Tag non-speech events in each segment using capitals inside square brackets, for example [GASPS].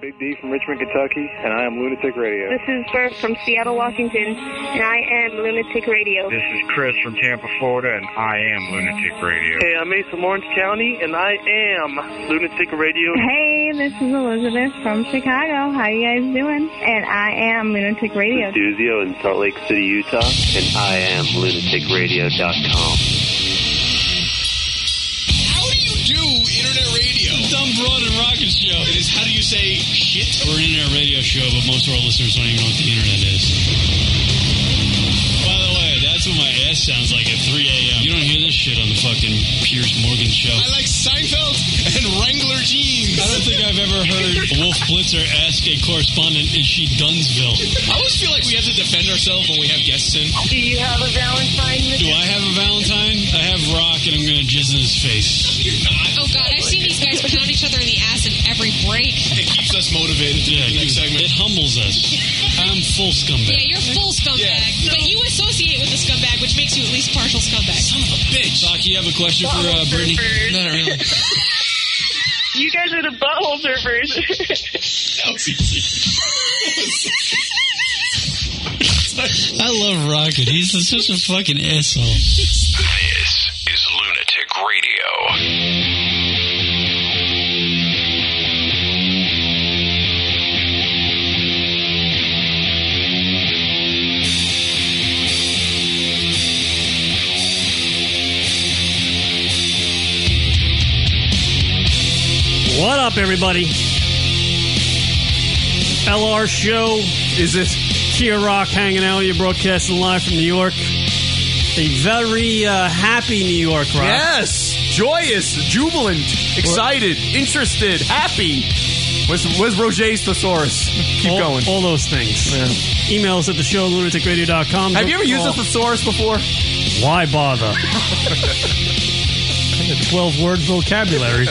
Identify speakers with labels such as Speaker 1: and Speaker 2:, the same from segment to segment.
Speaker 1: Big D from Richmond, Kentucky, and I am Lunatic Radio.
Speaker 2: This is Bert from Seattle, Washington, and I am Lunatic Radio.
Speaker 3: This is Chris from Tampa, Florida, and I am Lunatic Radio.
Speaker 4: Hey, I'm Ace from Orange County, and I am Lunatic Radio.
Speaker 5: Hey, this is Elizabeth from Chicago. How you guys doing? And I am Lunatic Radio.
Speaker 6: Duzio in Salt Lake City, Utah, and I am lunaticradio.com.
Speaker 7: How do you do internet radio? Dumb Broad and Rocket Show. It is how do you say shit? We're an internet radio show, but most of our listeners don't even know what the internet is. By the way, that's what my ass sounds like at 3 a.m. You don't hear this shit on the fucking Pierce Morgan show. I like Seinfeld and Wrangler jeans. I don't think I've ever heard Wolf Blitzer ask a correspondent, is she Dunsville? I always feel like we have to defend ourselves when we have guests in.
Speaker 2: Do you have a Valentine?
Speaker 7: Do I have a Valentine? I have Rock, and I'm going to jizz in his face.
Speaker 8: Oh God, I've seen these guys pound each other in the ass in every break.
Speaker 7: It keeps us motivated. Yeah, it keeps- It humbles us. I'm full scumbag.
Speaker 8: Yeah, you're full scumbag, but you associate with the scumbag, which makes you at least partial scumbag. Son of a
Speaker 7: bitch. Doc, you have a question for uh, Brittany?
Speaker 2: surfers.
Speaker 7: No, not really.
Speaker 2: You guys are the butthole [LAUGHS] surfers.
Speaker 9: [LAUGHS] I love Rocket. He's such a fucking asshole.
Speaker 10: This is Lunatic Radio.
Speaker 11: What up, everybody? LR Show is this Kia Rock hanging out with you, broadcasting live from New York. A very uh, happy New York, Rock.
Speaker 12: Yes, joyous, jubilant, excited, interested, happy. Where's, where's Roger's thesaurus? [LAUGHS] Keep
Speaker 11: all,
Speaker 12: going.
Speaker 11: All those things. Emails at the show, lunaticradio.com.
Speaker 12: Have you ever used a
Speaker 11: thesaurus before? Why bother? I had a 12 word vocabulary.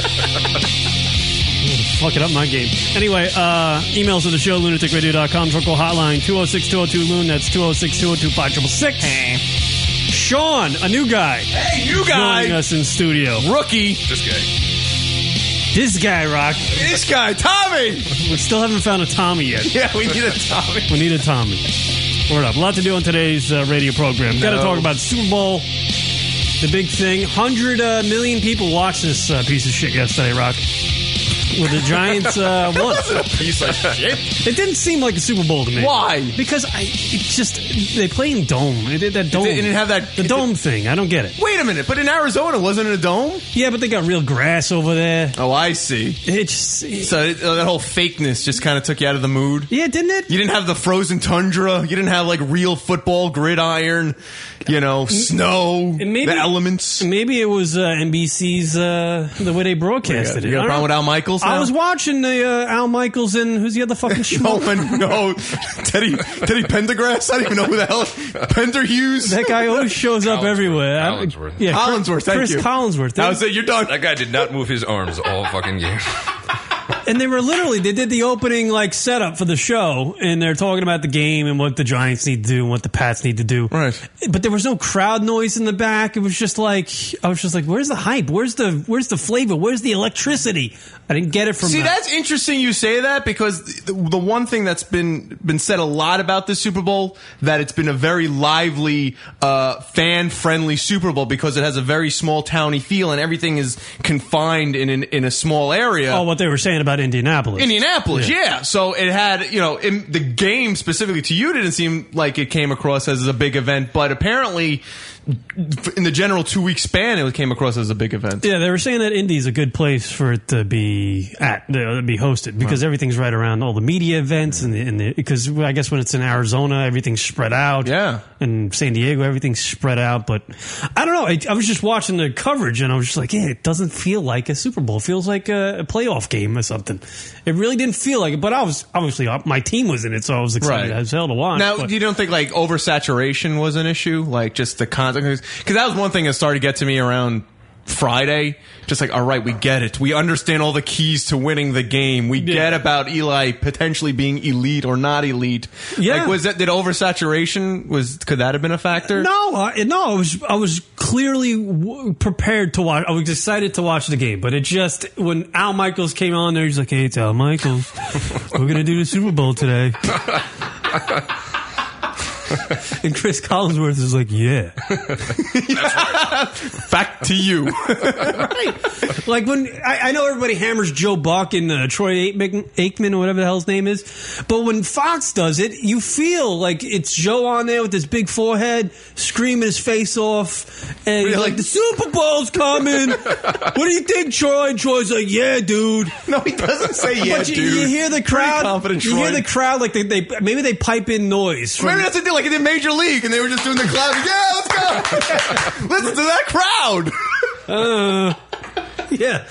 Speaker 11: Fuck it up my game. Anyway, uh, emails to the show, lunaticradio.com, Trunkle Hotline, 206 202 Loon. That's 206 202 5666. Sean, a new guy. Hey,
Speaker 12: new guy.
Speaker 11: Joining us in studio. Rookie.
Speaker 12: This guy.
Speaker 11: This guy, Rock.
Speaker 12: This guy, Tommy.
Speaker 11: We still haven't found a Tommy yet.
Speaker 12: [LAUGHS] Yeah, we need a [LAUGHS] Tommy.
Speaker 11: We need a Tommy. Word up. A lot to do on today's uh, radio program. Got to
Speaker 12: No.
Speaker 11: talk about Super Bowl, the big thing. 100 uh, million people watched this uh, piece of shit yesterday, Rock. With the
Speaker 12: [LAUGHS]
Speaker 11: Giants uh, won.
Speaker 12: piece [LAUGHS] of shit.
Speaker 11: It didn't seem like the Super Bowl to me.
Speaker 12: Why?
Speaker 11: Because I, it's just they play in dome. They did that dome.
Speaker 12: It didn't have that
Speaker 11: the dome thing. I don't get it.
Speaker 12: Wait a minute, but in Arizona, wasn't it a dome?
Speaker 11: Yeah, but they got real grass over there.
Speaker 12: Oh, I see.
Speaker 11: It's so
Speaker 12: it- uh, that whole fakeness just kind of took you out of the mood.
Speaker 11: Yeah, didn't it?
Speaker 12: You didn't have the frozen tundra. You didn't have like real football gridiron. You know,
Speaker 11: Mm-hmm.
Speaker 12: snow. the elements.
Speaker 11: Maybe it was uh, NBC's uh, the way they broadcasted
Speaker 12: You
Speaker 11: it.
Speaker 12: got a
Speaker 11: I don't
Speaker 12: problem with
Speaker 11: know.
Speaker 12: Al Michaels?
Speaker 11: I
Speaker 12: now? [LAUGHS]
Speaker 11: was watching the uh, Al Michaels and who's the other fucking
Speaker 12: No,
Speaker 11: schmuck?
Speaker 12: one- no, Teddy Teddy Pendergrass. I don't even know who the hell Pender Hughes.
Speaker 11: That guy always shows up everywhere.
Speaker 13: Collinsworth.
Speaker 11: Yeah, Chris-
Speaker 12: Collinsworth, thank
Speaker 11: Chris
Speaker 12: you.
Speaker 11: Collinsworth.
Speaker 12: I was it. You're done.
Speaker 13: That guy did not move his arms all fucking year.
Speaker 11: And they were literally they did the opening like setup for the show, and they're talking about the game and what the Giants need to do and what the Pats need to do. Right. But there was no crowd noise in the back. It was just like I was just like, where's the hype? Where's the where's the flavor? Where's the electricity? I didn't get it from.
Speaker 12: See,
Speaker 11: that.
Speaker 12: that's interesting you say that because the, the one thing that's been been said a lot about this Super Bowl that it's been a very lively, uh, fan friendly Super Bowl because it has a very small towny feel and everything is confined in an, in a small area.
Speaker 11: oh, what they were saying about Indianapolis.
Speaker 12: Indianapolis, yeah. So it had, you know, in the game specifically to you didn't seem like it came across as a big event, but apparently in the general two week span, it came across as a big event.
Speaker 11: Yeah, they were saying that Indy's a good place for it to be at, to be hosted because everything's right around all the media events and the, and the because I guess when it's in Arizona, everything's spread out. Yeah, and San Diego, everything's spread out. But I don't know. I, I was just watching the coverage and I was just like, yeah, it doesn't feel like a Super Bowl. It feels like a, a playoff game or something. It really didn't feel like it. But I was obviously uh, my team was in it, so I was excited
Speaker 12: Right.
Speaker 11: as hell to watch.
Speaker 12: Now,
Speaker 11: but-
Speaker 12: you don't think like oversaturation was an issue, like just the content? Because that was one thing that started to get to me around Friday, just like, all right, we get it. We understand all the keys to winning the game. We get about Eli potentially being elite or not elite.
Speaker 11: Yeah.
Speaker 12: Like, was that, did oversaturation, was, could that have been a factor?
Speaker 11: No, I, no, I was I was clearly w- prepared to watch. I was excited to watch the game, but it just when Al Michaels came on there, he's like, "Hey, it's Al Michaels. We're gonna do the Super Bowl today." and Chris Collinsworth is like, "Yeah."
Speaker 12: Back to you.
Speaker 11: like when I, I know everybody hammers Joe Buck and uh, Troy Aikman, Aikman or whatever the hell his name is, but when Fox does it, you feel like it's Joe on there with his big forehead, screaming his face off, and he's like the Super Bowl's
Speaker 12: [LAUGHS]
Speaker 11: coming. what do you think, Troy? And Troy's like, yeah, dude.
Speaker 12: No, [LAUGHS] he doesn't say, [LAUGHS] "Yeah,
Speaker 11: but you, You
Speaker 12: dude."
Speaker 11: hear the
Speaker 12: Pretty
Speaker 11: crowd.
Speaker 12: confident
Speaker 11: you hear
Speaker 12: Troy.
Speaker 11: the crowd like they, they maybe they pipe in noise. From,
Speaker 12: Maybe that's the deal. Like in the Major League, and they were just doing the clap. Yeah, let's go. [LAUGHS] Listen to that crowd. [LAUGHS]
Speaker 11: Uh, [LAUGHS] yeah,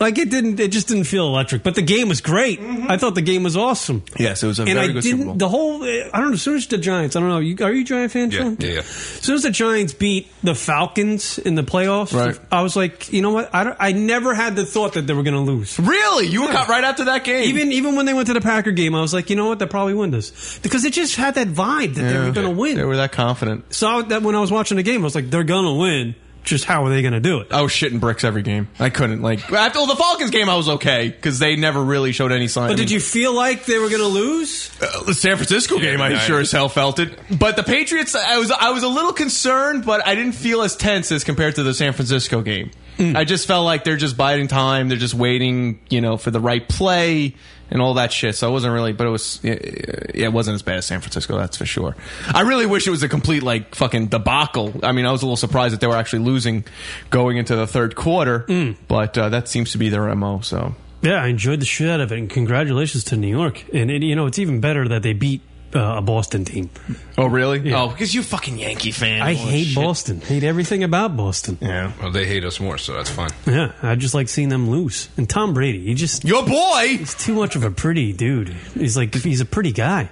Speaker 11: like it didn't. It just didn't feel electric. But the game was great. I thought the game was awesome.
Speaker 12: Mm-hmm. Yes, it was a
Speaker 11: and
Speaker 12: very
Speaker 11: I
Speaker 12: good
Speaker 11: didn't,
Speaker 12: Super Bowl.
Speaker 11: The whole. I don't know. As soon as the Giants, I don't know. You, are you a Giant fan?
Speaker 13: Yeah,
Speaker 11: Phil?
Speaker 13: yeah, yeah.
Speaker 11: As soon as the Giants beat the Falcons in the playoffs,
Speaker 12: Right.
Speaker 11: I was like, you know what? I, don't, I never had the thought that they were going to lose.
Speaker 12: Really? You got right after that game?
Speaker 11: Even even when they went to the Packer game, I was like, you know what? They'll probably win this because it just had that vibe that they were
Speaker 12: Yeah.
Speaker 11: going to win.
Speaker 12: They were that confident.
Speaker 11: So I- that when I was watching the game, I was like, they're going to win. Just how are they going to do it?
Speaker 12: I was shitting bricks every game. I couldn't like after well, the Falcons game. I was okay because they never really showed any sign.
Speaker 11: But did you feel like they were going to lose?
Speaker 12: Uh, the San Francisco game? I
Speaker 11: yeah.
Speaker 12: sure as hell felt it. But the Patriots, I was I was a little concerned, but I didn't feel as tense as compared to the San Francisco game.
Speaker 11: Mm.
Speaker 12: I just felt like they're just biding time. They're just waiting, you know, for the right play and all that shit. So I wasn't really, but it was, yeah, it wasn't as bad as San Francisco, that's for sure. I really wish it was a complete like fucking debacle. I mean, I was a little surprised that they were actually losing going into the third quarter,
Speaker 11: Mm.
Speaker 12: but uh, that seems to be their mo. So
Speaker 11: Yeah, I enjoyed the shit out of it, and congratulations to New York. And it, you know, it's even better that they beat uh, a Boston team.
Speaker 12: Oh, really?
Speaker 11: Yeah.
Speaker 12: Oh, because you fucking Yankee fan.
Speaker 11: I
Speaker 12: Oh,
Speaker 11: hate
Speaker 12: shit.
Speaker 11: Boston. Hate everything about Boston.
Speaker 12: Yeah.
Speaker 13: Well, they hate us more, so that's fine.
Speaker 11: Yeah, I just like seeing them lose. And Tom Brady, he just
Speaker 12: your boy.
Speaker 11: He's too much of a pretty dude. He's like he's a pretty guy.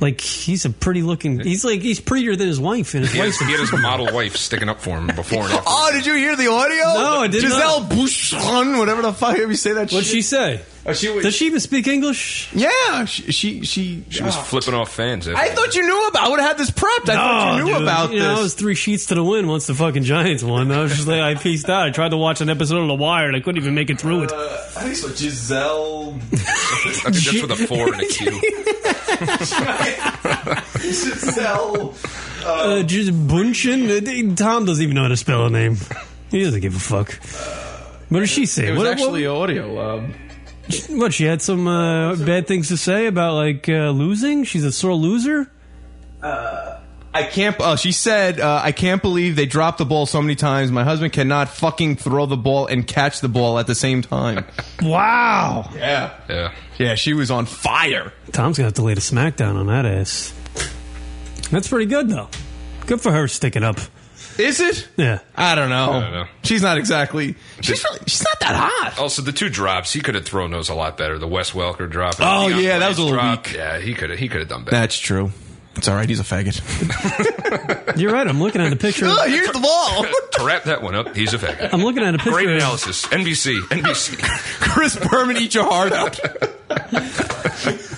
Speaker 11: Like he's a pretty looking. He's like he's prettier than his wife, and his
Speaker 13: He had,
Speaker 11: wife's
Speaker 13: his, he had his model wife sticking up for him before
Speaker 12: [LAUGHS]
Speaker 13: and after.
Speaker 12: Oh, did you hear the audio?
Speaker 11: No, I did
Speaker 12: Giselle
Speaker 11: not.
Speaker 12: Bouchon, whatever the fuck you say that.
Speaker 11: [LAUGHS] What'd
Speaker 12: shit.
Speaker 11: she say? Does she even speak English?
Speaker 12: Yeah, she she she,
Speaker 13: She was
Speaker 12: Ah.
Speaker 13: flipping off fans. eh?
Speaker 12: I thought you knew about. I would have had this prepped. I thought you
Speaker 11: No,
Speaker 12: knew
Speaker 11: dude.
Speaker 12: about
Speaker 11: You know, I
Speaker 12: this.
Speaker 11: was three sheets to the wind once the fucking Giants won. I was just like, I pieced out. I tried to watch an episode of The Wire, and I couldn't even make it through it.
Speaker 12: I think so. Giselle. [LAUGHS]
Speaker 13: I think that's with a four and a Q.
Speaker 12: Giselle.
Speaker 11: Uh, just Bunchen. Uh, they- Tom doesn't even know how to spell her name. He doesn't give a fuck. What did she say?
Speaker 12: It was
Speaker 11: what,
Speaker 12: actually audio. Um,
Speaker 11: what, what, she had some uh, bad things to say about like uh, losing. She's a sore loser.
Speaker 12: I can't. Oh, she said, uh, "I can't believe they dropped the ball so many times. My husband cannot fucking throw the ball and catch the ball at the same time."
Speaker 11: Wow.
Speaker 12: yeah,
Speaker 13: yeah,
Speaker 12: yeah. She was on fire.
Speaker 11: Tom's gonna have to lay the smackdown on that ass. That's pretty good though. Good for her sticking up.
Speaker 12: Is it?
Speaker 11: Yeah.
Speaker 12: I don't know. Oh,
Speaker 13: I don't know.
Speaker 12: She's not exactly. She's really, she's not that hot.
Speaker 13: Also, the two drops he could have thrown those a lot better. The Wes Welker drop. and
Speaker 12: Oh,
Speaker 13: the Deion
Speaker 12: yeah, that was a
Speaker 13: Waiters
Speaker 12: little
Speaker 13: drop. Yeah, he could have. He could have done better.
Speaker 12: That's true. It's all right. He's a faggot. [LAUGHS]
Speaker 11: You're right. I'm looking at the picture.
Speaker 12: Ugh, Oh, here's the ball.
Speaker 13: to wrap that one up, he's a faggot.
Speaker 11: I'm looking at a picture.
Speaker 13: Great
Speaker 11: of-
Speaker 13: analysis, NBC,
Speaker 12: [LAUGHS]
Speaker 13: NBC.
Speaker 12: [LAUGHS] Chris Berman, eat your heart out.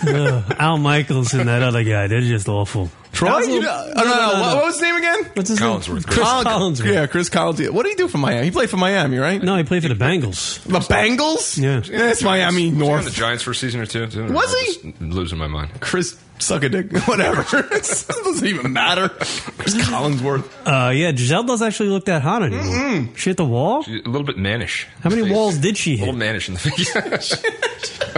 Speaker 11: Ugh, Al Michaels and that other guy. They're just awful. That
Speaker 12: Troy?
Speaker 11: was a
Speaker 12: You
Speaker 11: little-
Speaker 12: know, oh, no, no, What, what was his name again?
Speaker 11: What's his name?
Speaker 13: Collinsworth,
Speaker 11: Chris Collinsworth.
Speaker 12: Yeah, Chris Collinsworth. What did he do for Miami? He played for Miami, right?
Speaker 11: No, he played for the Bengals.
Speaker 12: The Bengals?
Speaker 11: Yeah.
Speaker 12: That's Miami
Speaker 13: Was he on the
Speaker 12: North.
Speaker 13: Giants for a season or two. too?
Speaker 12: Was he?
Speaker 13: I'm just losing my mind?
Speaker 12: Chris, suck a dick. [LAUGHS] Whatever. it doesn't even matter. Chris Collinsworth.
Speaker 11: Uh, yeah, Giselle doesn't actually look that hot anymore. She hit the wall.
Speaker 13: A little bit mannish.
Speaker 11: How many walls did she
Speaker 13: A
Speaker 11: hit?
Speaker 13: little mannish in the face. [LAUGHS]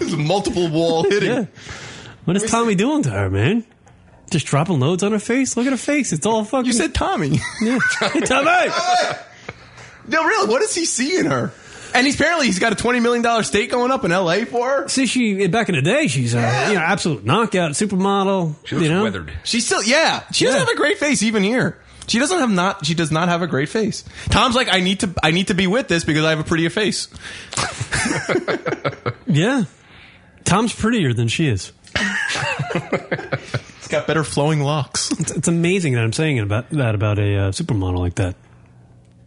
Speaker 12: This is multiple wall hitting.
Speaker 11: Yeah. What is Tommy doing to her, man? Just dropping loads on her face. Look at her face; it's all fucking.
Speaker 12: You said Tommy.
Speaker 11: [LAUGHS]
Speaker 12: [LAUGHS]
Speaker 11: yeah. Hey, Tommy.
Speaker 12: no, really, what does he see in her? And he's apparently he's got a $20 million stake going up in L.A. for her.
Speaker 11: See, she back in the day, she's a you know, absolute knockout, supermodel.
Speaker 13: she looks
Speaker 11: you know?
Speaker 13: weathered.
Speaker 12: She still, yeah, she doesn't
Speaker 11: Yeah.
Speaker 12: have a great face even here. She doesn't have not. She does not have a great face. Tom's like, I need to, I need to be with this because I have a prettier face.
Speaker 11: Yeah, Tom's prettier than she is.
Speaker 12: It's
Speaker 11: [LAUGHS]
Speaker 12: got better flowing locks.
Speaker 11: It's, it's amazing that I'm saying about that about a uh, supermodel like that.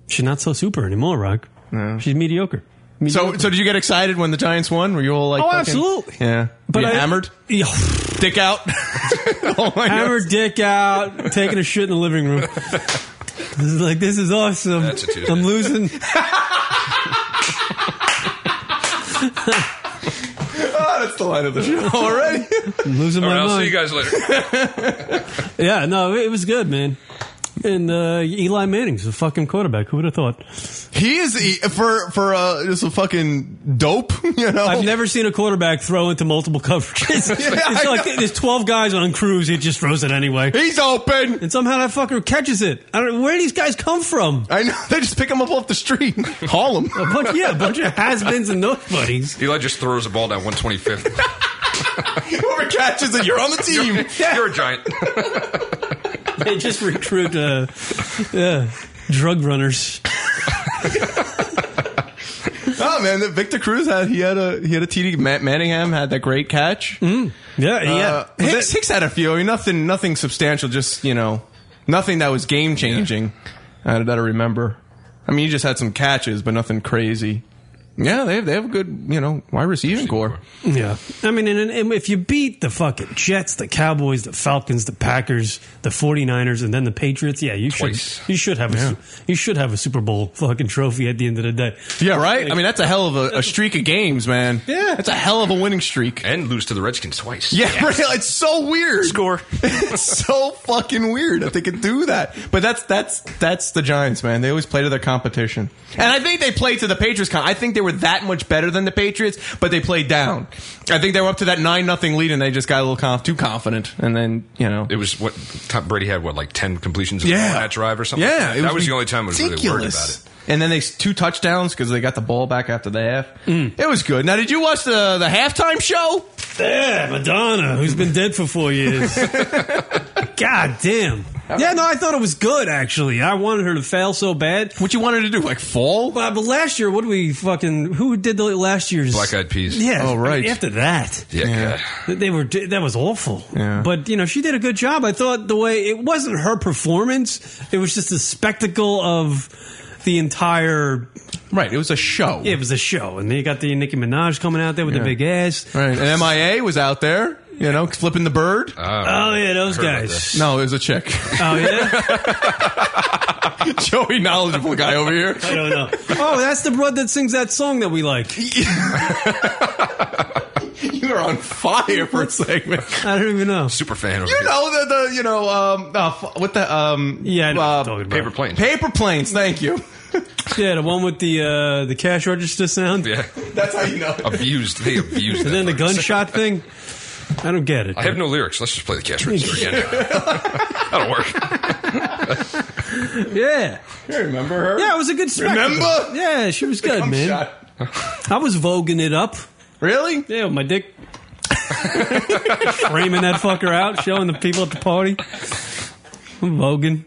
Speaker 11: She's not so super anymore, Rock. She's mediocre.
Speaker 12: So, so did you get excited when the Giants won? Were you all like,
Speaker 11: Oh,
Speaker 12: fucking-
Speaker 11: absolutely.
Speaker 12: yeah,
Speaker 11: But
Speaker 12: You
Speaker 11: I- [LAUGHS]
Speaker 12: hammered, dick out, [LAUGHS] oh my
Speaker 11: Hammer dick out, taking a shit in the living room. This is like this is awesome.
Speaker 12: That's a Tuesday.
Speaker 11: I'm losing.
Speaker 12: oh, that's the line of the
Speaker 11: [LAUGHS]
Speaker 12: show already.
Speaker 11: I'm losing
Speaker 13: All
Speaker 11: my
Speaker 13: right, I'll
Speaker 11: mind.
Speaker 13: see you guys later.
Speaker 11: yeah, no, it was good, man. And uh, Eli Manning's a fucking quarterback. Who would have thought?
Speaker 12: He is he- for for uh, just a fucking dope. [LAUGHS] You know,
Speaker 11: I've never seen a quarterback throw into multiple coverages. it's like there's 12 guys on Cruz. He just throws it anyway.
Speaker 12: He's open,
Speaker 11: and somehow that fucker catches it. I don't know where do these guys come from.
Speaker 12: I know [LAUGHS] they just pick him up off the street, [LAUGHS] haul him.
Speaker 11: A bunch, yeah, a bunch of has-beens and nobodies.
Speaker 13: Eli just throws the ball down 125th.
Speaker 12: Whoever catches it, [LAUGHS] you're on the team.
Speaker 13: You're, you're a giant.
Speaker 11: They just recruit uh, yeah, drug runners.
Speaker 12: Oh man, that Victor Cruz had he had a he had a TD. Matt Manningham had that great catch. Mm.
Speaker 11: Yeah, yeah.
Speaker 12: Hicks, Hicks had a few. I mean, nothing nothing substantial. Just you know, nothing that was game changing. I That I remember. I mean, you just had some catches, but nothing crazy. Yeah, they have, they have a good you know wide receiving core.
Speaker 11: Yeah, I mean, and, and if you beat the fucking Jets, the Cowboys, the Falcons, the Packers, the 49ers, and then the Patriots, yeah, you
Speaker 12: Twice.
Speaker 11: should you should have a
Speaker 12: Yeah.
Speaker 11: su- you should have a Super Bowl fucking trophy at the end of the day.
Speaker 12: Yeah, right. I mean, that's a hell of a, a streak of games, man.
Speaker 11: Yeah.
Speaker 12: that's a hell of a winning streak.
Speaker 13: And lose to the Redskins
Speaker 12: [LAUGHS]
Speaker 13: twice.
Speaker 12: Yeah, really, it's so weird. Score. [LAUGHS] it's so fucking weird that they could do that. But that's that's that's the Giants, man. They always play to their competition, and I think they played to the Patriots. Con- I think they were that much better than the Patriots, but they played down. I think they were up to that nine nothing lead, and they just got a little conf- too confident, and then you know
Speaker 13: It was what Tom Brady had, what, like 10 completions in
Speaker 12: Yeah.
Speaker 13: that drive or something?
Speaker 12: Yeah,
Speaker 13: That was, the only time I was really worried about
Speaker 12: ridiculous. And then they two touchdowns because they got the ball back after the half.
Speaker 13: Mm.
Speaker 12: It was good. Now, did you watch the the halftime show?
Speaker 11: Yeah, Madonna, who's been dead for four years. God damn. Yeah, no, I thought it was good actually. I wanted her to fail so bad.
Speaker 12: What you wanted to do, like fall?
Speaker 11: But, but last year, what did we fucking? Who did the last year's
Speaker 13: Black Eyed Peas.
Speaker 11: Yeah.
Speaker 13: Oh, right.
Speaker 11: After that,
Speaker 13: Yeah, Yeah.
Speaker 11: Th- they were. That was awful.
Speaker 13: Yeah.
Speaker 11: But you know, she did a good job. I thought the way it wasn't her performance; it was just the spectacle of the entire.
Speaker 12: Right. It was a show.
Speaker 11: Yeah, it was a show, and then you got the Nicki Minaj coming out there with
Speaker 12: Yeah.
Speaker 11: the big ass.
Speaker 12: Right. And MIA was out there, you know, flipping the bird.
Speaker 13: Uh.
Speaker 11: Oh, yeah, those heard about guys. that.
Speaker 12: No, it was a
Speaker 13: [LAUGHS]
Speaker 12: chick. [LAUGHS]
Speaker 11: Oh yeah.
Speaker 12: Joey, knowledgeable guy over here.
Speaker 11: I don't know. Oh, that's the broad that sings that song that we like.
Speaker 12: You're on fire for a segment.
Speaker 11: I don't even know.
Speaker 13: Super fan.
Speaker 12: You know the, the you know um uh, f- what the um
Speaker 11: yeah
Speaker 12: uh,
Speaker 13: Paper planes.
Speaker 12: paper planes. Thank you.
Speaker 11: Yeah, the one with the uh, the cash register sound.
Speaker 13: Yeah.
Speaker 12: That's how you know.
Speaker 13: it. Abused. They abused
Speaker 11: And
Speaker 13: that
Speaker 11: then the
Speaker 13: fucking segment.
Speaker 11: gunshot thing. I don't get it.
Speaker 13: [LAUGHS] I have no lyrics. Let's just play the cash register again. [LAUGHS] That'll work.
Speaker 11: Yeah.
Speaker 12: You remember her?
Speaker 11: Yeah, it was a good spectacle.
Speaker 12: Remember?
Speaker 11: Yeah, she was good,
Speaker 12: Come
Speaker 11: man.
Speaker 12: shot.
Speaker 11: I was voguing it up.
Speaker 12: Really?
Speaker 11: Yeah, with my dick. Framing that fucker out, showing the people at the party. I'm voguing.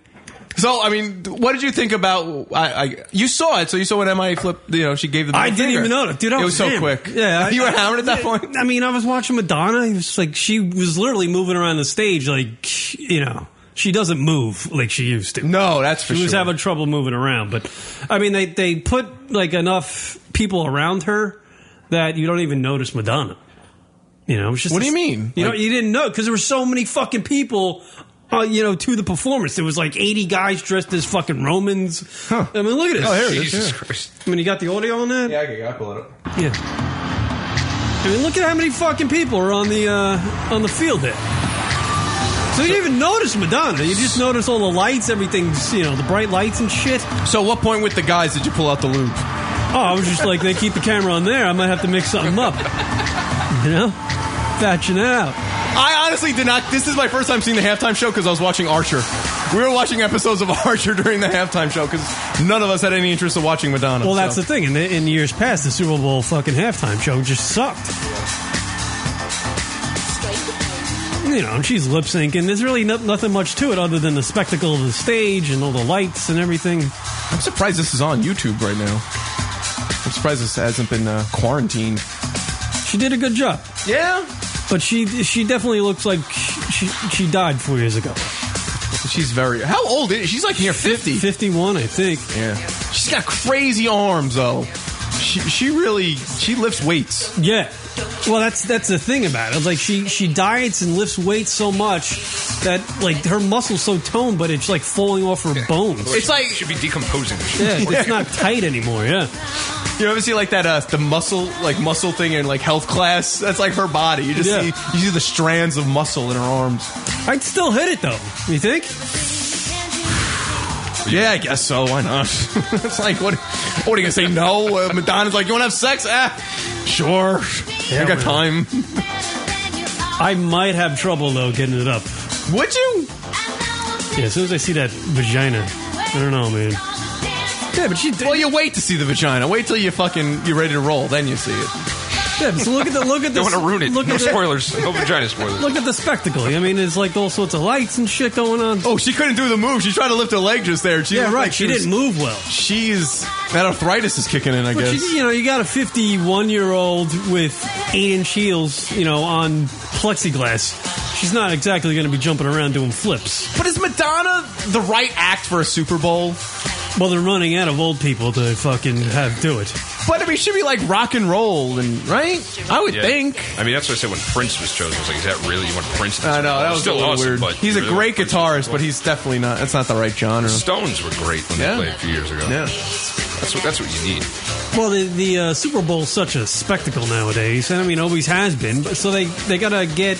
Speaker 12: So I mean, what did you think about? I, I you saw it, so you saw when MIA flipped. You know, she gave the.
Speaker 11: I
Speaker 12: middle
Speaker 11: didn't
Speaker 12: finger.
Speaker 11: even know that, dude. I
Speaker 12: it
Speaker 11: was,
Speaker 12: was so
Speaker 11: hammered.
Speaker 12: quick.
Speaker 11: Yeah, I-
Speaker 12: [LAUGHS] you were hammered at that
Speaker 11: I-
Speaker 12: point.
Speaker 11: I mean, I was watching Madonna. It was like she was literally moving around the stage, like you know, she doesn't move like she used to.
Speaker 12: No, that's for
Speaker 11: she was
Speaker 12: sure.
Speaker 11: having trouble moving around. But I mean, they they put like enough people around her that you don't even notice Madonna. You know, it's just
Speaker 12: What do you mean?
Speaker 11: You
Speaker 12: Like-
Speaker 11: know, you didn't know because there were so many fucking people. Uh, you know, to the performance, there was like eighty guys dressed as fucking Romans. I mean, look at this.
Speaker 12: Oh, here it is,
Speaker 13: Jesus
Speaker 12: yeah.
Speaker 13: Christ.
Speaker 11: I mean, you got the audio on that.
Speaker 12: Yeah, I can, I pull it up.
Speaker 11: Yeah. I mean, look at how many fucking people are on the uh, on the field there. So you didn't even notice Madonna. You just notice all the lights, everything's you know the bright lights and shit.
Speaker 12: So, what point with the guys did you pull out the loop?
Speaker 11: Oh, I was just like, they keep the camera on there. I might have to mix something up. You know, thatching out.
Speaker 12: I honestly did not. This is my first time seeing the halftime show because I was watching Archer. We were watching episodes of [LAUGHS] Archer during the halftime show because none of us had any interest in watching Madonna.
Speaker 11: Well, that's
Speaker 12: so.
Speaker 11: the thing. In, in years past, the Super Bowl fucking halftime show just sucked. You know, and she's lip syncing. There's really no, nothing much to it other than the spectacle of the stage and all the lights and everything.
Speaker 12: I'm surprised this is on YouTube right now. I'm surprised this hasn't been uh, quarantined.
Speaker 11: She did a good job.
Speaker 12: Yeah,
Speaker 11: But she she definitely looks like she she died four years ago.
Speaker 12: she's very. How old is she? She's like near fifty.
Speaker 11: 51, I think.
Speaker 12: Yeah. She's got crazy arms though. She she really she lifts weights.
Speaker 11: Yeah. Well, that's that's the thing about it. Like she she diets and lifts weights so much that like her muscles so toned, but it's like falling off her bones.
Speaker 13: It's like should be decomposing.
Speaker 11: yeah,
Speaker 13: [LAUGHS]
Speaker 11: it's not tight anymore. Yeah.
Speaker 12: You ever see like that uh, the muscle like muscle thing in like health class? That's like her body. You just
Speaker 11: Yeah.
Speaker 12: see you see the strands of muscle in her arms.
Speaker 11: I'd still hit it though. You think?
Speaker 12: Yeah, I guess so. Why not? [LAUGHS] it's like what? What are you gonna say? No. Uh, Madonna's like, you want to have sex? Ah, sure. I got time.
Speaker 11: I might have trouble though getting it up.
Speaker 12: Would you?
Speaker 11: Yeah, as soon as I see that vagina, I don't know, man.
Speaker 12: Yeah, but she. Well, you wait to see the vagina. Wait till you fucking you're ready to roll. Then you see it.
Speaker 11: Yeah, but look at the look at the.
Speaker 13: Don't want to ruin it.
Speaker 11: Look
Speaker 13: no
Speaker 11: at the-
Speaker 13: spoilers. No vagina spoilers.
Speaker 11: Look at the spectacle. I mean, there's like all sorts of lights and shit going on.
Speaker 12: Oh, she couldn't do the move. She tried to lift her leg just there. She
Speaker 11: Yeah,
Speaker 12: looked
Speaker 11: right.
Speaker 12: like
Speaker 11: She didn't move well.
Speaker 12: She's that arthritis is kicking in. I
Speaker 11: But
Speaker 12: guess.
Speaker 11: you, you know, you got a 51 year old with eight inch heels, you know, on plexiglass. She's not exactly going to be jumping around doing flips.
Speaker 12: But is Madonna the right act for a Super Bowl?
Speaker 11: Well, they're running out of old people to fucking have do it.
Speaker 12: But I mean, she'd be like rock and roll, and right? I would
Speaker 13: Yeah.
Speaker 12: think.
Speaker 13: I mean, that's what I said when Prince was chosen. I was like, is that really you want Prince? to-
Speaker 12: I know that was
Speaker 13: still
Speaker 12: a little
Speaker 13: awesome,
Speaker 12: weird.
Speaker 13: But
Speaker 12: he's a
Speaker 13: really?
Speaker 12: great guitarist, but he's definitely not. That's not the right genre.
Speaker 13: Stones were great when
Speaker 12: Yeah.
Speaker 13: they played a few years ago.
Speaker 12: Yeah.
Speaker 13: that's what that's what you need.
Speaker 11: Well, the, the uh, Super Bowl's such a spectacle nowadays, and I mean, always has been. But so they they gotta get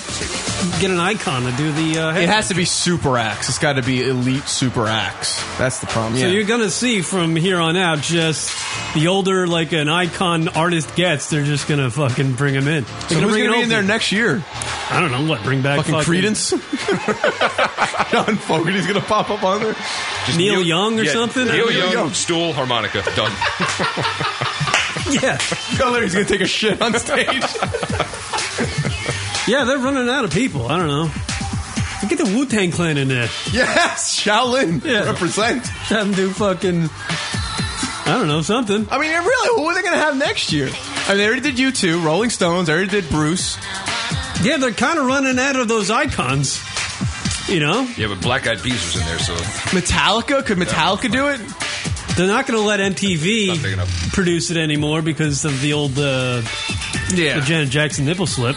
Speaker 11: get an icon to do the. Uh,
Speaker 12: It has to be super acts. It's got to be elite super acts. That's the problem.
Speaker 11: So
Speaker 12: yeah.
Speaker 11: you're gonna see from here on out, just the older like an icon artist gets, they're just gonna fucking bring him in.
Speaker 12: So who's gonna be in there next year?
Speaker 11: I don't know. What bring back
Speaker 12: fucking,
Speaker 11: [LAUGHS]
Speaker 12: Credence? John Fogerty's gonna pop up on there.
Speaker 13: Just
Speaker 11: Neil Young or something?
Speaker 13: Neil
Speaker 11: Neil
Speaker 13: Young,
Speaker 11: Young.
Speaker 13: stool harmonica done.
Speaker 11: Yeah,
Speaker 12: Hillary's gonna take a shit on
Speaker 11: [LAUGHS]
Speaker 12: stage.
Speaker 11: yeah, they're running out of people. I don't know. Get the Wu Tang Clan in there. [LAUGHS]
Speaker 12: yes, Shaolin represent.
Speaker 11: Have them do fucking. I don't know something.
Speaker 12: I mean, really, who are they gonna have next year? I mean, they already did you two, Rolling Stones. They already did Bruce.
Speaker 11: Yeah, they're kind of running out of those icons. You know,
Speaker 13: Yeah, but Black Eyed Peas was in there, so
Speaker 12: Metallica. Could Metallica do it?
Speaker 11: they're not going to let
Speaker 13: Not big enough.
Speaker 11: MTV produce it anymore because of the old uh,
Speaker 12: Yeah.
Speaker 11: the Janet Jackson nipple slip.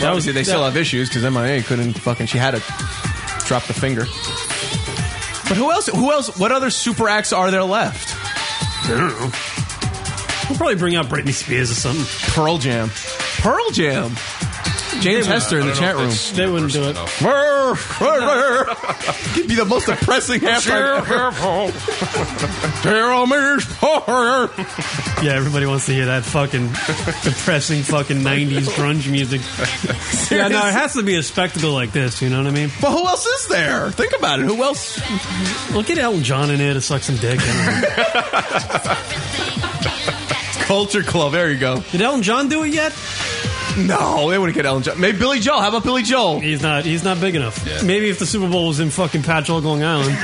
Speaker 12: That was, they still
Speaker 11: that-
Speaker 12: have issues because MIA couldn't fucking. She had to drop the finger. But who else? Who else? What other super acts are there left?
Speaker 11: I don't know. We'll probably bring out Britney Spears or something.
Speaker 12: Pearl Jam. Pearl Jam. James Hester in the chat room.
Speaker 11: They wouldn't do it.
Speaker 12: Rrr, rrr, [LAUGHS] rrr. Give me the most depressing halftime ever. Tell me story.
Speaker 11: Yeah, everybody wants to hear that
Speaker 13: [LAUGHS]
Speaker 11: fucking depressing fucking 90s grunge music. Yeah, no, it has to be a spectacle like this, you know what I mean?
Speaker 12: But who else is there? Think about it. Who else?
Speaker 11: Look at Elton John in there to suck some dick. I don't know.
Speaker 12: Culture Club. There you go.
Speaker 11: Did Elton John do it yet?
Speaker 12: No, they wouldn't get Ellen Jones. Maybe Billy Joel. How about Billy Joel?
Speaker 11: He's not He's not big enough.
Speaker 13: Yeah.
Speaker 11: Maybe if the Super Bowl was in fucking Patchogue, Long
Speaker 13: [LAUGHS]
Speaker 11: Island.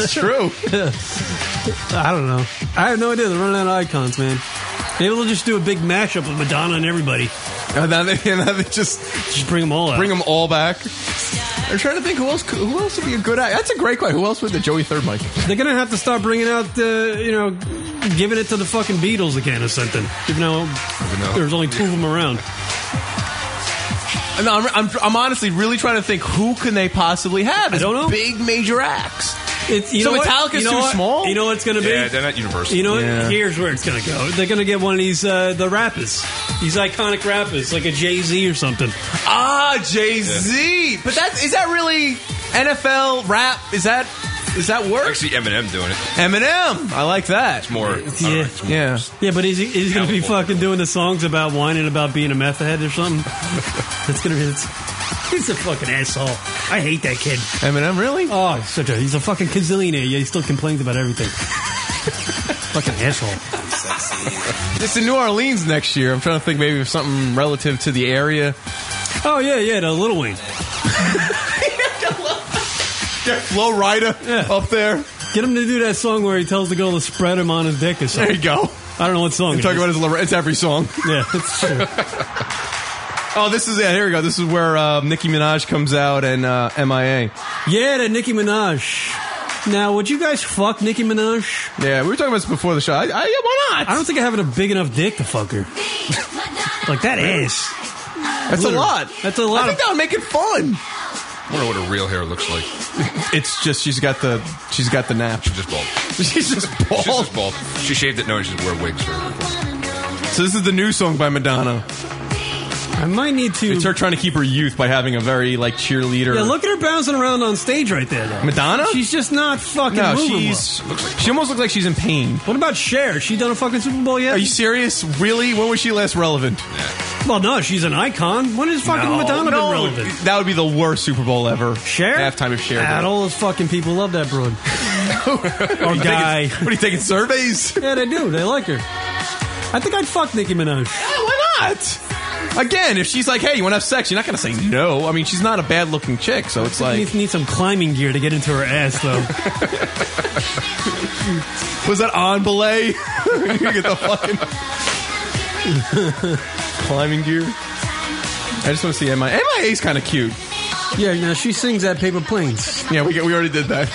Speaker 12: It's true.
Speaker 11: I don't know. I have no idea. They're running out of icons, man. Maybe they'll just do a big mashup of Madonna and everybody.
Speaker 12: [LAUGHS] and now they, and now they just
Speaker 11: Just bring them all out.
Speaker 12: bring them all back. I'm trying to think who else. Could, who else would be a good act? That's a great question. Who else would the Joey Third Mike?
Speaker 11: They're gonna have to start bringing out the, you know, giving it to the fucking Beatles again or something. Even though
Speaker 13: though-
Speaker 11: there's only two of them around.
Speaker 12: No, I'm, I'm, I'm honestly really trying to think who can they possibly have? as
Speaker 11: don't know.
Speaker 12: Big major acts.
Speaker 11: It's you
Speaker 12: So
Speaker 11: know what?
Speaker 12: Metallica's
Speaker 11: You know
Speaker 12: too
Speaker 11: what?
Speaker 12: small?
Speaker 11: You know what it's gonna be?
Speaker 13: yeah, they're not universal.
Speaker 11: you know what?
Speaker 12: Yeah.
Speaker 11: Here's where it's gonna go. They're gonna get one of these uh, the rappers, these iconic rappers like a Jay Z or something.
Speaker 12: Ah, Jay Z. But that is that really NFL rap? Is that is that work?
Speaker 13: Actually, Eminem doing it.
Speaker 12: Eminem. I like that.
Speaker 13: It's more. I don't know,
Speaker 11: Yeah.
Speaker 13: it's more-
Speaker 12: Yeah.
Speaker 11: Yeah, but he's, he's gonna be
Speaker 13: Cowboy.
Speaker 11: fucking doing the songs about whining about being a meth head or something. That's gonna be. It's, he's a fucking asshole. I hate that kid.
Speaker 12: Eminem, really?
Speaker 11: Oh, he's such a he's a fucking gazillionaire. Yeah, he still complains about everything. [LAUGHS] fucking asshole.
Speaker 12: It's in New Orleans next year. I'm trying to think maybe of something relative to the area.
Speaker 11: Oh yeah, yeah, the Little Wayne.
Speaker 12: Flow Rider
Speaker 11: Yeah.
Speaker 12: up there.
Speaker 11: Get him to do that song where he tells the girl to spread him on his dick or
Speaker 12: There
Speaker 11: something.
Speaker 12: you go.
Speaker 11: I don't know what song.
Speaker 12: I'm
Speaker 11: it
Speaker 12: talking
Speaker 11: is.
Speaker 12: about his. Lore- It's every song.
Speaker 11: yeah, that's true.
Speaker 12: [LAUGHS] Oh, this is yeah. Here we go. This is where uh, Nicki Minaj comes out and uh, MIA.
Speaker 11: Yeah, the Nicki Minaj. Now, would you guys fuck Nicki Minaj?
Speaker 12: Yeah, we were talking about this before the show. I, I, yeah, why not?
Speaker 11: I don't think I have a big enough dick to fuck her. [LAUGHS] like that
Speaker 12: Really?
Speaker 11: ass.
Speaker 12: That's
Speaker 11: Literally.
Speaker 12: a lot.
Speaker 11: That's a lot.
Speaker 12: I think
Speaker 11: of-
Speaker 12: that would make it fun.
Speaker 13: I wonder what her real hair looks like.
Speaker 12: It's just she's got the she's got the nap. She's
Speaker 13: just
Speaker 12: [LAUGHS]
Speaker 13: bald.
Speaker 12: She's just bald.
Speaker 13: She's just bald. She shaved it. No, she just wear wigs. For
Speaker 12: [LAUGHS] So this is the new song by Madonna.
Speaker 11: I might need to.
Speaker 12: It's her trying to keep her youth by having a very like cheerleader.
Speaker 11: Yeah, look at her bouncing around on stage right there. Though.
Speaker 12: Madonna?
Speaker 11: She's just not fucking.
Speaker 12: No,
Speaker 11: moving
Speaker 12: she's-
Speaker 11: well.
Speaker 12: She almost looks like she's in pain.
Speaker 11: What about Cher? She done a fucking Super Bowl yet?
Speaker 12: Are you serious? Really? When was she last relevant?
Speaker 11: Well, no, she's an icon. When is fucking
Speaker 12: No,
Speaker 11: Madonna
Speaker 12: no.
Speaker 11: been relevant?
Speaker 12: That would be the worst Super Bowl ever. Share halftime of Cher.
Speaker 11: God, all those fucking people love
Speaker 12: [LAUGHS]
Speaker 11: that broad. or
Speaker 12: you
Speaker 11: guy.
Speaker 12: taking- what are you taking surveys?
Speaker 11: Yeah, they do. They like her. I think I'd fuck Nicki Minaj.
Speaker 12: why not? Again, if she's like, "Hey, you want to have sex?" You're not gonna say no. I mean, she's not a bad-looking chick, so it's
Speaker 11: She [LAUGHS]
Speaker 12: like,
Speaker 11: needs, needs some climbing gear to get into her ass,
Speaker 12: [LAUGHS]
Speaker 11: though.
Speaker 12: was that on belay? [LAUGHS] you get the fucking [LAUGHS] climbing gear. I just want to see MIA. MIA's kind of cute.
Speaker 11: Yeah, now she sings at Paper Planes.
Speaker 12: Yeah, we, we already did that.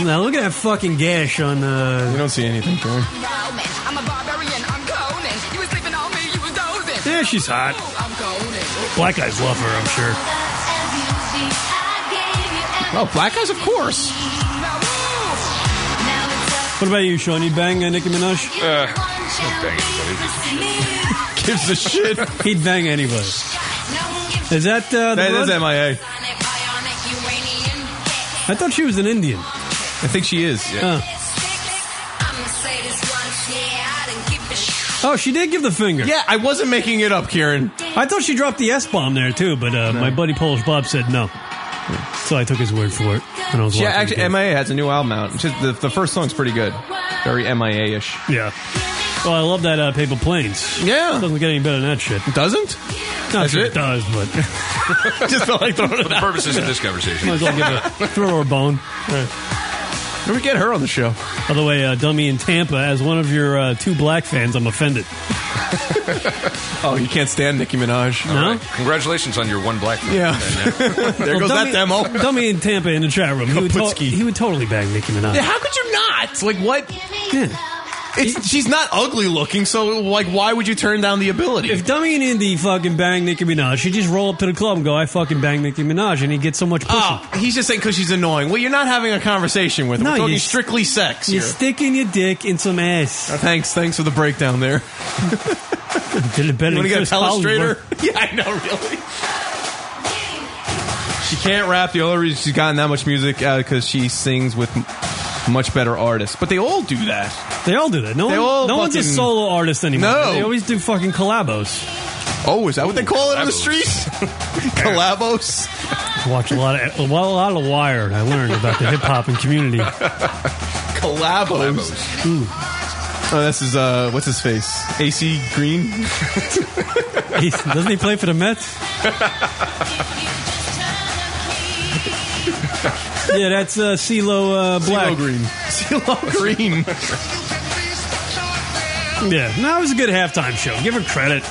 Speaker 11: Now look at that fucking gash on. Uh,
Speaker 12: you don't see anything,
Speaker 14: I'm
Speaker 12: Karen.
Speaker 14: a barbarian, I'm Conan. You was sleeping on me, you was dozing.
Speaker 11: Yeah, she's hot.
Speaker 14: I'm Conan.
Speaker 11: Black guys love her, I'm sure.
Speaker 12: Oh, black eyes, of course.
Speaker 11: What about you, Sean? You bang uh, Nicki Minaj?
Speaker 13: Uh,
Speaker 11: Oh,
Speaker 13: don't bang anybody.
Speaker 12: Gives a
Speaker 11: [LAUGHS]
Speaker 12: shit.
Speaker 11: He'd bang anybody. Is that uh, the
Speaker 12: That is
Speaker 11: one?
Speaker 12: MIA. [LAUGHS]
Speaker 11: I thought she was an Indian.
Speaker 12: I think she is.
Speaker 11: Uh, Oh, she did give the finger.
Speaker 12: Yeah, I wasn't making it up, Kieran.
Speaker 11: I thought she dropped the S bomb there too, but uh, my buddy Polish Bob said no, so I took his word for it. And I was
Speaker 12: She
Speaker 11: watching
Speaker 12: actually
Speaker 11: the game.
Speaker 12: MIA has a new album out. It's just- the, the first song's pretty good, very MIA ish.
Speaker 11: Yeah. Well, I love that uh, paper planes.
Speaker 12: Yeah,
Speaker 11: doesn't get any better than that shit.
Speaker 12: Doesn't? [LAUGHS]
Speaker 11: Not
Speaker 12: That's
Speaker 11: sure it?
Speaker 12: it?
Speaker 11: does, but
Speaker 12: just felt like throwing it
Speaker 13: For the
Speaker 12: out
Speaker 13: purposes of
Speaker 12: there.
Speaker 13: this conversation.
Speaker 11: might as well give her throw her a bone.
Speaker 12: Can we get her on the show?
Speaker 11: By the way, uh, dummy in Tampa, as one of your uh, two black fans, I'm offended.
Speaker 12: Oh, you can't stand Nicki Minaj.
Speaker 11: No?
Speaker 13: Congratulations on your one black. man.
Speaker 12: Yeah. [LAUGHS] there goes that demo.
Speaker 11: Dummy in Tampa in the chat room. He would, to-
Speaker 12: Kaputski.
Speaker 11: he would totally bang Nicki Minaj.
Speaker 12: Yeah, how could you not? Like what? It's, she's not ugly looking, so like, why would you turn down the ability?
Speaker 11: If Dummy and Indy fucking bang Nicki Minaj, she just roll up to the club and go, "I fucking bang Nicki Minaj," and he gets so much pussy.
Speaker 12: Oh, he's just saying because she's annoying. Well, you're not having a conversation with her.
Speaker 11: No,
Speaker 12: We're
Speaker 11: you-
Speaker 12: talking strictly sex.
Speaker 11: You're
Speaker 12: here.
Speaker 11: sticking your dick in some ass.
Speaker 12: Uh, Thanks, thanks for the breakdown there.
Speaker 11: Did it
Speaker 12: [LAUGHS] you
Speaker 11: better than
Speaker 12: want to get a
Speaker 11: Chris Collinsworth.
Speaker 12: telestrator? [LAUGHS] yeah, I know, really. She can't rap. The only reason she's gotten that much music because she sings with m- much better artists. But they all do that.
Speaker 11: They all do that. No,
Speaker 12: They all
Speaker 11: one, no one's a
Speaker 12: fucking-
Speaker 11: solo artist anymore.
Speaker 12: No.
Speaker 11: They always do fucking collabos.
Speaker 12: Oh, is that what they call it on the [LAUGHS]
Speaker 11: collabos.
Speaker 12: streets? Collabos.
Speaker 11: Watch a lot of well, a lot of Wired. I learned about the hip hop and
Speaker 12: [LAUGHS]
Speaker 11: community.
Speaker 12: Collabos.
Speaker 11: Ooh.
Speaker 12: Oh, this is uh, what's his face? AC Green.
Speaker 11: He- doesn't he play for
Speaker 12: [LAUGHS]
Speaker 11: the Mets? yeah, that's uh, CeeLo uh, Black. [LAUGHS]
Speaker 12: CeeLo Green. CeeLo Green.
Speaker 11: yeah, no, it was a good halftime show. Give her credit.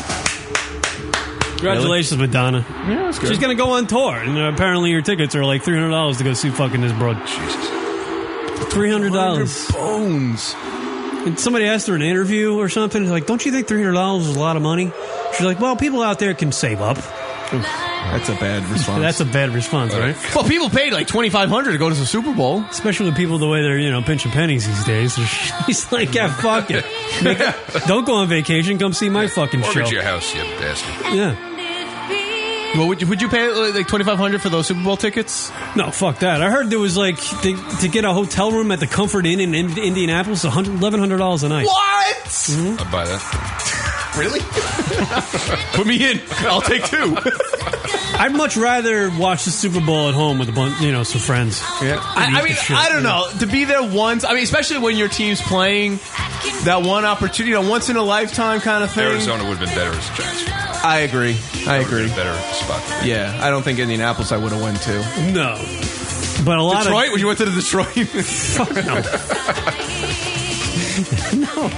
Speaker 11: Congratulations, Madonna.
Speaker 12: Yeah, that's good.
Speaker 11: She's gonna go on tour, and uh, apparently your tickets are like three hundred dollars to go see fucking this broad. Three hundred dollars.
Speaker 12: Bones.
Speaker 11: And somebody asked her in an interview or something. they're Like, don't you think three hundred dollars is a lot of money? She's like, well, people out there can save up.
Speaker 12: [LAUGHS] That's a bad response.
Speaker 11: That's a bad response, right?
Speaker 12: Well, people paid like twenty five hundred to go to the Super Bowl.
Speaker 11: Especially with people the way they're you know pinching pennies these days. [LAUGHS] She's like, yeah, fuck it. Make it- Don't go on vacation. Come see my fucking show.
Speaker 13: Mortgage your house, you bastard.
Speaker 11: Yeah.
Speaker 12: Well, would you, would you pay uh, like twenty five hundred for those Super Bowl tickets?
Speaker 11: No, fuck that. I heard there was like to, to get a hotel room at the Comfort Inn in, in Indianapolis, eleven hundred dollars a night.
Speaker 12: What?
Speaker 13: I'd buy Uh, that.
Speaker 12: Really? [LAUGHS] Put me in. I'll take two.
Speaker 11: I'd much rather watch the Super Bowl at home with a bunch, you know, some friends. Yeah.
Speaker 12: I, I mean, I don't know. To be there once, I mean, especially when your team's playing, that one opportunity, you know, once in a lifetime kind of thing.
Speaker 13: Arizona would have been better as a Giants. fan.
Speaker 12: I agree. I
Speaker 13: That would've been
Speaker 12: agree.
Speaker 13: a better spot.
Speaker 12: Yeah, I don't think Indianapolis I would have went to.
Speaker 11: No. But a lot [LAUGHS]
Speaker 12: Detroit?
Speaker 11: of
Speaker 12: Would you went to the Detroit?
Speaker 11: Fuck no. [LAUGHS] no.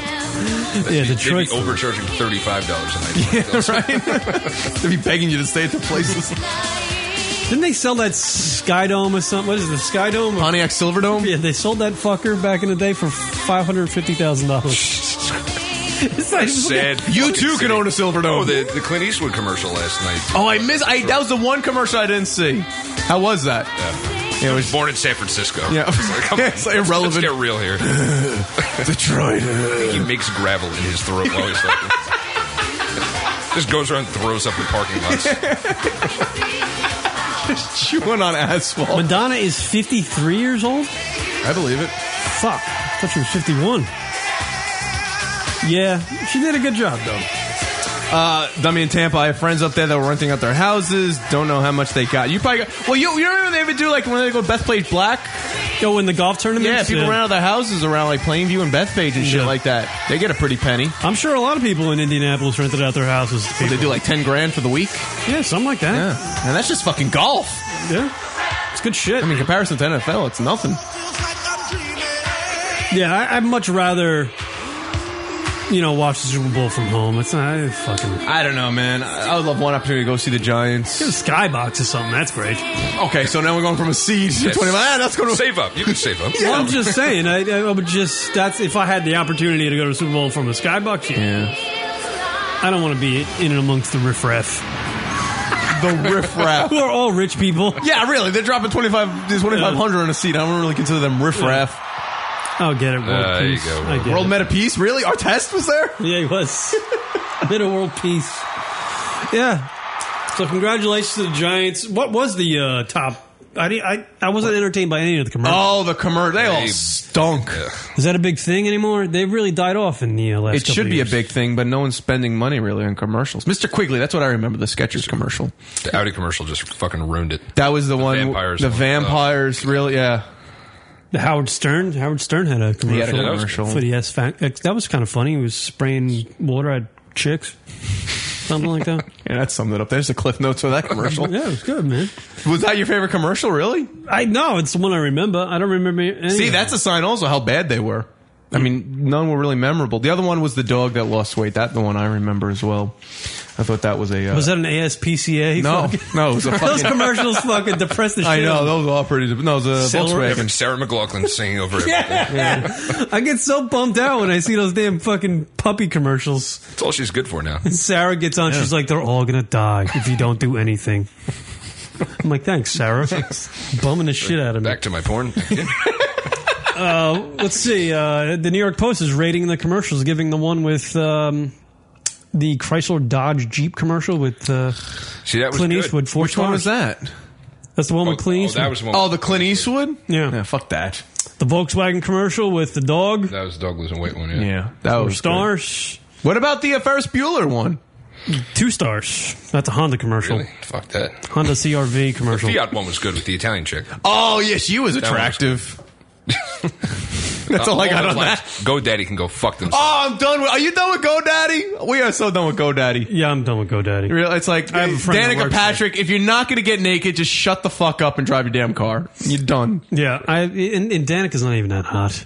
Speaker 11: yeah, Detroit.
Speaker 13: They'd be overcharging thirty-five dollars a
Speaker 12: [LAUGHS]
Speaker 13: night. Yeah,
Speaker 12: [LAUGHS] right. They'd be begging you to stay at the places.
Speaker 11: Didn't they sell that Skydome or something? What is it, the Skydome?
Speaker 12: Pontiac Silverdome?
Speaker 11: Yeah, they sold that fucker back in the day for five hundred fifty thousand dollars.
Speaker 13: That's sad.
Speaker 12: You too can own a
Speaker 13: Oh,
Speaker 12: Silverdome.
Speaker 13: the, the Clint Eastwood commercial last night.
Speaker 12: Oh, I miss. I that was the one commercial I didn't see. How was that?
Speaker 13: Yeah, I was born in San Francisco.
Speaker 12: [LAUGHS] Yeah.
Speaker 13: It's like, come on,
Speaker 12: It's irrelevant.
Speaker 13: Let's get real here.
Speaker 12: Detroit.
Speaker 13: [LAUGHS] I think he makes gravel in his throat while he's like
Speaker 12: [LAUGHS]
Speaker 13: Just goes around and throws up in parking lots.
Speaker 12: [LAUGHS] Just chewing on asphalt.
Speaker 11: Madonna is fifty three years old.
Speaker 12: I believe it.
Speaker 11: Fuck, I thought she was fifty one. Yeah, she did a good job though.
Speaker 12: Uh, dummy in Tampa. I have friends up there that were renting out their houses. Don't know how much they got. You probably got, well. You, you remember they would do like when they go Beth Page Black.
Speaker 11: Go in the golf tournament.
Speaker 12: Yeah, people
Speaker 11: Yeah.
Speaker 12: ran out of their houses around like Plainview and Bethpage and shit
Speaker 11: Yeah.
Speaker 12: like that. They get a pretty penny.
Speaker 11: I'm sure a lot of people in Indianapolis rented out their houses. To
Speaker 12: They do like ten grand for the week.
Speaker 11: Yeah, something like that.
Speaker 12: Yeah, and that's just fucking golf.
Speaker 11: Yeah, it's good shit. I
Speaker 12: mean, in comparison to NFL, it's nothing.
Speaker 11: Yeah, I, I'd much rather, you know, watch the Super Bowl from home. It's not I fucking.
Speaker 12: I don't know, man. I I would love one opportunity to go see the Giants.
Speaker 11: Give a skybox or something. That's great.
Speaker 12: Okay, so now we're going from a seed to
Speaker 13: Yes.
Speaker 12: twenty. Ah, that's going to
Speaker 13: Save up. You can save up.
Speaker 11: Well, I'm just saying. I, I would just that's if I had the opportunity to go to the Super Bowl from the skybox. Yeah. I don't want to be in and amongst the riffraff.
Speaker 12: the riffraff.
Speaker 11: [LAUGHS] Who are all rich people.
Speaker 12: Yeah, really. They're dropping 25 2500 on a seat. I don't really consider them riffraff.
Speaker 11: I'll Oh, get it. World
Speaker 13: Uh, there you
Speaker 11: peace.
Speaker 13: go,
Speaker 11: I
Speaker 13: world
Speaker 11: get
Speaker 12: World
Speaker 11: it.
Speaker 12: Meta Peace? Really? Our test was there?
Speaker 11: Yeah, he was. A bit of world peace. Yeah. So congratulations to the Giants. What was the uh, top? I, di- I I wasn't entertained by any of the commercials.
Speaker 12: Oh, the commercial. They all
Speaker 13: They-
Speaker 12: stunk.
Speaker 13: Oh.
Speaker 11: Is that a big thing anymore? They really died off in the uh, last.
Speaker 12: It
Speaker 11: couple
Speaker 12: should
Speaker 11: of
Speaker 12: be a
Speaker 11: years.
Speaker 12: big thing, but no one's spending money really on commercials. Mr. Quigley, that's what I remember the Skechers commercial.
Speaker 13: The Audi commercial just fucking ruined it.
Speaker 12: That was the, one.
Speaker 13: vampires
Speaker 12: the
Speaker 13: one.
Speaker 12: vampires, really? Yeah.
Speaker 11: The Howard Stern. Howard Stern had a commercial,
Speaker 12: had a commercial.
Speaker 11: for the S. Fac- That was kind of funny. He was spraying water at chicks, something like
Speaker 12: [LAUGHS]
Speaker 11: that.
Speaker 12: Yeah, that summed it up. There's the cliff notes for that commercial.
Speaker 11: [LAUGHS] yeah, it was good, man.
Speaker 12: Was that your favorite commercial, really?
Speaker 11: I know it's the one I remember. I don't remember. Any
Speaker 12: See,
Speaker 11: of
Speaker 12: that's a sign also how bad they were. I mean, none were really memorable. The other one was the dog that lost weight. That the one I remember as well. I thought that was a.
Speaker 11: it.
Speaker 12: Uh,
Speaker 11: was that an ASPCA?
Speaker 12: No,
Speaker 11: fucking-
Speaker 12: no, it was a
Speaker 11: [LAUGHS] those
Speaker 12: fucking-
Speaker 11: commercials fucking depress the
Speaker 12: [LAUGHS]
Speaker 11: shit.
Speaker 12: I
Speaker 11: out
Speaker 12: know
Speaker 11: of me.
Speaker 12: those were all pretty. No, it was a
Speaker 11: Celery.
Speaker 13: Having
Speaker 12: Volkswagen.
Speaker 13: Sarah McLaughlin singing over it.
Speaker 11: Yeah. I get so bummed out when I see those damn fucking puppy commercials.
Speaker 13: That's all she's good for now.
Speaker 11: And Sarah gets on, she's like, they're all going to die if you don't do
Speaker 12: [LAUGHS]
Speaker 11: anything. I'm like, thanks, Sarah. Bumming the shit out of me.
Speaker 13: Back to my porn.
Speaker 11: Uh, let's see. Uh, the New York Post is rating the commercials, giving the one with um, the Chrysler Dodge Jeep commercial with uh,
Speaker 13: See, that was
Speaker 11: Clint
Speaker 13: good.
Speaker 11: Eastwood. Four
Speaker 12: Which one was
Speaker 11: stars.
Speaker 12: that?
Speaker 11: That's the one with Clint
Speaker 13: Oh,
Speaker 11: Eastwood.
Speaker 13: that was one.
Speaker 12: Oh, the Clint Eastwood.
Speaker 11: yeah.
Speaker 12: Yeah, fuck that.
Speaker 11: The Volkswagen commercial with the dog.
Speaker 13: That was dog losing weight one. Yeah.
Speaker 12: Yeah, that
Speaker 11: Four
Speaker 12: was good.
Speaker 11: stars.
Speaker 12: What about the uh, Ferris Bueller one?
Speaker 11: Two stars. That's a Honda commercial.
Speaker 13: Really? Fuck that.
Speaker 11: Honda CRV commercial.
Speaker 13: Fiat one was good with the Italian chick.
Speaker 12: Oh yeah, she was
Speaker 13: one was-
Speaker 12: attractive. [LAUGHS] That's all I got on that.
Speaker 13: Go Daddy can go fuck themselves.
Speaker 12: Oh, I'm done with. Are you done with GoDaddy? We are so done with GoDaddy.
Speaker 11: Yeah, I'm done with GoDaddy.
Speaker 12: Real, it's like
Speaker 11: I have a friend that
Speaker 12: Danica
Speaker 11: works
Speaker 12: Patrick. If you're not going to get naked, just shut the fuck up and drive your damn car. You're done.
Speaker 11: Yeah, I and, and Danica's not even that hot.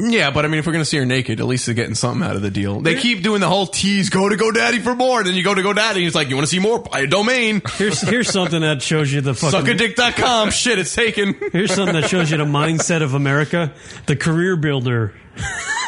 Speaker 12: Yeah, but I mean, if we're going to see her naked, at least they're getting something out of the deal. They keep doing the whole tease, go to GoDaddy for more. Then you go to GoDaddy, and it's like, you want to see more? Buy a domain. [LAUGHS]
Speaker 11: Here's here's something that shows you the fucking.
Speaker 12: Suckadick.com. Shit, it's taken.
Speaker 11: Here's something that shows you the mindset of America. The career builder, [LAUGHS]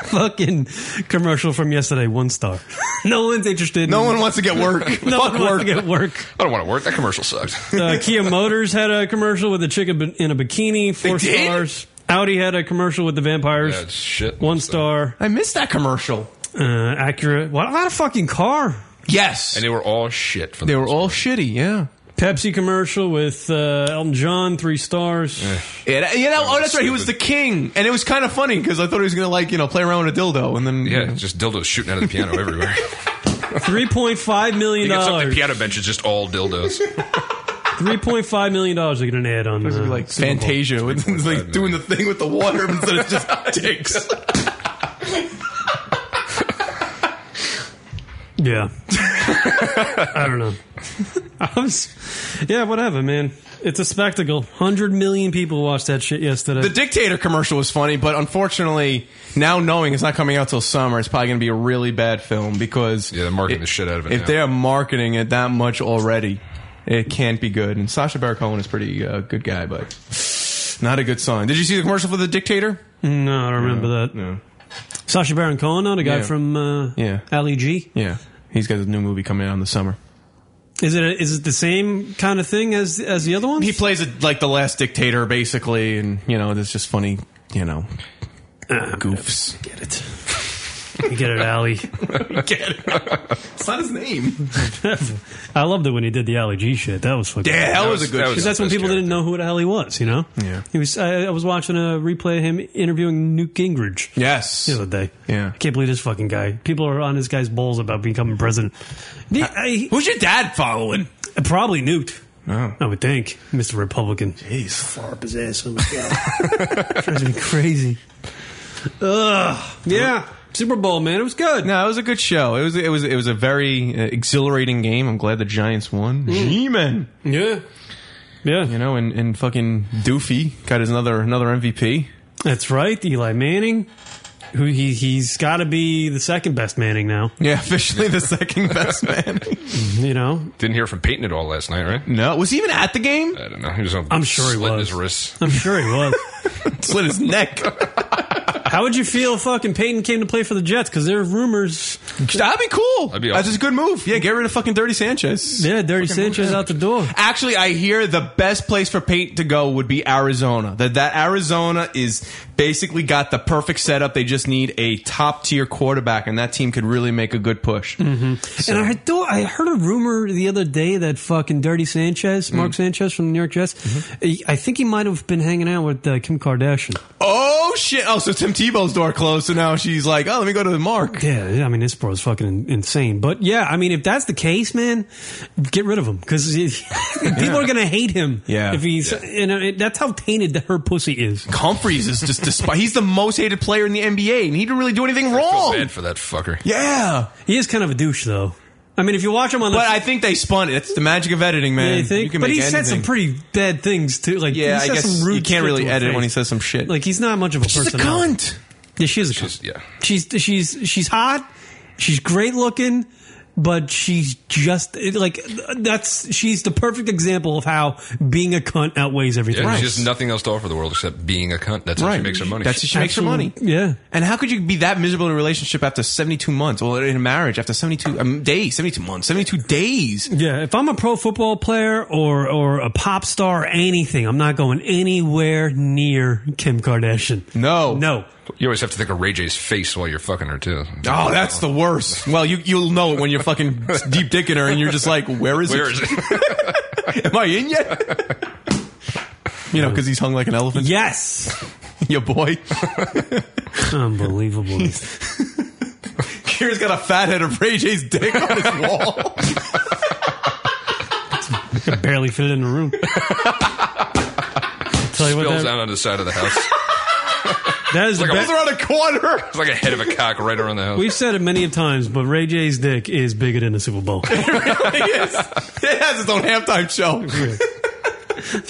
Speaker 11: fucking commercial from yesterday, one star. No one's interested.
Speaker 12: [LAUGHS] No
Speaker 11: in,
Speaker 12: one wants to get work.
Speaker 11: No
Speaker 12: fuck
Speaker 11: one wants
Speaker 12: work.
Speaker 11: to get work.
Speaker 13: I don't want to work. That commercial sucked.
Speaker 11: Uh, Oh. Kia
Speaker 13: [LAUGHS]
Speaker 11: Motors had a commercial with a chick in a bikini, four
Speaker 12: They did?
Speaker 11: stars. Audi had a commercial with the vampires,
Speaker 13: Yeah, it's shit.
Speaker 11: one star.
Speaker 12: I missed that commercial.
Speaker 11: Uh, Acura, what? A lot of fucking car.
Speaker 12: Yes.
Speaker 13: And they were all shit. For the
Speaker 12: They were
Speaker 13: most
Speaker 12: all shitty, yeah.
Speaker 11: Pepsi commercial with uh, Elton John, three stars.
Speaker 12: Yeah, that, yeah that- oh, that's right. He was the king. And it was kind of funny because I thought he was going to, like, you know, play around with a dildo. And then,
Speaker 13: Yeah, just dildos shooting out of the piano everywhere.
Speaker 11: Three point five million
Speaker 13: You get something
Speaker 11: dollars.
Speaker 13: piano bench is just all dildos.
Speaker 11: Three point five million dollars. They're going to add on.
Speaker 12: It was
Speaker 11: Uh,
Speaker 12: gonna be like Fantasia, with, [LAUGHS] it's like doing the thing with the water instead of [LAUGHS] just dicks.
Speaker 11: yeah. I don't know. [LAUGHS] I was, yeah, whatever, man. It's a spectacle. Hundred million people watched that shit yesterday.
Speaker 12: The dictator commercial was funny, but unfortunately, now knowing it's not coming out till summer, it's probably going to be a really bad film because yeah, they're marketing the shit out of
Speaker 13: it
Speaker 12: If
Speaker 13: now.
Speaker 12: they're marketing it that much already, it can't be good. And Sasha Baron Cohen is pretty uh, good guy, but not a good sign. Did you see the commercial for the dictator?
Speaker 11: no, I don't remember that.
Speaker 12: No.
Speaker 11: Sasha Baron Cohen, though, the guy
Speaker 12: Yeah.
Speaker 11: from uh,
Speaker 12: Yeah,
Speaker 11: Ali G.
Speaker 12: Yeah, he's got a new movie coming out in the summer.
Speaker 11: Is it is it the same kind of thing as as the other ones?
Speaker 12: He plays it like the last dictator, basically, and you know, there's just funny, you know, [LAUGHS] goofs. Get it?
Speaker 11: [LAUGHS] You get it,
Speaker 12: [LAUGHS]
Speaker 11: Ali. [LAUGHS]
Speaker 12: get it? It's not his name.
Speaker 11: I loved it when he did the Ali G shit. That was fucking.
Speaker 12: Yeah, that was a good
Speaker 11: Because
Speaker 12: shit.
Speaker 11: that's when people didn't know who the hell he was. You know.
Speaker 12: Yeah.
Speaker 11: He was. I, I was watching a replay of him interviewing Newt Gingrich.
Speaker 12: Yes.
Speaker 11: The other day.
Speaker 12: Yeah.
Speaker 11: I can't believe this fucking guy. People are on this guy's balls about becoming president. The- I-
Speaker 12: Who's your dad following?
Speaker 11: Probably Newt.
Speaker 12: Oh.
Speaker 11: I would think, Mr. Republican.
Speaker 12: Jeez,
Speaker 11: far up his ass. Oh my [LAUGHS] god, drives me crazy. Ugh. Yeah. Super Bowl, man, it was good.
Speaker 12: No, it was a good show. It was it was it was a very uh, exhilarating game. I'm glad the Giants won.
Speaker 13: Mm.
Speaker 12: G-man.
Speaker 11: Yeah. Yeah.
Speaker 12: You know, and, and fucking Doofy got his another another MVP.
Speaker 11: That's right, Eli Manning. Who he he's got to be the second best Manning now.
Speaker 12: Yeah, officially the second best man.
Speaker 11: You know,
Speaker 13: Didn't hear from Peyton at all last night,
Speaker 12: [LAUGHS]
Speaker 13: right?
Speaker 12: No, was he even at the game?
Speaker 13: I don't know. He was on
Speaker 11: I'm sure he
Speaker 13: slitting
Speaker 11: was.
Speaker 13: his wrists.
Speaker 11: I'm sure he [LAUGHS] was.
Speaker 12: Slit his neck.
Speaker 11: How would you feel if fucking Peyton came to play for the Jets? Because there are rumors.
Speaker 12: That'd be cool.
Speaker 13: That'd be
Speaker 12: That's
Speaker 13: awesome.
Speaker 12: just a good move. Yeah, get rid of fucking Dirty Sanchez.
Speaker 11: Yeah, Dirty Sanchez out the door.
Speaker 12: Actually, I hear the best place for Peyton to go would be Arizona. That that Arizona is basically got the perfect setup. They just need a top tier quarterback, and that team could really make a good push.
Speaker 11: And I heard, I heard a rumor the other day that fucking Dirty Sanchez, Mark Sanchez from the New York Jets, he- I think he might have been hanging out with uh, Kim Kardashian.
Speaker 12: Oh shit! Oh, so Tim Tebow's door closed, so now she's like, "Oh, let me go to the Mark."
Speaker 11: Yeah, I mean this bro is fucking in- insane. But yeah, I mean if that's the case, man, get rid of him because [LAUGHS] people are gonna hate him.
Speaker 12: Yeah.
Speaker 11: if he's and uh, it- that's how tainted her pussy is.
Speaker 12: Humphreys is just despi- he's the most hated player in the NBA, and he didn't really do anything wrong.
Speaker 13: Bad for that fucker.
Speaker 12: Yeah,
Speaker 11: he is kind of a douche though. I mean, if you watch him on the
Speaker 12: But I think they spun it. It's the magic of editing, man.
Speaker 11: Yeah, [LAUGHS] you think?
Speaker 12: can
Speaker 11: but
Speaker 12: make
Speaker 11: he said some
Speaker 12: anything.
Speaker 11: pretty bad things too. Like
Speaker 12: Yeah,
Speaker 11: he
Speaker 12: I
Speaker 11: said
Speaker 12: guess
Speaker 11: some rude
Speaker 12: you can't
Speaker 11: shit
Speaker 12: really
Speaker 11: to her
Speaker 12: edit when he
Speaker 11: face.
Speaker 12: says some shit.
Speaker 11: Like he's not much of a
Speaker 12: She's a
Speaker 11: personality.
Speaker 12: cunt.
Speaker 11: Yeah, she is a cunt.
Speaker 13: yeah.
Speaker 11: She's she's she's hot. She's great looking, but she's just it- like that's she's the perfect example of how being a cunt outweighs everything.
Speaker 13: Yeah,
Speaker 11: else.
Speaker 13: She has nothing else to offer the world except being a cunt. That's how she
Speaker 12: Right.
Speaker 13: makes her money.
Speaker 12: That's how she makes her money.
Speaker 11: Yeah.
Speaker 12: And how could you be that miserable in a relationship after 72 months? Well, in a marriage after 72 um, days, 72 months, 72 days.
Speaker 11: Yeah, if I'm a pro football player or or a pop star or anything, I'm not going anywhere near Kim Kardashian.
Speaker 12: No.
Speaker 11: No.
Speaker 13: You always have to think of Ray J's face while you're fucking her too.
Speaker 12: Oh, that's the worst. Well, you, you'll know it when you're fucking [LAUGHS] deep dicking her and you're just like, where is
Speaker 13: [LAUGHS] Where
Speaker 12: it? [LAUGHS]
Speaker 13: is
Speaker 12: Am I in yet? you know, because he's hung like an elephant.
Speaker 11: Yes.
Speaker 12: Your boy. [LAUGHS]
Speaker 11: Unbelievable.
Speaker 12: Kier's got a fat head of Ray J's dick on his wall.
Speaker 11: I could barely fit it in the
Speaker 12: [LAUGHS]
Speaker 11: room. Tell you what,
Speaker 13: Spills
Speaker 11: that-
Speaker 13: out on the side of the house.
Speaker 11: that is the
Speaker 13: Like a-
Speaker 11: best.
Speaker 12: Around a corner.
Speaker 13: It's like a head of a cock right around the house.
Speaker 11: We've said it many of times, but Ray J's dick is bigger than the Super
Speaker 12: [LAUGHS]
Speaker 11: Bowl. to
Speaker 12: It has its own halftime show.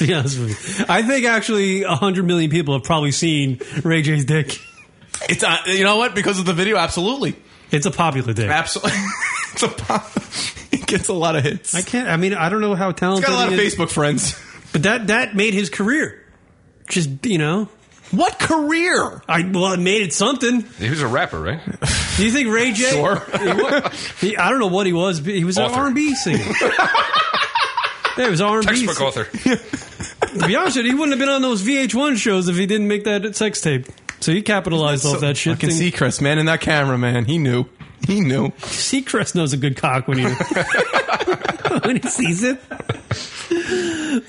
Speaker 11: be honest with you, I think actually hundred million people have probably seen Ray J's dick.
Speaker 12: It's uh, you know what? Because of the video, absolutely,
Speaker 11: It's a popular dick.
Speaker 12: absolutely. [LAUGHS] it's a pop. It gets a lot of hits.
Speaker 11: I can't. I mean, I don't know how
Speaker 12: It's
Speaker 11: talented.
Speaker 12: got a lot
Speaker 11: he
Speaker 12: of
Speaker 11: is,
Speaker 12: Facebook friends.
Speaker 11: but that that made his career. Just you know,
Speaker 12: What career?
Speaker 11: I well, it made it something.
Speaker 13: He was a rapper,
Speaker 4: [LAUGHS]
Speaker 13: right?
Speaker 11: Do you think Ray J?
Speaker 12: Sure.
Speaker 11: [LAUGHS] He wa- he- I don't know what he was. But he was an
Speaker 13: Author.
Speaker 11: R and B singer.
Speaker 12: [LAUGHS]
Speaker 11: yeah, he was R and B.
Speaker 13: Textbook author.
Speaker 4: [LAUGHS]
Speaker 11: To be honest, with you, he wouldn't have been on those VH1 shows if he didn't make that sex tape. So he capitalized off that shit.
Speaker 12: I can
Speaker 11: thing.
Speaker 12: see Chris, man, in that camera, man. He knew. He knew.
Speaker 11: Seacrest knows a good cock
Speaker 12: [LAUGHS]
Speaker 11: when he when he sees it.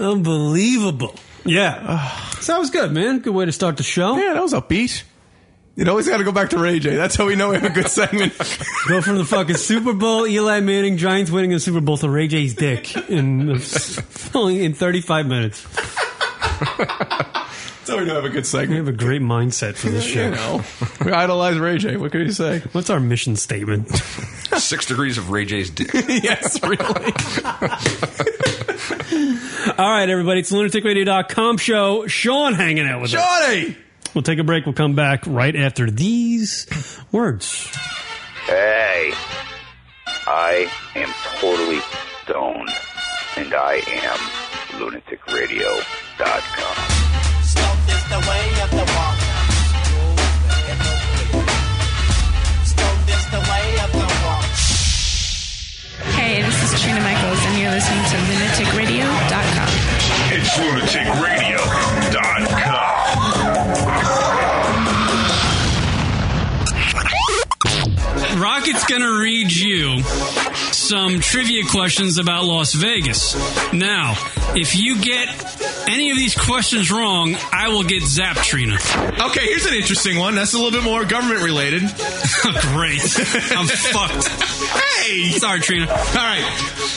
Speaker 11: Unbelievable. Yeah. So that was good, man. Good way to start the show.
Speaker 12: Yeah, that was upbeat. You always got to go back to Ray J. That's how we know we have a good segment.
Speaker 11: Go from the fucking Super Bowl, Eli Manning, Giants winning a Super Bowl to Ray J's [LAUGHS] dick in only in 35 minutes.
Speaker 12: So we do have a good segment.
Speaker 4: We have a great mindset for this show.
Speaker 12: You know, we idolize Ray J. What can you say?
Speaker 4: What's our mission statement?
Speaker 13: Six degrees of Ray
Speaker 4: [LAUGHS]
Speaker 13: J's dick.
Speaker 12: yes,
Speaker 13: [LAUGHS]
Speaker 12: really.
Speaker 4: All right, everybody. It's the lunaticradio.com show. Sean hanging out with us.
Speaker 12: Johnny!
Speaker 4: We'll take a break. We'll come back right after these words.
Speaker 15: Hey, I am totally stoned, and I am lunaticradio.com.
Speaker 16: Sloth is the way of the walk. Sloth is the way of the walk.
Speaker 17: Hey, this is Trina Michaels, and you're listening to lunaticradio.com.
Speaker 10: It's lunaticradio.com.
Speaker 11: Rocket's going to read you some trivia questions about Las Vegas. Now, if you get any of these questions wrong, I will get zapped, Trina.
Speaker 12: Okay, here's an interesting one. That's a little bit more government related.
Speaker 11: [LAUGHS] Great. I'm fucked.
Speaker 12: Hey!
Speaker 11: Sorry, Trina. All
Speaker 12: right.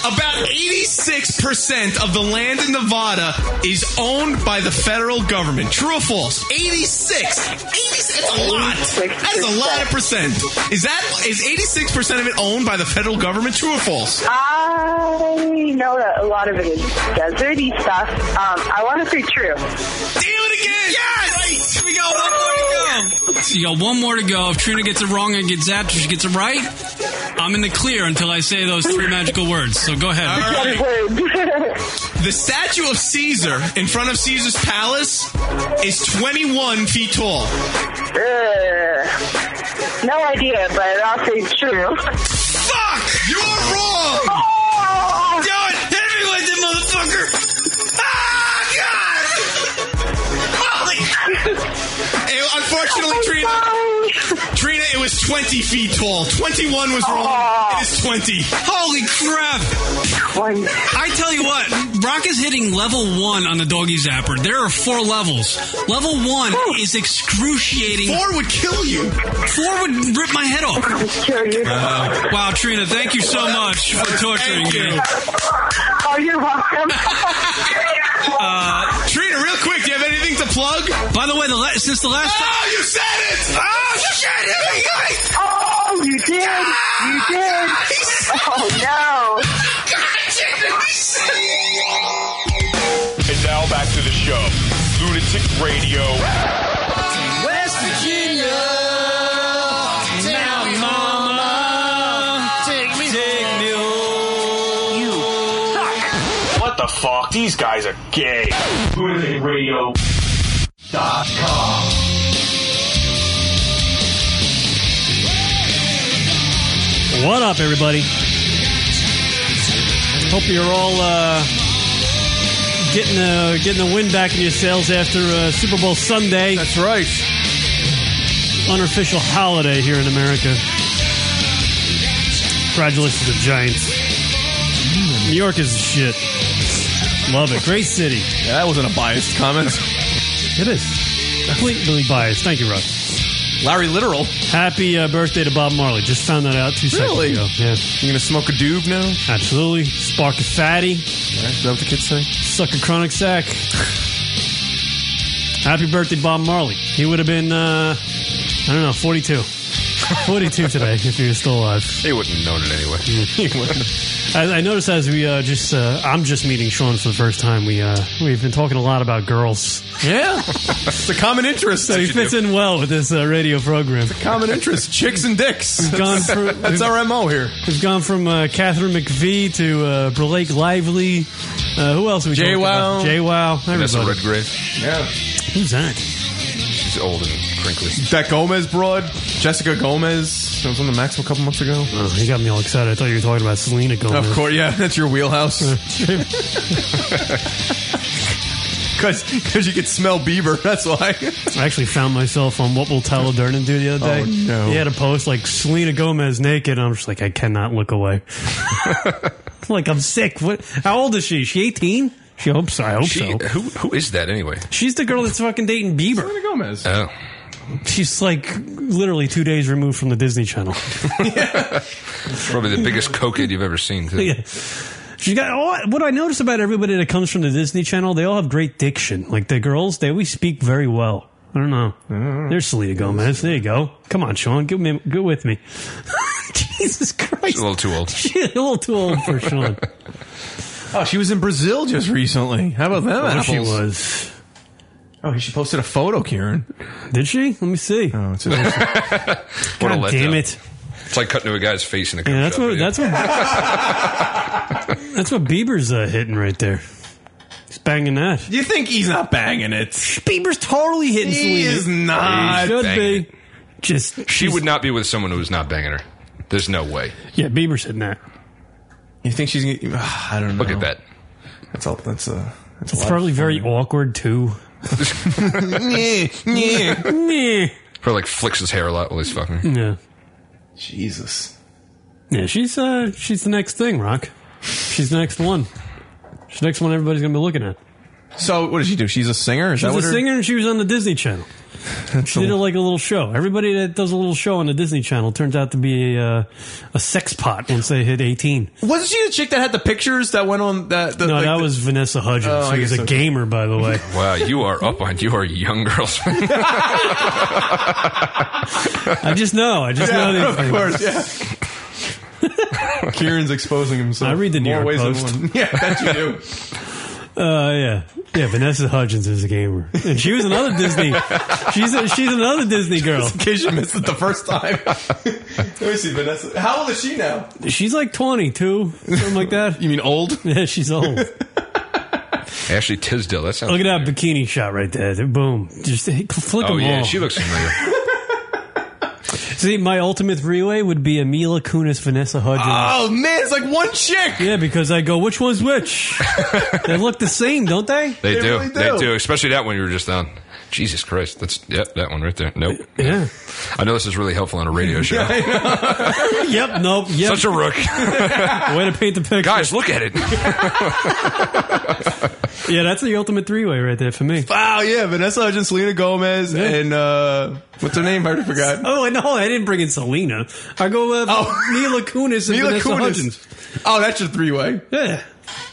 Speaker 12: About 86% of the land in Nevada is owned by the federal government. True or false? 86. 86 that's a lot. That's a lot of percent. Is that is 86% of it owned by the federal government? True or false?
Speaker 18: I know that a lot of it is deserty stuff. Um, I want to say true.
Speaker 12: Yes! Here we go. One
Speaker 11: more to go. So you got one more to go. If Trina gets it wrong and gets zapped, if she gets it right, I'm in the clear until I say those three magical words. So go ahead.
Speaker 18: [LAUGHS]
Speaker 12: The statue of Caesar in front of Caesar's palace is 21 feet tall.
Speaker 18: Ugh. Uh, No idea, but I'll say true.
Speaker 12: Fuck! You are wrong! Do it! Hit me with it, motherfucker! Ah, God! Holy It- Unfortunately, Trina, Trina, it was 20 feet tall. 21 was wrong. It is 20.
Speaker 11: Holy crap! I tell you what, Rock is hitting level one on the doggy zapper. There are four levels. Level one is excruciating.
Speaker 12: Four would kill you.
Speaker 11: Four would rip my head off.
Speaker 12: Wow.
Speaker 11: wow, Trina, thank you so much for torturing me.
Speaker 18: Oh, you're welcome.
Speaker 11: Uh,
Speaker 12: Trina, real quick, do you have anything to plug?
Speaker 11: By the way, the la- since the last time.
Speaker 12: Oh, you said it! Oh, shit! Here we go!
Speaker 18: Oh, you did. You did. Oh, no.
Speaker 10: And now back to the show. Lunatic Radio.
Speaker 16: West Virginia. Now, mama. Take me. Take me
Speaker 10: What the fuck? These guys are gay. LunaticRadio.com.
Speaker 4: What up, everybody? Hope you're all uh, getting uh, getting the wind back in your sails after uh, Super Bowl Sunday. That's
Speaker 12: right.
Speaker 4: Unofficial holiday here in America. Congratulations to the Giants. New York is shit. Love it. Great city.
Speaker 12: Yeah, that wasn't a biased comment.
Speaker 4: It is. Completely biased. Thank you, Rob.
Speaker 12: Larry Literal.
Speaker 4: Happy uh, birthday to Bob Marley. Just found that out two
Speaker 12: Really?
Speaker 4: seconds ago. Yeah.
Speaker 12: You gonna smoke a doob now?
Speaker 4: Absolutely. Spark a fatty.
Speaker 12: Is that what the kids say?
Speaker 4: Suck a chronic sack. Happy birthday, Bob Marley. He would have been, uh, I don't know, 42. 42 today if he was still
Speaker 13: [LAUGHS]
Speaker 4: alive.
Speaker 13: They wouldn't have known it
Speaker 4: [LAUGHS]
Speaker 13: anyway.
Speaker 4: I, I noticed as we uh, just, uh, I'm just meeting Sean for the first time. We uh, we've been talking a lot about girls.
Speaker 12: Yeah, it's a common interest.
Speaker 4: So he fits in well with this uh, radio program.
Speaker 12: Common interest, chicks and dicks.
Speaker 4: We've gone through-
Speaker 12: That's our mo here.
Speaker 4: We've gone from uh, Catherine McVie to uh, Blake Lively. Uh, who else? Are we talking
Speaker 12: Wow.
Speaker 4: about? Jay Wow.
Speaker 13: Vanessa
Speaker 4: Everybody.
Speaker 13: Redgrave.
Speaker 12: Yeah,
Speaker 4: Who's that?
Speaker 13: She's old and crinkly.
Speaker 12: that Gomez broad, Jessica Gomez. That was on the Maxim a couple months ago.
Speaker 4: Oh, you got me all excited. I thought you were talking about Selena Gomez.
Speaker 12: Of course, yeah, that's
Speaker 4: [LAUGHS]
Speaker 12: your wheelhouse. [LAUGHS] Because you could smell Bieber.
Speaker 4: [LAUGHS]
Speaker 12: That's why.
Speaker 4: I actually found myself on What Will Tyler Durden Do the other day.
Speaker 12: Oh, no.
Speaker 4: He had a post like Selena Gomez naked. I'm just like, I cannot
Speaker 6: [LAUGHS]
Speaker 4: look away. like, I'm sick. What? How old is she? She 18? She hopes so. I hope
Speaker 13: She,
Speaker 4: so.
Speaker 13: who, who is that anyway?
Speaker 4: She's the girl that's fucking dating Bieber.
Speaker 12: Gomez.
Speaker 13: Oh.
Speaker 4: She's like literally two days removed
Speaker 13: [LAUGHS]
Speaker 4: from the Disney Channel.
Speaker 13: Probably the biggest cokehead you've ever seen, too.
Speaker 4: [LAUGHS] Yeah.
Speaker 11: She got all, what I notice about everybody that comes from the Disney Channel. They all have great diction. Like the girls, they always speak very well. I don't know. There's Selena Gomez. There you go. Come on, Sean. Go, me, go with me. [LAUGHS] Jesus Christ. She's
Speaker 13: a little
Speaker 4: [LAUGHS]
Speaker 13: too old.
Speaker 11: She's a little too old for Sean.
Speaker 12: Oh, she was in Brazil just recently. How about them
Speaker 11: Oh,
Speaker 12: apples?
Speaker 11: she was.
Speaker 12: Oh, she posted a photo, Kieran.
Speaker 11: Did she? Let me see.
Speaker 12: Oh, it's
Speaker 11: [LAUGHS]
Speaker 13: What a
Speaker 11: God
Speaker 13: letdown.
Speaker 11: damn it.
Speaker 13: It's like cutting to a guy's face in a
Speaker 11: Yeah,
Speaker 13: yeah,
Speaker 11: that's what that's what that's what Bieber's uh, hitting right there. He's banging that.
Speaker 12: You think he's not banging it?
Speaker 11: Bieber's totally hitting
Speaker 12: He
Speaker 11: Selena.
Speaker 12: is not
Speaker 11: He should
Speaker 13: banging
Speaker 11: be. Just
Speaker 13: She would not be with someone who was not banging her. There's no way.
Speaker 11: Yeah, Bieber's hitting that.
Speaker 12: You think she's? gonna ugh, I don't know.
Speaker 13: Look at that.
Speaker 12: That's all. That's a. That's a
Speaker 11: It's
Speaker 12: lot
Speaker 11: probably
Speaker 12: of
Speaker 11: very awkward too.
Speaker 12: yeah, yeah.
Speaker 11: yeah.
Speaker 13: Probably like flicks his hair a lot while he's fucking. her.
Speaker 11: Yeah.
Speaker 12: [LAUGHS] Jesus.
Speaker 11: Yeah, she's uh she's the next thing, Rock. She's the next one. She's the next one everybody's gonna be looking at.
Speaker 12: So what does she do? She's a singer. Is
Speaker 11: She's
Speaker 12: that Oh.
Speaker 11: a
Speaker 12: what her-
Speaker 11: singer and she was on the Disney Channel. She did a, like a little show. Everybody that does a little show on the Disney Channel turns out to be a, uh, a sex pot once they hit eighteen.
Speaker 12: Wasn't she the chick that had the pictures that went on that? The,
Speaker 11: no,
Speaker 12: like
Speaker 11: Oh, that
Speaker 12: the- [LAUGHS]
Speaker 11: was Vanessa Hudgens.
Speaker 12: Oh, I
Speaker 11: who's
Speaker 12: guess
Speaker 11: a
Speaker 12: so.
Speaker 11: gamer, by the way.
Speaker 13: Wow, you are up on you are young girls.
Speaker 11: [LAUGHS]
Speaker 13: [LAUGHS]
Speaker 11: I just know. I just know these
Speaker 12: Of
Speaker 11: things.
Speaker 12: course,
Speaker 11: [LAUGHS]
Speaker 12: yeah. Kieran's exposing himself.
Speaker 11: I read the New
Speaker 12: more
Speaker 11: York
Speaker 12: ways
Speaker 11: Post.
Speaker 12: than one. [LAUGHS] Yeah, that you do.
Speaker 11: Uh, yeah, yeah. Vanessa Hudgens is a gamer, and she was another Disney. She's a, she's another Disney girl.
Speaker 12: In case you missed it the first time. [LAUGHS] Let me see, Vanessa. How old is she now?
Speaker 11: She's like twenty two, something like that.
Speaker 12: You mean old?
Speaker 11: [LAUGHS] Yeah, she's old.
Speaker 13: Ashley Tisdale. That sounds.
Speaker 11: Look at that bikini shot right there. Boom. Just hit- flick
Speaker 13: oh
Speaker 11: them
Speaker 13: yeah,
Speaker 11: all.
Speaker 13: she looks familiar.
Speaker 12: [LAUGHS]
Speaker 11: See, my ultimate three-way would be Emila Kunis, Vanessa Hudgens.
Speaker 12: Oh man, it's like one chick.
Speaker 11: Yeah, because I go, which one's [LAUGHS] which? they look the same, don't they?
Speaker 13: They,
Speaker 12: They
Speaker 13: do.
Speaker 12: really
Speaker 13: They
Speaker 12: do.
Speaker 13: do. Especially that one you were just on. Jesus Christ. That's yep, that one right there. Nope.
Speaker 11: Yeah.
Speaker 13: I know this is really helpful on
Speaker 11: [LAUGHS]
Speaker 13: a radio show.
Speaker 11: yep. Nope. Yep.
Speaker 13: Such
Speaker 11: [LAUGHS]
Speaker 13: a rook.
Speaker 11: Way to paint the picture,
Speaker 13: Guys, look at it.
Speaker 11: [LAUGHS] Yeah, that's the ultimate three-way right there for me.
Speaker 12: Wow, yeah, Vanessa Hudgens, Selena Gomez, and uh, what's her name? I already forgot.
Speaker 11: Oh, and no, I didn't bring in Selena. I go uh,
Speaker 12: Oh.
Speaker 11: Mila Kunis and
Speaker 12: Mila
Speaker 11: Vanessa
Speaker 12: Kunis.
Speaker 11: Hudgens.
Speaker 12: Oh, that's your three way.
Speaker 11: Yeah,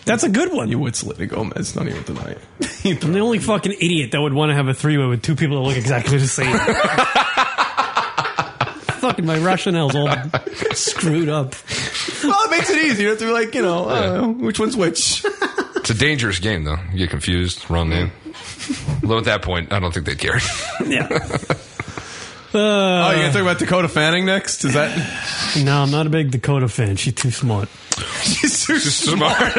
Speaker 11: that's a good one.
Speaker 12: You would Selena Gomez, not even [LAUGHS] tonight.
Speaker 11: I'm the only fucking idiot that would want to have a three-way with two people that look exactly
Speaker 12: [LAUGHS]
Speaker 11: the same. fucking my rationale's all screwed up.
Speaker 12: well, Oh, it makes it easy. You have to be like, you know, I don't know, which one's which.
Speaker 13: It's a dangerous game though. You get confused, wrong name. Although at that point, I don't think they'd [LAUGHS] care.
Speaker 11: Yeah.
Speaker 12: oh,
Speaker 11: Uh,
Speaker 12: you gonna talk about Dakota Fanning next? Is [LAUGHS] that
Speaker 11: no, I'm not a big Dakota fan. She's too smart.
Speaker 12: she's too
Speaker 13: Smart.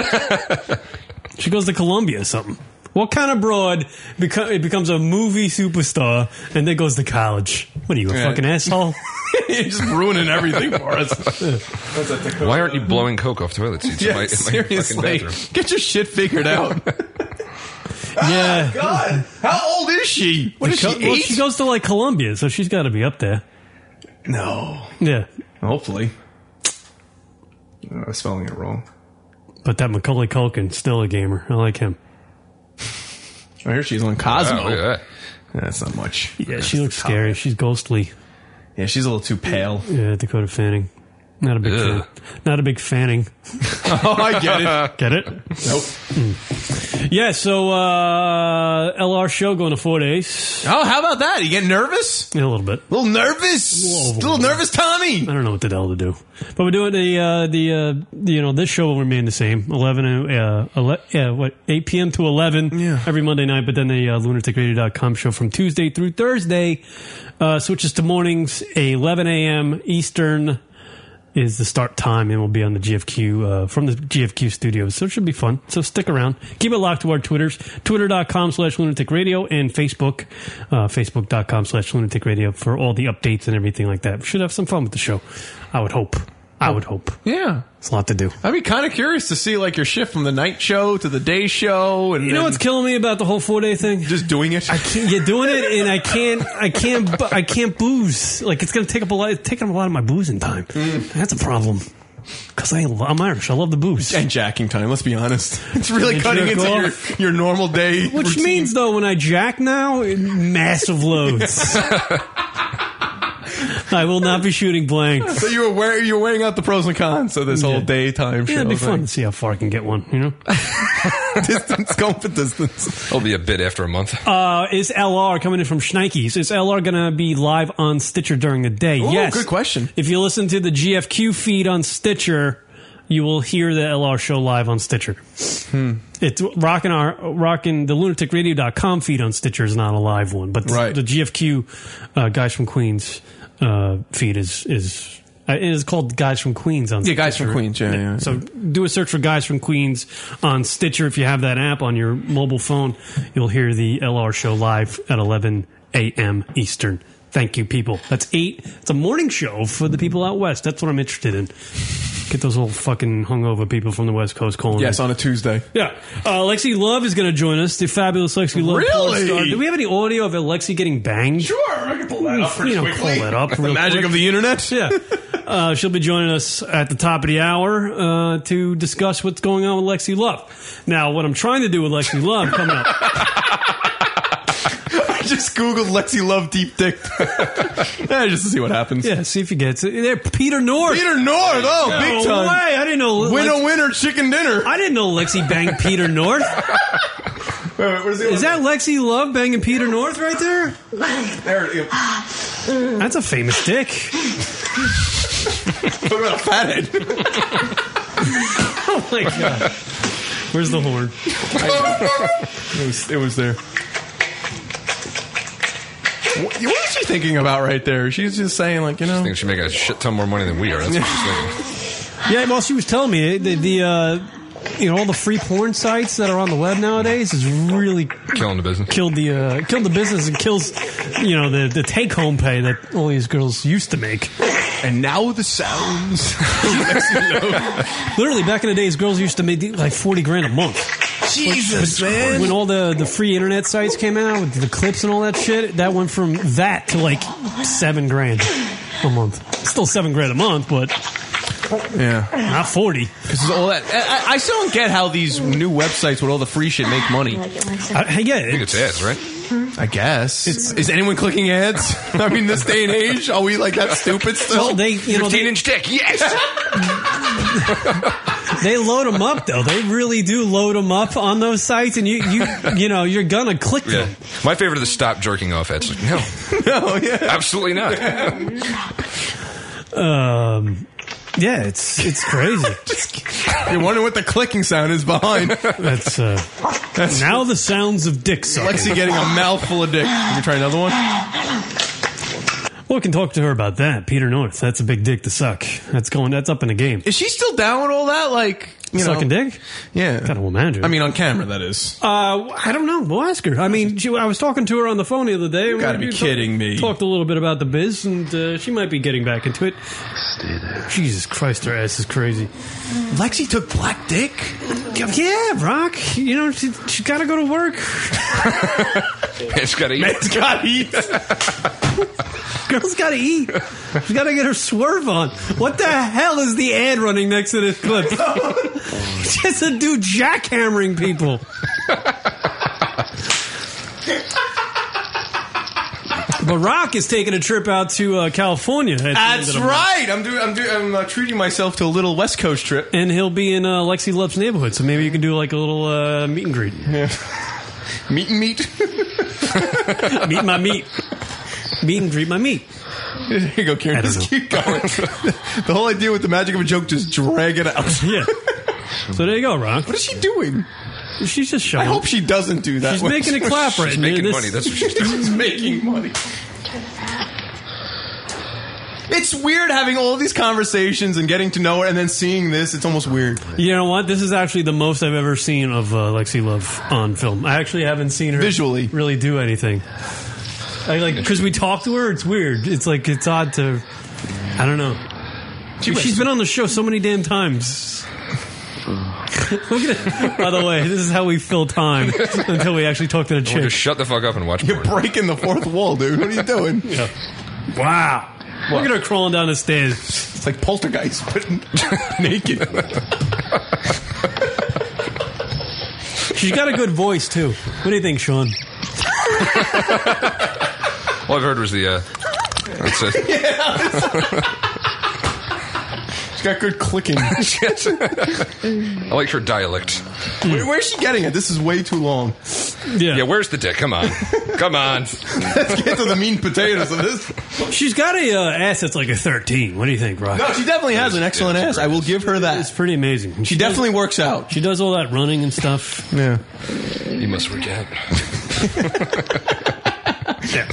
Speaker 11: She goes to Columbia or something. What kind of broad beco- it becomes a movie superstar and then goes to college? What are you, a
Speaker 12: Yeah. [LAUGHS]
Speaker 11: fucking asshole?
Speaker 12: You're just ruining everything for us. That's a Dakota.
Speaker 13: Why aren't you blowing coke off toilet seats? in
Speaker 12: Yeah,
Speaker 13: my- in my fucking
Speaker 12: seriously,
Speaker 13: bathroom?
Speaker 12: get your shit figured out.
Speaker 11: yeah.
Speaker 12: God, how old is she? What is
Speaker 11: Co-
Speaker 12: she?
Speaker 11: well,
Speaker 12: Eight?
Speaker 11: she goes to like Columbia, so she's got to be up there.
Speaker 12: no,
Speaker 11: Yeah.
Speaker 12: hopefully. Oh, I'm spelling it wrong.
Speaker 11: But that Macaulay Culkin, still a gamer. I like him.
Speaker 12: Oh, here she's on
Speaker 13: Oh,
Speaker 12: Cosmo.
Speaker 13: look at that.
Speaker 12: Yeah, That's not much.
Speaker 11: Yeah, she looks scary. She's ghostly.
Speaker 12: Yeah, she's a little too pale.
Speaker 11: Yeah, Dakota Fanning. Not a big
Speaker 13: Ugh.
Speaker 11: fan. Not a big fanning.
Speaker 12: [LAUGHS] oh, I get it.
Speaker 11: Get it? Hmm.
Speaker 12: Nope.
Speaker 11: Yeah, so uh LR show going to four days.
Speaker 12: [LAUGHS] Oh, how about that? You get nervous?
Speaker 11: Yeah, a little bit.
Speaker 12: A little nervous?
Speaker 11: Whoa.
Speaker 12: A little nervous, Tommy?
Speaker 11: I don't know what the hell to do. But we're doing the uh, the uh, you know this show will remain the same eleven uh, ele- yeah what eight p.m. to eleven
Speaker 12: Yeah.
Speaker 11: every Monday night. But then the uh, lunaticradio.com show from Tuesday through Thursday uh, switches to mornings eleven a.m. Eastern is the start time and we'll be on the GFQ uh, from the GFQ studios. So it should be fun. So stick around. Keep it locked to our Twitters, twitter.com slash lunatic radio and Facebook, uh, facebook.com slash lunatic radio for all the updates and everything like that. We should have some fun with the show. I would hope. I would hope.
Speaker 12: Yeah.
Speaker 11: It's a lot to do.
Speaker 12: I'd be kind of curious to see like your shift from the night show to the day show, and
Speaker 11: You know
Speaker 12: then
Speaker 11: what's killing me about the whole four day thing?
Speaker 12: just doing it.
Speaker 11: You're doing it, and I can't, I can't, bu- I can't booze. Like it's gonna take up a lot, it's taking up a lot of my boozing time. That's a problem. Cause I, lo- I'm Irish. I love the booze.
Speaker 12: and jacking time. Let's be honest, [LAUGHS] it's really
Speaker 11: Did
Speaker 12: cutting
Speaker 11: you
Speaker 12: into
Speaker 11: go
Speaker 12: your,
Speaker 11: off?
Speaker 12: your normal day.
Speaker 11: Which
Speaker 12: routine.
Speaker 11: means, [LAUGHS] though, when I jack now, massive loads. I will not be shooting blanks.
Speaker 12: So you were wear, you were weighing out the pros and cons of this whole daytime show.
Speaker 11: Yeah, it'd be
Speaker 12: thing.
Speaker 11: fun to see how far I can get one. You know,
Speaker 12: [LAUGHS] distance, go for distance.
Speaker 13: It'll be a bit after a month.
Speaker 11: Uh, is LR coming in from Schneikes? Is LR going to be live on Stitcher during the day?
Speaker 12: Ooh,
Speaker 11: yes.
Speaker 12: good question.
Speaker 11: If you listen to the GFQ feed on Stitcher, you will hear the LR show live on Stitcher.
Speaker 12: Hmm.
Speaker 11: It's rocking our rocking the lunaticradio.com feed on Stitcher is not a live one, but the,
Speaker 12: Right.
Speaker 11: the GFQ uh, guys from Queens uh, feed is is. Uh, it is called Guys from Queens on
Speaker 12: Yeah, Guys from
Speaker 11: Stitcher.
Speaker 12: Queens, yeah, yeah,
Speaker 11: So do a search for Guys from Queens on Stitcher. If you have that app on your mobile phone, you'll hear the LR show live at 11 a.m. Eastern. Thank you, people. That's eight. It's a morning show for the people out west. That's what I'm interested in. Get those little fucking hungover people from the West Coast calling.
Speaker 12: Yes,
Speaker 11: in.
Speaker 12: on a Tuesday.
Speaker 11: Yeah. Uh, Lexi Love is going to join us. The fabulous Lexi Love. porn
Speaker 12: Really?
Speaker 11: star. Do we have any audio of Lexi getting banged? Sure. I can pull
Speaker 12: that up pretty
Speaker 11: Mm, you know,
Speaker 12: quickly.
Speaker 11: pull that up.
Speaker 12: The
Speaker 11: real
Speaker 12: magic
Speaker 11: quick.
Speaker 12: of the internet.
Speaker 11: Yeah. Uh, she'll be joining us at the top of the hour uh, to discuss what's going on with Lexi Love. Now, what I'm trying to do with Lexi Love coming up.
Speaker 12: I just googled Lexi Love deep dick. [LAUGHS] yeah, just to see what happens.
Speaker 11: [LAUGHS] Yeah, see if he gets it. There, Peter North.
Speaker 12: Peter North. Oh,
Speaker 11: No
Speaker 12: big time.
Speaker 11: way. I didn't know.
Speaker 12: Winner,
Speaker 11: Lex-
Speaker 12: winner, chicken dinner.
Speaker 11: I didn't know Lexi banged Peter North. Is that Lexi Love banging Peter North right there?
Speaker 12: There, you-
Speaker 11: That's a famous dick.
Speaker 12: Talk about a fathead.
Speaker 11: [LAUGHS] oh my god. Where's the horn?
Speaker 12: it, was, it was there. What, what is she thinking about right there? She's just saying, like, you know.
Speaker 13: I think she make a shit ton more money than we are. That's [LAUGHS] what she's thinking.
Speaker 11: Yeah, well, she was telling me the, the uh, you know all the free porn sites that are on the web nowadays is really
Speaker 13: Killing the business.
Speaker 11: killed the uh, killed the business and kills you know the the take home pay that all these girls used to make.
Speaker 12: [LAUGHS] And now the sounds.
Speaker 11: Literally, back in the days, girls used to make like forty grand a month.
Speaker 12: [LAUGHS] Jesus, man.
Speaker 11: When all the, the free internet sites came out with the clips and all that shit, that went from that to like seven grand a month. Still seven grand a month, but
Speaker 12: Yeah.
Speaker 11: not forty.
Speaker 12: Because all that, I, I- I still don't get how these new websites with all the free shit make money.
Speaker 11: I, Uh, yeah, I
Speaker 13: think it's ads, right?
Speaker 12: I guess. is anyone clicking
Speaker 11: [LAUGHS]
Speaker 12: ads? I mean, this day and age, are we like that stupid still?
Speaker 11: Well, they- you know, they- 15 [LAUGHS]
Speaker 13: inch dick, yes.
Speaker 11: They load them up though. They really do load them up on those sites, and you you you know you're gonna click
Speaker 13: [LAUGHS] Yeah.
Speaker 11: them.
Speaker 13: My favorite is stop jerking off. It's like, no,
Speaker 11: Oh,
Speaker 12: no,
Speaker 13: [LAUGHS]
Speaker 12: yeah.
Speaker 13: absolutely not. [LAUGHS]
Speaker 11: Um, yeah, it's it's crazy.
Speaker 12: You're wondering what the clicking sound is behind.
Speaker 11: That's uh, now the sounds of dick sucking.
Speaker 12: Lexi getting a mouthful of dick. Can we try another one?
Speaker 11: Well, we can talk to her about that. Peter North, that's a big dick to suck. That's going. That's up in the game.
Speaker 12: Is she still down with all that? Like, you know,
Speaker 11: Sucking dick.
Speaker 12: Yeah.
Speaker 11: Kind of will manage it.
Speaker 12: I mean, on camera, that is. [LAUGHS]
Speaker 11: Uh, I don't know. We'll ask her. I mean, she, I was talking to her on the phone the other day. You
Speaker 12: gotta be kidding me.
Speaker 11: Talked a little bit about the biz, and uh, she might be getting back into it. Jesus Christ, her ass is crazy.
Speaker 12: Lexi took black dick?
Speaker 11: Yeah, Rock. You know, she, she got to go to work.
Speaker 13: It's got to eat.
Speaker 12: Man's gotta
Speaker 11: [LAUGHS]
Speaker 12: eat.
Speaker 11: Girl's got to eat. She's got to get her swerve on. What the hell is the ad running next to this clip? [LAUGHS] Just a dude jackhammering people. But Rock is taking a trip out to uh, California. at the end of
Speaker 12: That's
Speaker 11: the month.
Speaker 12: right. I'm doing. I'm doing. I'm uh, treating myself to a little West Coast trip.
Speaker 11: And he'll be in uh, Lexi Love's neighborhood, so maybe you can do like a little uh, meet and greet.
Speaker 12: Meet and
Speaker 13: [LAUGHS]
Speaker 12: meet.
Speaker 11: meet my meat. Meet and greet my meat.
Speaker 12: [LAUGHS] There you go, Karen. Just keep [LAUGHS] going. the whole idea with the magic of a joke, just drag it [LAUGHS] out.
Speaker 11: Yeah. So there you go, Rock.
Speaker 12: What is she doing?
Speaker 11: She's just showing.
Speaker 12: I hope she doesn't do that.
Speaker 11: She's making a
Speaker 12: [LAUGHS]
Speaker 11: clap right
Speaker 13: She's
Speaker 11: there.
Speaker 13: making
Speaker 11: This-
Speaker 13: money. That's what she's doing.
Speaker 12: She's making money. It's weird having all these conversations and getting to know her, and then seeing this. It's almost weird.
Speaker 11: You know what? This is actually the most I've ever seen of uh, Lexi Love on film. I actually haven't seen her
Speaker 12: Visually.
Speaker 11: really do anything. I like because we talk to her. It's weird. It's like it's odd to. I don't know.
Speaker 12: She
Speaker 11: She's been on the show so many damn times. Look at it. By the way, this is how we fill time until we actually talk to the
Speaker 13: Well,
Speaker 11: chick.
Speaker 13: just shut the fuck up and watch
Speaker 12: You're
Speaker 13: porn.
Speaker 12: breaking the fourth wall, dude. What are you [LAUGHS] doing?
Speaker 11: Wow.
Speaker 12: What?
Speaker 11: Look at her crawling down the stairs.
Speaker 12: It's like poltergeist, but naked.
Speaker 11: She's got a good voice too. What do you think, Sean?
Speaker 13: All I've heard was the uh, That's it.
Speaker 12: She's got good [LAUGHS] clicking.
Speaker 13: [LAUGHS] I like her dialect.
Speaker 12: Where, where's she getting it? This is way too long. [LAUGHS]
Speaker 13: Yeah. where's the dick? Come on. Come on.
Speaker 12: Let's get to the mean potatoes of this.
Speaker 11: She's got a uh, ass that's like a thirteen. What do you think, Rock?
Speaker 12: No, she definitely has an excellent ass. I will give her that.
Speaker 11: It's pretty amazing. She,
Speaker 12: definitely works out.
Speaker 11: She does all that running and stuff.
Speaker 12: Yeah.
Speaker 13: You must work out.
Speaker 11: Yeah.
Speaker 12: [LAUGHS]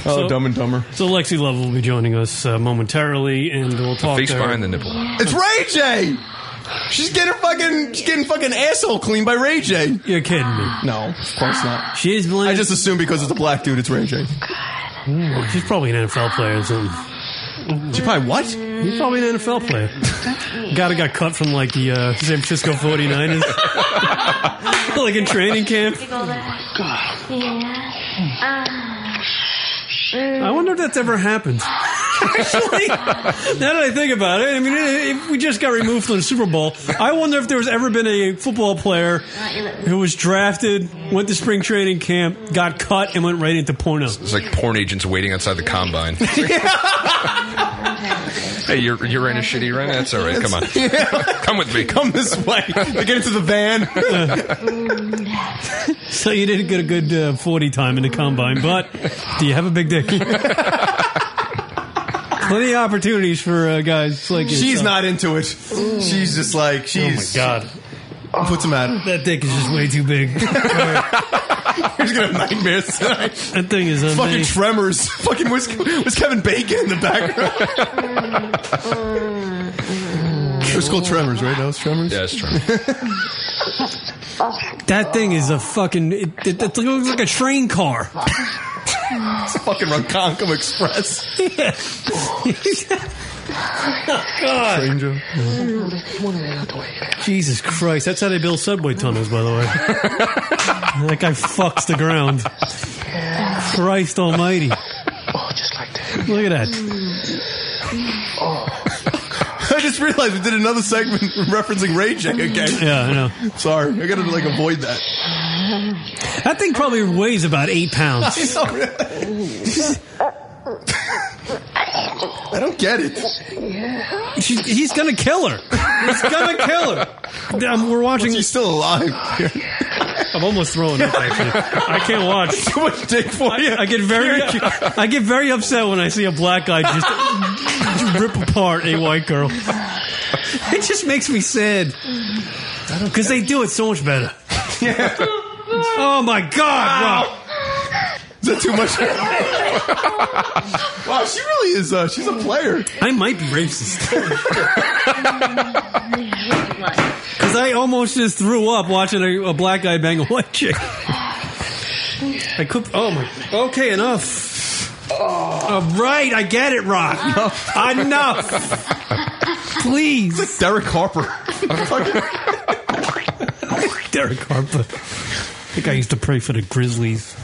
Speaker 12: Oh, Dumb and Dumber.
Speaker 11: So Lexi Love will be joining us uh, momentarily, and we'll talk.
Speaker 13: face
Speaker 11: to her.
Speaker 13: behind the nipple.
Speaker 12: It's Ray J. She's getting fucking, she's getting fucking asshole cleaned by Ray J.
Speaker 11: You're kidding me?
Speaker 12: No, of course not.
Speaker 11: She is blaming.
Speaker 12: I just assume because it's a black dude, it's Ray J.
Speaker 11: Ooh, she's probably an NFL player or something.
Speaker 12: She probably what?
Speaker 11: He's probably an NFL player. Guy that got cut from like the uh, San Francisco 49ers. [LAUGHS] like in training camp. Oh I wonder if that's ever happened. Actually, now that I think about it, I mean, if we just got removed from the Super Bowl, I wonder if there's ever been a football player who was drafted, went to spring training camp, got cut, and went right into porno.
Speaker 13: It's like porn agents waiting outside the combine. hey, you're you're in a shitty right? That's all right. Come
Speaker 12: [LAUGHS]
Speaker 13: on, come with me.
Speaker 12: Come this way. They get into the [LAUGHS] van.
Speaker 11: So you didn't get a good uh, 40 time in the combine, but do you have a big dick? Plenty of opportunities for uh, guys like
Speaker 12: She's
Speaker 11: yourself.
Speaker 12: not into it. She's just like she's.
Speaker 11: Oh my god.
Speaker 12: What's the matter?
Speaker 11: That dick is just way too big.
Speaker 12: She's gonna have nightmares tonight. [LAUGHS]
Speaker 11: That thing is on
Speaker 12: Fucking
Speaker 11: me.
Speaker 12: tremors. [LAUGHS] Fucking was, was Kevin Bacon in the background. [LAUGHS] it was called Tremors, right? That was Tremors.
Speaker 13: Yeah, it's true.
Speaker 11: That thing is a fucking. It, it, it looks like a train car.
Speaker 12: It's fucking Ronkonkoma Express.
Speaker 11: God.
Speaker 12: Stranger.
Speaker 11: Jesus Christ. That's how they build subway tunnels, by the way. that guy fucks the ground. Christ almighty.
Speaker 19: Oh, just like that.
Speaker 11: Look at that.
Speaker 12: [LAUGHS] I just realized we did another segment [LAUGHS] referencing Ray J again.
Speaker 11: Yeah, I know.
Speaker 12: Sorry, I gotta like avoid that. [LAUGHS]
Speaker 11: That thing probably weighs about eight [LAUGHS] pounds.
Speaker 12: I [LAUGHS] don't get it.
Speaker 11: She, he's gonna kill her. He's gonna kill her. Um, we're watching.
Speaker 12: She's still alive. [LAUGHS]
Speaker 11: I'm almost throwing up. Actually, I can't watch. [LAUGHS]
Speaker 12: Too much dick for you.
Speaker 11: I, I get very, I get very upset when I see a black guy just rip apart a white girl. It just makes me sad because they do it so much [LAUGHS] better. Oh my god, Rob.
Speaker 12: Is that too much? wow, she really is. Uh, she's a player.
Speaker 11: I might be [LAUGHS] racist. Because I almost just threw up watching a, a black guy bang a white chick. I could. Oh my. Okay, enough. All right, I get it, [LAUGHS] Rock. Enough. Please.
Speaker 12: Derek
Speaker 13: [LAUGHS]
Speaker 12: Harper.
Speaker 11: Derek Harper. I think I used to pray for the Grizzlies.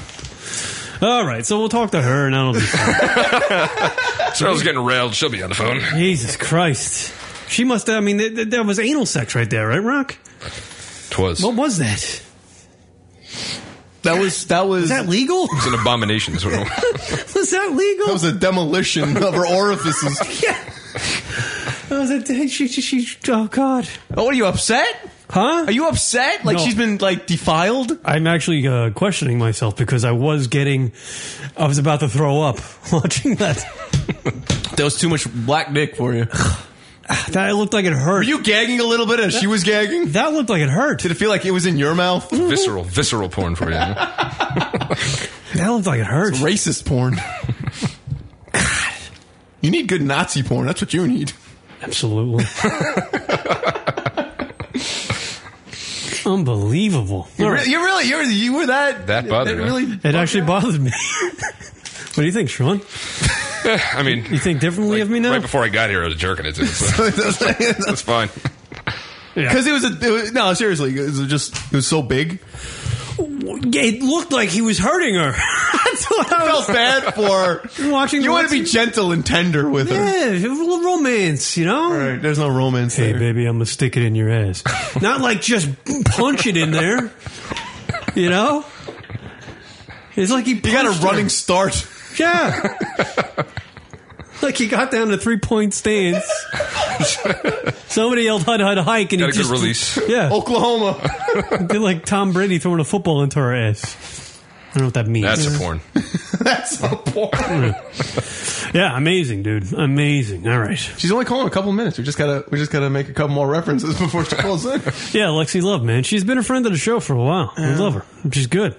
Speaker 11: All right, so we'll talk to her, and that'll be fine.
Speaker 13: Cheryl's getting railed. She'll be on the phone.
Speaker 11: [LAUGHS] Jesus Christ. She must. I mean, th- th- that was anal sex right there, right, Rock?
Speaker 13: Twas.
Speaker 11: What was that?
Speaker 12: That was that was
Speaker 11: Is that legal? [LAUGHS]
Speaker 13: It's an abomination. Is what it was.
Speaker 11: Was that legal?
Speaker 12: that was a demolition of her orifices.
Speaker 11: yeah. I was like, "Hey, she, she, she, oh God,
Speaker 12: Oh, are you upset?
Speaker 11: huh?
Speaker 12: Are you upset? Like
Speaker 11: No.
Speaker 12: she's been like defiled?
Speaker 11: I'm actually uh, questioning myself because I was getting, I was about to throw up [LAUGHS] watching that.
Speaker 12: That was too much black dick for you.
Speaker 11: that looked like it hurt.
Speaker 12: Were [SIGHS] you gagging a little bit as she was gagging?
Speaker 11: that looked like it hurt.
Speaker 12: Did it feel like it was in your mouth?
Speaker 13: visceral, visceral porn for you.
Speaker 11: That looked like it hurt.
Speaker 12: Racist porn. [LAUGHS] God. You need good Nazi porn. That's what you need.
Speaker 11: [LAUGHS] Absolutely. Unbelievable.
Speaker 12: You, re- you really, you're, you were that.
Speaker 13: That bothered
Speaker 12: It [LAUGHS]
Speaker 13: her.
Speaker 12: really.
Speaker 11: It actually bothered me. [LAUGHS] what do you think, Sean?
Speaker 13: Eh, I mean,
Speaker 11: You think differently of me now?
Speaker 13: right before I got here, I was jerking it to. So [LAUGHS] that's fine.
Speaker 11: Yeah.
Speaker 12: Because it was a it was, no, seriously, it was just it was so big.
Speaker 11: Yeah, it looked like he was hurting her. [LAUGHS] That's what I
Speaker 12: Felt
Speaker 11: was
Speaker 12: bad for her.
Speaker 11: watching.
Speaker 12: You want to be
Speaker 11: watching-
Speaker 12: gentle and tender with her.
Speaker 11: yeah, a little romance, you know.
Speaker 12: All right, there's no romance
Speaker 11: Hey,
Speaker 12: there.
Speaker 11: baby, I'm gonna stick it in your ass. [LAUGHS] Not like just punch it in there, you know. It's like he
Speaker 12: You got a
Speaker 11: punched her.
Speaker 12: running start.
Speaker 11: Yeah. Like he got down to three point stance. Somebody yelled "Hud Hud Hike" and
Speaker 13: Got
Speaker 11: he
Speaker 13: a good
Speaker 11: just
Speaker 13: release.
Speaker 11: Yeah,
Speaker 12: Oh. Oklahoma. [LAUGHS]
Speaker 11: Did like Tom Brady throwing a football into her ass. I don't know what that means.
Speaker 13: That's a porn.
Speaker 12: That's a porn.
Speaker 11: yeah, amazing, dude. Amazing. All right.
Speaker 12: She's only calling a couple minutes. We just gotta we just gotta make a couple more references before she calls in.
Speaker 11: Yeah, Lexi Love, man. She's been a friend of the show for a while. We
Speaker 12: Yeah.
Speaker 11: love her. She's good.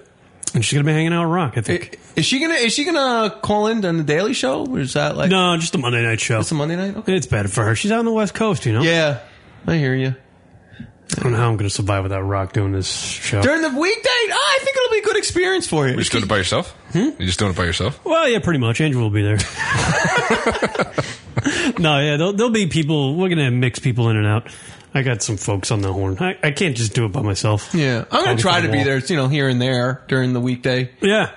Speaker 11: And she's gonna be hanging out with Rock, I think.
Speaker 12: Is she gonna is she gonna call in on the Daily Show? Or is that like
Speaker 11: no, just a Monday night show. It's
Speaker 12: a Monday night.
Speaker 11: It's better for her. She's out on the West Coast, you know.
Speaker 12: Yeah, I hear you.
Speaker 11: I don't know how I'm going to survive without Rock doing this show.
Speaker 12: during the weekday? Ah, I think it'll be a good experience for you.
Speaker 13: You just doing it by yourself? You just doing it by yourself?
Speaker 11: well, yeah, pretty much. Andrew will
Speaker 12: [LAUGHS]
Speaker 11: be there. no, yeah, there'll, there'll be people. We're going to mix people in and out. I got some folks on the horn. I, I can't just do it by myself.
Speaker 12: Yeah, I'm
Speaker 11: I'll
Speaker 12: gonna
Speaker 11: get
Speaker 12: try
Speaker 11: the
Speaker 12: to be
Speaker 11: wall.
Speaker 12: there. You know, here and there during the weekday.
Speaker 11: Yeah,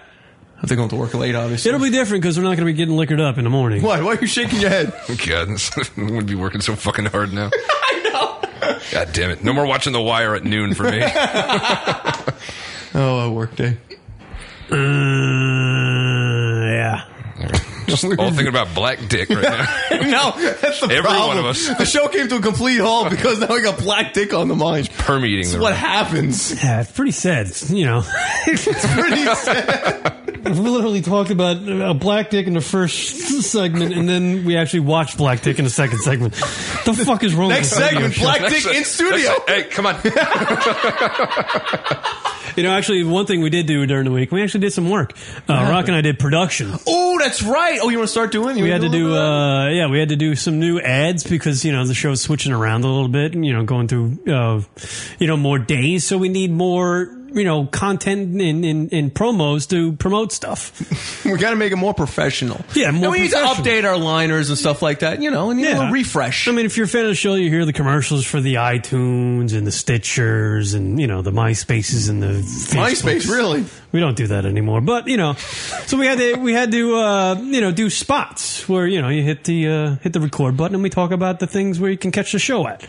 Speaker 12: I think I'll have to work late. Obviously,
Speaker 11: It'll be different because we're not going to be getting liquored up in the morning.
Speaker 12: Why? Why are you shaking your head?
Speaker 13: Oh, God, [LAUGHS] I'm going to be working so fucking hard now. I know. God damn it. No more watching The Wire at noon for me.
Speaker 12: oh, a work day.
Speaker 11: Uh, yeah.
Speaker 12: [LAUGHS]
Speaker 13: Just all thinking about black dick right now.
Speaker 12: no, that's the
Speaker 13: Every one
Speaker 12: problem.
Speaker 13: of us.
Speaker 12: The show came to a complete halt because now we got black dick on the mind.
Speaker 13: Permeating.
Speaker 12: That's
Speaker 13: the
Speaker 12: what
Speaker 13: room.
Speaker 12: happens.
Speaker 11: Yeah, it's pretty sad. It's, You know,
Speaker 12: [LAUGHS] it's pretty sad.
Speaker 11: we literally talked about uh, Black Dick in the first segment, and then we actually watched Black Dick in the second segment. The fuck is wrong?
Speaker 12: Next
Speaker 11: with this radio
Speaker 12: segment,
Speaker 11: show?
Speaker 12: Black Dick in studio.
Speaker 13: Hey, come on.
Speaker 11: You know, actually, one thing we did do during the week, we actually did some work. Uh, Rock and I did production.
Speaker 12: Oh, that's right. Oh, you want to start doing? You
Speaker 11: We
Speaker 12: wanna
Speaker 11: had
Speaker 12: a
Speaker 11: to
Speaker 12: little
Speaker 11: do,
Speaker 12: bit of
Speaker 11: uh, yeah, we had to do some new ads because you know the show's switching around a little bit, and you know going through, uh, you know, more days, so we need more, you know, content and in, in promos to promote stuff.
Speaker 12: that? uh, we got to make it more professional.
Speaker 11: Yeah, more
Speaker 12: and we need to
Speaker 11: professional.
Speaker 12: update our liners and stuff like that. You know, and need a little refresh.
Speaker 11: I mean, if you're a fan of the show, you hear the commercials for the iTunes and the Stitchers and you know the MySpaces and the
Speaker 12: MySpace,
Speaker 11: Facebooks.
Speaker 12: really?
Speaker 11: We don't do that anymore, but you know, so we had to we had to uh, you know do spots where you know you hit the uh, hit the record button and we talk about the things where you can catch the show at.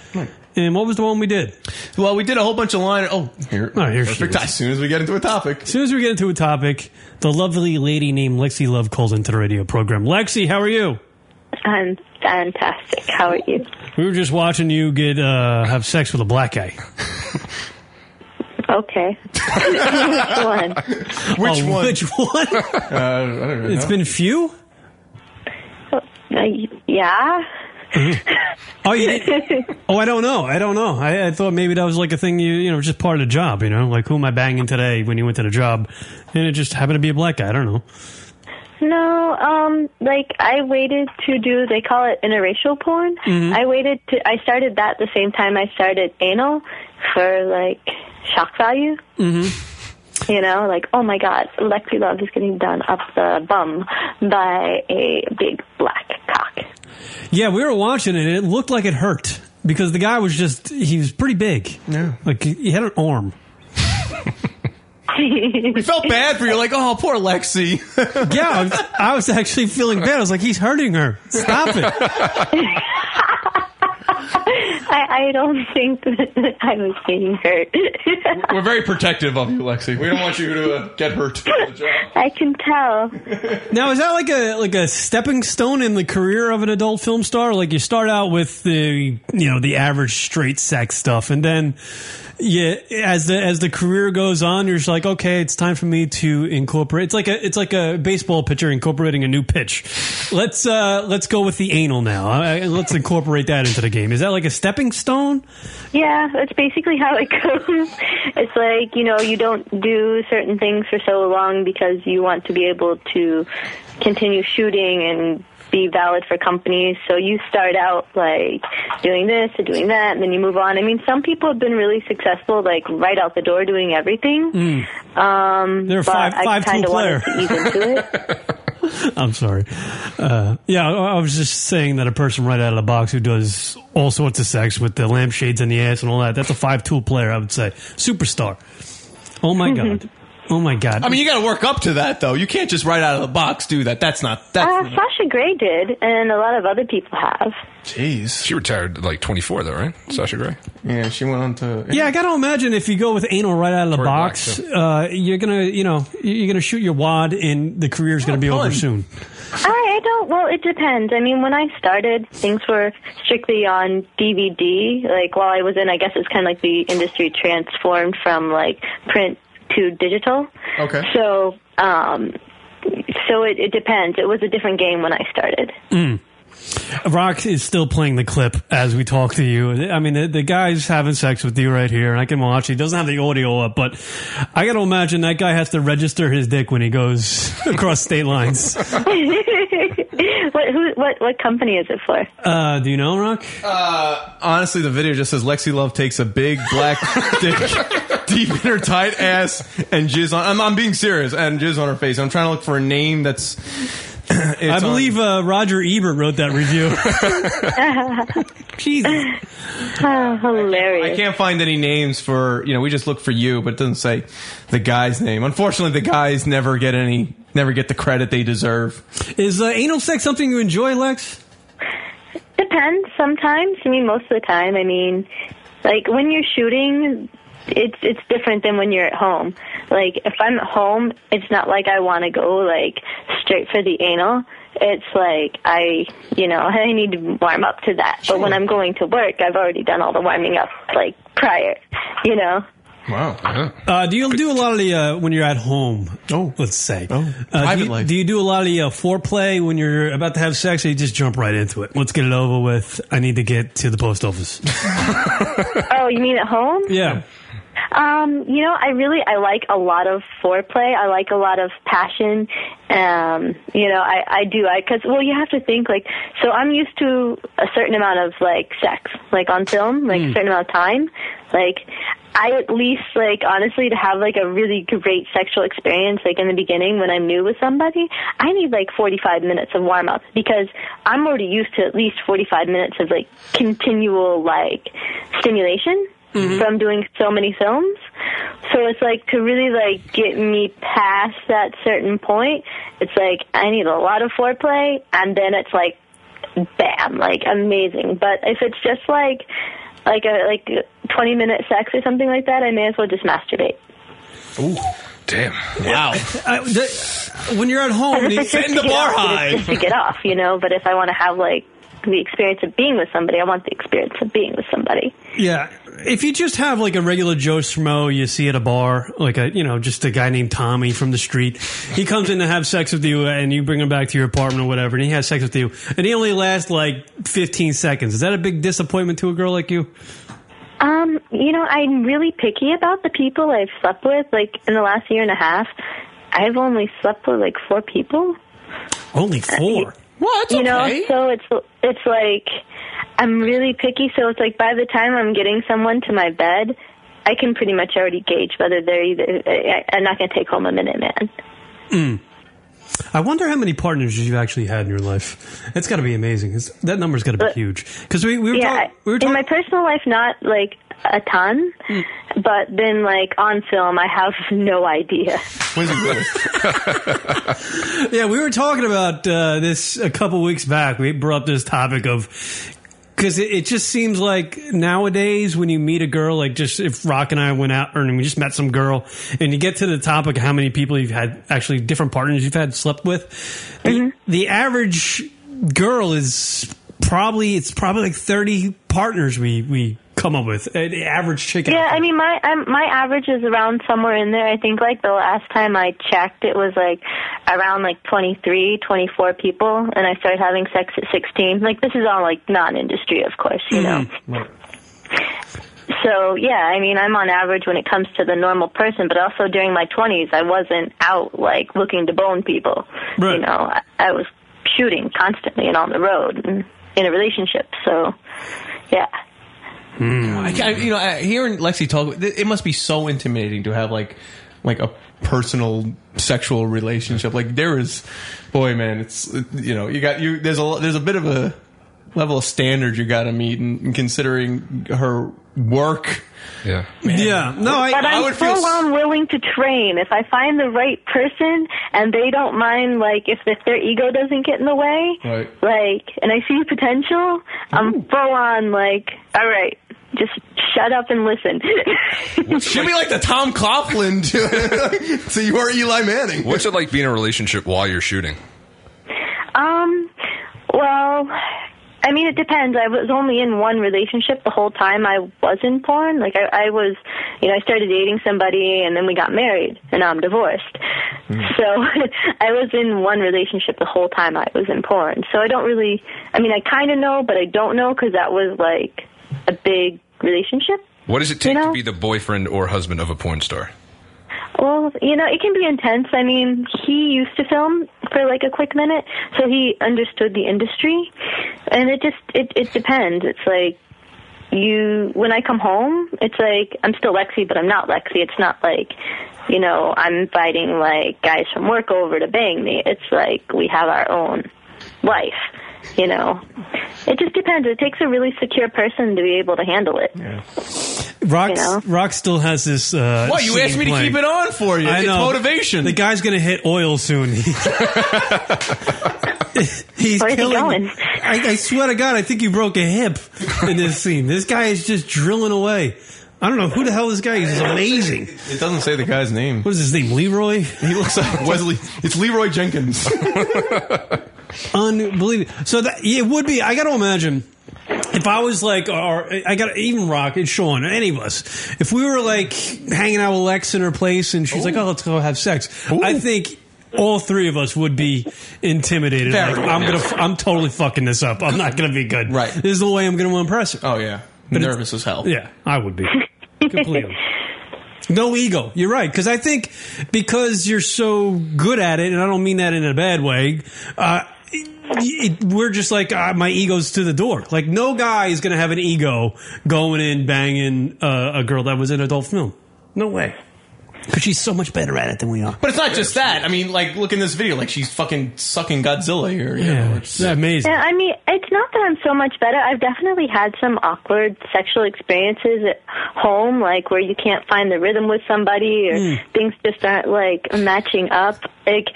Speaker 11: And what was the one we did?
Speaker 12: Well, we did a whole bunch of line. Oh, here,
Speaker 11: All right, here she
Speaker 12: perfect.
Speaker 11: is.
Speaker 12: As soon as we get into a topic,
Speaker 11: As soon as we get into a topic, the lovely lady named Lexi Love calls into the radio program. Lexi, how are you?
Speaker 18: I'm fantastic. How are you?
Speaker 11: We were just watching you get uh, have sex with a black guy.
Speaker 18: Okay. [LAUGHS] Uh, Go on.
Speaker 11: Oh, Which one? It's been few.
Speaker 18: Uh, y- yeah.
Speaker 11: Oh, you did? oh, I don't know. I don't know. I, I thought maybe that was like a thing you you know just part of the job. You know, like who am I banging today when you went to the job, and it just happened to be a black guy. I don't know.
Speaker 18: No, um, like I waited to do, they call it interracial porn.
Speaker 11: Mhm.
Speaker 18: I waited to, I started that the same time I started anal for like shock value.
Speaker 11: Mm-hmm.
Speaker 18: You know, like, oh my god, Lexi Love is getting done up the bum by a big black cock. [LAUGHS]
Speaker 11: Yeah, we were watching it. and It looked like it hurt because the guy was just he was pretty big. Yeah, like he, he had an arm.
Speaker 12: we felt bad for you. Like, oh, poor Lexi. [LAUGHS]
Speaker 11: Yeah, I was, I was actually feeling bad. I was like, he's hurting her. Stop it.
Speaker 18: I, I don't think [LAUGHS] that I was being hurt.
Speaker 12: We're very protective of you, Lexi. We don't want you to uh, get hurt.
Speaker 18: I can tell.
Speaker 11: Now is that like a like a stepping stone in the career of an adult film star? Like you start out with the you know the average straight sex stuff, and then yeah, as the as the career goes on, you're just like, okay, it's time for me to incorporate. It's like a it's like a baseball pitcher incorporating a new pitch. Let's uh let's go with the anal now. I, I- let's incorporate that into the game. Is that like a stepping stone?
Speaker 18: Yeah, that's basically how it [LAUGHS] goes. It's like, you know, you don't do certain things for so long because you want to be able to continue shooting and be valid for companies. So you start out like doing this and doing that and then you move on. I mean, some people have been really successful like right out the door doing everything. Um
Speaker 11: Hmm. They're a
Speaker 18: but
Speaker 11: five-
Speaker 18: I
Speaker 11: five-tool
Speaker 18: kinda wanted
Speaker 11: player.
Speaker 18: to ease into
Speaker 11: [LAUGHS]
Speaker 18: it.
Speaker 11: I'm sorry. Uh, yeah, I I was just saying that a person right out of the box who does all sorts of sex with the lampshades in the ass and all that, that's a five tool player, I would say. Superstar. Oh my God. Oh my God.
Speaker 12: I mean, you got to work up to that, though. You can't just right out of the box do that. That's not. That's
Speaker 18: Uh, Sasha Grey did and a lot of other people have.
Speaker 12: Jeez.
Speaker 13: She retired at like 24, though, right? Sasha Gray.
Speaker 12: Yeah, she went on to.
Speaker 11: yeah, I got to imagine if you go with anal right out of the
Speaker 13: Corey Black,
Speaker 11: box,
Speaker 13: too.
Speaker 11: uh, you're going to, you know, you're going to shoot your wad and the career's going to be over
Speaker 12: pun.
Speaker 11: soon.
Speaker 18: I, I don't. Well, it depends. I mean, when I started, things were strictly on DVD. Like while I was in, I guess it's kind of like the industry transformed from like print to digital.
Speaker 12: Okay.
Speaker 18: So, um, so it, it depends. It was a different game when I started. [LAUGHS]
Speaker 11: Mm. Rock is still playing the clip as we talk to you. I mean, the, the guy's having sex with you right here, and I can watch. He doesn't have the audio up, but I got to imagine that guy has to register his dick when he goes [LAUGHS] across state lines.
Speaker 18: what who what what company is it for?
Speaker 11: Uh, do you know, Rock?
Speaker 12: Uh, honestly, the video just says Lexi Love takes a big black [LAUGHS] dick deep in her tight ass and jizz on. I'm, I'm being serious and jizz on her face. I'm trying to look for a name that's. [CLEARS THROAT]
Speaker 11: I believe uh, Roger Ebert wrote that review. [LAUGHS] Jesus,
Speaker 18: oh,
Speaker 12: I
Speaker 18: hilarious!
Speaker 12: can't find any names for you know. We just look for you, but it doesn't say the guy's name. Unfortunately, the guys never get any, never get the credit they deserve.
Speaker 11: Is uh, anal sex something you enjoy, Lex?
Speaker 18: Depends. Sometimes. I mean, most of the time. I mean, like when you're shooting, it's it's different than when you're at home. Like if I'm at home, it's not like I want to go like straight for the anal. It's like I, you know, I need to warm up to that. But when I'm going to work, I've already done all the warming up like prior. You know.
Speaker 13: Wow.
Speaker 11: Uh, do you do a lot of the uh, when you're at home? Oh, let's say. Oh, uh, do,
Speaker 12: private
Speaker 11: you, do you do a lot of the uh, foreplay when you're about to have sex, or you just jump right into it? Let's get it over with. I need to get to the post [LAUGHS] office.
Speaker 18: oh, you mean at home?
Speaker 11: yeah.
Speaker 18: Um, you know, I really I like a lot of foreplay. I like a lot of passion. Um, you know, I I do. I cuz well, you have to think like so I'm used to a certain amount of like sex, like on film, like a certain amount of time. Like I at least like honestly to have like a really great sexual experience like in the beginning when I'm new with somebody, I need like 45 minutes of warm up because I'm already used to at least 45 minutes of like continual like stimulation from doing so many films. So it's like to really like get me past that certain point, it's like I need a lot of foreplay and then it's like bam, like amazing. But if it's just like like a like 20 minute sex or something like that, I may as well just masturbate.
Speaker 13: Ooh, damn!
Speaker 11: Wow. when you're at home, [LAUGHS]
Speaker 18: Because if
Speaker 11: you
Speaker 18: it's just
Speaker 11: setting
Speaker 18: to
Speaker 11: the
Speaker 18: get
Speaker 11: bar
Speaker 18: off, then
Speaker 11: high.
Speaker 18: it's just to get off, you know, but if I want to have like the experience of being with somebody, I want the experience of being with somebody.
Speaker 11: Yeah. If you just have like a regular Joe Schmo you see at a bar, like a, you know, just a guy named Tommy from the street, he comes in to have sex with you uh, and you bring him back to your apartment or whatever, and he has sex with you, and he only lasts like 15 seconds. Is that a big disappointment to a girl like you?
Speaker 18: Um, you know, I'm really picky about the people I've slept with. Like in the last year and a half, I've only slept with like four people.
Speaker 11: Only four.
Speaker 18: What? You know, so it's it's like I'm really picky. So it's like by the time I'm getting someone to my bed, I can pretty much already gauge whether they're either. I, I'm not going to take home a minute man.
Speaker 11: Mm. I wonder how many partners you've actually had in your life. It's got to be amazing. It's, that number's got to be huge. Because we, we were
Speaker 18: yeah,
Speaker 11: talking. We were Hmm.
Speaker 18: in my personal life, not like a ton, but then like on film, I have [LAUGHS] no idea.
Speaker 11: yeah, we were talking about uh, this a couple weeks back. We brought up this topic of because it, it just seems like nowadays when you meet a girl, like just if Rock and I went out and we just met some girl, and you get to the topic of how many people you've had actually different partners you've had slept with, the, the average girl is probably it's probably like thirty partners we we come up with. Uh, The average chick. out
Speaker 18: Yeah, I mean my i my average is around somewhere in there. I think like the last time I checked, it was like around like twenty three, twenty four people, and I started having sex at 16. Like this is all like non-industry, of course, you know. So yeah, I mean I'm on average when it comes to the normal person, but also during my 20s, I wasn't out like looking to bone people. You know, I, I was shooting constantly and on the road and in a relationship. So yeah.
Speaker 12: I, I, you know, I, hearing Lexi talk, th- it must be so intimidating to have like like a personal sexual relationship. Like there is, boy, man, it's it- you know, you got you. There's a there's a bit of a level of standard you got to meet, and, and considering her work,
Speaker 13: yeah,
Speaker 11: yeah, no, I,
Speaker 18: but
Speaker 12: I
Speaker 18: am
Speaker 12: would
Speaker 18: full
Speaker 12: feel s-
Speaker 18: on willing to train. If I find the right person and they don't mind, like if, if their ego doesn't get in the way,
Speaker 12: Right.
Speaker 18: like, and I see potential, I'm full on like, all right, just shut up and listen.
Speaker 12: she'll be like the Tom Coughlin to, [LAUGHS] to your Eli Manning.
Speaker 13: What's it like being in a relationship while you're shooting?
Speaker 18: Um, well, I mean, it depends. I was only in one relationship the whole time I was in porn. Like, I, I was, you know, I started dating somebody and then we got married and now I'm divorced. So [LAUGHS] I was in one relationship the whole time I was in porn. So I don't really, I mean, I kind of know, but I don't know because that was like a big relationship.
Speaker 13: What does it take to be the boyfriend or husband of a porn star?
Speaker 18: Well, you know, it can be intense. I mean, he used to film for like a quick minute, so he understood the industry. And it just it it depends. It's like you when I come home, it's like I'm still Lexi, but I'm not Lexi. It's not like, you know, I'm inviting like guys from work over to bang me. It's like we have our own life, you know. It just depends. It takes a really secure person to be able to handle it.
Speaker 11: Rock, Rock still has this. Uh,
Speaker 12: What, you
Speaker 11: singing
Speaker 12: asked me to
Speaker 11: playing.
Speaker 12: keep it on for you.
Speaker 11: I
Speaker 12: It's
Speaker 11: know.
Speaker 12: motivation.
Speaker 11: The guy's going to hit oil soon. [LAUGHS] He's killing. I, I swear to God, I think he broke a hip in this scene. This guy is just drilling away. I don't know who the hell this guy is. He's amazing.
Speaker 12: It doesn't say the guy's name.
Speaker 11: What is his name? Leroy?
Speaker 12: [LAUGHS]
Speaker 11: He
Speaker 12: looks like Wesley. It's Leroy Jenkins.
Speaker 11: Unbelievable. So that yeah, it would be. I got to imagine if I was like, or I got to even Rock and Sean, any of us, if we were like hanging out with Lex in her place, and she's like, "Oh, let's go have sex," I think. All three of us would be intimidated.
Speaker 12: Very.
Speaker 11: Like, I'm gonna, f- I'm totally fucking this up. I'm not gonna be good. Right. This is the way I'm gonna impress her.
Speaker 12: Oh yeah, nervous as hell.
Speaker 11: Yeah, I would be completely. No ego. You're right. Because I think because you're so good at it, and I don't mean that in a bad way, uh, it, it- we're just like, uh, my ego's to the door. Like, no guy is going to have an ego going in banging uh, a girl that was in adult film. No way. Because she's so much better at it than we are.
Speaker 12: But it's not just that. I mean, like, look in this video. Like, she's fucking sucking Godzilla here. You know, it's-
Speaker 18: Yeah, I mean, it's not that I'm so much better. I've definitely had some awkward sexual experiences at home, like where you can't find the rhythm with somebody or things just aren't like matching up. Like,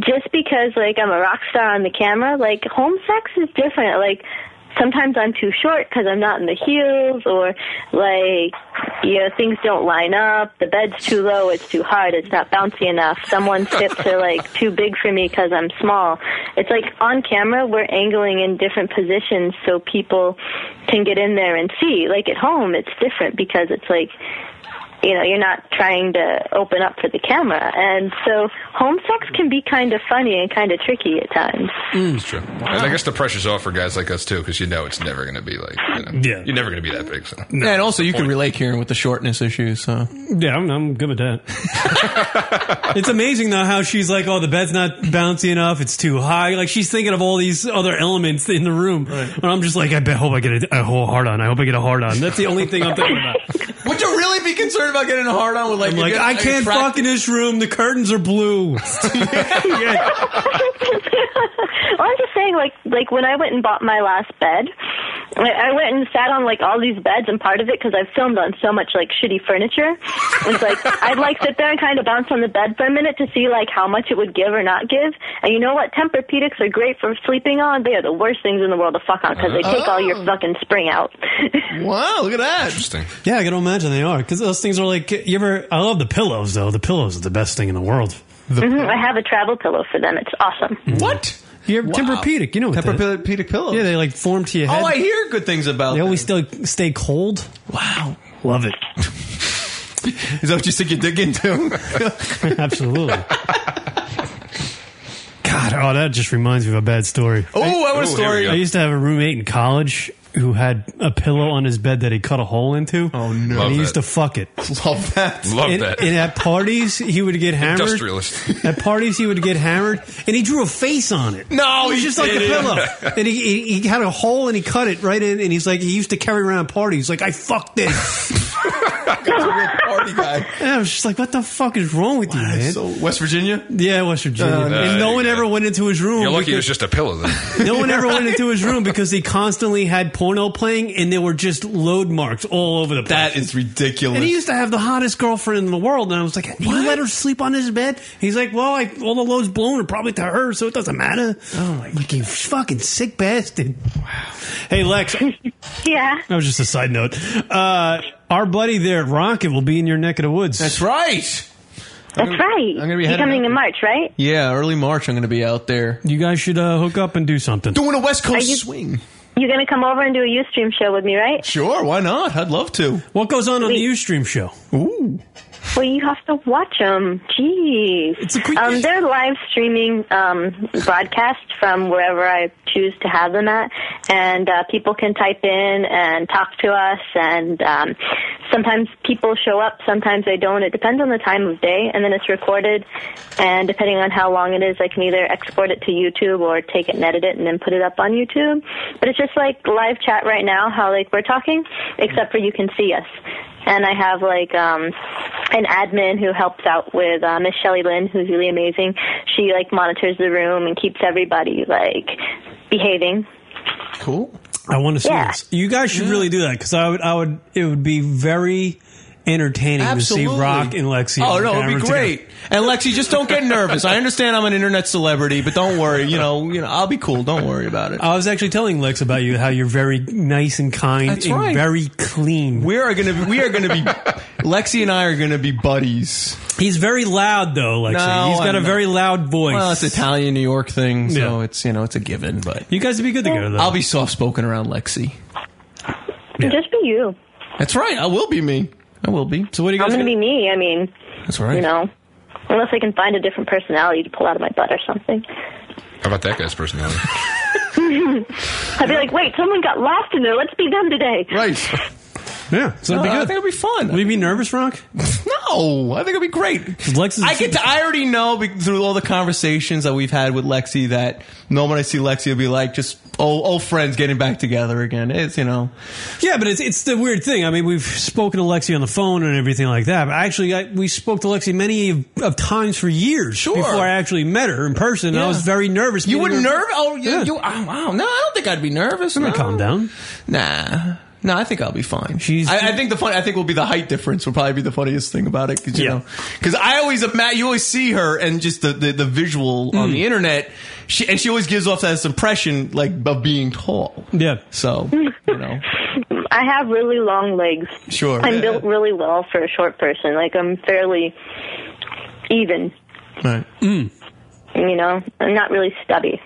Speaker 18: just because like I'm a rock star on the camera, like home sex is different. Like, sometimes I'm too short because I'm not in the heels, or like you know things don't line up. The bed's too low, it's too hard, it's not bouncy enough. Someone's hips are like too big for me because I'm small. It's like on camera we're angling in different positions so people can get in there and see. Like at home it's different because it's like you know, you're not trying to open up for the camera. And so home sex can be kind of funny and kind of tricky at times.
Speaker 13: It's true. And I guess the pressure's off for guys like us too, because you know it's never going to be like, you know,
Speaker 12: Yeah.
Speaker 13: you're never going to be that big. So.
Speaker 12: Yeah, and also you can
Speaker 13: Point.
Speaker 12: relate Kieran with the shortness issue. So
Speaker 11: Yeah, I'm, I'm good with that. [LAUGHS] it's amazing though how she's like, "Oh, the bed's not bouncy enough. It's too high." Like she's thinking of all these other elements in the room, and I'm just like, "I bet, hope I get a, a whole hard on. I hope I get a hard on." That's the only thing I'm thinking about.
Speaker 12: would [LAUGHS] you really be concerned about getting a hard on with like?
Speaker 11: I'm
Speaker 12: if
Speaker 11: like,
Speaker 12: you're-
Speaker 11: I can't
Speaker 12: attract-
Speaker 11: fuck in this room. The curtains are blue.
Speaker 18: well, I'm just saying, like, like when I went and bought my last bed, I I went and sat on like all these beds, and part of it because I've filmed on so much like shitty furniture,
Speaker 12: [LAUGHS]
Speaker 18: was like I'd like sit there and kind of bounce on the bed for a minute to see like how much it would give or not give. And you know what? Tempur-Pedics are great for sleeping on. They are the worst things in the world to fuck on because they take all
Speaker 12: Oh.
Speaker 18: your fucking spring
Speaker 12: [LAUGHS]
Speaker 18: out. [LAUGHS]
Speaker 12: wow, look at that.
Speaker 13: Interesting.
Speaker 11: Yeah, I can imagine they are because those things are like you ever. I love the pillows though. The pillows are the best thing in the world.
Speaker 18: hmm I have a travel pillow for them. It's
Speaker 12: [LAUGHS]
Speaker 18: awesome.
Speaker 12: What?
Speaker 11: You're Tempur-Pedic. You know what that is.
Speaker 12: Tempur-Pedic pillows.
Speaker 11: Yeah, they like form to your head.
Speaker 12: Oh, I hear good things about.
Speaker 11: They always still stay cold. Wow, love it.
Speaker 12: Is that what you stick your dick [LAUGHS] into?
Speaker 11: [LAUGHS] Absolutely. God, oh, that just reminds me of a bad story.
Speaker 12: Oh, I want a Ooh, here we story. go.
Speaker 11: I used to have a roommate in college who had a pillow on his bed that he cut a hole into. Oh no!
Speaker 13: Love
Speaker 11: and he used
Speaker 13: that.
Speaker 11: to fuck it.
Speaker 12: Love that.
Speaker 13: Love
Speaker 11: and,
Speaker 13: that.
Speaker 11: And at parties, he would get hammered. [LAUGHS]
Speaker 13: Industrialist.
Speaker 11: At parties, he would get hammered, and he drew a face on it.
Speaker 12: No,
Speaker 11: it was
Speaker 12: he
Speaker 11: just like a
Speaker 12: didn't.
Speaker 11: pillow. And he, he, he had a hole, and he cut it right in. And he's like, he used to carry around parties, like I fucked this. [LAUGHS]
Speaker 12: party guy.
Speaker 11: And I was just like, what the fuck is wrong with you, man?
Speaker 12: So West Virginia.
Speaker 11: Yeah, West Virginia.
Speaker 12: Uh,
Speaker 11: and no one ever went into his room.
Speaker 13: You're lucky it was
Speaker 11: because-
Speaker 13: just a pillow
Speaker 11: [LAUGHS]
Speaker 13: then.
Speaker 11: no one ever went into his room because he constantly had porno playing and there were just load marks all over the place.
Speaker 12: That is ridiculous.
Speaker 11: And he used to have the hottest girlfriend in the world, and I was like, "You let her sleep on his bed?" He's like, "Well, I, all the loads blown are probably to her, so it doesn't matter." Oh my! Like you fucking sick bastard. Hey [LAUGHS] Lex,
Speaker 18: Yeah.
Speaker 11: that was just a side note. Uh, our buddy there at Rocket will be in your neck of the woods. That's
Speaker 12: right.
Speaker 18: That's right.
Speaker 12: I'm gonna be
Speaker 18: You're
Speaker 12: heading
Speaker 18: coming in March, right?
Speaker 12: Yeah, early March. I'm going to be out there.
Speaker 11: You guys should uh, hook up and do something.
Speaker 12: Doing a West
Speaker 18: Are
Speaker 12: Coast
Speaker 18: you-
Speaker 12: swing.
Speaker 18: You're going to come over and do a Ustream show with me, right?
Speaker 12: Sure, why not? I'd love to.
Speaker 11: What goes on on the Ustream show?
Speaker 12: Ooh.
Speaker 18: Well, you have to watch them. Jeez. um, they're live streaming um, broadcast from wherever I choose to have them at, and uh, people can type in and talk to us. And um, sometimes people show up, sometimes they don't. It depends on the time of day, and then it's recorded. And depending on how long it is, I can either export it to YouTube or take it and edit it and then put it up on YouTube. But it's just like live chat right now, how like we're talking, except for you can see us and I have like um an admin who helps out with uh, Miss Shelley Lynn, who's really amazing. She like monitors the room and keeps everybody like behaving.
Speaker 12: Cool.
Speaker 11: I want to see
Speaker 18: Yeah.
Speaker 11: this. You guys
Speaker 12: Mm-hmm.
Speaker 11: should really do that because I would. I would. It would be very entertaining to see
Speaker 12: Absolutely.
Speaker 11: Rock and Lexi.
Speaker 12: Oh
Speaker 11: on
Speaker 12: no, it'd
Speaker 11: camera
Speaker 12: be
Speaker 11: together.
Speaker 12: great. And Lexi, just don't get nervous. I understand I'm an internet celebrity, but don't worry. You know, you know, I'll be cool. Don't worry about it.
Speaker 11: I was actually telling Lex about you how you're very nice and kind
Speaker 12: That's
Speaker 11: and
Speaker 12: right.
Speaker 11: very clean.
Speaker 12: We are gonna be, we are gonna be [LAUGHS] Lexi and I are gonna be buddies.
Speaker 11: He's very loud though, Lexi.
Speaker 12: No,
Speaker 11: He's got
Speaker 12: I'm
Speaker 11: a very loud voice.
Speaker 12: Well, it's Italian New York thing, so it's you know it's a given. But
Speaker 11: you guys would be good together. Though.
Speaker 12: I'll be soft spoken around Lexi.
Speaker 18: Just be you.
Speaker 12: That's right. I will be me. I will be. So what do
Speaker 18: I'm gonna be me. I mean,
Speaker 12: That's right.
Speaker 18: you know, unless I can find a different personality to pull out of my butt or something.
Speaker 13: How about that guy's personality?
Speaker 18: I'd be like, wait, someone got lost in there. Let's be them today.
Speaker 12: Right.
Speaker 11: Yeah, so it'll
Speaker 12: No,
Speaker 11: be
Speaker 12: I
Speaker 11: good.
Speaker 12: think it'll be fun.
Speaker 11: Will you be nervous, Rock?
Speaker 12: No, I think it'll be great.
Speaker 11: Lex is
Speaker 12: I get to, I already know be- through all the conversations that we've had with Lexi that no one I see Lexi will be like just old, old friends getting back together again. It's you know
Speaker 11: Yeah, but it's it's the weird thing. I mean, we've spoken to Lexi on the phone and everything like that. But actually, I, we spoke to Lexi many of, of times for years before I actually met her in person. And I
Speaker 12: Yeah.
Speaker 11: was very nervous.
Speaker 12: you
Speaker 11: meeting
Speaker 12: wouldn't
Speaker 11: her-
Speaker 12: nerve. Oh, you,
Speaker 11: Yeah.
Speaker 12: you oh, wow. No, I don't think I'd be nervous.
Speaker 11: I'm
Speaker 12: No.
Speaker 11: gonna calm down.
Speaker 12: Nah, no, I think I'll be fine.
Speaker 11: She's.
Speaker 12: I, I think the fun. I think will be the height difference. Will probably be the funniest thing about it. 'cause, you
Speaker 11: Yeah.
Speaker 12: know, because I always ima- you always see her and just the the, the visual
Speaker 11: Hmm.
Speaker 12: on the internet. She and she always gives off this impression like of being tall.
Speaker 11: Yeah.
Speaker 12: So you know,
Speaker 18: I have really long legs.
Speaker 12: Sure.
Speaker 18: I'm
Speaker 12: Yeah.
Speaker 18: built really well for a short person. Like I'm fairly even.
Speaker 12: right.
Speaker 18: You know, I'm not really stubby.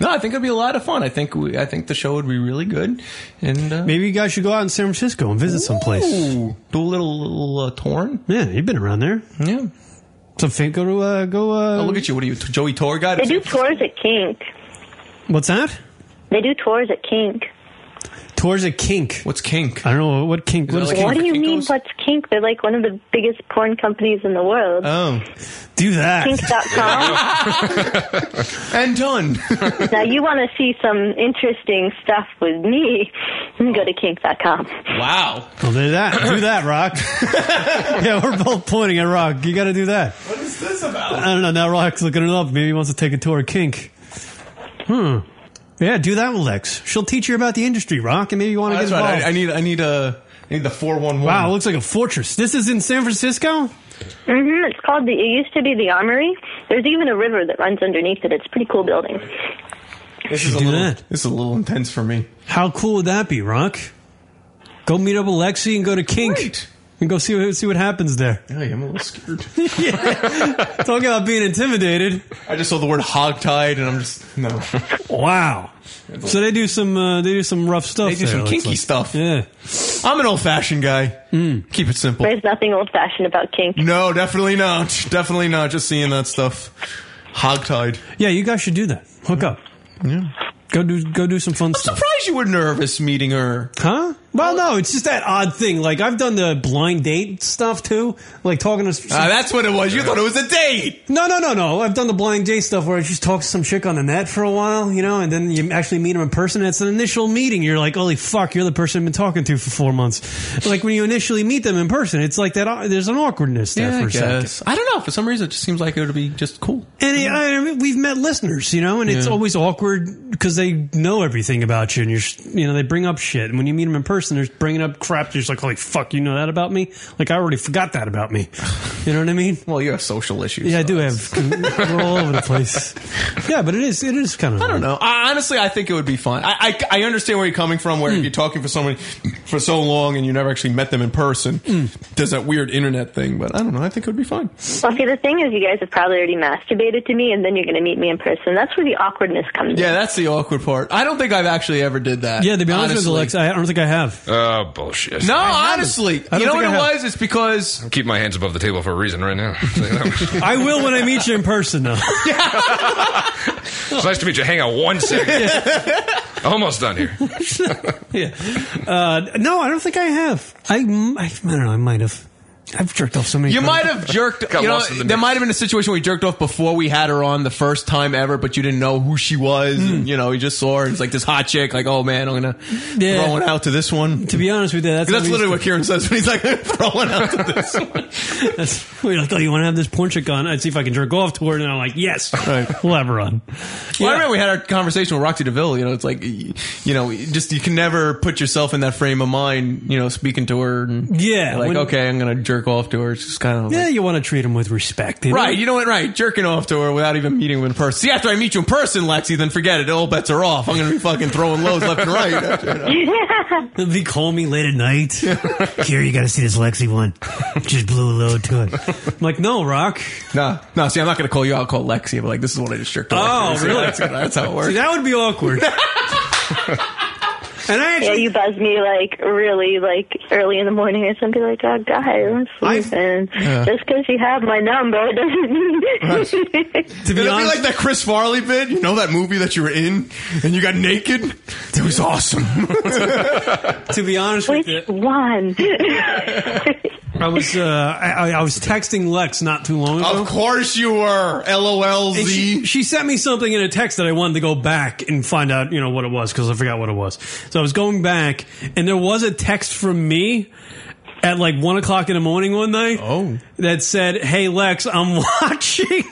Speaker 12: No, I think it'd be a lot of fun. I think we, I think the show would be really good, and uh,
Speaker 11: Maybe you guys should go out in San Francisco and visit someplace.
Speaker 12: Ooh, do a little little uh, torn.
Speaker 11: Yeah, you've been around there.
Speaker 12: Yeah.
Speaker 11: So fa- go to uh, go. Uh,
Speaker 12: Oh, look at you! What are you, Joey Tour guy?
Speaker 18: They do tours at Kink.
Speaker 11: What's that?
Speaker 18: They do tours at Kink.
Speaker 11: Tours at Kink.
Speaker 12: What's Kink?
Speaker 11: I don't know what Kink. What is Kink?
Speaker 18: what do you mean? What's Kink? They're like one of the biggest porn companies in the world.
Speaker 12: Oh,
Speaker 11: do that.
Speaker 18: Kink.com.
Speaker 12: and done.
Speaker 18: now you want to see some interesting stuff with me? Go to Kink.com.
Speaker 12: [LAUGHS] Wow.
Speaker 11: Well, do that. Do
Speaker 12: [LAUGHS]
Speaker 11: that, Rock. [LAUGHS] yeah, we're both pointing at Rock. You got to do that.
Speaker 12: What is this about?
Speaker 11: I don't know. Now Rock's looking it up. Maybe he wants to take a tour of Kink. Hmm. Yeah, do that with Lex. She'll teach you about the industry, Rock, and maybe you want
Speaker 12: Oh,
Speaker 11: to
Speaker 12: That's
Speaker 11: get
Speaker 12: right. I,
Speaker 11: involved.
Speaker 12: I need I need a I need the four one one.
Speaker 11: wow, it looks like a fortress. This is in San Francisco?
Speaker 18: hmm It's called the. It used to be the Armory. There's even a river that runs underneath it. It's a pretty cool building.
Speaker 12: This is a
Speaker 11: do
Speaker 12: little,
Speaker 11: that.
Speaker 12: This is a little intense for me.
Speaker 11: How cool would that be, Rock? Go meet up with Lexi and go to Kink. And go see what, see what happens there.
Speaker 12: Yeah, I'm a little
Speaker 11: [LAUGHS]
Speaker 12: scared.
Speaker 11: Talk about being intimidated.
Speaker 12: I just saw the word hogtied, and I'm just no. [LAUGHS]
Speaker 11: Wow. So they do some uh, they do some rough stuff.
Speaker 12: They do
Speaker 11: there,
Speaker 12: some
Speaker 11: it looks
Speaker 12: kinky
Speaker 11: like.
Speaker 12: stuff.
Speaker 11: Yeah.
Speaker 12: I'm an old fashioned guy.
Speaker 11: Mm.
Speaker 12: Keep it simple.
Speaker 18: There's nothing old-fashioned about Kink.
Speaker 12: No, definitely not. Definitely not. Just seeing that stuff. Hogtied.
Speaker 11: Yeah, you guys should do that. Hook up.
Speaker 12: Yeah.
Speaker 11: Go do go do some fun stuff.
Speaker 12: Surprised you were nervous meeting her.
Speaker 11: Huh? Well, no, it's just that odd thing. Like I've done the blind date stuff too, like talking to.
Speaker 12: Ah, that's what it was. You thought it was a date.
Speaker 11: no, no, no, no. I've done the blind date stuff where I just talk to some chick on the net for a while, you know, and then you actually meet them in person. And it's an initial meeting. You're like, holy fuck, you're the person I've been talking to for four months. Like when you initially meet them in person, it's like that. au- There's an awkwardness there
Speaker 12: Yeah,
Speaker 11: for
Speaker 12: I
Speaker 11: a second.
Speaker 12: guess. I don't know. For some reason, it just seems like it would be just cool.
Speaker 11: And I, I mean, we've met listeners, you know, and it's
Speaker 12: Yeah.
Speaker 11: always awkward because they know everything about you, and You're, s- you know, they bring up shit, and when you meet them in person, they're bringing up crap. You're just like, holy fuck, you know that about me? Like I already forgot that about me. You know what I mean?
Speaker 12: Well, you have social issues.
Speaker 11: [LAUGHS] Yeah, I do have. we're all over the place. Yeah, but it is. It is kind of.
Speaker 12: I don't know. I, honestly, I think it would be fun. I, I, I understand where you're coming from. Where if you're talking for someone for so long and you never actually met them in person, there's that weird internet thing. But I don't know. I think it would be fun.
Speaker 18: Well, see, the thing is, you guys have probably already masturbated to me, and then you're going to meet me in person. That's where the awkwardness comes in.
Speaker 12: Yeah, that's the awkward part. I don't think I've actually ever did that.
Speaker 11: Yeah, to be honest with you, Lex, I don't think I have.
Speaker 13: Oh, bullshit.
Speaker 12: No, honestly,
Speaker 13: I don't
Speaker 12: you know what
Speaker 13: think
Speaker 12: it
Speaker 13: I have.
Speaker 12: was? It's because
Speaker 13: I'm keeping my hands above the table for a reason right now.
Speaker 11: I will when I meet you in person, though. [LAUGHS]
Speaker 13: it's nice to meet you. Hang on one second. Almost done here.
Speaker 11: yeah. Uh, no, I don't think I have. I, m- I, I don't know. I might have. I've jerked off so many.
Speaker 12: You
Speaker 11: times.
Speaker 12: might have jerked. you know, there might have been a situation where you jerked off before we had her on the first time ever, but you didn't know who she was.
Speaker 11: Hmm.
Speaker 12: And, you know, you just saw her. and It's like this hot chick. Like, oh man, I'm gonna
Speaker 11: Yeah.
Speaker 12: throw one out to this one.
Speaker 11: To be honest with you, that's,
Speaker 12: That's, literally what Kieran says when he's like, throw one out to
Speaker 11: [LAUGHS]
Speaker 12: this one.
Speaker 11: That's, we're like, oh, you want to have this porn chick on? I'd see if I can jerk off to her, and then I'm
Speaker 12: [LAUGHS]
Speaker 11: like, yes, we'll have her on.
Speaker 12: Well, I remember we had our conversation with Roxy DeVille. You know, it's like, you know, just you can never put yourself in that frame of mind. You know, speaking to her and
Speaker 11: Yeah,
Speaker 12: like
Speaker 11: when-
Speaker 12: okay, I'm gonna jerk off to her. It's just kind of
Speaker 11: Yeah, you want to treat him with respect, you know?
Speaker 12: Right, you know what? Right, jerking off to her without even meeting her in person. See, after I meet you in person, Lexi, then forget it. All bets are off. I'm going to be fucking throwing lows left and right.
Speaker 18: [LAUGHS]
Speaker 11: They call me late at night. Here, you got to see this Lexi one. Just blew a load to it. I'm like, no, Rock.
Speaker 12: [LAUGHS] Nah, nah. See, I'm not going to call you. I'll call Lexi. But like, this is what I just jerked
Speaker 11: Oh,
Speaker 12: off. to. See,
Speaker 11: really?
Speaker 12: That's, that's how it works.
Speaker 11: See, that would be awkward.
Speaker 12: [LAUGHS]
Speaker 11: and I
Speaker 18: yeah, you buzz me like really like early in the morning or something like, oh, guy, I'm sleeping.
Speaker 12: Yeah.
Speaker 18: Just because you have my number doesn't mean.
Speaker 12: To It'll be like that Chris Farley bit. You know that movie that you were in and you got naked. It was awesome. [LAUGHS]
Speaker 11: to be honest
Speaker 18: [LAUGHS] Which one?
Speaker 11: I was uh, I, I- I was texting Lex not too long ago.
Speaker 12: Of course you were. LOLZ.
Speaker 11: And She, she sent me something in a text that I wanted to go back and find out, you know, what it was because I forgot what it was. So I was going back, and there was a text from me at like one o'clock in the morning one night. Oh, that said, "Hey Lex, I'm [LAUGHS] watching."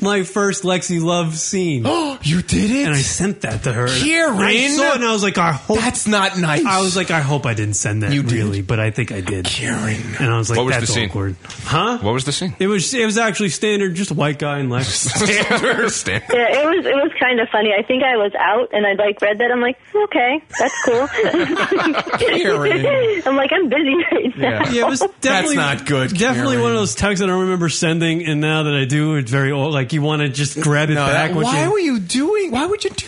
Speaker 11: My first Lexi Love scene.
Speaker 12: Oh, [GASPS] you did it!
Speaker 11: And I sent that to her.
Speaker 12: Kieran!
Speaker 11: I saw it and I was like, I hope.
Speaker 12: That's not nice.
Speaker 11: I was like, I hope I didn't send that. You really, but I think I did.
Speaker 12: Kieran.
Speaker 11: And I was like,
Speaker 13: What was the
Speaker 11: that's
Speaker 13: scene?
Speaker 11: awkward. Huh?
Speaker 13: What was the scene?
Speaker 11: It was it was actually standard, just a white guy and Lex.
Speaker 13: [LAUGHS] Standard.
Speaker 18: Yeah, it was it was kind of funny. I think I was out and I like read that. I'm like, okay,
Speaker 12: [LAUGHS]
Speaker 18: that's cool.
Speaker 11: Karen.
Speaker 18: [LAUGHS] I'm like, I'm busy right
Speaker 11: [LAUGHS]
Speaker 18: now.
Speaker 11: yeah, it
Speaker 18: [LAUGHS]
Speaker 11: was definitely
Speaker 12: not good,
Speaker 11: Definitely
Speaker 12: Karen.
Speaker 11: one of those texts I don't remember sending, and now that I do, it's very old. Like you want to just grab it
Speaker 12: No,
Speaker 11: back.
Speaker 12: that-
Speaker 11: once
Speaker 12: why
Speaker 11: you,
Speaker 12: were you doing? Why would you do?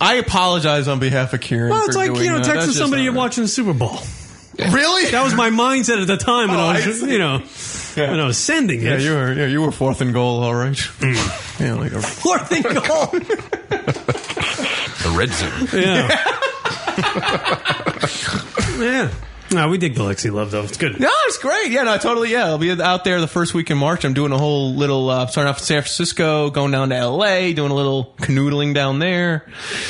Speaker 12: I apologize on behalf of Kieran.
Speaker 11: Well, it's
Speaker 12: for
Speaker 11: like
Speaker 12: doing
Speaker 11: you know,
Speaker 12: that. That's
Speaker 11: texting
Speaker 12: just
Speaker 11: somebody
Speaker 12: not
Speaker 11: you're watching the Super Bowl. [LAUGHS]
Speaker 12: Really?
Speaker 11: That was my mindset at the time
Speaker 12: [LAUGHS]
Speaker 11: when
Speaker 12: Oh,
Speaker 11: I
Speaker 12: I
Speaker 11: was,
Speaker 12: see.
Speaker 11: you know,
Speaker 12: Yeah.
Speaker 11: when I was sending
Speaker 12: Yeah,
Speaker 11: it.
Speaker 12: you were yeah, you were fourth and goal, all right. [LAUGHS]
Speaker 18: Mm.
Speaker 12: yeah, like a, [LAUGHS]
Speaker 11: Fourth and goal.
Speaker 13: The red zone.
Speaker 11: Yeah. [LAUGHS] yeah. No, we did Galaxy Love though. It's good.
Speaker 12: no, it's great. Yeah, no, totally. Yeah, I'll be out there the first week in March. I'm doing a whole little uh, starting off in San Francisco, going down to L.A., doing a little canoodling down there.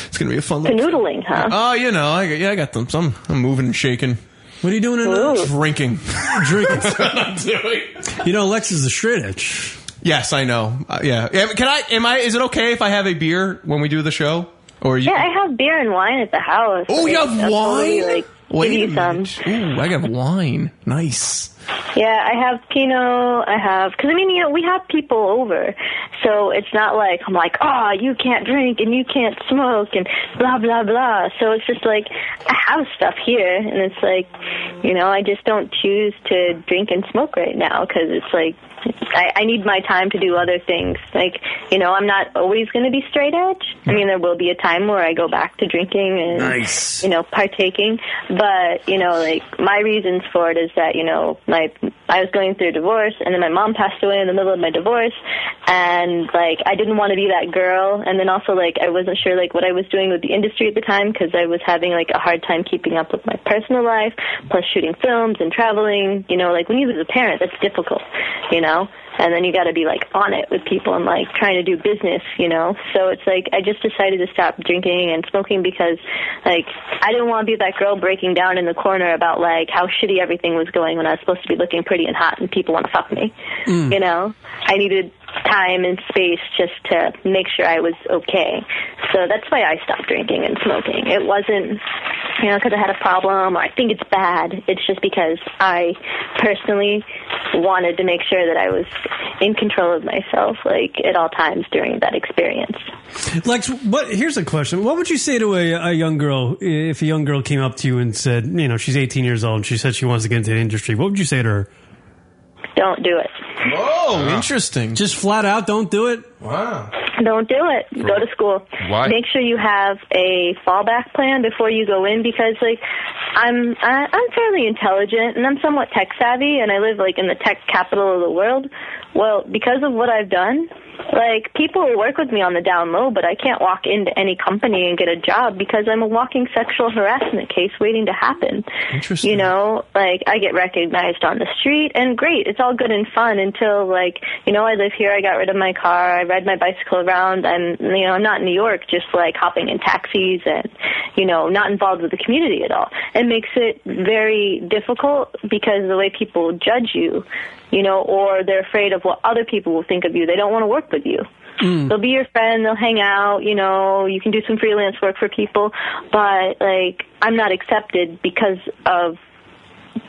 Speaker 12: It's gonna be a fun little
Speaker 18: Canoodling, huh?
Speaker 12: Oh, you know, I got, yeah, I got them. Some I'm moving and shaking,
Speaker 11: What are you doing in
Speaker 12: [LAUGHS]
Speaker 18: Ooh.
Speaker 12: drinking.
Speaker 11: drinking?
Speaker 12: I'm doing.
Speaker 11: You know, Lex is a straight edge.
Speaker 12: Yes, I know. Uh, yeah. Am- Can I? Am I? Is it okay if I have a beer when we do the show? Or are you?
Speaker 18: Yeah, I have beer and wine at the house.
Speaker 12: oh, you
Speaker 18: Like,
Speaker 12: have
Speaker 18: I'll probably,
Speaker 12: wine.
Speaker 18: Like,
Speaker 12: Wait
Speaker 18: give
Speaker 12: a
Speaker 18: you some.
Speaker 12: minute. Ooh, I got wine. Nice.
Speaker 18: Yeah, I have Pinot. I have because I mean, you know, we have people over, so it's not like I'm like, oh, you can't drink and you can't smoke and blah blah blah. So it's just like I have stuff here, and it's like, you know, I just don't choose to drink and smoke right now because it's like I, I need my time to do other things. Like, you know, I'm not always going to be straight edge. I mean, there will be a time where I go back to drinking and
Speaker 11: Nice.
Speaker 18: you know partaking. But you know, like my reasons for it is that you know, my I was going through a divorce, and then my mom passed away in the middle of my divorce, and like I didn't want to be that girl, and then also like I wasn't sure like what I was doing with the industry at the time because I was having like a hard time keeping up with my personal life, plus shooting films and traveling. You know, like when you lose a parent, that's difficult. You know and then you got to be like on it with people and like trying to do business you know so it's like i just decided to stop drinking and smoking because like i didn't want to be that girl breaking down in the corner about like how shitty everything was going when i was supposed to be looking pretty and hot and people want to fuck me you know i needed time and space just to make sure I was okay. So that's why I stopped drinking and smoking. It wasn't, you know, because I had a problem or I think it's bad. It's just because I personally wanted to make sure that I was in control of myself, like at all times during that experience.
Speaker 11: Lex, what? Here's a question. What would you say to a, a young girl if a young girl came up to you and said, you know, she's 18 years old and she said she wants to get into the industry? What would you say to her?
Speaker 18: Don't do it.
Speaker 12: Oh, interesting.
Speaker 11: Just flat out, don't do it.
Speaker 12: Wow.
Speaker 18: Don't do it. Go to school.
Speaker 13: Why?
Speaker 18: Make sure you have a fallback plan before you go in because like I'm I, I'm fairly intelligent and I'm somewhat tech savvy and I live like in the tech capital of the world. Well, because of what I've done, like people will work with me on the down low, but I can't walk into any company and get a job because I'm a walking sexual harassment case waiting to happen.
Speaker 12: Interesting.
Speaker 18: You know, like I get recognized on the street and great, it's all good and fun until like, you know, I live here, I got rid of my car, I ride my bicycle around, I'm you know, I'm not in New York just like hopping in taxis and, you know, not involved with the community at all. It makes it very difficult because of the way people judge you, you know, or they're afraid of what other people will think of you. They don't want to work with you. They'll be your friend, they'll hang out, you know, you can do some freelance work for people, but like I'm not accepted because of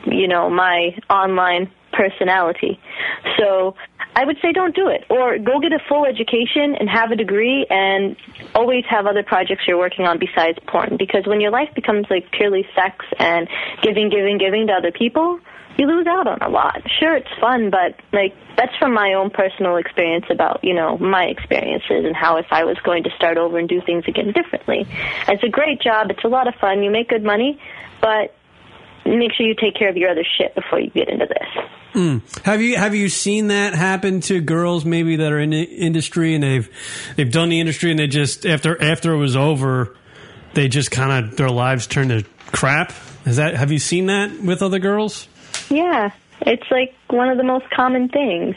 Speaker 18: you know, my online personality. So I would say don't do it. Or go get a full education and have a degree and always have other projects you're working on besides porn. Because when your life becomes like purely sex and giving, giving, giving to other people, you lose out on a lot. Sure, it's fun, but like that's from my own personal experience about, you know, my experiences and how if I was going to start over and do things again differently. It's a great job. It's a lot of fun. You make good money, but make sure you take care of your other shit before you get into this.
Speaker 11: Mm. Have you have you seen that happen to girls maybe that are in the industry and they've they've done the industry and they just after after it was over they just kind of their lives turned to crap? Is that have you seen that with other girls?
Speaker 18: Yeah, it's like one of the most common things.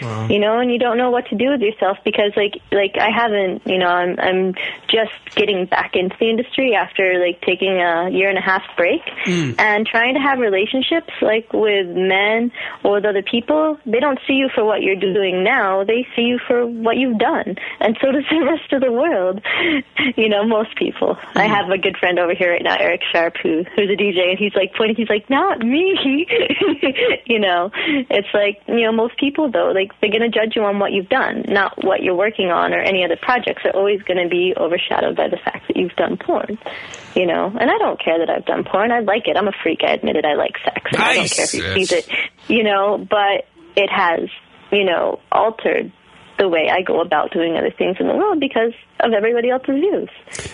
Speaker 18: You know, and you don't know what to do with yourself because like like I haven't, you know, I'm I'm just getting back into the industry after like taking a year and a half break and trying to have relationships like with men or with other people, they don't see you for what you're doing now. They see you for what you've done. And so does the rest of the world. You know, most people. I
Speaker 20: Hmm.
Speaker 18: have a good friend over here right now, Eric Sharp, who who's a DJ and he's like pointing he's like, Not me [LAUGHS] You know. It's like, you know, most people though, like they're gonna judge you on what you've done, not what you're working on or any other projects are always gonna be overshadowed by the fact that you've done porn. You know, and I don't care that I've done porn. I like it. I'm a freak. I admit it. I like sex. And I don't
Speaker 20: Nice.
Speaker 18: care if he
Speaker 20: Yes.
Speaker 18: sees it. You know, but it has, you know, altered the way I go about doing other things in the world because of everybody else's views,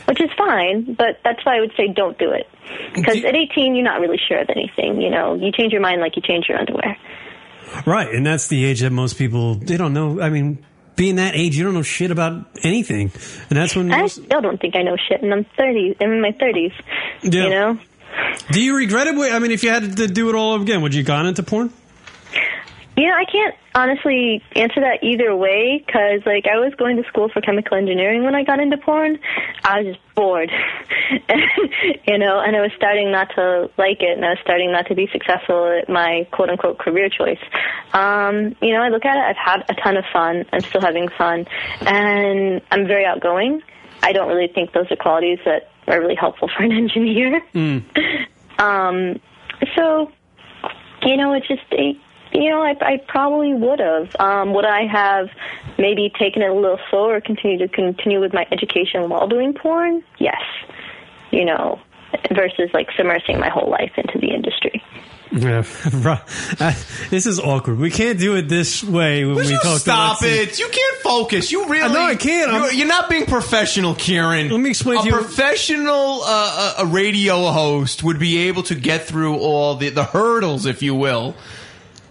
Speaker 18: which is fine. But that's why I would say don't do it. Because at 18, you're not really sure of anything. You know, you change your mind like you change your underwear.
Speaker 11: Right, and that's the age that most people they don't know. I mean, being that age, you don't know shit about anything, and that's when
Speaker 18: I still don't think I know shit, and I'm 30. I'm in my 30s. You know,
Speaker 11: Do you regret it? Wait, I mean, if you had to do it all over again, would you gone into porn?
Speaker 18: You know, I can't honestly answer that either way because, like, I was going to school for chemical engineering when I got into porn. I was just bored, [LAUGHS] you know, and I was starting not to like it, and I was starting not to be successful at my quote unquote career choice. Um, you know, I look at it. I've had a ton of fun. I'm still having fun, and I'm very outgoing. I don't really think those are qualities that are really helpful for an [LAUGHS] engineer. Um, so, you know, it's just, it- you know, I, I probably would have. Um, would I have maybe taken it a little slower, continue to continue with my education while doing porn? Yes. You know, versus like submersing my whole life into the industry.
Speaker 11: Yeah, [LAUGHS] bro. I- this is awkward. We can't do it this way when we,
Speaker 12: you
Speaker 11: talk.
Speaker 12: stop
Speaker 11: to Lexi.
Speaker 12: it? You can't focus. You really?
Speaker 11: No, I can't. I'm-
Speaker 12: You're, you're not being professional, Kieran. Let me explain
Speaker 11: to you-
Speaker 12: A professional uh, uh, a radio host would be able to get through all the, the hurdles, if you will.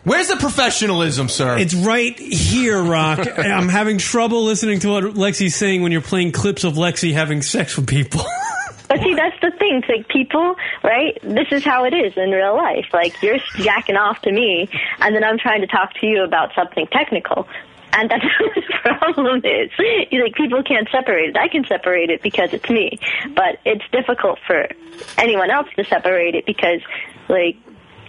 Speaker 12: Where's the professionalism, sir?
Speaker 11: It's right here, Rock. [LAUGHS] I'm having trouble listening to what Lexi's saying when you're playing clips of Lexi having sex with people. [LAUGHS]
Speaker 18: But see, that's the thing. It's like people, right? This is how it is in real life. Like you're jacking off to me, and then I'm trying to talk to you about something technical. And that's [LAUGHS] what the problem is. You're like people can't separate it. I can separate it because it's me, but it's difficult for anyone else to separate it because, like,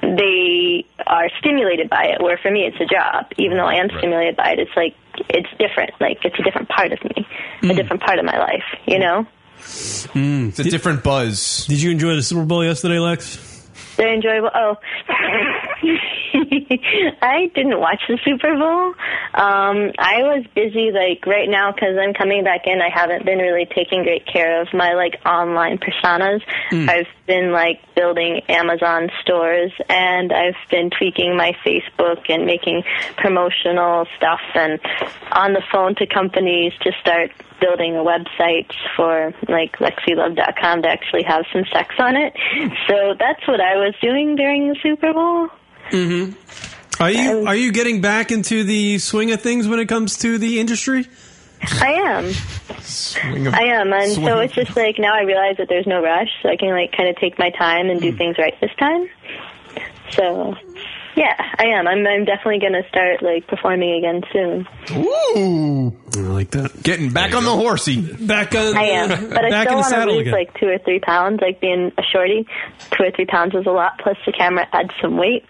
Speaker 18: they are stimulated by it. Where for me, it's a job. Even though I am stimulated by it, it's like it's different. Like it's a different part of me, a different part of my life. You know,
Speaker 11: It's a different buzz. Did you enjoy the Super Bowl yesterday, Lex?
Speaker 18: they're enjoyable. Oh, [LAUGHS] I didn't watch the Super Bowl. Um, I was busy like right now because I'm coming back in. I haven't been really taking great care of my like online personas.
Speaker 20: Mm.
Speaker 18: I've been like building Amazon stores and I've been tweaking my Facebook and making promotional stuff and on the phone to companies to start building a website for like lexilove.com to actually have some sex on it. So that's what I was doing during the Super Bowl.
Speaker 11: Mm-hmm. Are you are you getting back into the swing of things when it comes to the industry?
Speaker 18: I am. I am, and so it's just like now I realize that there's no rush, so I can like kind of take my time and do things right this time. So, yeah, I am. I'm, I'm definitely gonna start like performing again soon.
Speaker 12: Ooh,
Speaker 11: I like that.
Speaker 12: Getting back on the horsey. [LAUGHS]
Speaker 11: Back on.
Speaker 18: I am, but I still want to lose like two or three pounds. Like being a shorty, two or three pounds is a lot. Plus the camera adds some weight,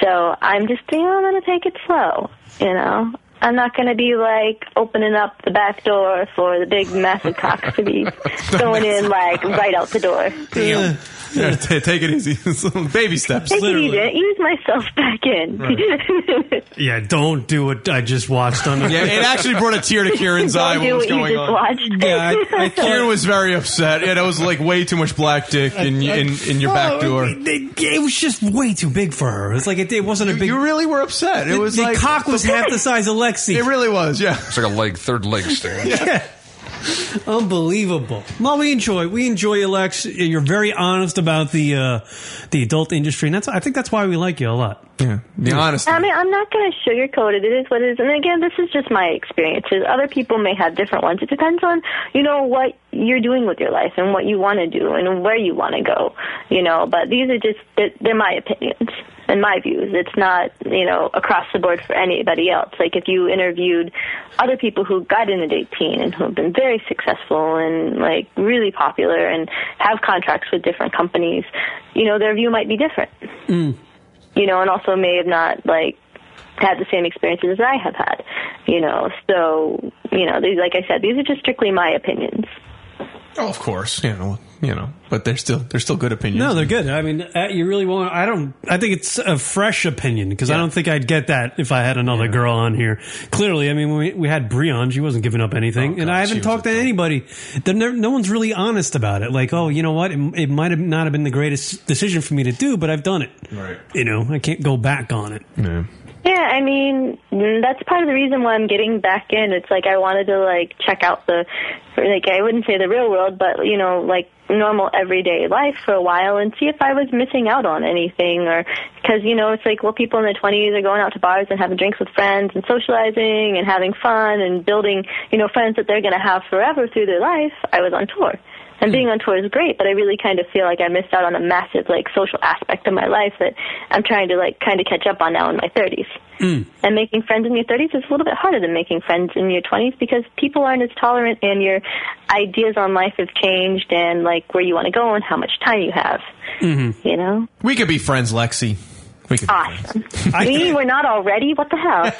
Speaker 18: so I'm just you know I'm gonna take it slow. You know, I'm not gonna be like opening up the back door for the big massive cocks
Speaker 12: [LAUGHS]
Speaker 18: to be going in like right out the door.
Speaker 12: Damn. [LAUGHS] Yeah, t- take it easy. [LAUGHS] Baby steps.
Speaker 18: Take it easy. Ease myself back in. [LAUGHS]
Speaker 11: Yeah, don't do what I just watched on. The-
Speaker 12: Yeah, it actually brought a
Speaker 18: [LAUGHS]
Speaker 12: tear to Kieran's eye. What was going on?
Speaker 11: Yeah, I, I [LAUGHS]
Speaker 12: Kieran was very upset. Yeah, that was like way too much black dick in in, in your back door.
Speaker 11: oh, It, it was just way too big for her. It's like it, it wasn't a big. You
Speaker 12: really were upset. It
Speaker 11: the,
Speaker 12: was
Speaker 11: the
Speaker 12: like-
Speaker 11: cock was half the size of Lexi. It
Speaker 12: really was. Yeah,
Speaker 13: It's like a leg, third leg stand.
Speaker 11: yeah. [LAUGHS] Unbelievable. Well, we enjoy we enjoy you, Lex. You're very honest about the uh, the adult industry, and that's I think that's why we like you a lot.
Speaker 12: Yeah, the honesty.
Speaker 18: I mean, I'm not going to sugarcoat it. It is what it is. And again, this is just my experiences. Other people may have different ones. It depends on, you know, what you're doing with your life and what you want to do and where you want to go, you know. But these are just, they're- they're my opinions and my views. It's not, you know, across the board for anybody else. Like if you interviewed other people who got in at 18 and who have been very successful and like really popular and have contracts with different companies, you know, their view might be different you know, and also may have not like had the same experiences as I have had, you know. So, you know, these, like I said, these are just strictly my opinions.
Speaker 12: Oh, of course. You know, you know, but they're still they're still good opinions.
Speaker 11: No, they're good. I mean, uh, you really want. I don't. I think it's a fresh opinion because I don't think I'd get that if I had another girl on here. Clearly, I mean, when we, we had Breon. She wasn't giving up anything,
Speaker 12: Oh,
Speaker 11: and I haven't talked to anybody. They're never- no one's really honest about it. Like, oh, you know what? It, it might have not have been the greatest decision for me to do, but I've done it. Right. You know, I can't go back
Speaker 12: [LAUGHS]
Speaker 11: on it.
Speaker 18: Yeah, I mean, mm, that's part of the reason why I'm getting back in. It's like I wanted to like check out the, like I wouldn't say the real world, but you know, like normal everyday life for a while and see if I was missing out on anything or because you know it's like well people in their 20s are going out to bars and having drinks with friends and socializing and having fun and building you know friends that they're going to have forever through their life I was on tour and being on tour is great, but I really kind of feel like I missed out on a massive like social aspect of my life that I'm trying to like kind of catch up on now in my 30s. And making friends in your 30s is a little bit harder than making friends in your 20s because people aren't as tolerant and your ideas on life have changed and like where you want to go and how much time you have,
Speaker 12: Mm-hmm.
Speaker 18: you know?
Speaker 12: We could be friends, Lexi. We could.
Speaker 18: Awesome. Me, we're not already? What the hell?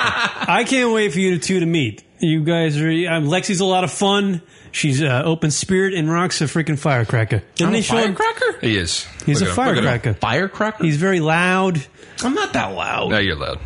Speaker 11: I can't wait for you two to meet. You guys are. Um, Lexi's a lot of fun. She's uh, open spirit and rocks a freaking firecracker. Didn't
Speaker 12: I'm a
Speaker 11: they show him-
Speaker 12: firecracker?
Speaker 13: He is.
Speaker 11: He's
Speaker 13: Look
Speaker 11: a
Speaker 13: at him. Look at him.
Speaker 11: firecracker.
Speaker 12: Firecracker.
Speaker 11: He's very loud.
Speaker 12: I'm not that loud.
Speaker 13: No, you're [LAUGHS] loud.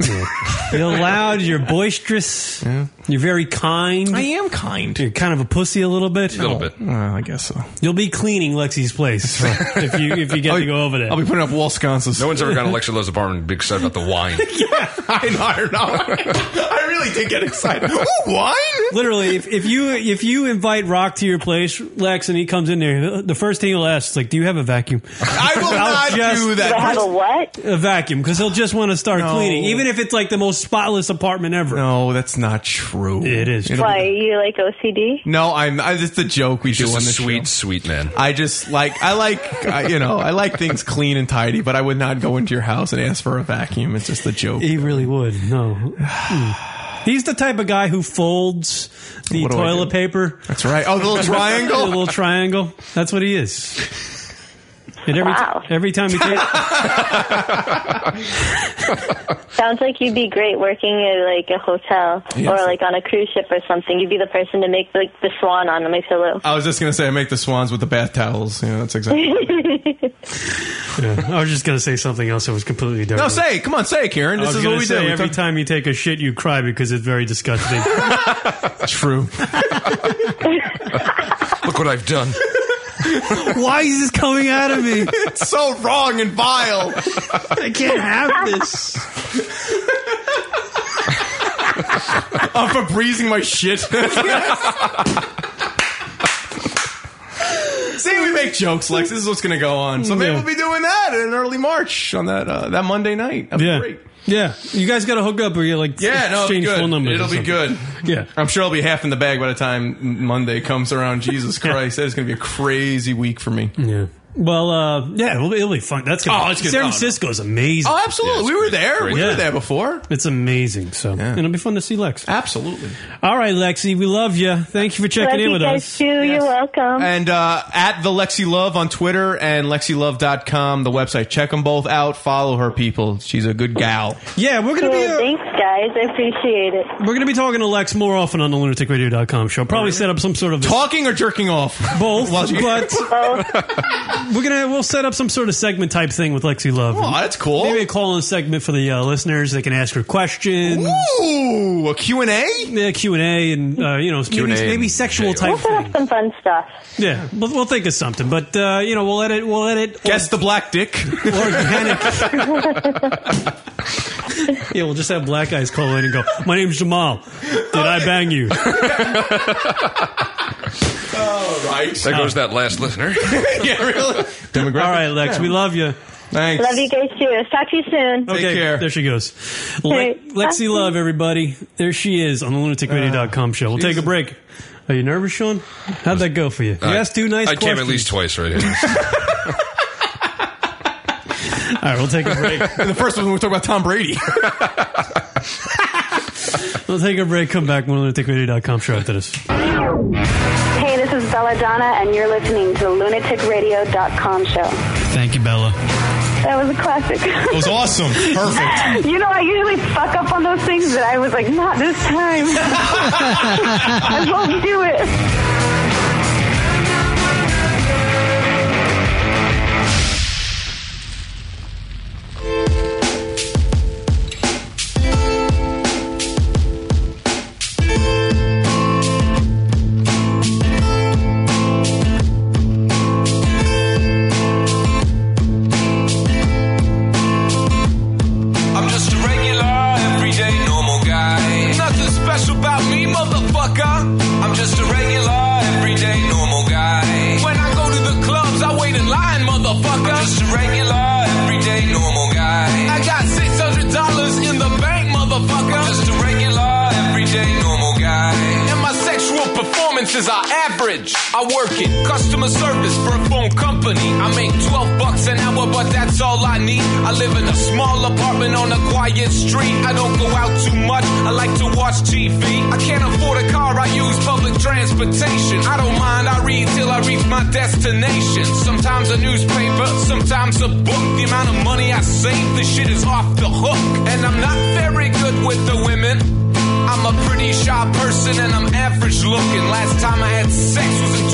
Speaker 11: You're loud. You're boisterous. You're very kind. I
Speaker 12: am kind.
Speaker 11: You're kind of a pussy a little bit. A
Speaker 13: little bit.
Speaker 12: Well, I guess so.
Speaker 11: You'll be cleaning Lexi's place [LAUGHS] if you if you get to go over there.
Speaker 12: I'll be putting up wall sconces.
Speaker 13: No one's ever gone to Lecture Lowe's apartment and be excited about
Speaker 11: [LAUGHS]
Speaker 13: the wine.
Speaker 12: [LAUGHS] I know. I know. [LAUGHS] I really did get excited. Ooh, wine?
Speaker 11: Literally, if, if you if you invite Rock to your place, Lex, and he comes in there, the first thing he'll ask is like, "Do you have a vacuum?" I
Speaker 12: will not do that. Do I have a
Speaker 18: what?
Speaker 11: A vacuum, because he'll just want to start
Speaker 12: No.
Speaker 11: cleaning, even if it's like the most spotless apartment ever.
Speaker 12: No, that's not true. It is.
Speaker 18: Why, you like OCD?
Speaker 12: No, I'm. I, it's the joke we do
Speaker 13: just
Speaker 12: on
Speaker 13: a
Speaker 12: the
Speaker 13: sweet, sweet man.
Speaker 12: I just like I like I, you know I like things clean and tidy, but I would not go into your house and ask for a vacuum. It's just a joke.
Speaker 11: He really would. No. Mm. He's the type of guy who folds the
Speaker 12: What do I
Speaker 11: toilet
Speaker 12: do?
Speaker 11: paper. [LAUGHS]
Speaker 12: That's right. Oh, the little triangle?
Speaker 11: the little triangle. That's what he is. And every every time
Speaker 12: [LAUGHS]
Speaker 11: he takes
Speaker 18: Sounds like you'd be great working at like a hotel
Speaker 12: Yes.
Speaker 18: or like on a cruise ship or something. You'd be the person to make like the swan on my pillow.
Speaker 12: I was just gonna say I make the swans with the bath towels. You know, that's exactly.
Speaker 11: Yeah, I was just gonna say something else that was completely different.
Speaker 12: no, say, it. come on, say, it, Karen.
Speaker 11: I
Speaker 12: This
Speaker 11: was
Speaker 12: is
Speaker 11: gonna
Speaker 12: what we
Speaker 11: say,
Speaker 12: do. We
Speaker 11: Every
Speaker 12: talk-
Speaker 11: time you take a shit, you cry because it's very disgusting. [LAUGHS]
Speaker 12: [LAUGHS] True.
Speaker 21: Look what I've done.
Speaker 11: Why is this coming out of me?
Speaker 12: it's so wrong and vile.
Speaker 11: I can't have this.
Speaker 12: I'm for breezing my
Speaker 11: [LAUGHS]
Speaker 12: shit. See, we make jokes, Lex. This is what's going to go on. So maybe
Speaker 11: Yeah.
Speaker 12: we'll be doing that in early March on that uh, that Monday night. That'd be
Speaker 11: yeah,
Speaker 12: great.
Speaker 11: yeah. You guys got to hook up, or you like
Speaker 12: Yeah, no, it'll be
Speaker 11: exchange
Speaker 12: good.
Speaker 11: phone numbers. or
Speaker 12: It'll be
Speaker 11: something.
Speaker 12: good.
Speaker 11: Yeah.
Speaker 12: I'm sure I'll be half in the bag by the time Monday comes around.
Speaker 11: [LAUGHS]
Speaker 12: Jesus Christ, that is going to be a crazy week for me.
Speaker 11: Yeah. Well, uh, yeah, it'll, it'll be fun. That's gonna
Speaker 12: Oh, it's gonna- oh,
Speaker 11: San
Speaker 12: no.
Speaker 11: Francisco is amazing.
Speaker 12: Oh, absolutely. we were there. We were there before.
Speaker 11: It's amazing. So and it'll be fun to see Lex.
Speaker 12: Absolutely.
Speaker 11: All right, Lexi, we love you. Thank you for checking in with us.
Speaker 18: You're welcome.
Speaker 12: And uh, at the Lexi Love on Twitter and LexiLove.com, the website. Check them both out. Follow her, people. She's a good gal.
Speaker 11: Yeah, we're gonna be. uh,
Speaker 18: Thanks, guys. I appreciate it.
Speaker 11: we're going to be talking to Lex more often on the lunaticradio.com show. Probably set up some sort of
Speaker 12: Talking or jerking off?
Speaker 11: [LAUGHS] Both,
Speaker 12: Well, you-
Speaker 11: but we're gonna we'll set up some sort of segment type thing with Lexi Love.
Speaker 12: Oh, that's cool.
Speaker 11: Maybe a call-in segment for the uh, listeners. They can ask her questions.
Speaker 12: Ooh, a Q and A.
Speaker 11: Yeah, Q and A, and uh, you know,
Speaker 21: Q&A
Speaker 11: maybe,
Speaker 21: and
Speaker 11: maybe sexual type.
Speaker 18: We'll [LAUGHS] set up some fun stuff.
Speaker 11: Yeah, we'll, we'll think of something. But uh, you know, we'll edit. We'll edit.
Speaker 12: Guess the black dick. [LAUGHS]
Speaker 11: Yeah, we'll just have black guys call in and go. My name's Jamal. Did I
Speaker 12: [LAUGHS]
Speaker 11: bang you?
Speaker 12: All right.
Speaker 21: There goes that last listener.
Speaker 12: yeah, really.
Speaker 11: [LAUGHS] All right, Lex. We love you.
Speaker 12: Thanks.
Speaker 18: Love you guys too. Talk to you soon.
Speaker 11: Okay, there she goes. Le-
Speaker 18: Hey.
Speaker 11: Lexi Love, everybody. There she is on the lunaticradio.com show. We'll take a break. Are you nervous, Sean? How'd that go for you? You
Speaker 21: I-
Speaker 11: asked two nice
Speaker 21: I
Speaker 11: questions.
Speaker 21: came at least twice right here.
Speaker 11: All right, we'll take
Speaker 21: [LAUGHS]
Speaker 11: a break.
Speaker 12: [LAUGHS] the first one we talk about Tom Brady. [LAUGHS]
Speaker 11: We'll take a break. Come back. More lunaticradio.com show after this.
Speaker 22: Hey, this is Belladonna, and you're listening to the lunaticradio.com show.
Speaker 11: Thank you, Bella.
Speaker 22: That was a classic.
Speaker 12: It was awesome.
Speaker 22: [LAUGHS]
Speaker 12: Perfect.
Speaker 22: you know, I usually fuck up on those things, but I was like, not this time. [LAUGHS] I won't do it.
Speaker 13: I'm just a regular, everyday, normal guy. Nothing special about me, motherfucker. I'm just a regular, everyday, normal guy. When I go to the clubs, I wait in line, motherfucker. I'm just a regular, everyday, normal guy. I got six hundred dollars in the bank, motherfucker. I'm just a regular, everyday, normal guy. And my sexual performances are average. I work in customer service for a phone company. I make twelve bucks an hour, but that's all I need. I live in a small apartment on a quiet street. I don't go out too much. I like to watch TV. I can't afford a car. I use public transportation. I don't mind. I read till I reach my destination. Sometimes a newspaper, sometimes a book. The amount of money I save, this shit is off the hook. And I'm not very good with the women. I'm a pretty shy person and I'm average looking. Last time I had sex was in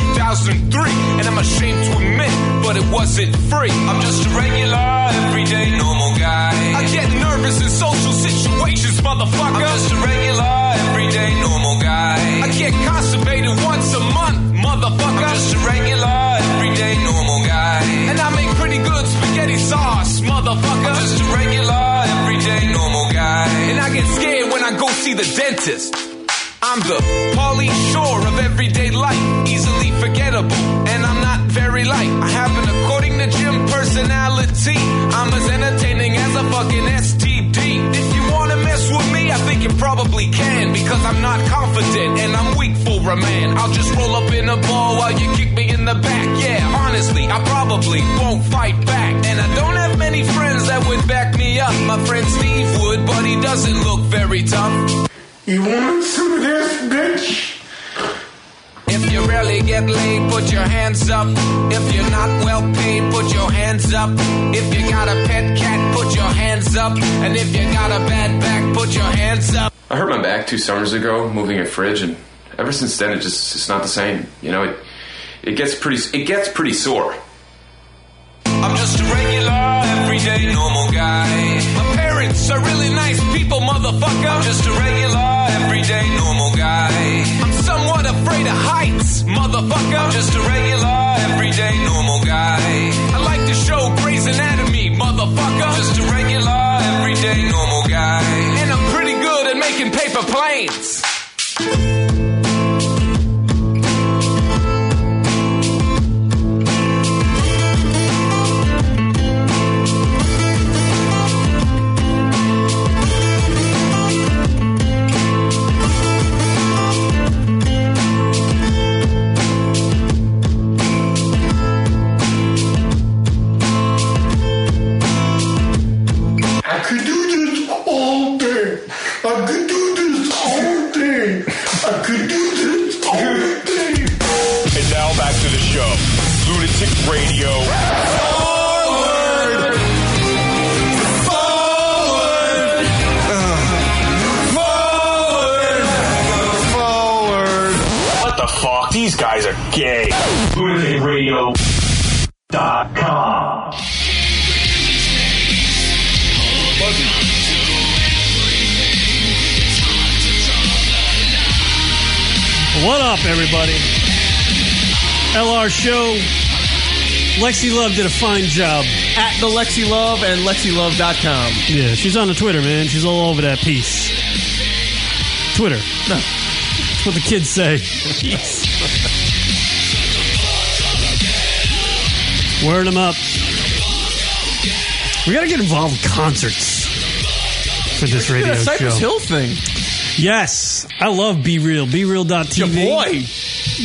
Speaker 13: 2003, and I'm ashamed to admit, but it wasn't free. I'm just a regular, everyday, normal guy. I get nervous in social situations, motherfucker. I'm just a regular, everyday, normal guy. I get constipated once a month, motherfucker. I'm just a regular, everyday, normal guy. And I make pretty good spaghetti sauce, motherfucker. I'm just a regular, everyday, normal guy. And I get scared when I go see the dentist. I'm the Pauly Shore of everyday life, easily forgettable, and I'm not very light. I have an according to Jim personality. I'm as entertaining as a fucking STD. If you wanna mess with me, I think you probably can, because I'm not confident and I'm weak for a man. I'll just roll up in a ball while you kick me in the back. Yeah, honestly, I probably won't fight back, and I don't have many friends that would back me up. My friend Steve would, but he doesn't look very tough.
Speaker 23: You want some of this, bitch?
Speaker 13: If
Speaker 16: If you rarely get laid, put your hands up. If you're not well paid, put your hands up. If you got a pet cat, put your hands up. And if you got a bad back, put your hands up.
Speaker 1: I hurt my back two summers ago moving a fridge, and ever since then it just it's not the same. You know, it it gets pretty it gets pretty sore.
Speaker 16: I'm just a regular, everyday, normal guy. My parents are really nice people, motherfucker. I'm just a regular, everyday, normal guy. I'm somewhat afraid of heights, motherfucker. I'm just a regular, everyday, normal guy. I like to show Grey's Anatomy, motherfucker. I'm just a regular, everyday, normal guy. And I'm pretty good at making paper planes.
Speaker 24: I could do this all day. I could do this all day. I could do this all day.
Speaker 10: And now back to the show. Lunatic Radio.
Speaker 25: What the fuck? These guys are gay. LunaticRadio.com.
Speaker 11: What up, everybody? LR Show. Lexi Love did a fine job.
Speaker 12: At the Lexi Love and LexiLove.com.
Speaker 11: Yeah, she's on the Twitter, man. She's all over that piece. Twitter. No. That's what the kids say. Word them up. We got to get involved with concerts for this
Speaker 12: Look
Speaker 11: radio
Speaker 12: at that Cypress
Speaker 11: show.
Speaker 12: Hill thing.
Speaker 11: Yes, I love Be Real. Be Real.tv. Your boy.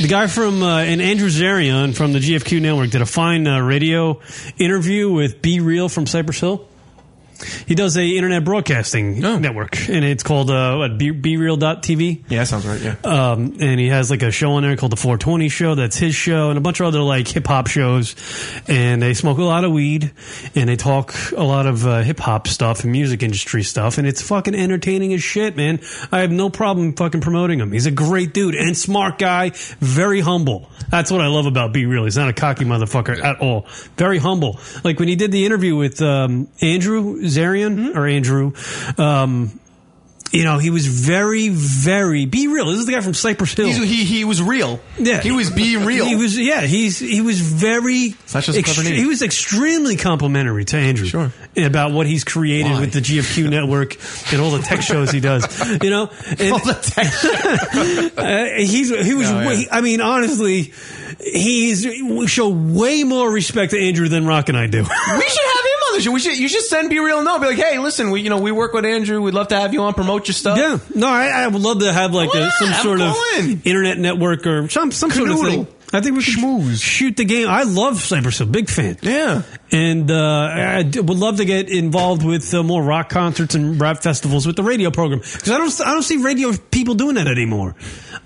Speaker 11: The guy from uh, and Andrew Zarian from the GFQ network did a fine uh, radio interview with Be Real from Cypress Hill. He does a internet broadcasting network, and it's called uh, what, Be, Be Real.tv.
Speaker 12: Yeah, that sounds right. Yeah.
Speaker 11: Um, and he has like a show on there called the 420 Show. That's his show, and a bunch of other like hip hop shows. And they smoke a lot of weed, and they talk a lot of uh, hip hop stuff and music industry stuff. And it's fucking entertaining as shit, man. I have no problem fucking promoting him. He's a great dude and smart guy, very humble. That's what I love about B Real. He's not a cocky motherfucker at all. Very humble. Like when he did the interview with um, Andrew Zarian or Andrew. Um, you know, he was very, very be real. This is the guy from Cypress Hill.
Speaker 12: he he was real.
Speaker 11: Yeah,
Speaker 12: He was being real.
Speaker 11: He was yeah. He's he was very.
Speaker 12: Such as a clever name.
Speaker 11: he was extremely complimentary to Andrew sure. about what he's created with
Speaker 12: [LAUGHS]
Speaker 11: the GFQ network and all the tech shows he does. You know, and, all the [LAUGHS] tech. he's he was.
Speaker 12: No, yeah.
Speaker 11: way, I mean, honestly, he's we show way more respect to Andrew than Rock and I do.
Speaker 12: We should have him on the show. We should. You should send Be Real. No, be like, hey, listen, we you know we work with Andrew. We'd love to have you on, promote your stuff.
Speaker 11: Yeah. No, I, I would love to have like a, some
Speaker 12: Uh, I'm
Speaker 11: sort of internet network or some some sort of
Speaker 12: Canoodle.
Speaker 11: thing. I think we should shoot the game. I love Cypress Hill, big fan. Yeah, and uh, I I d- would love to get involved with uh, more rock concerts and rap festivals with the radio program because I don't I don't see radio people doing that anymore.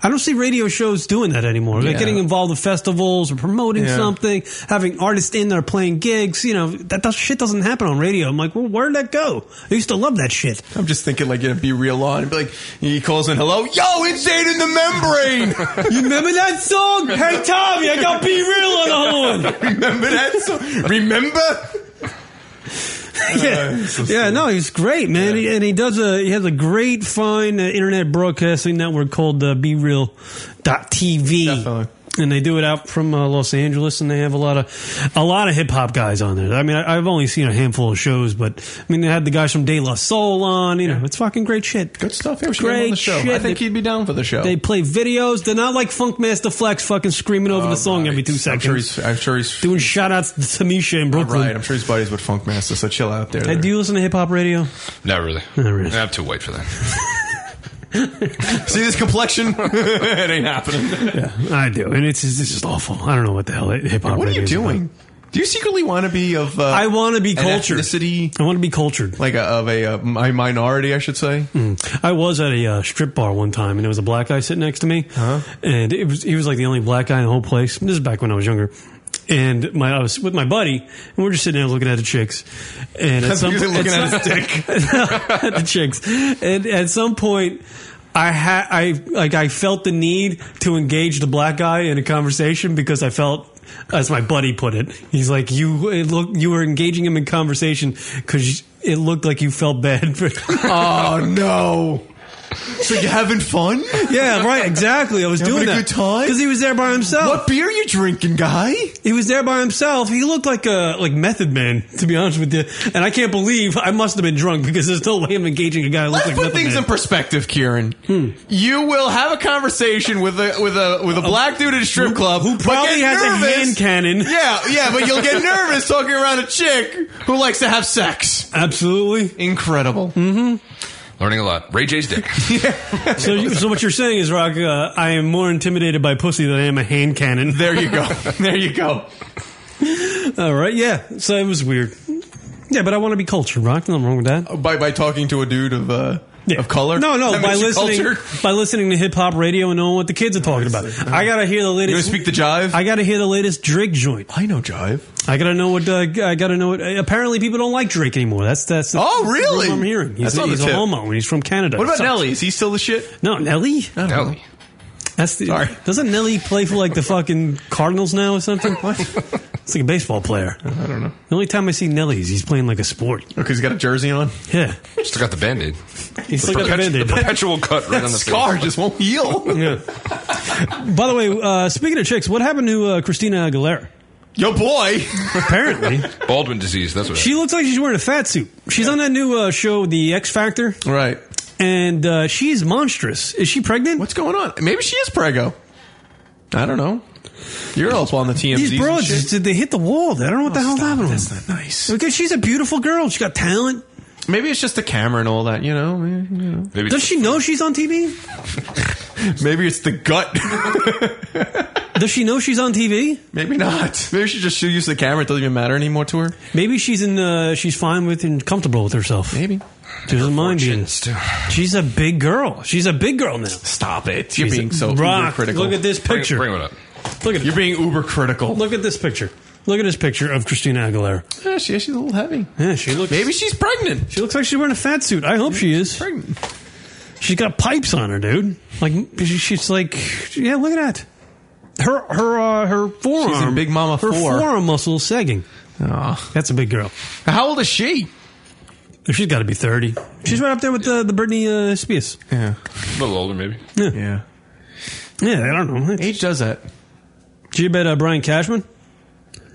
Speaker 11: I don't see radio shows doing that anymore. Like
Speaker 12: Yeah.
Speaker 11: getting involved with festivals or promoting
Speaker 12: Yeah.
Speaker 11: something, having artists in there playing gigs. You know that, that shit doesn't happen on radio. I'm like, well, where'd that go? I used to love that shit.
Speaker 12: I'm just thinking like it'd be real on. It'd be like he calls in, hello, yo, it's Aiden the [LAUGHS] Membrane.
Speaker 11: you remember that song? Hey Tommy, I got Be Real on [LAUGHS] the horn.
Speaker 12: [LAUGHS] remember that song? Remember? [LAUGHS]
Speaker 11: yeah, yeah, no, he's great, man, He- and he does a he has a great fine uh, internet broadcasting network called uh, BeReal.tv. Definitely. And they do it out from uh, Los Angeles, and they have a lot of a lot of hip hop guys on there. I mean, I, I've only seen a handful of shows, but I mean, they had the guys from De La Soul on. You know, it's fucking great shit.
Speaker 12: Good stuff. Yeah, we should get him
Speaker 11: great
Speaker 12: on the show.
Speaker 11: shit.
Speaker 12: I think
Speaker 11: They-
Speaker 12: he'd be down for the show.
Speaker 11: They play videos. They're not like Funkmaster Flex fucking screaming over the song every two
Speaker 12: I'm
Speaker 11: seconds.
Speaker 12: sure Oh, he's. I'm sure he's.
Speaker 11: doing shout outs to Tamisha in Brooklyn.
Speaker 12: Right. I'm sure he's buddies with Funkmaster. So chill out there.
Speaker 11: Hey, do you listen to hip hop radio?
Speaker 13: Not really. Not really. I'm too white for that.
Speaker 12: See this complexion? [LAUGHS] it ain't happening. [LAUGHS]
Speaker 11: I do, and it's, it's just awful. I don't know what the hell hip hop.
Speaker 12: What are you
Speaker 11: radio is
Speaker 12: doing?
Speaker 11: about.
Speaker 12: Do you secretly want to be of? Uh, I
Speaker 11: want to be cultured.
Speaker 12: Ethnicity?
Speaker 11: I want to be cultured,
Speaker 12: like a, of a, uh, mi- minority, I should say.
Speaker 11: Mm. I was at a uh, strip bar one time, and there was a black guy sitting next to me,
Speaker 12: Uh-huh.
Speaker 11: and it was he was like the only black guy in the whole place. This is back when I was younger. And my, I was with my buddy, and we're just sitting there looking at the chicks. And
Speaker 12: [LAUGHS]
Speaker 11: at
Speaker 12: That's
Speaker 11: some,
Speaker 12: usually looking
Speaker 11: some-
Speaker 12: at his dick.
Speaker 11: [LAUGHS] at the chicks. And at some point, I had I like I felt the need to engage the black guy in a conversation because I felt. As my buddy put it, he's like you. It look, you were engaging him in conversation because it looked like you felt bad. For
Speaker 12: oh no! So you're having [LAUGHS] fun?
Speaker 11: Yeah, right. Exactly. I was
Speaker 12: Having
Speaker 11: doing
Speaker 12: a
Speaker 11: that
Speaker 12: good time?
Speaker 11: because he was there by himself. What
Speaker 12: beer you drinking, guy?
Speaker 11: He was there by himself. He looked like a like Method Man, to be honest with you. And I can't believe I must have been drunk because there's no way I'm engaging a guy who looks
Speaker 12: Let's
Speaker 11: like Hmm.
Speaker 12: put
Speaker 11: Method
Speaker 12: things
Speaker 11: Man.
Speaker 12: in perspective, Kieran. You will have a conversation with a with a with a black dude at a strip club who
Speaker 11: probably has a hand cannon.
Speaker 12: Yeah, yeah, but you'll
Speaker 11: [LAUGHS]
Speaker 12: get nervous talking around a chick who likes to have sex.
Speaker 11: Absolutely
Speaker 12: incredible.
Speaker 11: Mm-hmm.
Speaker 13: Learning a lot. Ray J's [LAUGHS] dick.
Speaker 11: So, you, so what you're saying is, Rock, uh, I am more intimidated by pussy than I am a hand cannon.
Speaker 12: There you go. There you go.
Speaker 11: [LAUGHS] All right. Yeah. So it was weird. Yeah, but I want to be cultured, Rock. Nothing wrong with that.
Speaker 12: By by talking to a dude of uh, of color.
Speaker 11: No, no.
Speaker 12: That
Speaker 11: By
Speaker 12: makes you
Speaker 11: listening,
Speaker 12: cultured?
Speaker 11: by listening to hip hop radio and knowing what the kids are talking about. I gotta hear the
Speaker 12: You
Speaker 11: latest.
Speaker 12: wanna speak the jive?
Speaker 11: I gotta hear the latest Drake joint.
Speaker 12: I know jive.
Speaker 11: I gotta know what. Uh, I gotta know what. Apparently, people don't like Drake anymore. That's that's. the-
Speaker 12: Oh,
Speaker 11: that's the
Speaker 12: really?
Speaker 11: rumor I'm hearing. He's,
Speaker 12: That's on
Speaker 11: a,
Speaker 12: the
Speaker 11: he's a
Speaker 12: tip.
Speaker 11: homo and he's from Canada.
Speaker 12: What about
Speaker 11: Sucks.
Speaker 12: Nelly? Oh, Is he still the shit?
Speaker 11: No, Nelly.
Speaker 12: I don't know. Nelly.
Speaker 11: That's the, Doesn't Nelly play for like the fucking Cardinals now or something? what? It's like a baseball player. I
Speaker 12: don't know.
Speaker 11: The only time I see Nelly is he's playing like a sport.
Speaker 12: Because Oh, he's got a jersey on.
Speaker 11: Yeah.
Speaker 13: Still got the band-aid.
Speaker 11: He's still got a Band-Aid.
Speaker 13: The perpetual cut right
Speaker 11: That
Speaker 13: on the
Speaker 11: scar
Speaker 13: face.
Speaker 11: just
Speaker 12: won't heal. [LAUGHS]
Speaker 11: yeah. By the way, uh, speaking of chicks, what happened to uh, Christina Aguilera?
Speaker 12: Yo, boy.
Speaker 11: Apparently,
Speaker 13: Baldwin disease. That's what.
Speaker 11: she looks like she's wearing a fat suit. She's on that new uh, show, The X Factor.
Speaker 12: Right.
Speaker 11: And uh, she's monstrous. Is she pregnant?
Speaker 12: What's going on? Maybe she is preggo. I don't know. You're up on the TMZ.
Speaker 11: These broads, did they hit the wall? I don't know what the hell's happening.
Speaker 12: Oh, That's not nice.
Speaker 11: Because she's a beautiful girl. She's got talent.
Speaker 12: Maybe it's just the camera and all that, you know. Maybe
Speaker 11: Does she know she's on TV?
Speaker 12: Maybe it's the gut.
Speaker 11: Does she know she's on TV?
Speaker 12: [LAUGHS] Maybe not. Maybe she just should use the camera. It doesn't even matter anymore to her.
Speaker 11: Maybe she's in. Uh, she's fine with and comfortable with herself.
Speaker 12: Maybe
Speaker 11: she doesn't mind being. She's a big girl. She's a big girl now.
Speaker 12: Stop it! You're being so
Speaker 11: rock.
Speaker 12: uber critical.
Speaker 11: Look at this
Speaker 12: Bring-
Speaker 11: picture.
Speaker 12: bring
Speaker 13: it up.
Speaker 11: Look at
Speaker 12: You're being uber critical.
Speaker 11: Look at this picture. Look at this picture of Christina Aguilera.
Speaker 12: Yeah, she, she's a little heavy.
Speaker 11: Yeah, she looks.
Speaker 12: Maybe she's pregnant.
Speaker 11: She looks like she's wearing a fat suit. I hope she is.
Speaker 12: Pregnant.
Speaker 11: She's got pipes on her, dude. Like she- she's like, yeah. Look at that. Her her uh, her forearm.
Speaker 12: She's in Big Mama
Speaker 11: Her
Speaker 12: four.
Speaker 11: forearm muscles sagging.
Speaker 12: Oh.
Speaker 11: That's a big girl.
Speaker 12: How old is she?
Speaker 11: She's got to be thirty. She's right up there with the the Britney uh, Spears.
Speaker 12: Yeah.
Speaker 13: A little older, maybe.
Speaker 11: Yeah.
Speaker 12: Yeah.
Speaker 11: Yeah, I don't know.
Speaker 12: Age does that.
Speaker 11: Did you bet uh, Brian Cashman?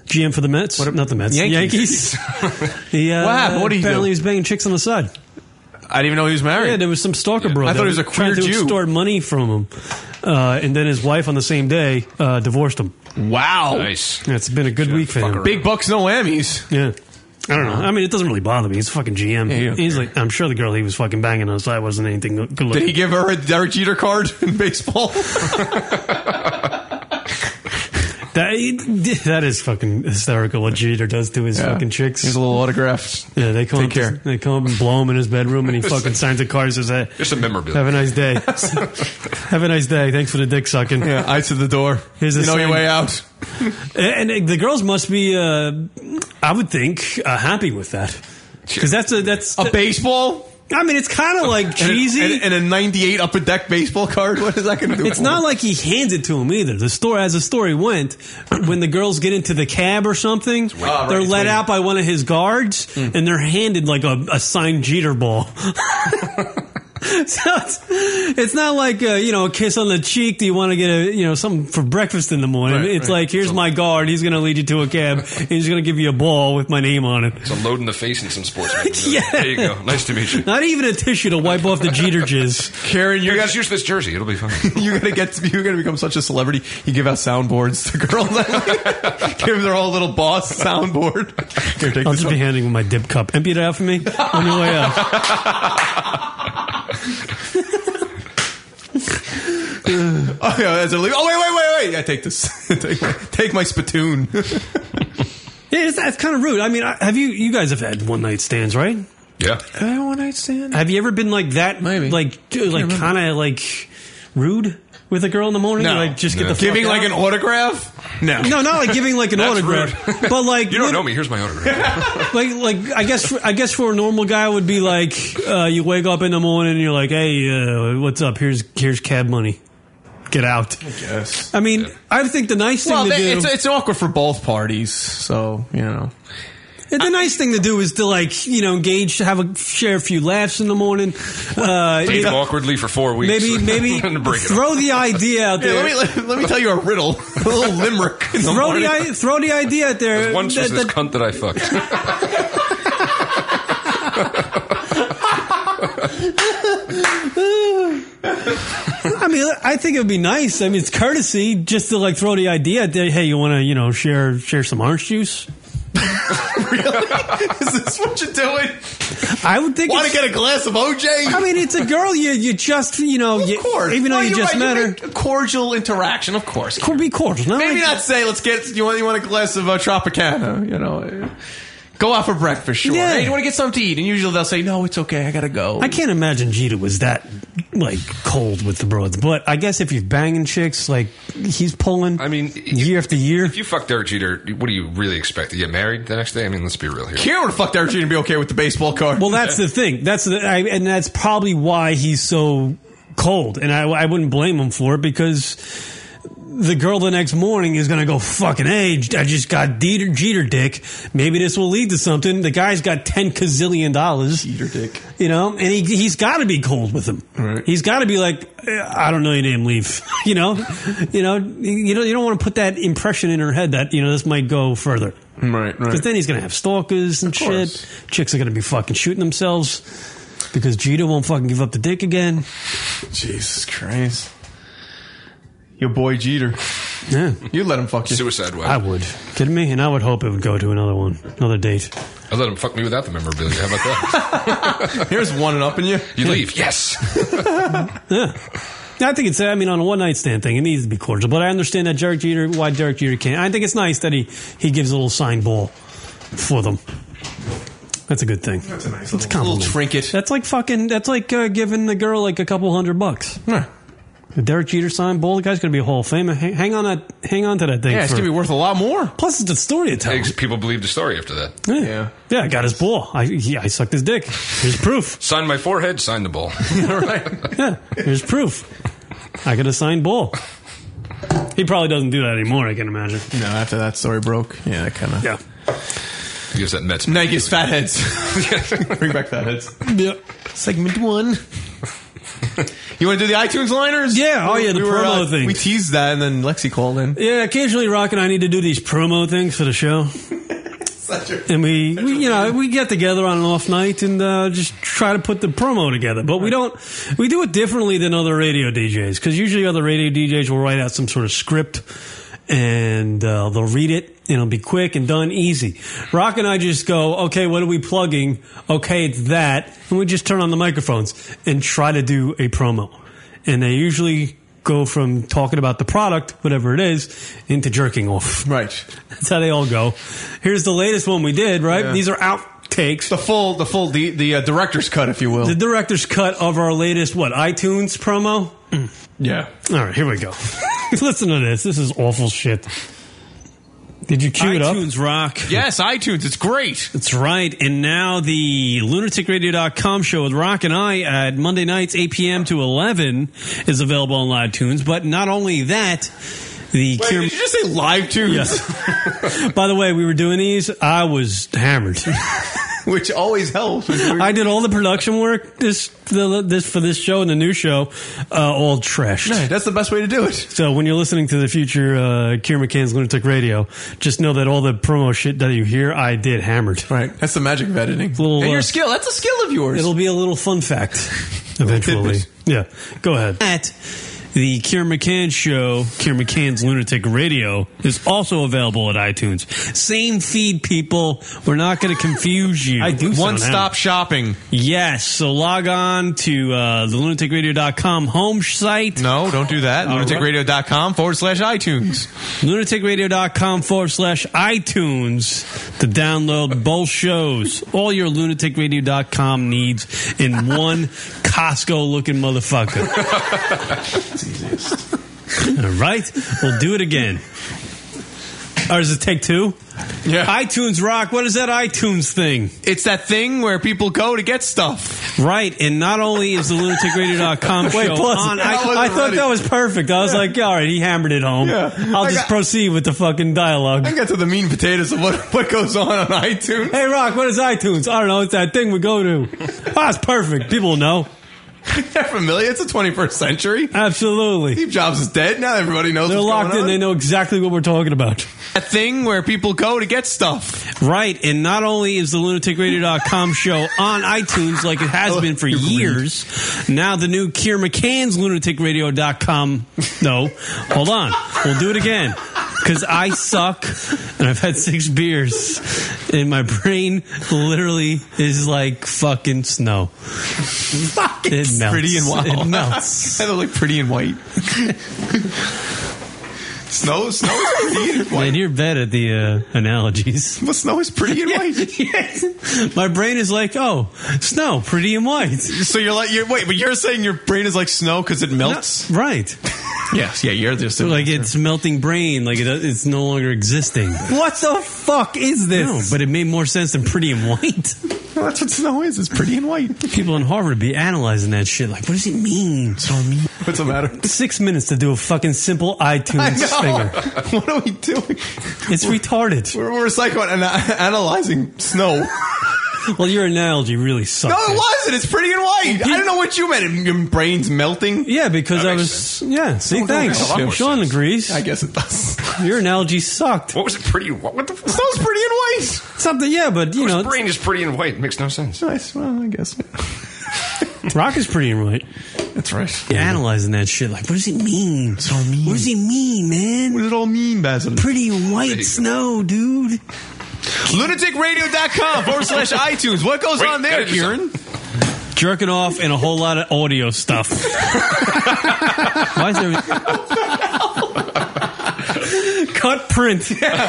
Speaker 11: GM for the Mets? Not the Mets.
Speaker 12: Yankees.
Speaker 11: Yankees. [LAUGHS] he, uh,
Speaker 12: What happened? What did he do?
Speaker 11: apparently he was banging chicks on the side.
Speaker 12: I didn't even know he was married.
Speaker 11: Yeah, there was some stalker bro.
Speaker 12: I
Speaker 11: that
Speaker 12: thought he was a queer
Speaker 11: trying to
Speaker 12: Jew.
Speaker 11: extort money from him, uh, and then his wife on the same day uh, divorced him.
Speaker 12: Wow.
Speaker 13: Nice.
Speaker 11: Yeah, it's been a good week for him.
Speaker 12: Big bucks, no whammies.
Speaker 11: Yeah. I don't know. I mean, it doesn't really bother me. He's a fucking GM.
Speaker 12: Yeah, you don't
Speaker 11: He's like, I'm sure the girl he was fucking banging on the side wasn't anything good looking.
Speaker 12: Did he give her a Derek Jeter card [LAUGHS] in
Speaker 11: [LAUGHS]
Speaker 12: baseball?
Speaker 11: That, that [LAUGHS] is fucking hysterical what Jeter does to his
Speaker 12: Yeah.
Speaker 11: fucking chicks.
Speaker 12: Here's a little autograph.
Speaker 11: Yeah, they
Speaker 12: Take
Speaker 11: come up,
Speaker 12: care.
Speaker 11: They come up and blow him in his bedroom,
Speaker 12: [LAUGHS]
Speaker 11: and he fucking signs a card that says, "Hey,
Speaker 13: Just a memorabilia.
Speaker 11: Have a nice day. [LAUGHS] have a nice day. Thanks for the dick sucking.
Speaker 12: Yeah, eyes to the door.
Speaker 11: Here's a
Speaker 12: You know your
Speaker 11: sign.
Speaker 12: way out.
Speaker 11: And, and the girls must be, uh, I would think, uh, happy with that because that's a that's
Speaker 12: A baseball?
Speaker 11: I mean, it's kind of like cheesy.
Speaker 12: And, a- and a 98 upper deck baseball card? What is that going to do?
Speaker 11: It's not like he hands it to him either. The store, as the story went, [CLEARS THROAT] when the girls get into the cab or something,
Speaker 12: Oh, right,
Speaker 11: they're
Speaker 12: it's
Speaker 11: let
Speaker 12: waiting.
Speaker 11: out by one of his guards, and they're handed like a, a signed Jeter ball. [LAUGHS] So it's, it's not like uh, you know a kiss on the cheek. Do you want to get a you know something for breakfast in the morning?
Speaker 13: Right,
Speaker 11: it's
Speaker 13: right.
Speaker 11: like here's my guard. He's going to lead you to a cab. and he's going to give you a ball with my name on it.
Speaker 13: It's a load in the face in some sports.
Speaker 11: [LAUGHS] Yeah.
Speaker 13: There you go. Nice to meet you.
Speaker 11: Not even a tissue to wipe off the Jeter jizz.
Speaker 12: Karen,
Speaker 13: You
Speaker 12: you're
Speaker 13: guys use this jersey. It'll be fine.
Speaker 11: [LAUGHS]
Speaker 12: [LAUGHS] you're gonna get to be- you're gonna become such a celebrity. You give out soundboards to girls. [LAUGHS] give their whole little boss soundboard. Here, take
Speaker 11: I'll
Speaker 12: this
Speaker 11: just be
Speaker 12: one.
Speaker 11: handing him my dip cup. Empty it out for me on your way out.
Speaker 12: Oh, [LAUGHS] yeah, as I leave. oh wait, wait, wait, wait! I take this. take, my, take my spittoon.
Speaker 11: Yeah, it's, that's kind of rude. I mean, I- have you you guys have had one night stands, right?
Speaker 13: Yeah.
Speaker 11: one night stand. Have you ever been like that? Maybe. Like, dude, like kind of like rude with a girl in the morning.
Speaker 12: No.
Speaker 11: Like, just get the
Speaker 12: giving
Speaker 11: fuck
Speaker 12: like
Speaker 11: out?
Speaker 12: an autograph. No,
Speaker 11: No, not like giving like an
Speaker 13: [LAUGHS] That's
Speaker 11: autograph, [LAUGHS]
Speaker 13: rude.
Speaker 11: but like
Speaker 13: [LAUGHS] you don't know me.
Speaker 11: [LAUGHS]
Speaker 13: Here's my autograph.
Speaker 11: like like I guess I guess for a normal guy would be like uh, you wake up in the morning and you're like, hey, uh, what's up? Here's here's cab money. Get out. I guess. I mean, I think the nice thing
Speaker 12: Well,
Speaker 11: to
Speaker 12: they-
Speaker 11: do
Speaker 12: it's it's awkward for both parties. So you know.
Speaker 11: And the nice thing to do is to like you know engage, have a share a few laughs in the morning. Uh,
Speaker 13: Date
Speaker 11: you
Speaker 13: them
Speaker 11: know,
Speaker 13: awkwardly for four weeks.
Speaker 11: maybe maybe
Speaker 13: [LAUGHS] And break it up.
Speaker 11: throw the idea out
Speaker 13: Yeah,
Speaker 11: there.
Speaker 13: let me- let- let me tell you
Speaker 12: a riddle, [LAUGHS] a little limerick. in the
Speaker 11: throw the
Speaker 12: morning.
Speaker 11: i- throw the idea out there.
Speaker 13: Once was
Speaker 11: that-
Speaker 13: this
Speaker 11: that-
Speaker 13: cunt that I fucked.
Speaker 11: [LAUGHS] I mean, I think it would be nice. I mean, it's courtesy just to like throw the idea out there. Hey, you want to you know share share some orange juice?
Speaker 12: [LAUGHS] Is this what you're doing?
Speaker 11: I would think.
Speaker 12: Want to
Speaker 11: it's-
Speaker 12: get a glass of OJ?
Speaker 11: I mean, it's a girl. You you just you know you,
Speaker 12: Of course.
Speaker 11: even though
Speaker 12: No,
Speaker 11: you
Speaker 12: you're
Speaker 11: just
Speaker 12: right.
Speaker 11: met her.
Speaker 12: make a cordial interaction, of course.
Speaker 11: Could be cordial.
Speaker 12: Maybe
Speaker 11: like-
Speaker 12: not say, let's get, you want, you want a glass of uh, Tropicana, you know. Go out for breakfast, sure.
Speaker 11: Yeah.
Speaker 12: Hey, you want to get something to eat? And usually they'll say, no, it's okay, I gotta go.
Speaker 11: I can't imagine Jeter was that like cold with the broads, but I guess if you're banging chicks, like he's pulling. I
Speaker 13: mean,
Speaker 11: year after year.
Speaker 13: If you fuck Derek Jeter, what do you really expect to get married the next day? I mean, let's be real here.
Speaker 12: Kieran would fuck Derek Jeter and be okay with the baseball card.
Speaker 11: Well, that's the thing. That's the, I, and that's probably why he's so cold, and I, I wouldn't blame him for it because. The girl the next morning is gonna go fucking. Hey, I just got Jeter, Jeter dick. Maybe this will lead to something. The guy's got ten gazillion dollars. Jeter
Speaker 12: dick.
Speaker 11: You know, and he he's got to be cold with him. Right. He's got to be like, "Eh, I don't know your name. Leave. [LAUGHS] you know, you know, you know, you don't want to put that impression in her head that you know this might go further.
Speaker 12: Right,
Speaker 11: Because then he's going to have stalkers and shit. Chicks are going to be fucking shooting themselves because Jeter won't fucking give up the dick again.
Speaker 12: Jesus Christ. Your boy Jeter.
Speaker 11: Yeah.
Speaker 12: You let him fuck you.
Speaker 13: Suicide
Speaker 11: I would. Kidding me? And I would hope it would go to another one, another date.
Speaker 13: I let him fuck me without the memorabilia. How about
Speaker 12: [LAUGHS]
Speaker 13: that?
Speaker 11: [LAUGHS]
Speaker 12: Here's one and up in you.
Speaker 13: You leave. Yes.
Speaker 11: Yeah. I think it's, I mean, on a one night stand thing, it needs to be cordial. But I understand that Derek Jeter, why Derek Jeter can't. I think it's nice that he, he gives a little sign ball for them. That's a good thing. That's a nice
Speaker 12: little- little trinket.
Speaker 11: That's like fucking, that's like uh, giving the girl like a couple hundred bucks. The Derek Jeter sign ball, the guy's going to be a Hall of Famer. Hang, hang on that, hang on to that thing.
Speaker 12: Yeah, it's
Speaker 11: for-
Speaker 12: gonna be worth a lot more.
Speaker 11: Plus, it's a story to tell.
Speaker 13: Ex- People believed the story after that.
Speaker 11: Yeah. yeah. I got his ball. I, yeah, I sucked his dick. Here's proof.
Speaker 13: Sign my forehead, sign the ball.
Speaker 11: [LAUGHS]
Speaker 13: [LAUGHS]
Speaker 11: Yeah, here's proof. I got a signed ball. He probably doesn't do that anymore, I can imagine.
Speaker 12: No, after that story broke. Yeah, that kind of.
Speaker 11: Yeah.
Speaker 13: Gives that Mets.
Speaker 12: Now he gives fat heads. [LAUGHS] Bring back fat heads.
Speaker 11: Yeah.
Speaker 12: Segment one. You want to do the iTunes liners?
Speaker 11: Yeah. Oh, yeah, the promo thing.
Speaker 12: We teased that, and then Lexi called in.
Speaker 11: Yeah, occasionally Rock and I need to do these promo things for the show. and we, we, you know, we get together on an off night and uh, just try to put the promo together. But we don't, we do it differently than other radio DJs because usually other radio DJs will write out some sort of script and uh, they'll read it and it'll be quick and done easy. Rock and I just go, okay, what are we plugging? Okay, it's that, and we just turn on the microphones and try to do a promo. And they usually go from talking about the product, whatever it is, into jerking off.
Speaker 12: Right.
Speaker 11: That's how they all go. Here's the latest one we did, right?
Speaker 12: Yeah.
Speaker 11: These are outtakes.
Speaker 12: The full, the full, the, the uh, director's cut, if you will.
Speaker 11: The director's cut of our latest, what, iTunes promo?
Speaker 12: yeah.
Speaker 11: All right, here we go. [LAUGHS] Listen to this. This is awful shit. Did you cue it up? iTunes Rock.
Speaker 12: Yes, iTunes. It's great.
Speaker 11: That's right. And now the lunaticradio.com show with Rock and I at Monday nights, 8 p.m. to 11 is available on iTunes. But not only that, the Wait,
Speaker 12: did you just say live tunes?
Speaker 11: By the way, we were doing these. I was hammered.
Speaker 12: [LAUGHS]
Speaker 11: [LAUGHS]
Speaker 12: Which always helps.
Speaker 11: I did all the production work this the, this for this show and the new show, uh, all trashed.
Speaker 12: that's the best way to do it.
Speaker 11: So when you're listening to the future uh, Kieran McCann's Lunatic Radio, just know that all the promo shit that you hear, I did hammered.
Speaker 12: Right, that's the magic of editing.
Speaker 11: Little,
Speaker 12: and
Speaker 11: uh,
Speaker 12: your skill, that's a skill of yours.
Speaker 11: [LAUGHS] It'll be a little fun fact eventually. yeah, go ahead. That The Kier McCann Show, Kier McCann's Lunatic Radio, is also available at iTunes. Same feed, people. We're not going to confuse you. I do
Speaker 12: One stop shopping.
Speaker 11: Yes. So log on to uh, the lunaticradio.com home site.
Speaker 12: No, don't do that. lunaticradio.com forward slash iTunes.
Speaker 11: Lunaticradio.com forward slash iTunes to download both shows. All your lunaticradio.com needs in one Costco looking motherfucker. All right. We'll do it again. Or does it take two? Yeah. iTunes Rock. What is that iTunes thing?
Speaker 12: It's that thing where people go to get stuff.
Speaker 11: Right. And not only is the lunaticradio.com
Speaker 26: Wait,
Speaker 11: show
Speaker 26: pause.
Speaker 11: on,
Speaker 26: I
Speaker 11: I, I
Speaker 26: wasn't
Speaker 11: thought
Speaker 26: ready.
Speaker 11: that was perfect. I was like, all right, he hammered it home.
Speaker 12: Yeah.
Speaker 11: I'll
Speaker 12: I
Speaker 11: just
Speaker 12: got-
Speaker 11: proceed with the fucking dialogue.
Speaker 12: I got to the mean potatoes of what, what goes on on iTunes.
Speaker 11: Hey, Rock, what is iTunes? I don't know. It's that thing we go to. Ah, it's perfect. People will know.
Speaker 12: They're familiar. It's the 21st century.
Speaker 11: Absolutely.
Speaker 12: Steve Jobs is dead. Now everybody knows
Speaker 11: They're
Speaker 12: what's
Speaker 11: locked
Speaker 12: going
Speaker 11: in.
Speaker 12: on.
Speaker 11: They know exactly what we're talking about.
Speaker 12: A thing where people go to get stuff.
Speaker 11: Right. And not only is the lunaticradio.com show on iTunes like it has been for years, now the new Kier McCann's lunaticradio.com. No, hold on. We'll do it again. Because I suck and I've had six beers and my brain literally is like fucking snow. Fucking it melts.
Speaker 12: Pretty and white. [LAUGHS]
Speaker 11: It melts.
Speaker 12: they look pretty and white. snow, snow is pretty
Speaker 11: [LAUGHS]
Speaker 12: and white.
Speaker 11: Man, you're bad at the uh, analogies.
Speaker 12: Well, snow is pretty and
Speaker 11: [LAUGHS]
Speaker 12: white.
Speaker 11: My brain is like, oh, snow, pretty and white.
Speaker 12: So you're like, you're, wait, but you're saying your brain is like snow because it melts?
Speaker 11: right.
Speaker 12: yes, yeah, you're just
Speaker 11: like it's melting brain, like it, it's no longer existing. What the fuck is this? No, but it made more sense than pretty and white. [LAUGHS]
Speaker 12: Well, [LAUGHS] that's what snow is. It's pretty and white.
Speaker 11: People in Harvard be analyzing that shit. Like, what does it mean? So mean.
Speaker 12: [LAUGHS] What's the matter?
Speaker 11: Six minutes to do a fucking simple
Speaker 12: [LAUGHS] I
Speaker 11: iTunes
Speaker 12: know. [LAUGHS]
Speaker 11: finger.
Speaker 12: what are we doing?
Speaker 11: It's retarded.
Speaker 12: We're, we're psychoanalyzing [LAUGHS] snow.
Speaker 11: Well, your analogy really
Speaker 12: No,
Speaker 11: sucks.
Speaker 12: it wasn't. It's pretty and white. I don't know what you meant. Your brain's melting.
Speaker 11: Yeah, because I was. Yeah, see,
Speaker 12: No, that makes
Speaker 11: thanks.
Speaker 12: a lot more
Speaker 11: Sean agrees.
Speaker 12: [LAUGHS] I guess it does.
Speaker 11: Your analogy sucked.
Speaker 13: [LAUGHS] What was it? Pretty. What, what the? Fuck?
Speaker 12: [LAUGHS] Snow's pretty and white.
Speaker 11: Something, yeah, but you know,
Speaker 13: His brain is pretty and white. Makes
Speaker 11: [LAUGHS]
Speaker 13: no sense.
Speaker 12: [LAUGHS] Nice. Well, I guess. [LAUGHS]
Speaker 11: Rock is pretty and right.
Speaker 12: That's right.
Speaker 11: You're analyzing that shit. Like, what does it mean? It's all mean. What does it mean, man?
Speaker 12: What does it all mean, [LAUGHS] Basil?
Speaker 11: Pretty
Speaker 12: There you go.
Speaker 11: white snow, dude.
Speaker 12: Lunaticradio.com forward slash iTunes. What goes
Speaker 11: Wait,
Speaker 12: on there,
Speaker 11: gotta do
Speaker 12: Kieran?
Speaker 11: Jerking off and a whole lot of audio [LAUGHS] stuff. Why is there? Cut print.
Speaker 12: yeah,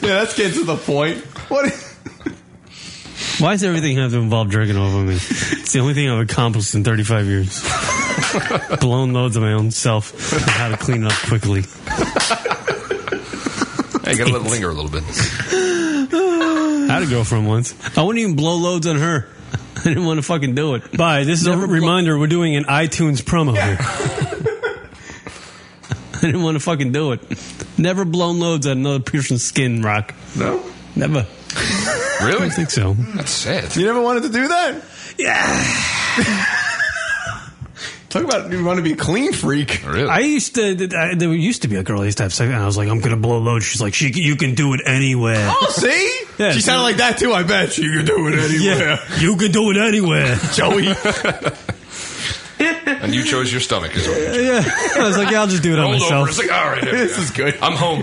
Speaker 12: that's getting to the point. What?
Speaker 11: Why does everything have to involve jerking off on me? It's the only thing I've accomplished in 35 years. Blown loads of my own self on how to clean it up quickly.
Speaker 13: I gotta let it linger a
Speaker 11: [LAUGHS]
Speaker 13: little bit.
Speaker 11: I had a girlfriend once. I wouldn't even blow loads on her. [LAUGHS] I didn't want to fucking do it. Bye. This is a reminder. We're doing an iTunes promo here. [LAUGHS] I didn't want to fucking do it. Never blown loads on another person's skin, Rock.
Speaker 13: No?
Speaker 11: Never.
Speaker 13: Really?
Speaker 11: I
Speaker 12: [LAUGHS]
Speaker 11: think so.
Speaker 13: That's sad.
Speaker 12: You never wanted to do that?
Speaker 11: Yeah.
Speaker 12: Talk about you want to be a clean freak.
Speaker 13: Really?
Speaker 11: I used to. I, there used to be a girl I used to have sex, and I was like, "I'm gonna blow loads." She's like, "She, you can do it anywhere."
Speaker 12: Oh, see?
Speaker 11: Yeah.
Speaker 12: she sounded like that too, I bet. You can do it anywhere.
Speaker 11: [LAUGHS] Yeah, you can do it anywhere. [LAUGHS]
Speaker 12: Joey.
Speaker 13: And you chose your stomach. Is what you chose.
Speaker 11: yeah, I was like, yeah, "I'll just do it on
Speaker 13: Rolled over.
Speaker 11: myself."
Speaker 13: It's like, all right, here we
Speaker 12: This
Speaker 13: go.
Speaker 12: is good.
Speaker 11: [LAUGHS]
Speaker 13: I'm home.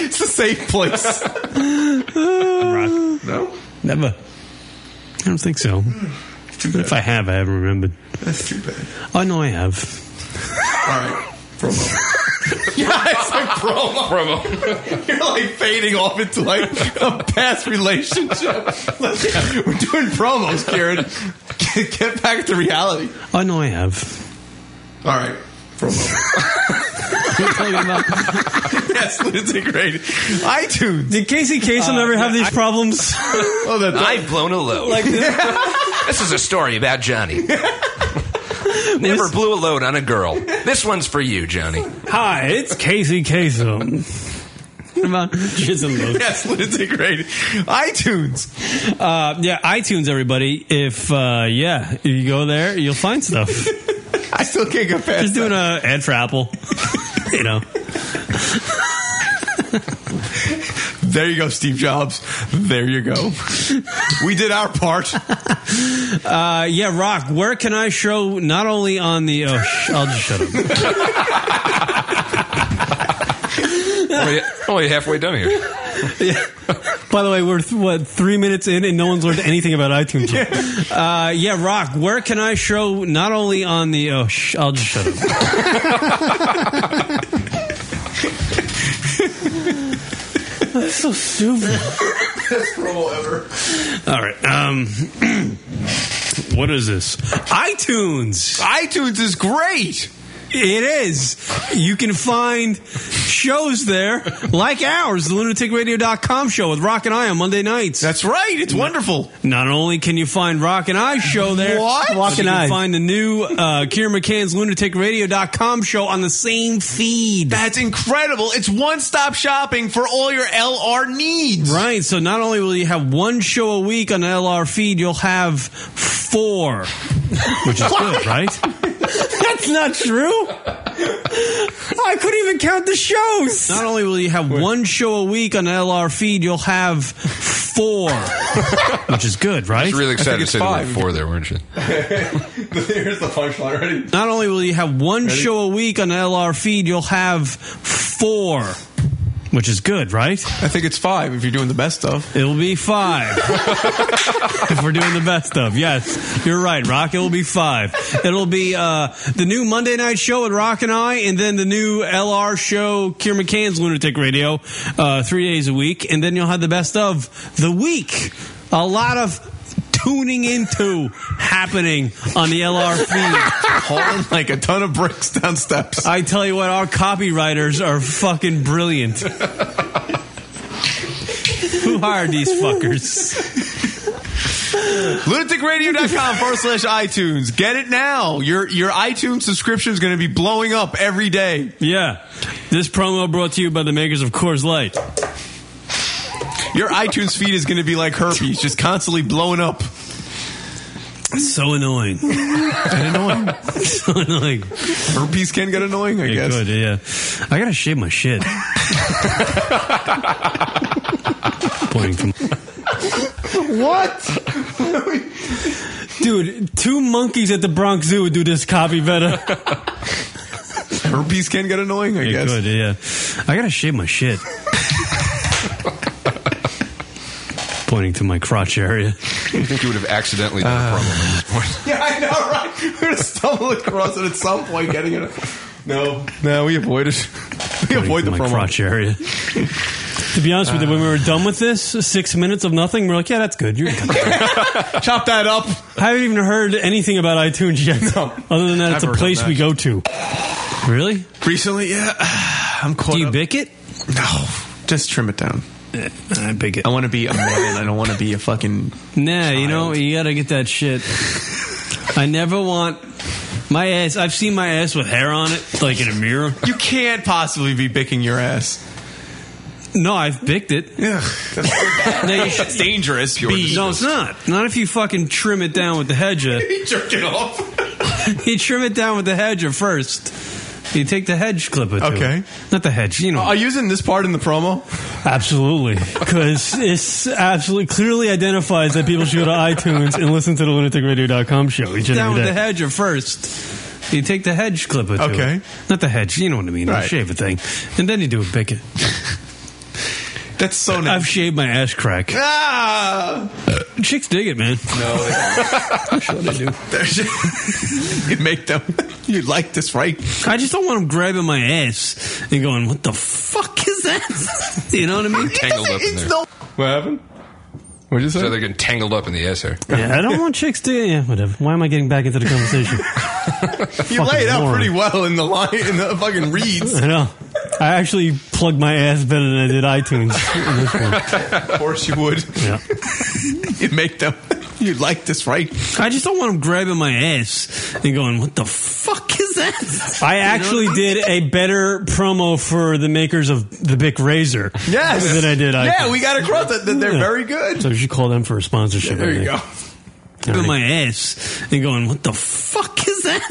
Speaker 12: it's a safe place. No?
Speaker 11: Never. I don't think so. But if I have, I haven't remembered.
Speaker 12: That's too bad.
Speaker 11: Oh no, I have.
Speaker 12: All right. Promo. [LAUGHS] yeah, it's like promo.
Speaker 13: Promo.
Speaker 12: You're like fading off into like a past relationship. [LAUGHS] Like, We're doing promos, Karen. Get, get back to reality.
Speaker 11: Oh no, I have.
Speaker 12: All right.
Speaker 11: What are you talking about?
Speaker 12: [LAUGHS] Yes, lunatic radio. iTunes.
Speaker 11: Did Casey Kasem ever have these problems?
Speaker 12: Oh, that's
Speaker 13: I've blown a load.
Speaker 11: like,
Speaker 13: This is a story about Johnny. Never blew a load on a girl. This one's for you, Johnny.
Speaker 11: [LAUGHS] hi, it's Casey Kasem. What about jizzing loads?
Speaker 12: Yes, lunatic radio. iTunes.
Speaker 11: Uh, yeah, iTunes, everybody. If uh, yeah, if you go there, you'll find stuff.
Speaker 12: I still can't get past
Speaker 11: Just uh, doing a ad for Apple, you know.
Speaker 12: There you go, Steve Jobs. There you go. we did our part.
Speaker 11: Uh, yeah, Rock. Where can I show? Not only on the. Oh, sh- I'll just shut up.
Speaker 13: only, only halfway done here.
Speaker 11: Yeah. By the way, we're th- what three minutes in, and no one's learned anything about iTunes. yet. [LAUGHS] Uh, yeah, Rock. Where can I show? Not only on the. Oh, sh- I'll just shut up. [LAUGHS] That's so stupid.
Speaker 12: Best promo ever.
Speaker 11: All right. Um, [CLEARS THROAT] what is this? iTunes.
Speaker 12: iTunes is great.
Speaker 11: It is. You can find shows there like ours, the lunaticradio.com show with Rock and I on Monday nights. That's
Speaker 12: right. It's wonderful.
Speaker 11: Not only can you find Rock and I show there,
Speaker 12: What?
Speaker 11: but
Speaker 12: Rock
Speaker 11: you
Speaker 12: and
Speaker 11: can
Speaker 12: I.
Speaker 11: find the new uh, Kieran McCann's lunaticradio.com show on the same feed.
Speaker 12: That's incredible. It's one stop shopping for all your LR needs.
Speaker 11: Right. So not only will you have one show a week on the LR feed, you'll have four, which is good, right? [LAUGHS] That's not true. Oh, I couldn't even count the shows. Not only will you have one show a week on the LR feed, you'll have four, [LAUGHS] which is good, right?
Speaker 13: I was really excited to say the word four there, weren't you?
Speaker 12: [LAUGHS] Here's the punchline already.
Speaker 11: Not only will you have one show a week on the LR feed, you'll have four, which is good, right?
Speaker 12: I think it's five if you're doing the best stuff.
Speaker 11: It'll be five. if we're doing the best of. Yes, you're right, Rock. It'll be five. It'll be uh, the new Monday night show with Rock and I, and then the new LR show, Kier McCann's Lunatic Radio, uh, three days a week, and then you'll have the best of the week. A lot of tuning into happening on the LR feed.
Speaker 12: [LAUGHS] Hauling like a ton of bricks down steps.
Speaker 11: I tell you what, our copywriters are fucking brilliant. Who hired these fuckers?
Speaker 12: LunaticRadio.com forward slash iTunes. Get it now. Your your iTunes subscription is going to be blowing up every day.
Speaker 11: Yeah. This promo brought to you by the makers of Coors Light.
Speaker 12: Your iTunes feed is going to be like herpes, just constantly blowing up.
Speaker 11: So annoying.
Speaker 12: and [LAUGHS] annoying.
Speaker 11: so annoying.
Speaker 12: Herpes can get annoying, I
Speaker 11: It
Speaker 12: guess.
Speaker 11: could, yeah. I gotta shave my shit. Pointing from.
Speaker 12: what?
Speaker 11: Dude, two monkeys at the Bronx Zoo would do this copy [LAUGHS] better.
Speaker 12: Herpes can get annoying, I
Speaker 11: It
Speaker 12: guess.
Speaker 11: could, yeah. I gotta shave
Speaker 12: [LAUGHS]
Speaker 11: my shit. Pointing to my crotch area.
Speaker 13: You think you would have accidentally done
Speaker 12: Uh,
Speaker 13: a problem
Speaker 12: [LAUGHS]
Speaker 13: at this point?
Speaker 12: Yeah, I know, right? We're going to stumble across it at some point, getting it. No. No, we avoid it. [LAUGHS] We avoid the
Speaker 11: my
Speaker 12: promo.
Speaker 11: crotch area. To be honest with you, when we were done with this, six minutes of nothing, we are like, yeah, that's good. You're good.
Speaker 12: [LAUGHS] Chop that up.
Speaker 11: I haven't even heard anything about iTunes yet. Other than that,
Speaker 12: I've
Speaker 11: it's a
Speaker 12: heard of
Speaker 11: place
Speaker 12: that.
Speaker 11: we go to. Really?
Speaker 12: Recently, yeah. [SIGHS] I'm caught
Speaker 11: Do you
Speaker 12: up.
Speaker 11: bick it?
Speaker 12: No. Just trim it down.
Speaker 11: I bick it.
Speaker 12: I want to be a man. I don't want to be a fucking.
Speaker 11: Nah, you know, you gotta get that
Speaker 12: [LAUGHS]
Speaker 11: shit. I never want my ass. I've seen my ass with hair on it, like in a mirror.
Speaker 12: You can't possibly be bicking your ass.
Speaker 11: No, I've
Speaker 12: [LAUGHS]
Speaker 11: bicked it.
Speaker 12: Yeah. [LAUGHS]
Speaker 11: No, [LAUGHS] you should-
Speaker 12: That's dangerous. Be-
Speaker 11: no, it's not. Not if you fucking trim it down with the uh, hedger.
Speaker 12: Jerk it off.
Speaker 11: you trim it down with the hedger first. You take the hedge clipper. to
Speaker 12: Okay.
Speaker 11: it. Not the hedge, you know.
Speaker 12: Are you using this part in the promo?
Speaker 11: Absolutely, because it's absolutely clearly identifies that people should go to iTunes and listen to the lunaticradio.com show each and
Speaker 12: Down
Speaker 11: every
Speaker 12: with
Speaker 11: day.
Speaker 12: the
Speaker 11: hedger first. You take the hedge clipper.
Speaker 12: to it.
Speaker 11: not the hedge. You know what I mean.
Speaker 12: the
Speaker 11: shave a thing, and then you do a bicket.
Speaker 12: That's so nice.
Speaker 11: I've shaved my ass crack.
Speaker 12: Ah!
Speaker 11: Chicks dig it, man. No, sure they do.
Speaker 12: There's- [LAUGHS] you make them. [LAUGHS] You like this, right?
Speaker 11: I just don't want them grabbing my ass and going, "What the fuck is that?" [LAUGHS] You know what I mean?
Speaker 13: Tangled up in there.
Speaker 12: What happened? What'd you say?
Speaker 13: So they're getting tangled up in the ass hair.
Speaker 11: Yeah, I don't want chicks to. Yeah, whatever. Why am I getting back into the conversation?
Speaker 12: [LAUGHS] you lay it out
Speaker 11: moron.
Speaker 12: pretty well in the line in the fucking [LAUGHS] reads.
Speaker 11: I know. I actually plugged my ass better than I did iTunes. in this one.
Speaker 12: of course you would.
Speaker 11: Yeah.
Speaker 12: [LAUGHS] You make them. [LAUGHS] You like this, right?
Speaker 11: I just don't want him grabbing my ass and going, "What the fuck is that?" I actually did a better promo for the makers of the Bic Razor.
Speaker 12: Yes.
Speaker 11: than I did. iTunes.
Speaker 12: Yeah, we got across that. that They're
Speaker 11: Yeah.
Speaker 12: very good.
Speaker 11: So we should call them for a sponsorship.
Speaker 12: There
Speaker 11: I
Speaker 12: you
Speaker 11: think.
Speaker 12: go.
Speaker 11: Grabbing my ass
Speaker 12: [LAUGHS]
Speaker 11: and going, "What the fuck is that?"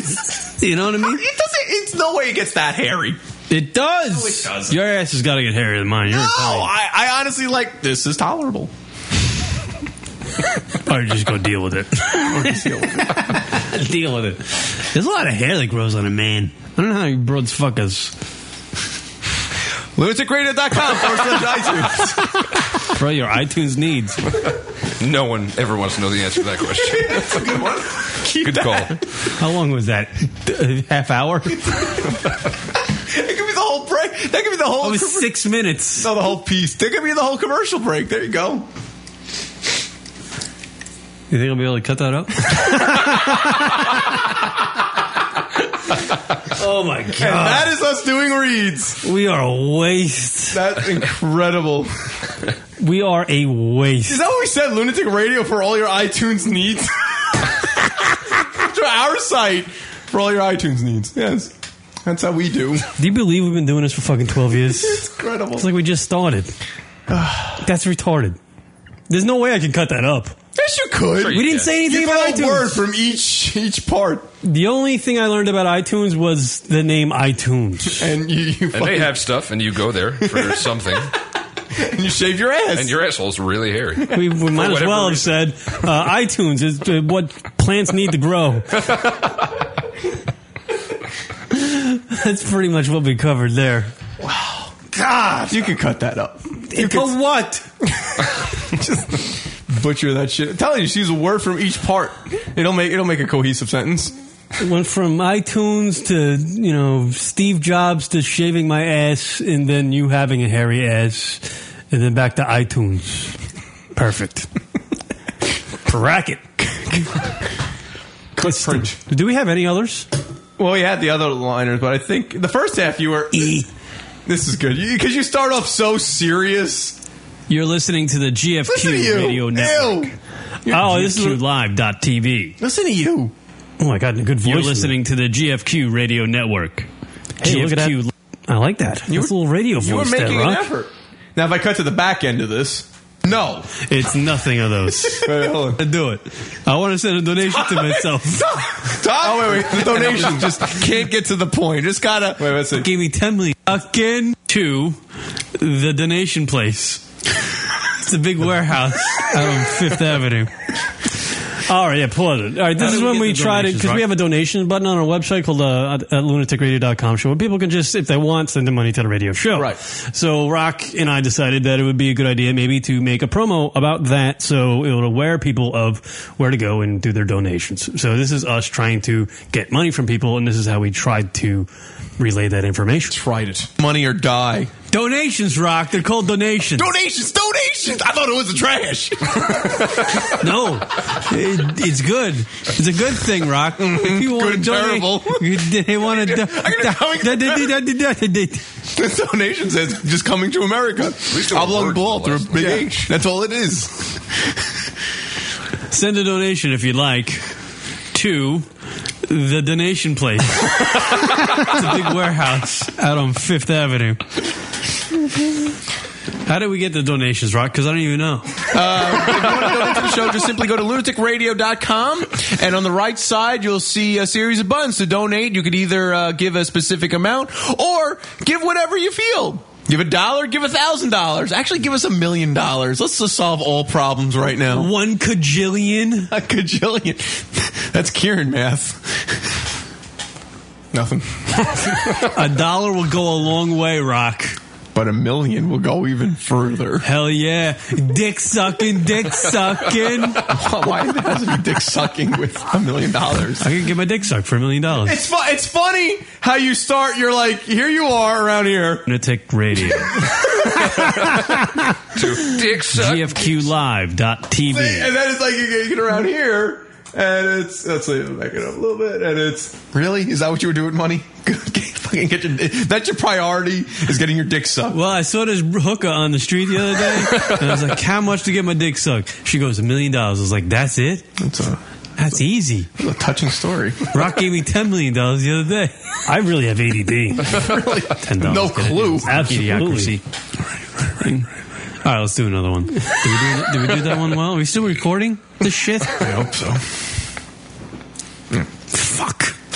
Speaker 11: You know what I mean?
Speaker 12: It doesn't. It's no way it gets that hairy.
Speaker 11: It does. it does. Your ass has got to get hairier than mine. You're no,
Speaker 12: I, I honestly like this is tolerable.
Speaker 11: Or just go deal with [LAUGHS] it. [LAUGHS] deal with it. There's a lot of hair that grows on a man. I don't know how you broads fuckers.
Speaker 12: LunaticRadio.com forward
Speaker 11: [LAUGHS]
Speaker 12: slash iTunes.
Speaker 11: Bro, your iTunes needs.
Speaker 13: [LAUGHS] no one ever wants to know the answer to
Speaker 12: [LAUGHS]
Speaker 13: that question.
Speaker 12: That's a good one.
Speaker 13: Good call.
Speaker 11: How long was that? [LAUGHS] A half hour?
Speaker 12: It could be the whole break. That could be the whole. That was
Speaker 11: six minutes.
Speaker 12: No, the whole piece. That could be the whole commercial break. There you go.
Speaker 11: You think I'll be able to cut that up? [LAUGHS] oh my god!
Speaker 12: And that is us doing reads.
Speaker 11: We are a waste. [LAUGHS]
Speaker 12: That's incredible.
Speaker 11: we are a waste.
Speaker 12: Is that what we said? Lunatic Radio for all your iTunes needs. [LAUGHS] to our site for all your iTunes needs. Yes, that's how we do.
Speaker 11: Do you believe we've been doing this for fucking twelve years?
Speaker 12: It's incredible.
Speaker 11: It's like we just [SIGHS] started. That's retarded. There's no way I can cut that up.
Speaker 12: Yes, you could.
Speaker 11: we didn't say anything
Speaker 12: you
Speaker 11: about
Speaker 12: put a
Speaker 11: iTunes.
Speaker 12: word from each each part,
Speaker 11: The only thing I learned about iTunes was the name [LAUGHS] iTunes.
Speaker 12: and you you,
Speaker 13: And they
Speaker 12: fucking-
Speaker 13: have stuff, and you go there
Speaker 12: [LAUGHS]
Speaker 13: for something,
Speaker 12: and you shave your ass.
Speaker 13: and your asshole's really hairy.
Speaker 11: We, we might as
Speaker 13: For whatever
Speaker 11: well have
Speaker 13: reason.
Speaker 11: said uh, iTunes is uh, what plants need to [LAUGHS] grow. That's pretty much what we covered there.
Speaker 12: God, you could cut that up. You
Speaker 11: For
Speaker 12: could [LAUGHS]
Speaker 11: what?
Speaker 12: butcher that shit. I'm telling you, she's a word from each part. It'll make it'll make a cohesive sentence.
Speaker 11: It went from iTunes to you know Steve Jobs to shaving my ass, and then you having a hairy ass, and then back to iTunes. Perfect. Bracket.
Speaker 12: Cliff
Speaker 11: Do we have any others?
Speaker 12: Well, we had the other liners, but I think the first half you were. "Eh, This is good because you start off so serious.
Speaker 11: You're listening to the GFQ
Speaker 12: Listen to you.
Speaker 11: Radio Network.
Speaker 12: Ew.
Speaker 11: Oh, this is live.tv.
Speaker 12: Listen to you.
Speaker 11: Oh my god, a good voice.
Speaker 7: You're listening to the GFQ Radio Network.
Speaker 11: Hey, look at that. I like that.
Speaker 12: You
Speaker 11: That's a
Speaker 12: were-
Speaker 11: little radio voice
Speaker 12: You were
Speaker 11: there,
Speaker 12: making an
Speaker 11: Rock.
Speaker 12: effort. Now, if I cut to the back end of this, [LAUGHS] no.
Speaker 11: It's nothing
Speaker 12: [LAUGHS]
Speaker 11: of those.
Speaker 12: Wait, hold on.
Speaker 11: I do it. I want to send a donation
Speaker 12: [LAUGHS]
Speaker 11: to myself.
Speaker 12: Oh wait, wait. The [LAUGHS] donation just can't get to the point. Just gotta wait. Let's see.
Speaker 11: Gave me ten million again to the donation place. It's a big warehouse out on Fifth Avenue. All right, yeah, pause it. All right, this
Speaker 7: How do
Speaker 11: is
Speaker 7: we
Speaker 11: when
Speaker 7: get
Speaker 11: we
Speaker 7: the
Speaker 11: try to
Speaker 7: donations,
Speaker 11: because
Speaker 7: Rock?
Speaker 11: we have a donation button on our website called uh, at at lunaticradio.com show where people can just, if they want, send the money to the radio show.
Speaker 12: Right.
Speaker 11: So Rock and I decided that it would be a good idea maybe to make a promo about that so it would aware people of where to go and do their donations. So this is us trying to get money from people and this is how we tried to relay that information.
Speaker 12: Tried it. Money or die.
Speaker 11: Donations, Rock. They're called donations.
Speaker 12: Donations, donations. I thought it was the trash. [LAUGHS]
Speaker 11: No, it, it's good. It's a good thing, Rock. If you want
Speaker 12: [LAUGHS] Good,
Speaker 11: to donate,
Speaker 12: terrible.
Speaker 11: you-
Speaker 12: [LAUGHS]
Speaker 11: they want to.
Speaker 12: I'm gonna- This donation says just coming to America.
Speaker 13: least it was
Speaker 12: Oblong
Speaker 13: words
Speaker 12: ball
Speaker 13: in the
Speaker 12: through
Speaker 13: last
Speaker 12: big
Speaker 13: one.
Speaker 12: H. That's all it is.
Speaker 11: Send a donation if you'd like to the donation place. it's a big warehouse out on Fifth Avenue. How did we get the donations, Rock? Because I don't even know.
Speaker 12: to the show, just simply go to lunaticradio.com. And on the right side, you'll see a series of buttons to donate. You could either uh, give a specific amount or give whatever you feel. Give a dollar, give a thousand dollars. Actually, give us a million dollars. Let's just solve all problems right now. [LAUGHS]
Speaker 11: One cajillion.
Speaker 12: A cajillion. [LAUGHS] That's Kieran math. [LAUGHS] Nothing.
Speaker 11: A dollar will go a long way, Rock.
Speaker 12: But a million will go even further. [LAUGHS]
Speaker 11: Hell yeah. Dick sucking, dick sucking.
Speaker 12: Why has it dick sucking with a million dollars?
Speaker 11: I can get my dick sucked for a million dollars.
Speaker 12: It's fu- it's funny how you start. You're like, here you are around here.
Speaker 11: Lunatic Radio.
Speaker 13: Dick suck.
Speaker 11: GFQLive.tv.
Speaker 12: And then it's like you get, you get around here, and it's let's see, back it up a little bit, and it's really is that what you were doing, money? [LAUGHS] Fucking get your, that's your priority is getting your dick sucked.
Speaker 11: Well, I saw this hooker on the street the other [LAUGHS] day, and I was like, how much to get my dick sucked? She goes, a million dollars. I was like, that's it?
Speaker 12: That's a,
Speaker 11: That's easy.
Speaker 12: that's a touching
Speaker 11: [LAUGHS]
Speaker 12: story.
Speaker 11: Rock gave me $10 million the other day. I really have ADD. [LAUGHS] $10.
Speaker 12: No
Speaker 11: Get it?
Speaker 12: clue.
Speaker 11: Absolutely. All right, let's do another one. Did we do, did we do that one well? Are we still recording this shit?
Speaker 12: I hope so.
Speaker 11: Fuck. [LAUGHS]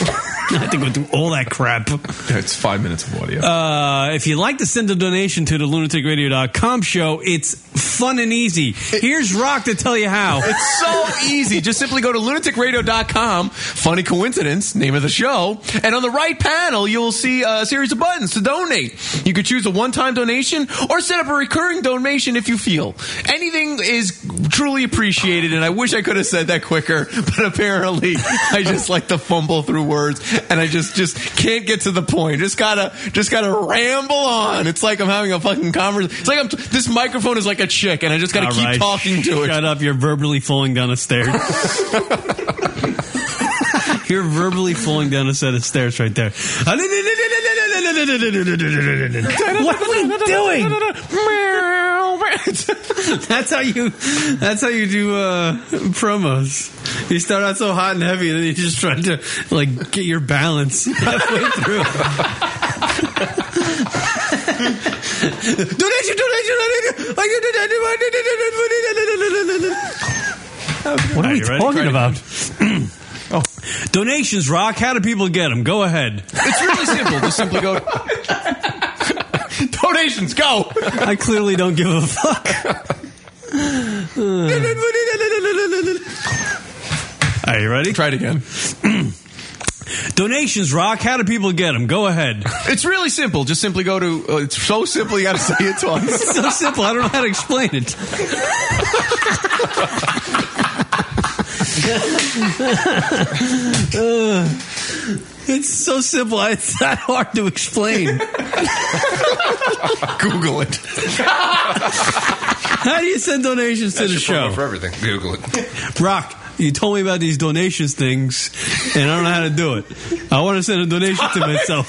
Speaker 11: I think we'll do all that crap.
Speaker 12: It's five minutes of audio.
Speaker 11: Uh, if you'd like to send a donation to the lunaticradio.com show, it's fun and easy. Here's Rock to tell you how.
Speaker 12: [LAUGHS] It's so easy. Just simply go to lunaticradio.com, funny coincidence, name of the show, and on the right panel, you'll see a series of buttons to donate. You could choose a one time donation or set up a recurring donation if you feel. Anything is truly appreciated, and I wish I could have said that quicker, [LAUGHS] but apparently I just like to fumble through words and I just, just can't get to the point. Just gotta, just gotta ramble on. It's like I'm having a fucking conversation. It's like I'm, this microphone is like a chick and I just gotta
Speaker 11: All
Speaker 12: keep
Speaker 11: right.
Speaker 12: talking to it.
Speaker 11: Shut up. You're verbally falling down a
Speaker 12: [LAUGHS]
Speaker 11: stair. You're verbally falling down a set of stairs right there. what are we doing? [LAUGHS] that's how you. That's how you do uh, promos. You start out so hot and heavy, and then you just try to like get your balance [LAUGHS] halfway through. donation, donation, donation. I did it, I did it. What are we talking about? [CLEARS THROAT] oh. Donations, Rock. How do people get them? Go [LAUGHS] ahead.
Speaker 12: It's really simple. Just simply go. Donations, go.
Speaker 11: I clearly don't give a fuck. Are you ready?
Speaker 12: Try it again.
Speaker 11: Donations, Rock. How do people get them? Go [LAUGHS] ahead.
Speaker 12: It's really simple. Just simply go to. Uh, it's so simple. You got to say it twice.
Speaker 11: [LAUGHS] It's so simple. I don't know how to explain it. Uh, it's so simple. It's not hard to explain.
Speaker 12: Google it.
Speaker 11: How do you send donations to
Speaker 13: That's
Speaker 11: the
Speaker 13: your promo
Speaker 11: show?
Speaker 13: for everything. Google it.
Speaker 11: Rock, you told me about these donations things, and I don't know how to do it. I want to send a donation to myself.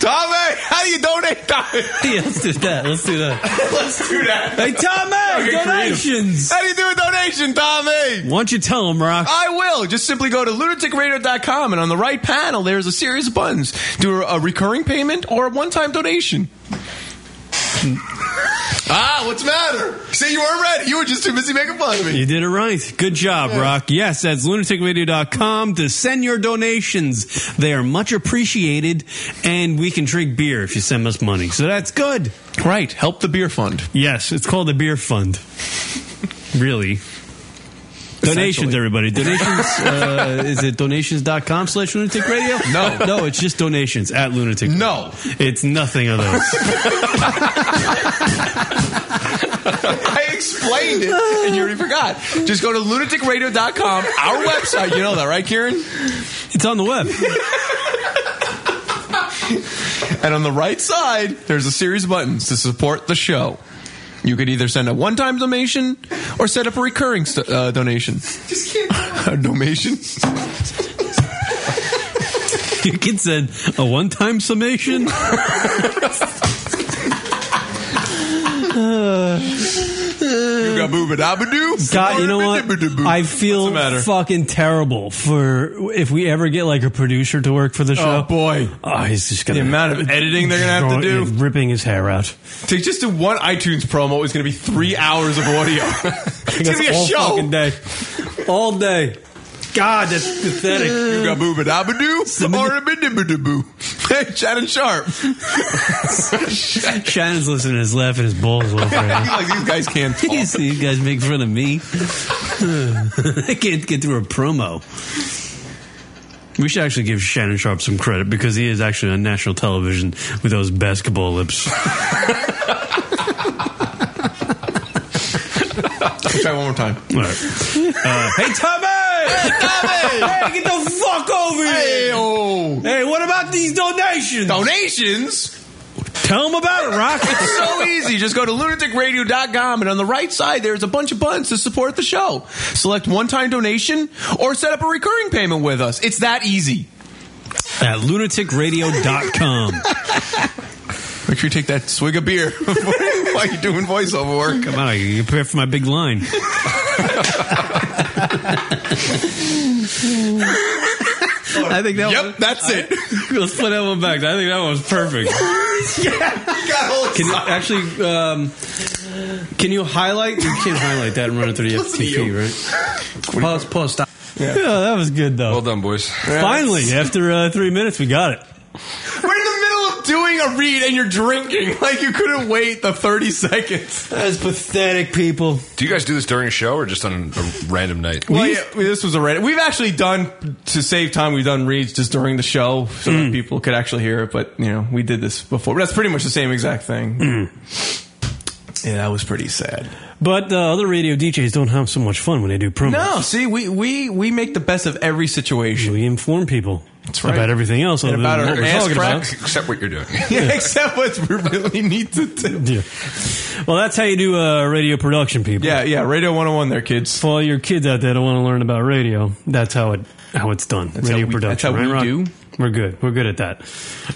Speaker 12: Tommy, how do you donate, Tommy?
Speaker 11: [LAUGHS] Yeah, let's do that. Let's do that.
Speaker 12: Let's do that.
Speaker 11: Hey, Tommy,
Speaker 12: Okay,
Speaker 11: donations.
Speaker 12: How do you do a donation, Tommy?
Speaker 11: Why don't you tell them, Rock?
Speaker 12: I will. Just simply go to lunaticradio.com, and on the right panel, there's a series of buttons. Do a recurring payment or a one time donation. Hmm. ah, what's the matter? See, you weren't ready. You were just too busy making fun of me.
Speaker 11: You did it right. Good job, Rock. Yes, that's lunaticradio.com to send your donations. They are much appreciated, and we can drink beer if you send us money. So that's good.
Speaker 12: Right. Help the beer fund.
Speaker 11: Yes, it's called the beer fund. [LAUGHS] really. Donations,
Speaker 12: Essentially.
Speaker 11: everybody. Donations.
Speaker 12: [LAUGHS]
Speaker 11: Uh, is it donations.com slash lunatic radio?
Speaker 12: No.
Speaker 11: No, it's just donations at lunatic.
Speaker 12: No.
Speaker 11: It's nothing of those.
Speaker 12: I explained it and you already forgot. Just go to lunaticradio.com, our website. You know that, right, Kieran?
Speaker 11: It's on the web. [LAUGHS]
Speaker 12: and on the right side, there's a series of buttons to support the show. You could either send a one time donation or set up a recurring st- uh, donation. Just kidding. [LAUGHS] a donation?
Speaker 11: you can send a one time summation.
Speaker 12: You got booba dabba doo.
Speaker 11: God, you know what? I
Speaker 12: What's
Speaker 11: feel
Speaker 12: the matter?
Speaker 11: fucking terrible for if we ever get like a producer to work for the show.
Speaker 12: Oh, boy.
Speaker 11: Oh, he's just gonna
Speaker 12: The amount of editing they're gonna have to do.
Speaker 11: ripping his hair out.
Speaker 12: To just do one iTunes promo is going to be three hours of
Speaker 11: [LAUGHS]
Speaker 12: audio. it's going to be a
Speaker 11: all
Speaker 12: show.
Speaker 11: fucking day, all day. God, that's pathetic.
Speaker 12: You got booba dabba doo or a bidibba boo. [LAUGHS] Hey, Shannon Sharp.
Speaker 11: Shannon's listening, is laughing his balls off right
Speaker 12: [LAUGHS] [LAUGHS]
Speaker 11: now. [LAUGHS]
Speaker 12: like these guys can't talk.
Speaker 11: These, these guys make fun of me. [LAUGHS] I can't get through a promo. We should actually give Shannon Sharp some credit because he is actually on national television with those basketball lips. [LAUGHS]
Speaker 12: Try one more time.
Speaker 11: All right. Uh, hey, Tommy!
Speaker 12: Tommy!
Speaker 11: Hey, [LAUGHS] Hey, get the fuck over
Speaker 12: Hey,
Speaker 11: here! Hey, what about these donations?
Speaker 12: Donations?
Speaker 11: Tell them about it, Rock.
Speaker 12: It's so easy. Just go to lunaticradio.com and on the right side there's a bunch of buttons to support the show. Select one-time donation or set up a recurring payment with us. It's that easy.
Speaker 11: [LAUGHS] At lunaticradio.com.
Speaker 12: Make sure you take that swig of beer [LAUGHS] while you're doing voiceover work.
Speaker 11: Come on, I can prepare for my big line. I think that
Speaker 27: [LAUGHS]
Speaker 12: Yep,
Speaker 11: one-
Speaker 12: that's
Speaker 11: [LAUGHS]
Speaker 12: it.
Speaker 11: Let's put that one back. I think that one was perfect. Can you
Speaker 12: uh,
Speaker 11: actually? Um, can you highlight? You can't highlight that and run it through the FTP, right? Pause. Pause. Stop.
Speaker 27: Yeah, that was good though. Well
Speaker 13: done, boys.
Speaker 27: Finally, after uh, three minutes, we got it.
Speaker 12: We're in the middle of doing a read and you're drinking. [LAUGHS] Like you couldn't wait the 30 seconds. That is pathetic, people.
Speaker 13: Do you guys do this during a show or just on a random night?
Speaker 12: Well, yeah, we- this was a random. We've actually done to save time. We've done reads just during the show so that people could actually hear it. But you know, we did this before. But that's pretty much the same exact thing. Mm. Yeah, that was pretty sad.
Speaker 27: But uh, other radio DJs don't have so much fun when they do promos.
Speaker 12: No, see, we, we we make the best of every situation.
Speaker 27: We inform people
Speaker 12: That's right.
Speaker 27: about everything else
Speaker 12: And
Speaker 27: other
Speaker 12: about
Speaker 27: than
Speaker 12: our
Speaker 27: what we're
Speaker 12: ass
Speaker 27: talking
Speaker 12: cracks.
Speaker 27: about.
Speaker 13: Except what you're doing.
Speaker 12: [LAUGHS] Yeah, except what we really need to do.
Speaker 27: Yeah. Well, that's how you do uh, radio production, people.
Speaker 12: Yeah, yeah, Radio 101 there, kids.
Speaker 27: For all your kids out there that want to learn about radio, that's how it how it's done.
Speaker 12: That's
Speaker 27: radio
Speaker 12: how we-
Speaker 27: production.
Speaker 12: that's how we
Speaker 27: right, Rock?
Speaker 12: do.
Speaker 27: We're good. We're good at that.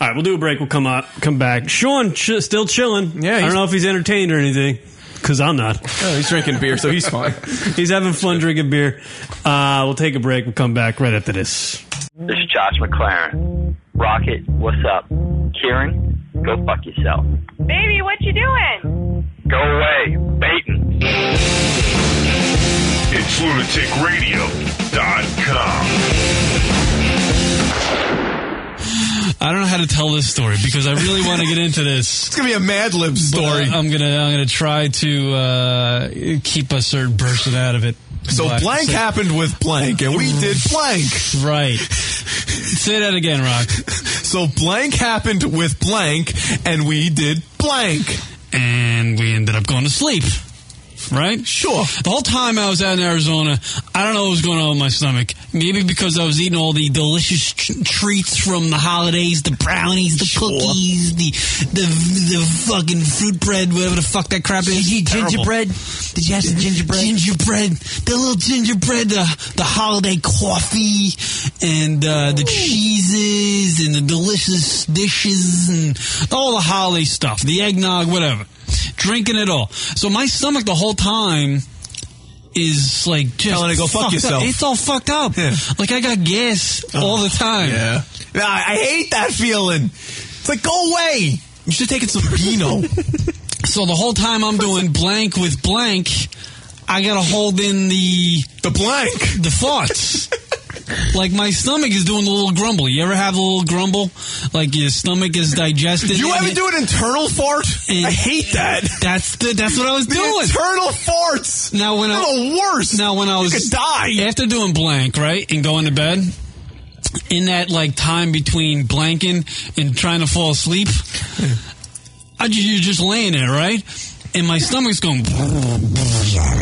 Speaker 27: All right, we'll do a break. We'll come out, come back. Sean ch- still chilling. Yeah, I don't
Speaker 12: he's-
Speaker 27: know if he's entertained or anything. Because I'm not.
Speaker 12: Oh, he's drinking beer, so he's fine.
Speaker 27: [LAUGHS] he's having fun drinking beer. Uh, we'll take a break. We'll come back right after this.
Speaker 28: This is Josh McLaren. Rocket, what's up? Kieran, go fuck yourself.
Speaker 29: Baby, what you doing?
Speaker 28: Go away, Baton.
Speaker 10: It's lunaticradio.com.
Speaker 11: I don't know how to tell this story because I really want to get into this. it's
Speaker 12: gonna be a Mad Lib
Speaker 11: story. uh, I'm gonna I'm gonna try to uh, keep a certain person out of it.
Speaker 12: So [LAUGHS] blank happened with blank, and we did blank. [LAUGHS]
Speaker 11: [LAUGHS] Right. Say that again, Rock.
Speaker 12: So blank happened with blank, and we did blank,
Speaker 11: and we ended up going to sleep. Right?
Speaker 12: Sure.
Speaker 11: The whole time I was out in Arizona, I don't know what was going on with my stomach. Maybe because I was eating all the delicious tr- treats from the holidays, the brownies, the cookies, the the the fucking fruit bread, whatever the fuck that crap is.
Speaker 30: Did you eat gingerbread?
Speaker 11: Did you have some gingerbread? Gingerbread, the little gingerbread, the the holiday coffee, and uh, the cheeses and the delicious dishes and all the holiday stuff, the eggnog, whatever. Drinking it all. So my stomach the whole time is like just
Speaker 12: Telling it to go fuck
Speaker 11: fucked up.
Speaker 12: yourself. Uh-huh.
Speaker 11: It's all fucked up. Like I got gas all the time.
Speaker 12: Yeah. Nah, I hate that feeling. It's like go away. You should take it some Pinot.
Speaker 11: so the whole time I'm doing blank with blank, I gotta hold in the
Speaker 12: [LAUGHS] the blank [LAUGHS]
Speaker 11: the farts. Like my stomach is doing a little grumble. You ever have a little grumble? Like your stomach is digested.
Speaker 12: You ever do an internal fart? I hate that.
Speaker 11: That's the, that's what I was
Speaker 12: The
Speaker 11: doing.
Speaker 12: internal farts.
Speaker 11: Now when I
Speaker 12: They're the worst.
Speaker 11: Now when I was
Speaker 12: die
Speaker 11: after doing blank right and going to bed. In that like time between blanking and trying to fall asleep, I ju- you're just laying there right, and my stomach's going.
Speaker 12: Yeah, [LAUGHS]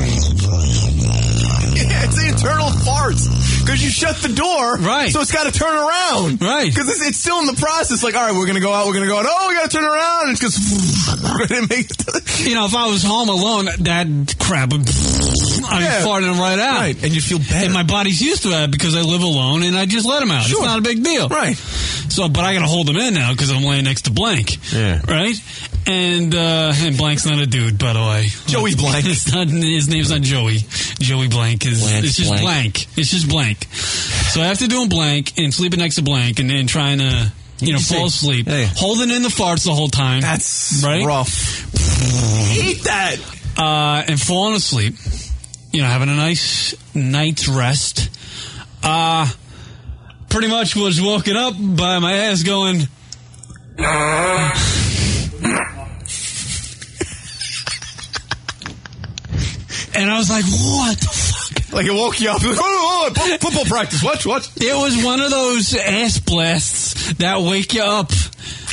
Speaker 12: it's the internal farts because you shut the door, right? So it's got to turn around,
Speaker 11: right?
Speaker 12: Because it's, it's still in the process. Like, all right, we're gonna go out, we're gonna go out. Oh, we gotta turn around. It's just [LAUGHS] we're gonna make [LAUGHS]
Speaker 11: You know, if I was home alone, that crap would. I'm
Speaker 12: Yeah.
Speaker 11: farting right out.
Speaker 12: Right, and you feel bad.
Speaker 11: And my body's used to that because I live alone and I just let them out.
Speaker 12: Sure.
Speaker 11: It's not a big deal.
Speaker 12: Right.
Speaker 11: So, but I got to hold them in now because I'm laying next to Blank.
Speaker 12: Yeah.
Speaker 11: Right? And uh, and Blank's not a dude, by the way. Joey Blank. it's not, his name's not Joey. Joey Blank is
Speaker 30: Lance
Speaker 11: it's just
Speaker 30: Blank.
Speaker 11: blank. It's just blank. So after doing blank and sleeping next to blank and then trying to you know fall asleep, holding in the farts the whole time. That's right?
Speaker 12: rough.
Speaker 11: Eat that. Uh, and falling asleep. You know, having a nice night's rest. Uh pretty much was woken up by my ass going. And I was like, what the fuck?
Speaker 12: Like it woke you up. [LAUGHS] Like, oh, oh, oh, football practice. Watch, watch.
Speaker 11: It was one of those ass blasts that wake you up.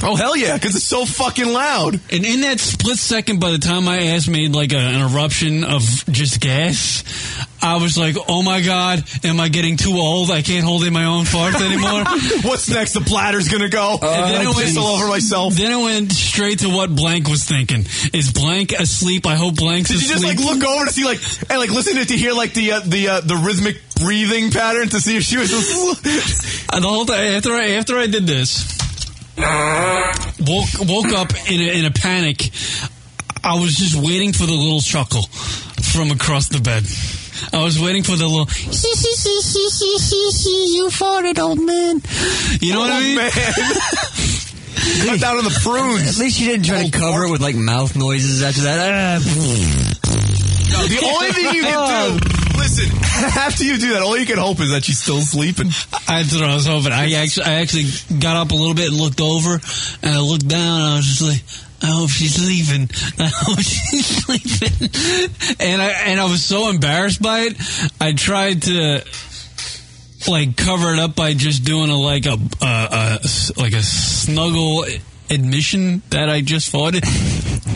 Speaker 12: Oh hell yeah! Because it's so fucking loud.
Speaker 11: And in that split second, by the time my ass made like a, an eruption of just gas, I was like, "Oh my god, am I getting too old? I can't hold in my own
Speaker 12: [LAUGHS]
Speaker 11: farts anymore."
Speaker 12: What's next? The bladder's gonna go.
Speaker 11: and then
Speaker 12: I
Speaker 11: it went
Speaker 12: pissed all over myself.
Speaker 11: Then it went straight to what Blank was thinking. Is Blank asleep? I hope Blank's
Speaker 12: Did you
Speaker 11: asleep.
Speaker 12: just like look over to see like and like listen to, to hear like the uh, the uh, the rhythmic breathing pattern to see if
Speaker 11: [LAUGHS]
Speaker 12: she was [LAUGHS]
Speaker 11: And Uh, the whole time after I after I did this, woke woke up in a, in a panic. I was just waiting for the little chuckle from across the bed. I was waiting for the little. you farted, old man. You know what I mean?
Speaker 12: Cut down on the prunes.
Speaker 11: [LAUGHS]
Speaker 30: At least you didn't try to cover it with like mouth noises after that. Ah,
Speaker 11: Oh.
Speaker 12: the only thing you can do
Speaker 16: listen.
Speaker 12: [LAUGHS] After you do that, all you can hope is that she's still sleeping.
Speaker 11: I thought I was hoping. I actually, I actually got up a little bit and looked over, and I looked down. and I was just like, I hope she's leaving. [LAUGHS] I hope she's sleeping. And I and I was so embarrassed by it. I tried to like cover it up by just doing a like a, a, a like a snuggle admission that I just farted.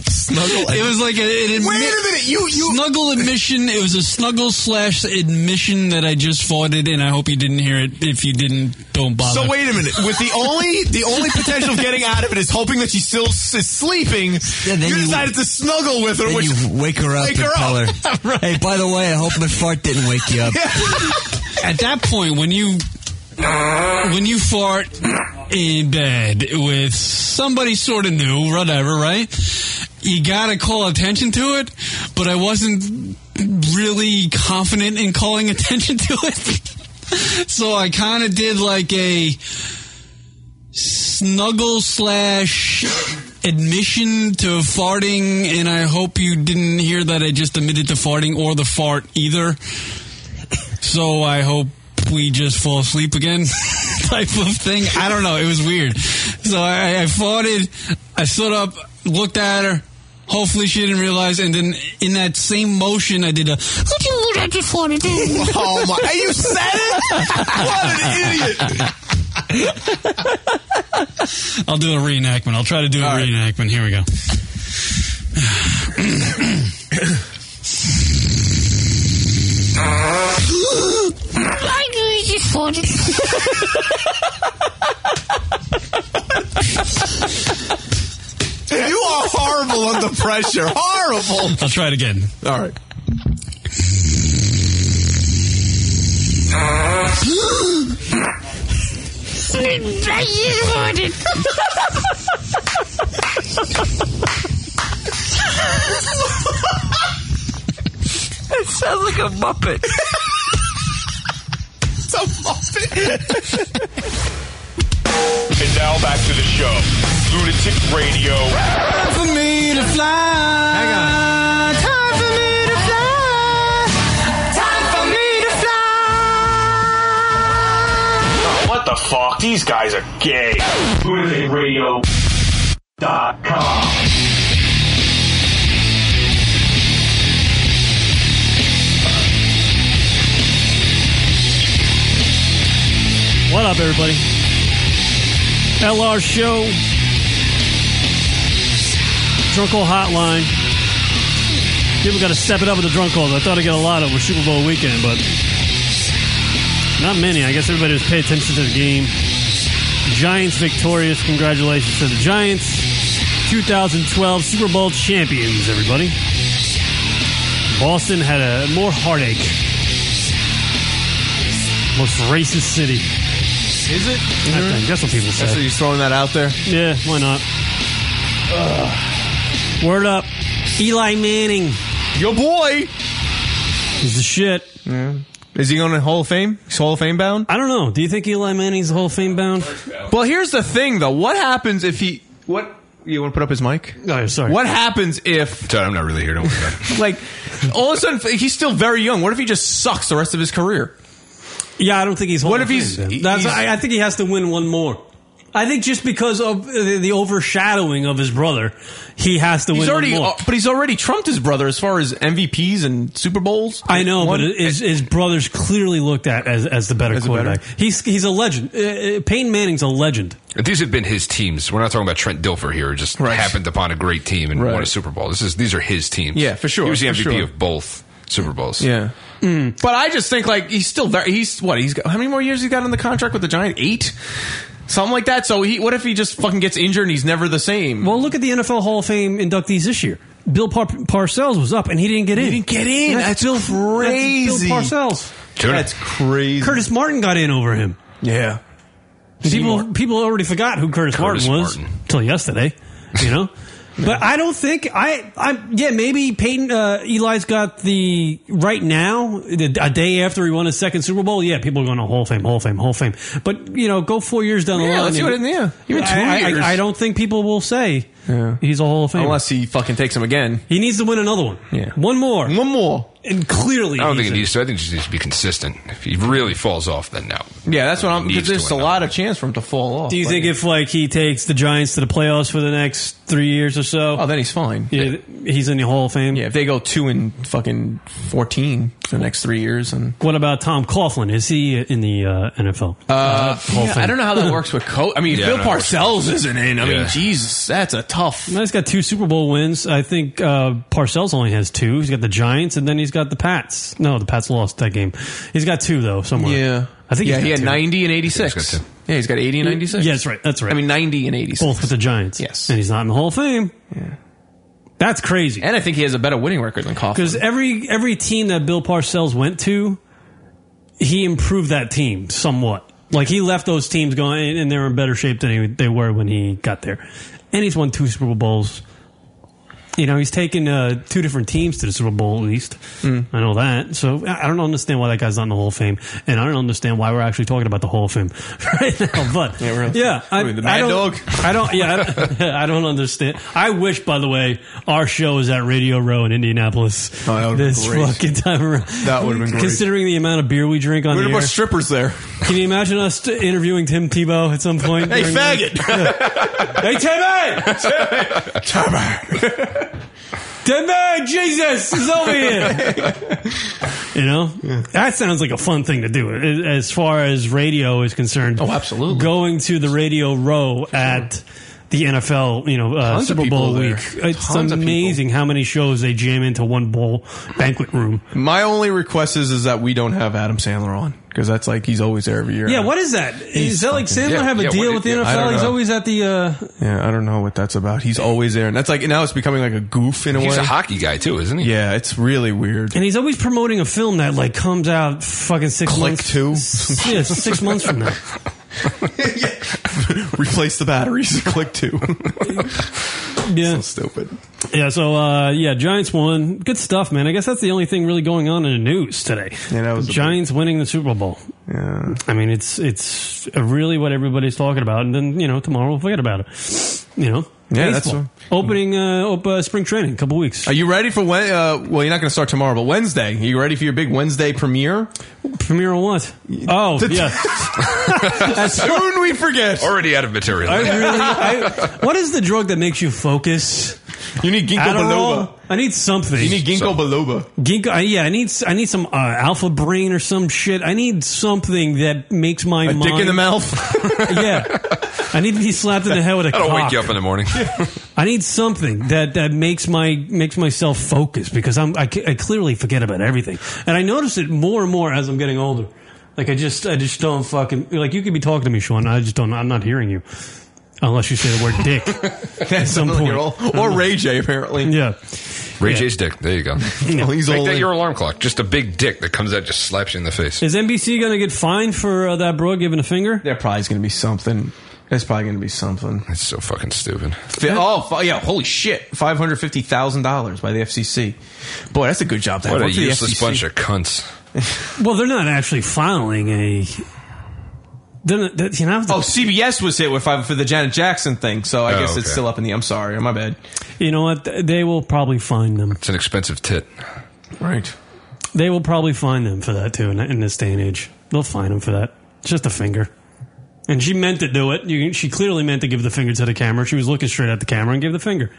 Speaker 11: snuggle. It was like a, an admi-
Speaker 16: Wait a minute, you- you-
Speaker 11: snuggle admission. It was a snuggle slash admission that I just farted, and I hope you didn't hear it. If you didn't, don't bother.
Speaker 12: So wait a minute. With the only the only potential of getting out of it is hoping that she's still s- is sleeping. you,
Speaker 11: you-
Speaker 12: decided to snuggle with her, [LAUGHS]
Speaker 11: then
Speaker 12: which
Speaker 11: you
Speaker 31: wake her up
Speaker 12: Wake
Speaker 31: and
Speaker 12: her
Speaker 31: tell
Speaker 12: up.
Speaker 31: her. Hey, by the way, I hope my fart didn't wake you up.
Speaker 11: At that point, when you when you fart in bed with somebody sort of new, whatever, right? You gotta call attention to it, but I wasn't really confident in calling attention to it, [LAUGHS] so I kind of did like a snuggle slash admission to farting, and I hope you didn't hear that I just admitted to farting or the fart either. So I hope we just fall asleep again, [LAUGHS] type of thing. I don't know. It was weird. So I, I farted. I stood up, looked at her. Hopefully she didn't realize, and then in that same motion, I did a. I just farted.
Speaker 16: Oh my! You said it. What an idiot!
Speaker 11: I'll do a reenactment. I'll try to do a reenactment. Here we go.
Speaker 16: I knew you
Speaker 12: you are horrible under pressure. Horrible.
Speaker 11: I'll try it again.
Speaker 12: All right.
Speaker 16: It sounds like a muppet. it's a muppet.
Speaker 32: And now back to the show. Lunatic Radio.
Speaker 16: Time for me to fly. Hang on. Time for me to fly. Time for me to fly.
Speaker 10: What the fuck? These guys are gay. LunaticRadio.com.
Speaker 33: What up, everybody? LR Show. Drunkle Hotline. People got to step it up with the drunk calls. I thought I'd get a lot over Super Bowl weekend, but not many. I guess everybody was paying attention to the game. Giants victorious. Congratulations to the Giants. 2012 Super Bowl champions, everybody. Boston had a more heartache most racist city. Is it? I think. That's what people say.
Speaker 12: That's what he's throwing that out there.
Speaker 33: yeah, why not? Word up, Eli Manning,
Speaker 12: your boy.
Speaker 33: He's the shit.
Speaker 12: Is he going to Hall of Fame? He's Hall of Fame bound?
Speaker 33: I don't know. Do you think Eli Manning's Hall of Fame bound?
Speaker 12: Oh, Well, here's the thing, though. What happens if he? What you want to put up his mic?
Speaker 33: No, sorry.
Speaker 12: What happens if?
Speaker 13: Sorry, I'm not really here. Don't worry about it.
Speaker 12: like all of a sudden he's still very young. What if he just sucks the rest of his career?
Speaker 33: Yeah, I don't think he's.
Speaker 12: What if he's?
Speaker 33: That's, I, I think he has to win one more. I think just because of the, the overshadowing of his brother, he has to
Speaker 12: he's
Speaker 33: win
Speaker 12: already,
Speaker 33: one more.
Speaker 12: but he's already trumped his brother as far as MVPs and Super Bowls.
Speaker 33: I know,
Speaker 12: One-
Speaker 33: but his, his brother's clearly looked at as, as the better
Speaker 12: As a better-
Speaker 33: quarterback. He's he's a legend. Uh, uh, Peyton Manning's a legend.
Speaker 13: These have been his teams. We're not talking about Trent Dilfer here. who Just happened upon a great team and won a Super Bowl. This is these are his teams.
Speaker 12: Yeah, for sure,
Speaker 13: He was the
Speaker 12: for
Speaker 13: MVP
Speaker 12: sure.
Speaker 13: of both Super Bowls.
Speaker 12: yeah. Hmm. But I just think like he's still very. He's what he's got. How many more years he got on the contract with the Giant? Eight, something like that. So he, what if he just fucking gets injured and he's never the same?
Speaker 33: Well, look at the NFL Hall of Fame inductees this year. Bill Par- Parcells was up, and he didn't get in. He didn't
Speaker 12: get in. That's
Speaker 33: Bill,
Speaker 12: crazy.
Speaker 33: That's Bill Parcells.
Speaker 13: Sure.
Speaker 12: That's crazy.
Speaker 33: Curtis Martin got in over him.
Speaker 12: Yeah.
Speaker 33: People people already forgot who Curtis,
Speaker 13: Curtis
Speaker 33: Martin was
Speaker 13: Martin.
Speaker 33: until yesterday, you
Speaker 12: [LAUGHS]
Speaker 33: know. But I don't think I I yeah maybe Peyton uh, Eli's got the right now the- a day after he won his second Super Bowl yeah people are going to Hall of Fame Hall of Fame Hall of Fame but you know go four years down the
Speaker 12: Yeah,
Speaker 33: line
Speaker 12: let's see what
Speaker 33: and-
Speaker 12: it- yeah. Even two
Speaker 33: I, I-
Speaker 12: years.
Speaker 33: I, don't think people will say
Speaker 11: He's a Hall of Famer.
Speaker 12: Unless he fucking takes him again.
Speaker 11: He needs to win another one.
Speaker 12: Yeah.
Speaker 11: One more.
Speaker 12: One more.
Speaker 11: And clearly,
Speaker 13: I don't think
Speaker 11: he's
Speaker 13: it needs to. I think it just needs to be consistent. If he really falls off, then no.
Speaker 12: Yeah, that's what I'm.
Speaker 13: Needs
Speaker 12: Because
Speaker 13: to
Speaker 12: there's a lot of chance for him to fall off.
Speaker 11: Do you
Speaker 12: but-
Speaker 11: think if like he takes the Giants to the playoffs for the next three years or so? Oh,
Speaker 12: then he's fine.
Speaker 11: Yeah, he's in the Hall of Fame.
Speaker 12: Yeah, if they go two and fucking fourteen for the next three years, and
Speaker 11: What about Tom Coughlin? Is he in the uh, NFL?
Speaker 12: uh,
Speaker 11: Hall of
Speaker 12: yeah,
Speaker 11: Fame.
Speaker 12: I don't know how that works with coach. I mean,
Speaker 11: Yeah, I
Speaker 12: Bill
Speaker 11: don't know.
Speaker 12: Parcells isn't in. I
Speaker 11: Yeah.
Speaker 12: mean, Jesus, that's a tough.
Speaker 11: He's got two Super Bowl wins. I think uh, Parcells only has two. He's got the Giants, and then he's got the Pats. No, the Pats lost that game. He's got two though somewhere.
Speaker 12: Yeah,
Speaker 11: I think
Speaker 12: yeah,
Speaker 11: he's got
Speaker 12: he had
Speaker 11: two.
Speaker 12: ninety and eighty six. Yeah, he's got eighty and ninety six.
Speaker 11: Yeah, that's right. That's right.
Speaker 12: I mean, ninety and eighty six.
Speaker 11: both with the Giants. Yes, and he's not in the Hall of Fame. Yeah, that's crazy.
Speaker 12: And I think he has a better winning record than Coughlin.
Speaker 11: Because every every team that Bill Parcells went to, he improved that team somewhat. Like he left those teams going, and they were in better shape than he, they were when he got there. And he's won two Super Bowls. You know, he's taken uh, two different teams to the Super Bowl at least.
Speaker 12: Mm.
Speaker 11: I know that. So I I don't understand why that guy's not in the Hall of Fame, and I don't understand why we're actually talking about the Hall of Fame [LAUGHS] right now. But yeah, I,
Speaker 12: Wait, the
Speaker 11: I
Speaker 12: Mad
Speaker 11: don't,
Speaker 12: Dog?
Speaker 11: I don't. Yeah, I don't, [LAUGHS] I don't understand. I wish, by the way, our show is at Radio Row in Indianapolis
Speaker 12: Oh, would've been
Speaker 11: this
Speaker 12: great.
Speaker 11: fucking time around.
Speaker 12: That would've been great.
Speaker 11: Considering the amount of beer we drink on
Speaker 12: We'd
Speaker 11: the
Speaker 12: have
Speaker 11: air,
Speaker 12: a strippers there.
Speaker 11: can you imagine us t- interviewing Tim Tebow at some point?
Speaker 12: Hey,
Speaker 11: during that? Yeah. hey, Timmy! Timmy! Timmy! Jesus is over here! you know? That sounds like a fun thing to do a- as far as radio is concerned. Oh, absolutely. Going to the radio row at the NFL, you know, uh,
Speaker 12: Tons of
Speaker 11: Super
Speaker 12: people
Speaker 11: Bowl
Speaker 12: are there.
Speaker 11: week. It's
Speaker 12: Tons of people.
Speaker 11: amazing how many shows they jam into one bowl banquet room.
Speaker 12: My only request is is that we don't have Adam Sandler on because that's like he's always there every year.
Speaker 11: Yeah, what is that? Is that like Sandler
Speaker 12: yeah,
Speaker 11: have a
Speaker 12: yeah,
Speaker 11: deal
Speaker 12: what-
Speaker 11: with the
Speaker 12: yeah, I
Speaker 11: NFL?
Speaker 12: don't
Speaker 11: He's
Speaker 12: know.
Speaker 11: always at the. Uh,
Speaker 12: Yeah, I don't know what that's about. He's always there, and that's like now it's becoming like a goof in a way.
Speaker 13: [LAUGHS] He's a hockey guy too, isn't he?
Speaker 12: Yeah, it's really weird.
Speaker 11: And he's always promoting a film that like comes out fucking six
Speaker 12: Click
Speaker 11: months.
Speaker 12: two.
Speaker 11: s- [LAUGHS] yeah, six months from now.
Speaker 12: [LAUGHS] Replace the batteries. [LAUGHS] Click
Speaker 11: [LAUGHS]
Speaker 12: two.
Speaker 11: Yeah,
Speaker 12: stupid.
Speaker 11: yeah. So uh, yeah, Giants won. Good stuff, man. I guess that's the only thing really going on in the news today.
Speaker 12: Yeah, that was a
Speaker 11: Giants winning the Super Bowl.
Speaker 12: Yeah.
Speaker 11: I mean, it's it's really what everybody's talking about, and then you know tomorrow we'll forget about it. You know,
Speaker 12: Yeah, that's
Speaker 11: Baseball. opening uh, op- uh, spring training, a couple weeks.
Speaker 12: Are you ready for when? Uh, well, you're not going to start tomorrow, but Wednesday. Are you ready for your big Wednesday premiere?
Speaker 11: Premiere on what?
Speaker 12: [LAUGHS]
Speaker 11: Oh, yeah. As
Speaker 12: soon we forget.
Speaker 13: Already out of material.
Speaker 11: I really.
Speaker 13: [LAUGHS]
Speaker 11: I, what is the drug that makes you focus?
Speaker 12: You need ginkgo
Speaker 11: Adderall?
Speaker 12: biloba.
Speaker 11: I need something.
Speaker 12: You need ginkgo
Speaker 11: Some-
Speaker 12: biloba.
Speaker 11: Ginkgo. I- yeah, I need. s- I need some uh, alpha brain or some shit. I need something that makes my
Speaker 12: A
Speaker 11: mind.
Speaker 12: dick in the [LAUGHS] mouth.
Speaker 11: yeah. I need to be slapped in the head with
Speaker 12: [LAUGHS]
Speaker 11: a
Speaker 13: That'll
Speaker 11: cock.
Speaker 13: wake you up in the morning.
Speaker 11: I need something that, that makes my makes myself focus because I'm I, ca- I clearly forget about everything, and I notice it more and more as I'm getting older. Like I just I just don't fucking like you could be talking to me, Sean. I just don't. I'm not hearing you unless you say the word
Speaker 12: [LAUGHS]
Speaker 11: dick at some point.
Speaker 12: or Ray J apparently.
Speaker 11: Yeah.
Speaker 13: Ray
Speaker 11: Yeah.
Speaker 13: J's dick. There you [LAUGHS] go.
Speaker 12: he's
Speaker 13: Make
Speaker 12: all
Speaker 13: that
Speaker 12: in.
Speaker 13: your alarm clock. Just a big dick that comes out, just slaps you in the face.
Speaker 11: Is NBC going to get fined for uh, that broad giving a finger?
Speaker 12: There probably is going to be something. There's probably going to be something.
Speaker 13: That's so fucking stupid.
Speaker 12: Fi- Oh fu- yeah! Holy shit! Five hundred fifty thousand dollars by the FCC. Boy, that's a good job. To have.
Speaker 13: What a
Speaker 12: Work for the
Speaker 13: useless
Speaker 12: FCC.
Speaker 13: bunch of cunts.
Speaker 11: Well, they're not actually filing a. They're not, they- you know,
Speaker 12: Oh, CBS was hit with five for the Janet Jackson thing, so I
Speaker 13: Oh,
Speaker 12: guess it's
Speaker 13: okay.
Speaker 12: still up in the. I'm sorry, my bad.
Speaker 11: you know what? They will probably fine them.
Speaker 13: It's an expensive tit.
Speaker 12: Right.
Speaker 11: They will probably fine them for that too in, in this day and age. They'll fine them for that. It's just a finger. And she meant to do it. You, she clearly meant to give the finger to the camera. She was looking straight at the camera and gave the finger.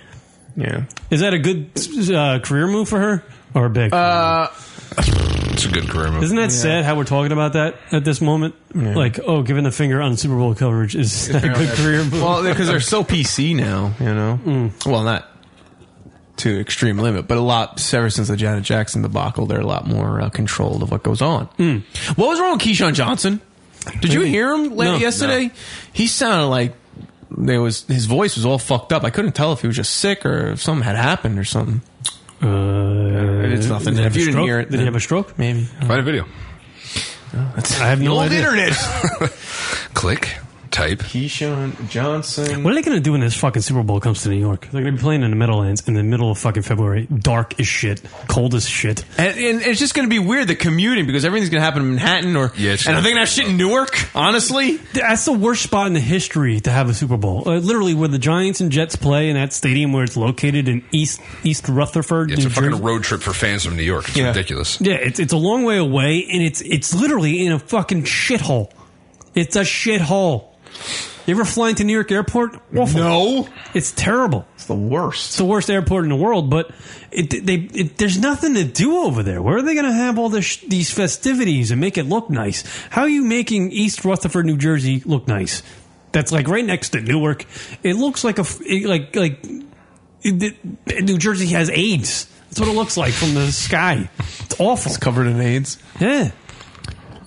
Speaker 12: Yeah.
Speaker 11: Is that a good uh, career move for her or a big?
Speaker 12: Uh,
Speaker 13: It's a good career move.
Speaker 11: Isn't that
Speaker 13: Yeah.
Speaker 11: sad how we're talking about that at this moment? Like, oh, giving the finger on Super Bowl coverage is that a [LAUGHS] good career move. Mm.
Speaker 12: Well, because they're so PC now, you know. Well, not to extreme limit, but a lot. Ever since the Janet Jackson debacle, they're a lot more uh, controlled of what goes on.
Speaker 11: Mm.
Speaker 12: What was wrong with Keyshawn Johnson? Did you hear him la-
Speaker 11: No.
Speaker 12: yesterday? He sounded like there was his voice was all fucked up. I couldn't tell if he was just sick or if something had happened or something.
Speaker 11: Uh,
Speaker 12: it's nothing.
Speaker 11: did he have
Speaker 12: If
Speaker 11: a
Speaker 12: you didn't
Speaker 11: stroke?
Speaker 12: hear it,
Speaker 11: did he
Speaker 12: then-
Speaker 11: have a stroke?
Speaker 12: Maybe
Speaker 13: Find a video.
Speaker 11: I have no
Speaker 12: old
Speaker 11: idea.
Speaker 12: internet.
Speaker 13: Click. type.
Speaker 12: Keyshawn Johnson.
Speaker 11: What are they going to do when this fucking Super Bowl comes to New York? They're going to be playing in the Meadowlands in the middle of fucking February, dark as shit, cold as shit.
Speaker 12: And, and it's just going to be weird the commuting because everything's going to happen in Manhattan or yeah, and I think that shit in Newark. Honestly,
Speaker 11: that's the worst spot in the history to have a Super Bowl. Uh, literally, where the Giants and Jets play in that stadium where it's located in East East Rutherford.
Speaker 13: Yeah, it's
Speaker 11: New
Speaker 13: a fucking
Speaker 11: Jersey.
Speaker 13: road trip for fans from New York. It's
Speaker 11: Yeah.
Speaker 13: ridiculous.
Speaker 11: Yeah, it's it's a long way away, and it's it's literally in a fucking shithole. It's a shithole. You ever flying to New York Airport? Awful.
Speaker 12: Oh.
Speaker 11: No, it's terrible. It's
Speaker 12: the worst.
Speaker 11: It's the worst airport in the world. But it, they it, there's nothing to do over there. Where are they going to have all this these festivities and make it look nice? How are you making East Rutherford, New Jersey, look nice? That's like right next to Newark. It looks like a f- it- like like it- it- New Jersey has AIDS. That's what it looks like from the sky. It's awful. It's
Speaker 12: covered in AIDS.
Speaker 11: Yeah.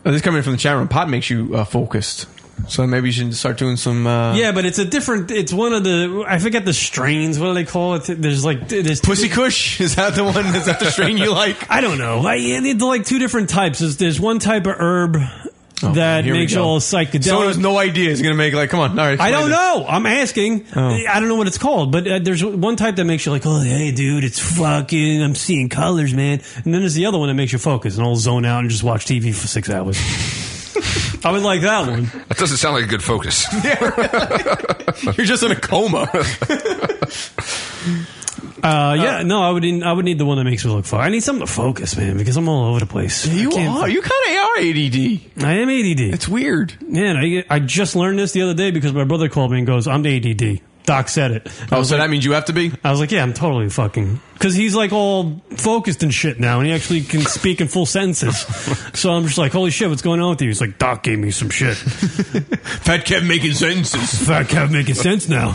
Speaker 12: Oh, this coming from the chat room. Pot makes you uh, focused, so maybe you should start doing some. Uh,
Speaker 11: yeah, but it's a different. It's one of the. I forget the strains. What do they call it? There's like there's
Speaker 12: Pussy Kush. [LAUGHS] Is that the one? Is that the strain you like?
Speaker 11: I don't know. I, it's like two different types. There's, there's one type of herb that
Speaker 12: Here we
Speaker 11: makes you
Speaker 12: go.
Speaker 11: all psychedelic.
Speaker 12: Someone has no idea. Is going to make like, come on, all right.
Speaker 11: I
Speaker 12: explain
Speaker 11: don't
Speaker 12: this.
Speaker 11: know. I'm asking.
Speaker 12: Oh.
Speaker 11: I don't know what it's called, but uh, there's one type that makes you like, oh, hey, dude, it's fucking, I'm seeing colors, man. And then there's the other one that makes you focus and all zone out and just watch TV for six hours. I would like that one.
Speaker 13: That doesn't sound like a good focus.
Speaker 12: You're just in a coma.
Speaker 11: [LAUGHS] Uh, yeah, no, I would. need- I would need the one that makes me look far. I need something to focus, man, because I'm all over the place. You
Speaker 12: are. [LAUGHS] You kind of are ADD.
Speaker 11: I am ADD. It's
Speaker 12: weird,
Speaker 11: man. I I just learned this the other day because my brother called me and goes, "I'm ADD." Doc said it. I
Speaker 12: Oh,
Speaker 11: was
Speaker 12: so
Speaker 11: like-
Speaker 12: that means you have to be.
Speaker 11: I was like, yeah, I'm totally fucking. Because he's like all focused and shit now, and he actually can speak in full sentences.
Speaker 13: [LAUGHS]
Speaker 11: so I'm just like, holy shit, what's going on with you? He's like, Doc gave me some shit.
Speaker 12: Fat Kev making sentences.
Speaker 11: Fat Kev making sense now.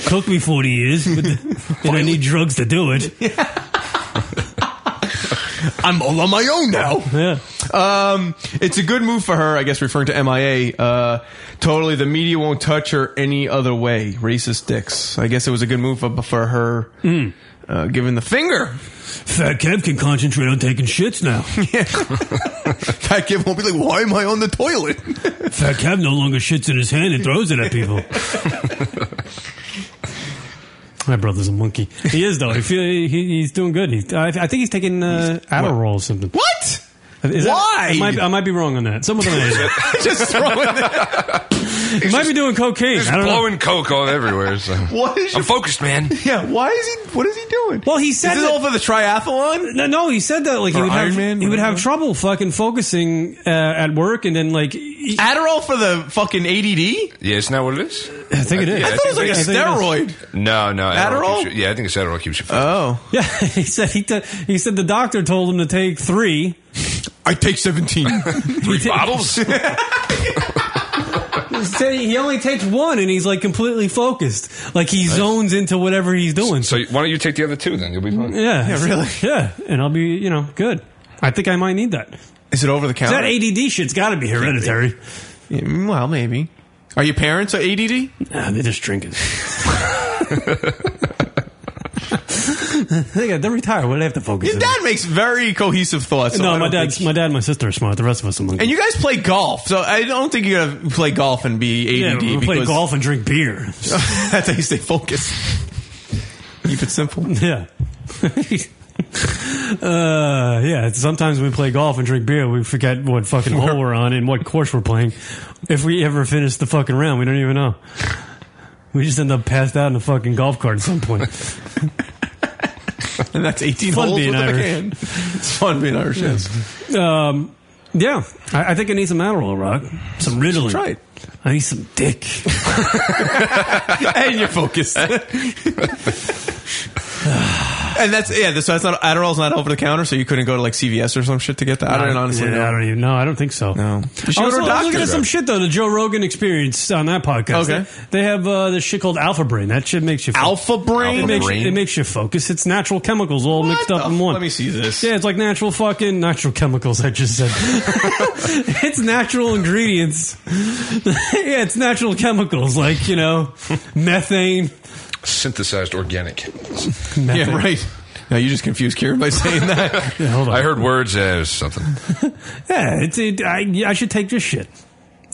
Speaker 11: [LAUGHS] Took me 40 years, but and I need drugs to do it.
Speaker 12: I'm all on my own now.
Speaker 11: Yeah.
Speaker 12: Um, it's a good move for her, I guess, referring to MIA. Uh, totally, the media won't touch her any other way. Racist dicks. I guess it was a good move for- for her, uh, given the finger.
Speaker 11: Fat Kev can concentrate on taking shits now.
Speaker 12: Fat Kev won't be like, why am I on the toilet?
Speaker 11: Fat Kev no longer shits in his hand and throws it at people. [LAUGHS] My brother's a monkey. He is though. He feel, he, he's doing good. He, I, I think he's taking uh, Adderall or something.
Speaker 12: [LAUGHS] What?
Speaker 11: Is that-
Speaker 12: Why?
Speaker 11: I might, I might be wrong on that. Some of them is.
Speaker 12: [LAUGHS] just throwing it.
Speaker 11: He might be doing cocaine.
Speaker 13: He's
Speaker 11: I don't know.
Speaker 13: blowing coke all everywhere. [LAUGHS] So.
Speaker 12: What is
Speaker 13: I'm
Speaker 12: your-
Speaker 13: focused, man.
Speaker 12: Yeah, why is he? What is he doing?
Speaker 11: Well, he said
Speaker 12: is this
Speaker 11: that-
Speaker 12: all for the triathlon?
Speaker 11: No, no, he said that like he
Speaker 12: Or
Speaker 11: would
Speaker 12: Iron
Speaker 11: have
Speaker 12: Man,
Speaker 11: he would have
Speaker 12: whatever.
Speaker 11: trouble fucking focusing uh, at work, and then like he-
Speaker 12: Adderall for the fucking ADD?
Speaker 13: Yeah, isn't that what it is?
Speaker 11: I think it is.
Speaker 13: Yeah,
Speaker 11: I thought it was
Speaker 13: think
Speaker 11: like a
Speaker 13: they-
Speaker 11: steroid.
Speaker 13: No, no.
Speaker 11: Adderall?
Speaker 13: keeps you- yeah, I think it's Adderall Uh, keeps you focused.
Speaker 12: Oh.
Speaker 11: yeah, [LAUGHS] he said he t- he said the doctor told him to take three.
Speaker 12: I take seventeen.
Speaker 13: [LAUGHS] Three bottles.
Speaker 11: He said he only takes one, and he's like completely focused, like he zones into whatever he's doing.
Speaker 13: So why don't you take the other two then? You'll be fine.
Speaker 11: Yeah, [LAUGHS] Yeah, and I'll be you know good. I think I might need that.
Speaker 12: [LAUGHS] Is it over the counter?
Speaker 11: That ADD shit's got to be hereditary.
Speaker 12: Yeah, well, maybe. Are your parents are ADD?
Speaker 11: Nah, they just drink it. [LAUGHS] they got to retire. What do they have to focus?
Speaker 12: Your
Speaker 11: on?
Speaker 12: dad makes very cohesive thoughts. so I
Speaker 11: no,
Speaker 12: don't
Speaker 11: my dad's
Speaker 12: think-
Speaker 11: my dad and my sister are smart. The rest of us are monkeys.
Speaker 12: And you [LAUGHS] guys play golf, so I don't think you're gonna play golf and be
Speaker 11: Yeah,
Speaker 12: ADD.
Speaker 11: we play
Speaker 12: because
Speaker 11: golf and drink
Speaker 12: [LAUGHS]
Speaker 11: beer.
Speaker 12: That's how you stay focused. Keep it simple.
Speaker 11: Yeah. Uh, yeah. Sometimes we play golf and drink beer. We forget
Speaker 12: [LAUGHS]
Speaker 11: what fucking hole we're on and what course we're playing. If we ever finish the fucking round, we don't even know. We just end up passed out in a fucking golf cart at some point.
Speaker 12: [LAUGHS] and that's 18
Speaker 11: Fun
Speaker 12: holes
Speaker 11: being
Speaker 12: with a
Speaker 11: Irish.
Speaker 12: backhand. It's fun being Irish. Yes.
Speaker 11: Um, yeah, I, I think I need some Adderall, Rock. Some Ritalin.
Speaker 12: Try it.
Speaker 11: I need some dick.
Speaker 12: and you're focused. and that's yeah. So that's not Adderall's not over the counter, so you couldn't go to like CVS or some shit to get that. I don't honestly
Speaker 11: Yeah,
Speaker 12: know.
Speaker 11: I don't even know. I don't think so. No.
Speaker 12: You should
Speaker 11: I
Speaker 12: go
Speaker 11: was,
Speaker 12: to a
Speaker 11: I was looking
Speaker 12: doctor.
Speaker 11: at some shit though. The Joe Rogan Experience on that podcast.
Speaker 12: Okay.
Speaker 11: They, they have uh, this shit called Alpha Brain. That shit makes you fo-
Speaker 12: Alpha Brain?
Speaker 11: It
Speaker 12: Alpha
Speaker 11: makes,
Speaker 12: Brain?
Speaker 11: it makes you focus. It's natural chemicals all mixed up in one.
Speaker 12: Let me see this.
Speaker 11: Yeah, it's like natural fucking natural chemicals. I just said it's natural ingredients. yeah, it's natural chemicals like you know methane.
Speaker 13: Synthesized organic.
Speaker 12: [LAUGHS] Yeah, right. Now you just confused Kieran by saying that.
Speaker 11: yeah, hold on. [LAUGHS]
Speaker 13: I heard words as something.
Speaker 11: Yeah, it's it, I, I should take this shit.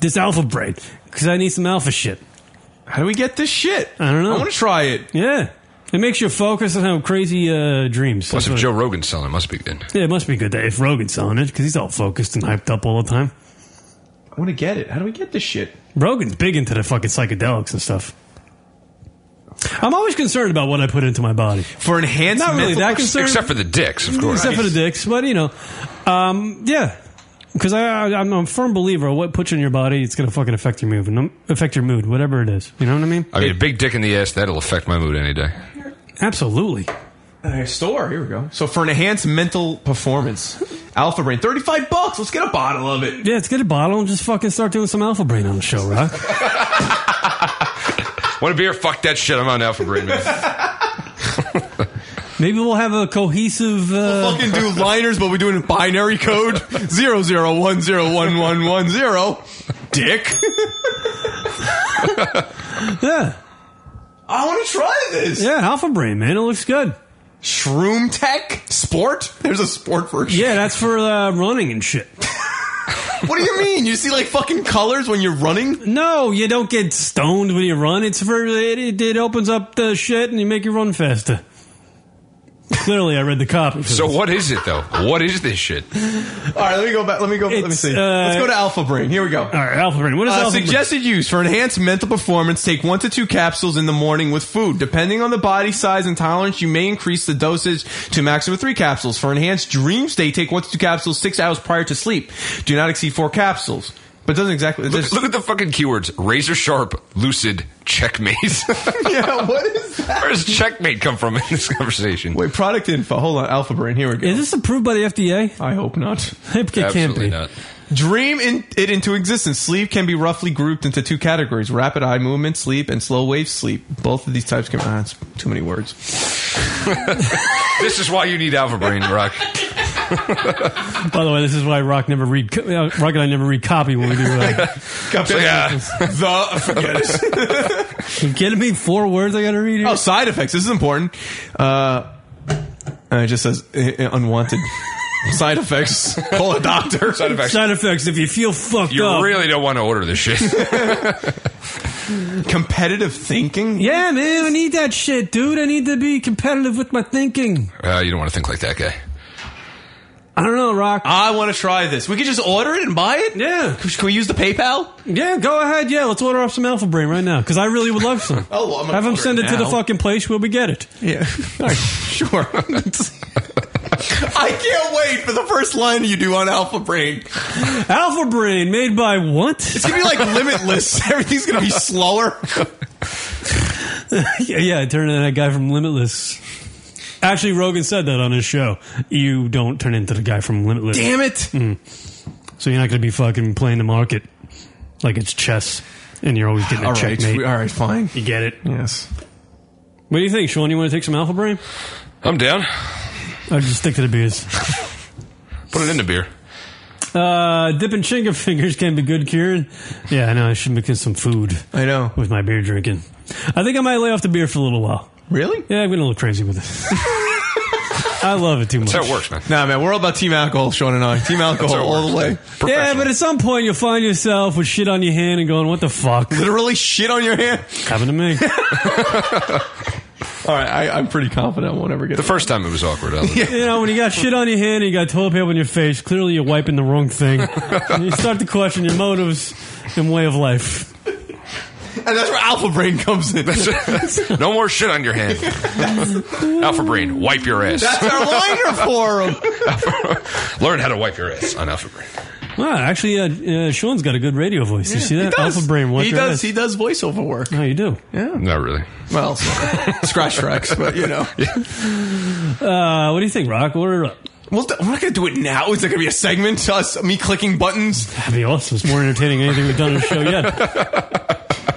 Speaker 11: this alpha bread because I need some alpha shit.
Speaker 12: [LAUGHS] How do we get this shit?
Speaker 11: I don't know.
Speaker 12: I wanna try it.
Speaker 11: Yeah. It makes you focus on how crazy uh, dreams.
Speaker 13: Plus,
Speaker 11: That's
Speaker 13: if
Speaker 11: what-
Speaker 13: Joe Rogan's selling, it must be good.
Speaker 11: Yeah, it must be good that if Rogan's selling it because he's all focused and hyped up all the time.
Speaker 12: I want to get it. How do we get this shit?
Speaker 11: Rogan's big into the fucking psychedelics and stuff. I'm always concerned about what I put into my body
Speaker 12: for enhanced.
Speaker 11: Not really
Speaker 13: mental-
Speaker 11: that concerned,
Speaker 13: Except for the dicks, of course.
Speaker 11: Except for the dicks, but you know, um, yeah. Because I, I, I'm a firm believer what puts you in your body, it's going to fucking affect your mood, and affect your mood, whatever it is. You know what I mean?
Speaker 13: I mean, a big dick in the ass, that'll affect my mood any day.
Speaker 11: Absolutely.
Speaker 12: Uh, store. Here we go. So for an enhanced mental [LAUGHS] performance, Alpha Brain, thirty-five bucks. Let's get a bottle of it.
Speaker 11: Yeah, let's get a bottle and just fucking start doing some alpha brain on the show, Rock.
Speaker 13: Want a beer? Fuck that shit. I'm on Alpha Brain, man.
Speaker 11: [LAUGHS] Maybe we'll have a cohesive. Uh,
Speaker 12: Fucking [LAUGHS] do liners, but we're doing binary code zero zero one zero one one one zero. [LAUGHS] Dick.
Speaker 11: yeah.
Speaker 12: I want to try this.
Speaker 11: Yeah, alpha brain, man. It looks good.
Speaker 12: Shroom tech sport. There's a sport version.
Speaker 11: Yeah, that's for uh, running and shit.
Speaker 12: What do you mean? You see like fucking colors when you're running?
Speaker 11: No, you don't get stoned when you run. It's for it, it, it opens up the shit and you make you run faster. Clearly, I read the copy.
Speaker 13: so what is it though? What is this shit?
Speaker 12: All right, let me go back. Let me go. let me see.
Speaker 11: uh,
Speaker 12: Let's go to Alpha Brain. Here we go. All
Speaker 11: right, Alpha Brain. What is
Speaker 12: uh,
Speaker 11: Alpha Brain?
Speaker 12: suggested use for enhanced mental performance? Take one to two capsules in the morning with food. Depending on the body size and tolerance, you may increase the dosage to a maximum of three capsules. For enhanced dream state, take one to two capsules six hours prior to sleep. Do not exceed four capsules. But it doesn't exactly.
Speaker 13: Look, look at the fucking keywords: razor sharp, lucid, checkmate. [LAUGHS]
Speaker 12: yeah, what is that?
Speaker 13: Where's checkmate come from in this conversation?
Speaker 12: Wait, product info. Hold on, Alpha Brain. Here we go.
Speaker 11: Is this approved by the FDA?
Speaker 12: I hope not.
Speaker 11: It can't
Speaker 13: Absolutely
Speaker 11: be.
Speaker 13: not.
Speaker 12: Dream in, it into existence. Sleep can be roughly grouped into two categories: rapid eye movement sleep and slow wave sleep. Both of these types can. Ah, it's too many words.
Speaker 13: This is why you need Alpha Brain, Rock.
Speaker 11: By the way, this is why Rock never read. co- uh, Rock and I never read copy when we do. Uh,
Speaker 13: So, yeah.
Speaker 12: [LAUGHS] the forget it.
Speaker 11: you kidding me? Four words I got to read.
Speaker 12: [LAUGHS]
Speaker 11: Here?
Speaker 12: oh, side effects. This is important. Uh, uh, it just says uh, uh, unwanted side effects. Call a [LAUGHS] doctor.
Speaker 13: Side effects.
Speaker 11: Side effects. If you feel fucked
Speaker 13: You
Speaker 11: up,
Speaker 13: really don't want to order
Speaker 12: [LAUGHS]
Speaker 13: this shit.
Speaker 12: Competitive thinking.
Speaker 11: yeah, man, I need that shit, dude. I need to be competitive with my thinking.
Speaker 13: Uh, you don't want to think like that guy.
Speaker 11: I don't know, Rock.
Speaker 12: I want to try this. We could just order it and buy it.
Speaker 11: Yeah,
Speaker 12: Can we use the PayPal?
Speaker 11: yeah. Go ahead. Yeah, let's order up some Alpha Brain right now because I really would love some.
Speaker 12: [LAUGHS] Oh, well, I'm gonna
Speaker 11: have them
Speaker 12: order
Speaker 11: send it
Speaker 12: it
Speaker 11: to the
Speaker 12: now.
Speaker 11: fucking place where we get it. [LAUGHS]
Speaker 12: Yeah. All right, sure. I can't wait for the first line you do on Alpha Brain.
Speaker 11: Alpha Brain made by what?
Speaker 12: It's gonna be like limitless. [LAUGHS] Everything's gonna be slower.
Speaker 11: [LAUGHS] yeah, yeah, turn into that guy from Limitless. Actually, Rogan said that on his show. You don't turn into the guy from Limitless.
Speaker 12: Damn it!
Speaker 11: Mm, So you're not going to be fucking playing the market like it's chess, and you're always getting a
Speaker 12: All right,
Speaker 11: checkmate.
Speaker 12: we- all right, fine.
Speaker 11: You get it.
Speaker 12: Yes.
Speaker 11: What do you think, Sean? You want to take some Alpha Brain?
Speaker 13: I'm down.
Speaker 11: I'll just stick to the beers.
Speaker 13: Put it in the beer.
Speaker 11: Uh, dipping chinga [LAUGHS] fingers can be good, Kieran. Yeah, I know. I should make some food
Speaker 12: I know.
Speaker 11: with my beer drinking. I think I might lay off the beer for a little while.
Speaker 12: Really?
Speaker 11: Yeah, I'm going to look crazy with it. [LAUGHS] I love it too much.
Speaker 13: That's how it works, man.
Speaker 12: Nah, man, we're all about team alcohol, Sean and I.
Speaker 11: [LAUGHS]
Speaker 12: Team alcohol
Speaker 13: how it
Speaker 12: all the way.
Speaker 11: Yeah, but at some point you'll find yourself with shit on your hand and going, "What the fuck
Speaker 12: Literally shit on your hand.
Speaker 11: happened
Speaker 12: [LAUGHS]
Speaker 11: to me?"
Speaker 12: All right, I, I'm pretty confident I won't ever get
Speaker 13: The first time it was
Speaker 12: [LAUGHS]
Speaker 13: awkward. I was-
Speaker 11: you know, when you got shit on your hand and you got toilet paper in your face, clearly you're wiping the wrong thing. And you start to question your motives and way of life.
Speaker 12: And that's where Alpha Brain comes in. [LAUGHS] That's,
Speaker 13: no more shit on your hand. Alpha Brain, wipe
Speaker 12: [LAUGHS]
Speaker 13: your ass.
Speaker 12: our liner for him.
Speaker 13: Learn how to wipe your ass on Alpha Brain.
Speaker 11: Wow, actually, uh, uh, Sean's got a good radio voice. you see that? Alpha brain. What
Speaker 12: he does. He does voiceover work.
Speaker 11: no, you do.
Speaker 12: Yeah.
Speaker 13: Not really.
Speaker 12: Well, scratch tracks, but you
Speaker 11: [LAUGHS]
Speaker 12: know.
Speaker 11: Uh, what do you think, Rock? Order up.
Speaker 12: Well, th- we're not gonna do it now. Is there gonna be a segment? Us, me clicking buttons.
Speaker 11: That'd be awesome. It's more entertaining than anything we've done on the show yet.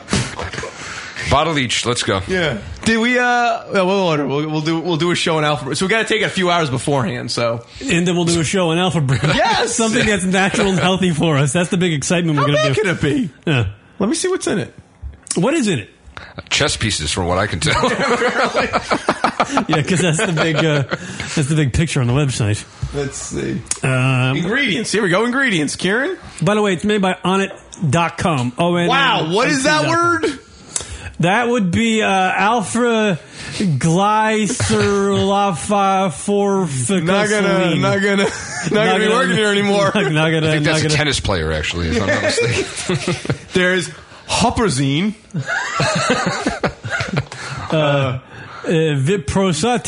Speaker 13: Bottle each. Let's go.
Speaker 12: Yeah. Did we? Uh, well, we'll order. We'll, we'll do. We'll do a show in alphabet. So we got to take a few hours beforehand. So
Speaker 11: And then we'll do a show on Alpha [LAUGHS] Brain.
Speaker 12: Yes!
Speaker 11: Something that's natural and healthy for us. That's the big excitement
Speaker 12: how
Speaker 11: we're going
Speaker 12: bad
Speaker 11: to
Speaker 12: can
Speaker 11: do.
Speaker 12: it be?
Speaker 11: Yeah.
Speaker 12: Let me see what's in it.
Speaker 11: What is in it?
Speaker 13: Chess pieces, from what I can tell. [LAUGHS]
Speaker 11: yeah, because that's the big uh, that's the big picture on the website.
Speaker 12: Let's see.
Speaker 11: Um,
Speaker 12: ingredients. Here we go. Ingredients, Kieran.
Speaker 11: By the way, it's made by Onnit.com. O N.
Speaker 12: Wow, what is that word?
Speaker 11: That would be uh, alpha glycerylophosphoryl.
Speaker 12: Not gonna- [LAUGHS] not gonna- not gonna be working [LAUGHS] here anymore.
Speaker 11: [LAUGHS] Not, not gonna.
Speaker 13: I think
Speaker 11: not
Speaker 13: that's a
Speaker 11: gonna-
Speaker 13: tennis player, actually. If I'm not mistaken.
Speaker 12: There's Hopperzine.
Speaker 11: uh,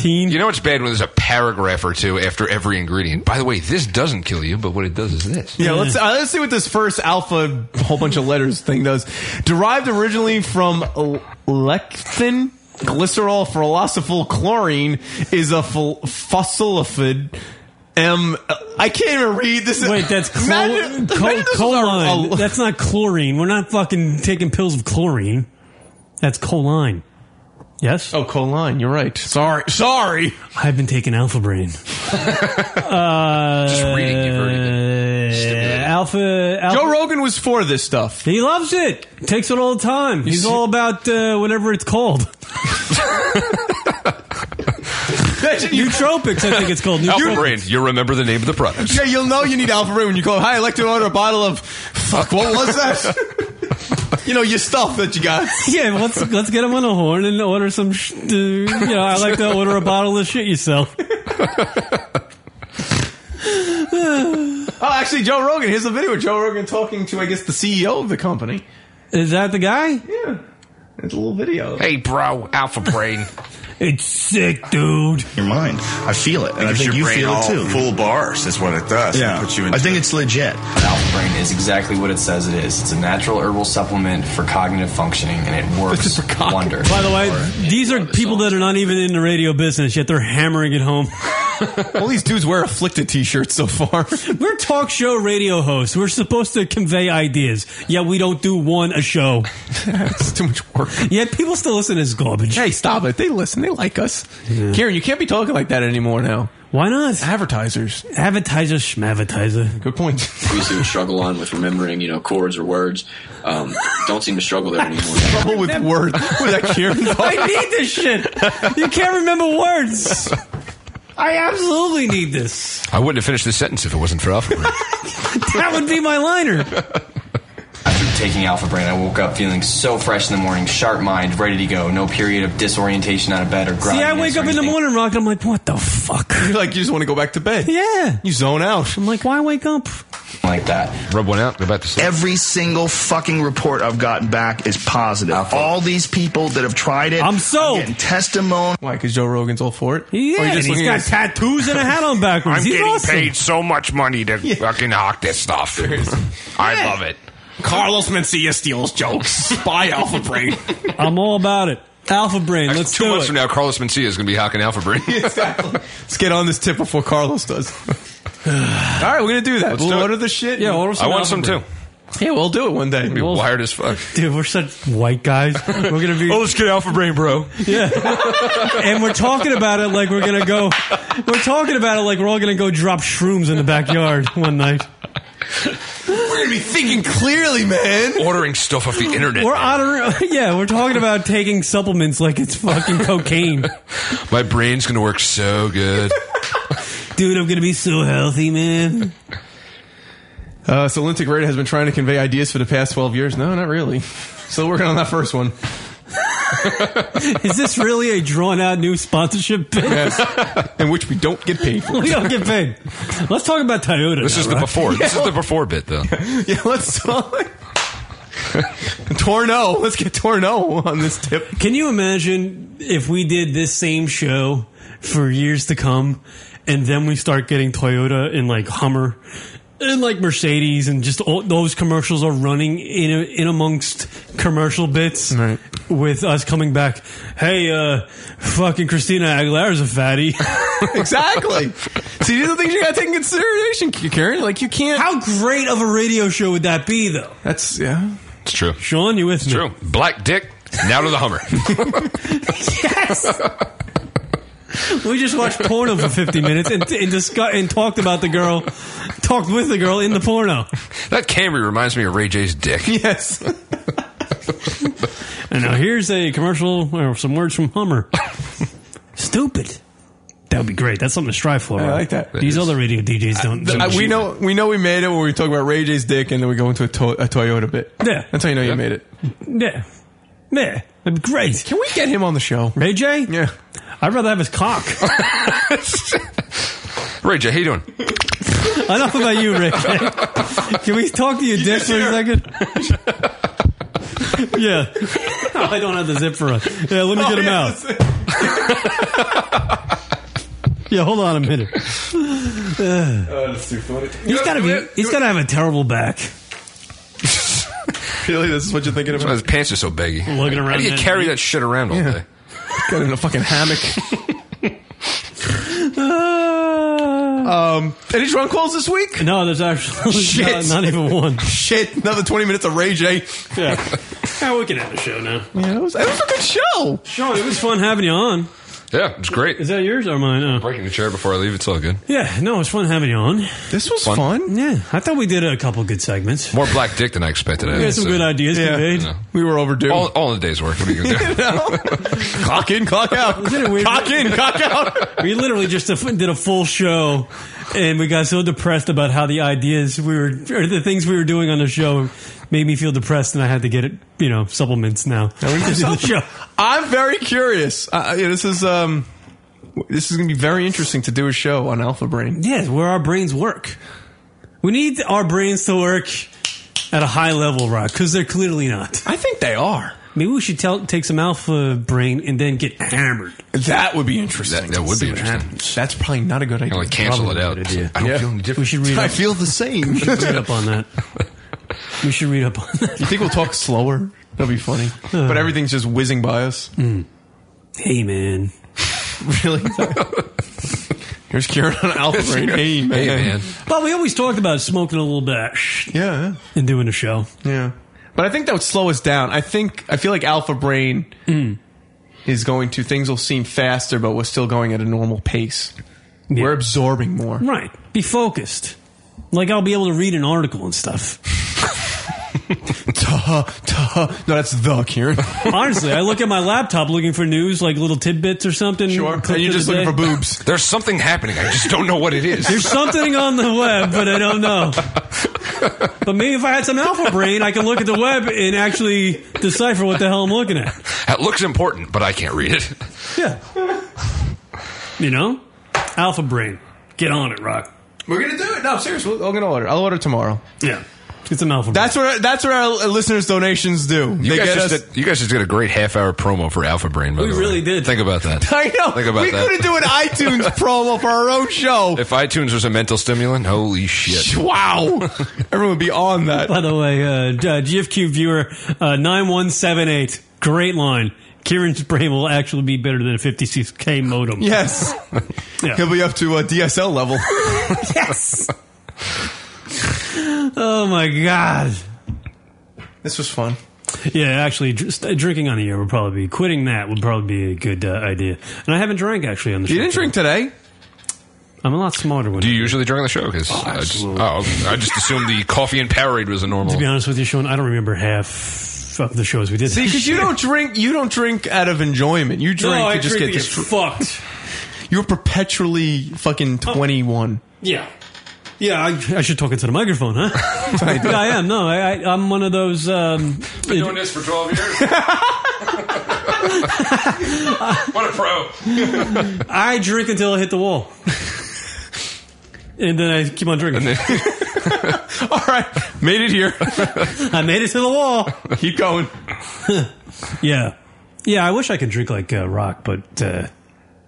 Speaker 13: You know what's bad when there's a paragraph or two after every ingredient. By the way, this doesn't kill you, but what it does is this.
Speaker 12: Yeah, let's uh, let's see what this first alpha whole bunch of letters thing does. Derived originally from l- lecithin, glycerol, philosophyl chlorine is a ph- phospholipid. M. I can't even read this.
Speaker 11: Wait, that's clo-
Speaker 12: [LAUGHS] Imagine-
Speaker 11: co-
Speaker 12: imagine this is a-
Speaker 11: choline.
Speaker 12: a-
Speaker 11: that's not chlorine. We're not fucking taking pills of chlorine. That's choline. Yes.
Speaker 12: Oh, choline. You're right. Sorry. Sorry.
Speaker 11: I've been taking alpha brain. uh, Just reading Uh, Alpha, alpha.
Speaker 12: Joe Rogan was for this stuff.
Speaker 11: He loves it. Takes it all the time. He's all about uh, whatever it's called. [LAUGHS] Nootropics, I think it's called.
Speaker 13: Alpha
Speaker 11: Nootropics.
Speaker 13: Brain, you remember the name of the product.
Speaker 12: Yeah, you'll know you need alpha brain when you go. Hi, I'd like to order a bottle of. Fuck. What was that?
Speaker 11: [LAUGHS]
Speaker 12: you know your stuff that you got.
Speaker 11: Yeah, let's let's get him on a horn and order some. Sh- uh, you know, I like to order a bottle of
Speaker 12: [LAUGHS]
Speaker 11: shit yourself.
Speaker 12: oh, actually, Joe Rogan. Here's a video of Joe Rogan talking to, I guess, the CEO of the company.
Speaker 11: Is that the guy?
Speaker 12: Yeah. It's a little video.
Speaker 13: Hey,
Speaker 12: [LAUGHS]
Speaker 13: bro, Alpha Brain.
Speaker 11: it's sick, dude.
Speaker 8: Your mind. I feel it. And I
Speaker 14: Gives
Speaker 8: think
Speaker 14: your
Speaker 8: you
Speaker 14: brain
Speaker 8: feel it
Speaker 14: all
Speaker 8: too.
Speaker 14: Full bars is what it does.
Speaker 8: Yeah.
Speaker 14: It puts you in
Speaker 8: I think it's legit.
Speaker 14: Alpha Brain is exactly what it says it is. It's a natural herbal supplement for cognitive functioning, and it works
Speaker 12: [LAUGHS]
Speaker 14: wonders.
Speaker 11: By the way, these are people that are not even in the radio business yet. They're hammering it home. [LAUGHS]
Speaker 12: All these dudes wear afflicted T-shirts so far. [LAUGHS]
Speaker 11: We're talk show radio hosts. We're supposed to convey ideas. Yet we don't do one a show.
Speaker 12: it's too much work.
Speaker 11: Yet people still listen to this garbage.
Speaker 12: Hey, stop it. They listen. They like us. Karen, you can't be talking like that anymore now.
Speaker 11: Why not?
Speaker 12: Advertisers.
Speaker 11: Advertiser, schmadvertiser.
Speaker 12: Good point.
Speaker 34: [LAUGHS] We seem to struggle on with remembering, you know, chords or words. Um, don't seem to struggle there
Speaker 12: [LAUGHS]
Speaker 34: anymore.
Speaker 12: Trouble with words. Was that Kieran? [LAUGHS]
Speaker 11: I need this shit. You can't remember words. I absolutely need this.
Speaker 13: I wouldn't have finished this sentence if it wasn't for Alpha Brain.
Speaker 11: That would be my liner.
Speaker 14: After taking Alpha Brain, I woke up feeling so fresh in the morning, sharp mind, ready to go. No period of disorientation out of bed or grinding.
Speaker 11: See, I wake up in the morning, Rock, and I'm like, what the fuck?
Speaker 12: You're like, you just want to go back to bed.
Speaker 11: Yeah.
Speaker 12: You zone out.
Speaker 11: I'm like, why wake up?
Speaker 14: like that.
Speaker 13: Rub one out. Go back to sleep.
Speaker 8: Every single fucking report I've gotten back is positive. All these people that have tried it. I'm
Speaker 11: so
Speaker 8: testimony.
Speaker 12: Why? Because Joe Rogan's all for it.
Speaker 8: Or
Speaker 11: Yeah,
Speaker 8: you
Speaker 11: and
Speaker 8: just
Speaker 11: he's
Speaker 8: looking
Speaker 11: got
Speaker 8: at his-
Speaker 11: tattoos and a hat on backwards.
Speaker 13: I'm
Speaker 11: He's
Speaker 13: getting
Speaker 11: awesome.
Speaker 13: paid so much money to
Speaker 12: [LAUGHS]
Speaker 13: fucking hawk this stuff. I love it.
Speaker 12: Carlos Mencia steals [LAUGHS] jokes. Buy Alpha
Speaker 14: [LAUGHS]
Speaker 12: Brain.
Speaker 11: I'm all about it. Alpha Brain, let's
Speaker 13: Two
Speaker 11: do
Speaker 13: months
Speaker 11: it.
Speaker 13: from now, Carlos Mencia is going to be hawking Alpha Brain.
Speaker 12: [LAUGHS] Let's get on this tip before Carlos does. [SIGHS] all right, we're gonna do that.
Speaker 13: Let's
Speaker 12: we'll
Speaker 13: do it.
Speaker 12: order the shit.
Speaker 11: Yeah, order some
Speaker 13: I want
Speaker 11: Alpha
Speaker 13: some
Speaker 11: Brain.
Speaker 13: too.
Speaker 12: Yeah, we'll do it one day.
Speaker 13: Be wired as fuck.
Speaker 11: Dude, we're such white guys. We're gonna
Speaker 13: [LAUGHS]
Speaker 11: be.
Speaker 13: Oh, let's get Alpha Brain, bro.
Speaker 11: Yeah. and we're talking about it like we're gonna go. We're talking about it like we're all gonna go drop shrooms in the backyard one night.
Speaker 12: We're gonna be thinking clearly, man.
Speaker 13: Ordering stuff off the internet. [LAUGHS]
Speaker 11: We're honoring. [LAUGHS] Yeah, we're talking about taking supplements like it's fucking cocaine.
Speaker 13: My brain's going to work so good.
Speaker 11: Dude, I'm gonna be so healthy, man.
Speaker 12: Uh, so Lintic Radio has been trying to convey ideas for the past 12 years. No, not really. Still working on that first one.
Speaker 11: Is this really a drawn out new sponsorship? [LAUGHS] bit?
Speaker 12: In which we don't get paid
Speaker 11: [LAUGHS]
Speaker 12: for.
Speaker 11: we don't get paid. Let's talk about Toyota.
Speaker 13: This
Speaker 11: now,
Speaker 13: is the
Speaker 11: right?
Speaker 13: before. This
Speaker 12: Yeah.
Speaker 13: is the before bit, though.
Speaker 12: yeah, let's [LAUGHS] Torno. Let's get Torno on this tip.
Speaker 11: Can you imagine if we did this same show for years to come and then we start getting Toyota and like Hummer and like Mercedes and just all those commercials are running in in amongst commercial bits with us coming back, "Hey, uh fucking Christina Aguilera's a [LAUGHS] fatty."
Speaker 12: exactly. See, these are things you gotta take in consideration, Karen. Like you can't.
Speaker 11: How great of a radio show would that be though?
Speaker 12: That's yeah. [LAUGHS]
Speaker 13: It's true.
Speaker 11: Sean, you with me?
Speaker 13: It's true. Black dick. Now to the Hummer. [LAUGHS]
Speaker 11: Yes. We just watched porno for 50 minutes and, and discuss, and talked about the girl, talked with the girl in the porno.
Speaker 13: That Camry reminds me of Ray J's dick.
Speaker 12: Yes.
Speaker 11: And now here's a commercial or some words from
Speaker 12: [LAUGHS]
Speaker 11: Hummer. Stupid. That would be great. That's something to strive for.
Speaker 12: I
Speaker 11: right?
Speaker 12: like that.
Speaker 11: These other radio DJs don't.
Speaker 12: Th-
Speaker 11: don't
Speaker 12: we
Speaker 11: cheat.
Speaker 12: know we know we made it when we talk about Ray J's dick, and then we go into a, to- a Toyota bit.
Speaker 11: Yeah,
Speaker 12: that's how you know you made it.
Speaker 11: Yeah. Yeah. That'd be great.
Speaker 12: Can we get him on the show?
Speaker 11: Ray J?
Speaker 12: Yeah.
Speaker 11: I'd rather have
Speaker 12: [LAUGHS]
Speaker 11: his cock.
Speaker 13: Ray J, how you doing?
Speaker 11: Enough about you,
Speaker 12: [LAUGHS]
Speaker 11: Ray J. Can we talk to your dick for a second?
Speaker 12: [LAUGHS]
Speaker 11: yeah. [LAUGHS] No, I don't have the zip for us. Yeah, let me
Speaker 5: Oh,
Speaker 11: get him
Speaker 5: yeah,
Speaker 11: out. yeah, hold on a minute. Uh,
Speaker 12: Oh, that's too funny.
Speaker 11: he's got to be. He's got to have a terrible back.
Speaker 12: [LAUGHS] Really, this is what you're thinking
Speaker 13: That's why
Speaker 12: about?
Speaker 13: his pants are so baggy.
Speaker 12: Lugging
Speaker 13: How
Speaker 12: around
Speaker 13: do you
Speaker 12: that-
Speaker 13: carry that shit around all
Speaker 12: Yeah.
Speaker 13: day?
Speaker 12: Got in a fucking [LAUGHS] hammock. um, any drunk calls this week?
Speaker 11: No, there's actually [LAUGHS]
Speaker 12: Shit.
Speaker 11: not- not even one.
Speaker 12: Shit, another 20 minutes of Ray J.
Speaker 11: [LAUGHS] Yeah. Now we can end the show now.
Speaker 12: Yeah, that was, that was a good show.
Speaker 11: Sean, it was fun having you on.
Speaker 13: Yeah, it's great. Is
Speaker 11: that yours or mine? Oh.
Speaker 13: Breaking the chair before I leave. It's all good.
Speaker 11: Yeah, no, it's fun having you on.
Speaker 12: This was
Speaker 13: Fun. fun.
Speaker 11: Yeah, I thought we did a couple good segments.
Speaker 13: More black dick than I expected.
Speaker 11: We had some good ideas conveyed.
Speaker 12: We were overdue. [LAUGHS]
Speaker 13: All, all in the day's work. What are you going to do?
Speaker 12: Cock in, cock out. Cock in, cock out.
Speaker 11: We literally just did a full show, and we got so depressed about how the ideas we were, or the things we were doing on the show, made me feel depressed, and I had to get it, you know, supplements now. [LAUGHS] to do the show.
Speaker 12: [LAUGHS] I'm very curious. Uh, yeah, this is um, this is going to be very interesting to do a show on Alpha Brain.
Speaker 11: Yes, where our brains work. We need our brains to work at a high level, Rock, because they're clearly not.
Speaker 12: I think they are.
Speaker 11: Maybe we should tell, take some alpha brain and then get hammered.
Speaker 12: That would be interesting.
Speaker 13: That- that would be interesting.
Speaker 12: That's probably not a good idea.
Speaker 13: like cancel it out. I don't feel any different. [LAUGHS]
Speaker 11: We should read
Speaker 12: I
Speaker 11: up-
Speaker 12: feel the same.
Speaker 11: We should read up on that. We should read up on that.
Speaker 12: You think we'll talk slower? That'll be funny. but
Speaker 13: Uh.
Speaker 12: everything's just whizzing by
Speaker 13: [LAUGHS]
Speaker 12: us.
Speaker 11: Hey, man.
Speaker 12: Really? [LAUGHS] Here's Kieran on Alpha Brain. Hey, man.
Speaker 11: But we always talked about smoking a little bit.
Speaker 12: Yeah.
Speaker 11: And doing a show.
Speaker 12: Yeah. But I think that would slow us down. I think I feel like Alpha Brain
Speaker 13: Mm.
Speaker 12: is going to things will seem faster, but we're still going at a normal pace. We're absorbing more. [LAUGHS]
Speaker 11: Right. Be focused. Like I'll be able to read an article and stuff.
Speaker 12: Tuh, tuh. No, that's the
Speaker 13: [LAUGHS]
Speaker 12: Kieran.
Speaker 11: Honestly, I look at my laptop looking for news, like little tidbits or something. Sure.
Speaker 13: There's something happening. I just don't know what it is.
Speaker 11: There's something on the web, but I don't know. But maybe if I had some alpha brain, I could look at the web and actually decipher what the hell I'm looking at.
Speaker 13: That looks important, but I can't read it.
Speaker 11: You know? Alpha brain. Get on it, Rock.
Speaker 12: [LAUGHS] We're gonna do it. No, seriously, I'm gonna order. I'll order tomorrow.
Speaker 11: Yeah. It's an alpha.
Speaker 12: That's what that's what our listeners' donations do.
Speaker 13: You
Speaker 12: they
Speaker 13: guys,
Speaker 12: get
Speaker 13: just
Speaker 12: us.
Speaker 13: did, you guys just did a great half hour promo for Alpha Brain, by
Speaker 12: We
Speaker 13: the way.
Speaker 12: really
Speaker 13: did. Think
Speaker 12: [LAUGHS]
Speaker 13: about that.
Speaker 12: [LAUGHS] I know.
Speaker 13: Think about
Speaker 12: we
Speaker 13: that.
Speaker 12: couldn't do an iTunes promo for our own show.
Speaker 13: If iTunes was a mental stimulant,
Speaker 12: [LAUGHS]
Speaker 13: holy shit.
Speaker 12: Wow. Everyone would be on
Speaker 11: [LAUGHS]
Speaker 12: that.
Speaker 11: By the way, uh, uh, GFQ viewer uh, 9178. Great line. Kieran's brain will actually be better than a 56K modem.
Speaker 12: Yes.
Speaker 11: Yeah.
Speaker 12: He'll be up to uh, a DSL level.
Speaker 11: yes. Oh my god.
Speaker 12: This was fun.
Speaker 11: Yeah, actually, dr- st- drinking on the air would probably be quitting. That would probably be a good uh, idea. And I haven't drank actually on the.
Speaker 13: You
Speaker 11: show
Speaker 13: didn't drink
Speaker 12: today.
Speaker 11: I'm a lot smarter when.
Speaker 13: Do you usually drink on the show? Because I just, oh, okay. I just assumed
Speaker 11: [LAUGHS]
Speaker 13: the coffee and Powerade was a normal.
Speaker 11: to be honest with you, Sean, I don't remember half of the shows we did.
Speaker 12: See,
Speaker 11: [LAUGHS]
Speaker 12: because you don't drink, you don't drink out of enjoyment. You drink
Speaker 11: No,
Speaker 12: to
Speaker 11: I
Speaker 12: just
Speaker 11: drink
Speaker 12: get
Speaker 11: to get
Speaker 12: distr-
Speaker 11: fucked.
Speaker 12: You're perpetually fucking twenty one.
Speaker 11: Yeah. Yeah, I, I should talk into the microphone,
Speaker 12: [LAUGHS]
Speaker 11: huh? yeah, I am. No, I, I, I'm one of those. Um,
Speaker 13: Been doing this for 12 years.
Speaker 11: [LAUGHS]
Speaker 13: what a pro.
Speaker 11: I drink until I hit the wall.
Speaker 12: [LAUGHS]
Speaker 11: and then I keep on drinking.
Speaker 12: All right. Made it here.
Speaker 11: I made it to the wall.
Speaker 12: Keep going.
Speaker 11: yeah. Yeah, I wish I could drink like uh, Rock, but uh,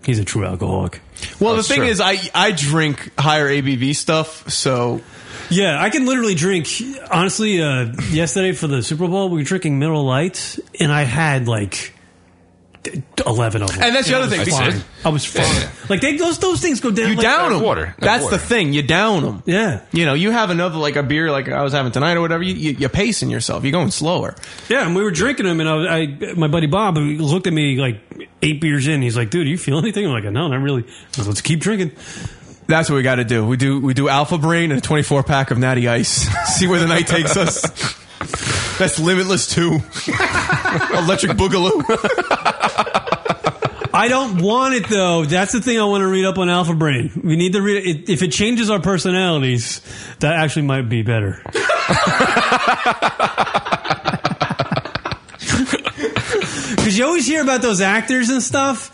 Speaker 11: he's a true alcoholic.
Speaker 12: Well, the thing is, I I drink higher ABV stuff, so
Speaker 11: Yeah, I can literally drink. Honestly, uh, yesterday for the Super Bowl, we were drinking Miller Lights, and I had like d- eleven of them.
Speaker 12: And that's the other
Speaker 11: I was
Speaker 12: thing.
Speaker 11: fine.
Speaker 12: That's it.
Speaker 11: I was fine. Like they, those those things go down.
Speaker 12: you
Speaker 11: like-
Speaker 12: down them. That's the thing. You down them.
Speaker 11: Yeah.
Speaker 12: You know, you have another like a beer like I was having tonight or whatever. You, you, you're pacing yourself. You're going slower.
Speaker 11: Yeah, and we were drinking them, and I, was- I my buddy Bob he looked at me like eight beers in. He's like, "Dude, you feel anything?" I'm like, "No, not really." I was, Let's keep drinking.
Speaker 12: That's what we got to do. We do we do Alpha Brain and a 24 pack [LAUGHS] of Natty Ice. See where the night takes us. That's Limitless too. [LAUGHS] Electric Boogaloo.
Speaker 11: I don't want it though. That's the thing I want to read up on Alpha Brain. We need to read it. If it changes our personalities, that actually might be better. Because you always hear about those actors and stuff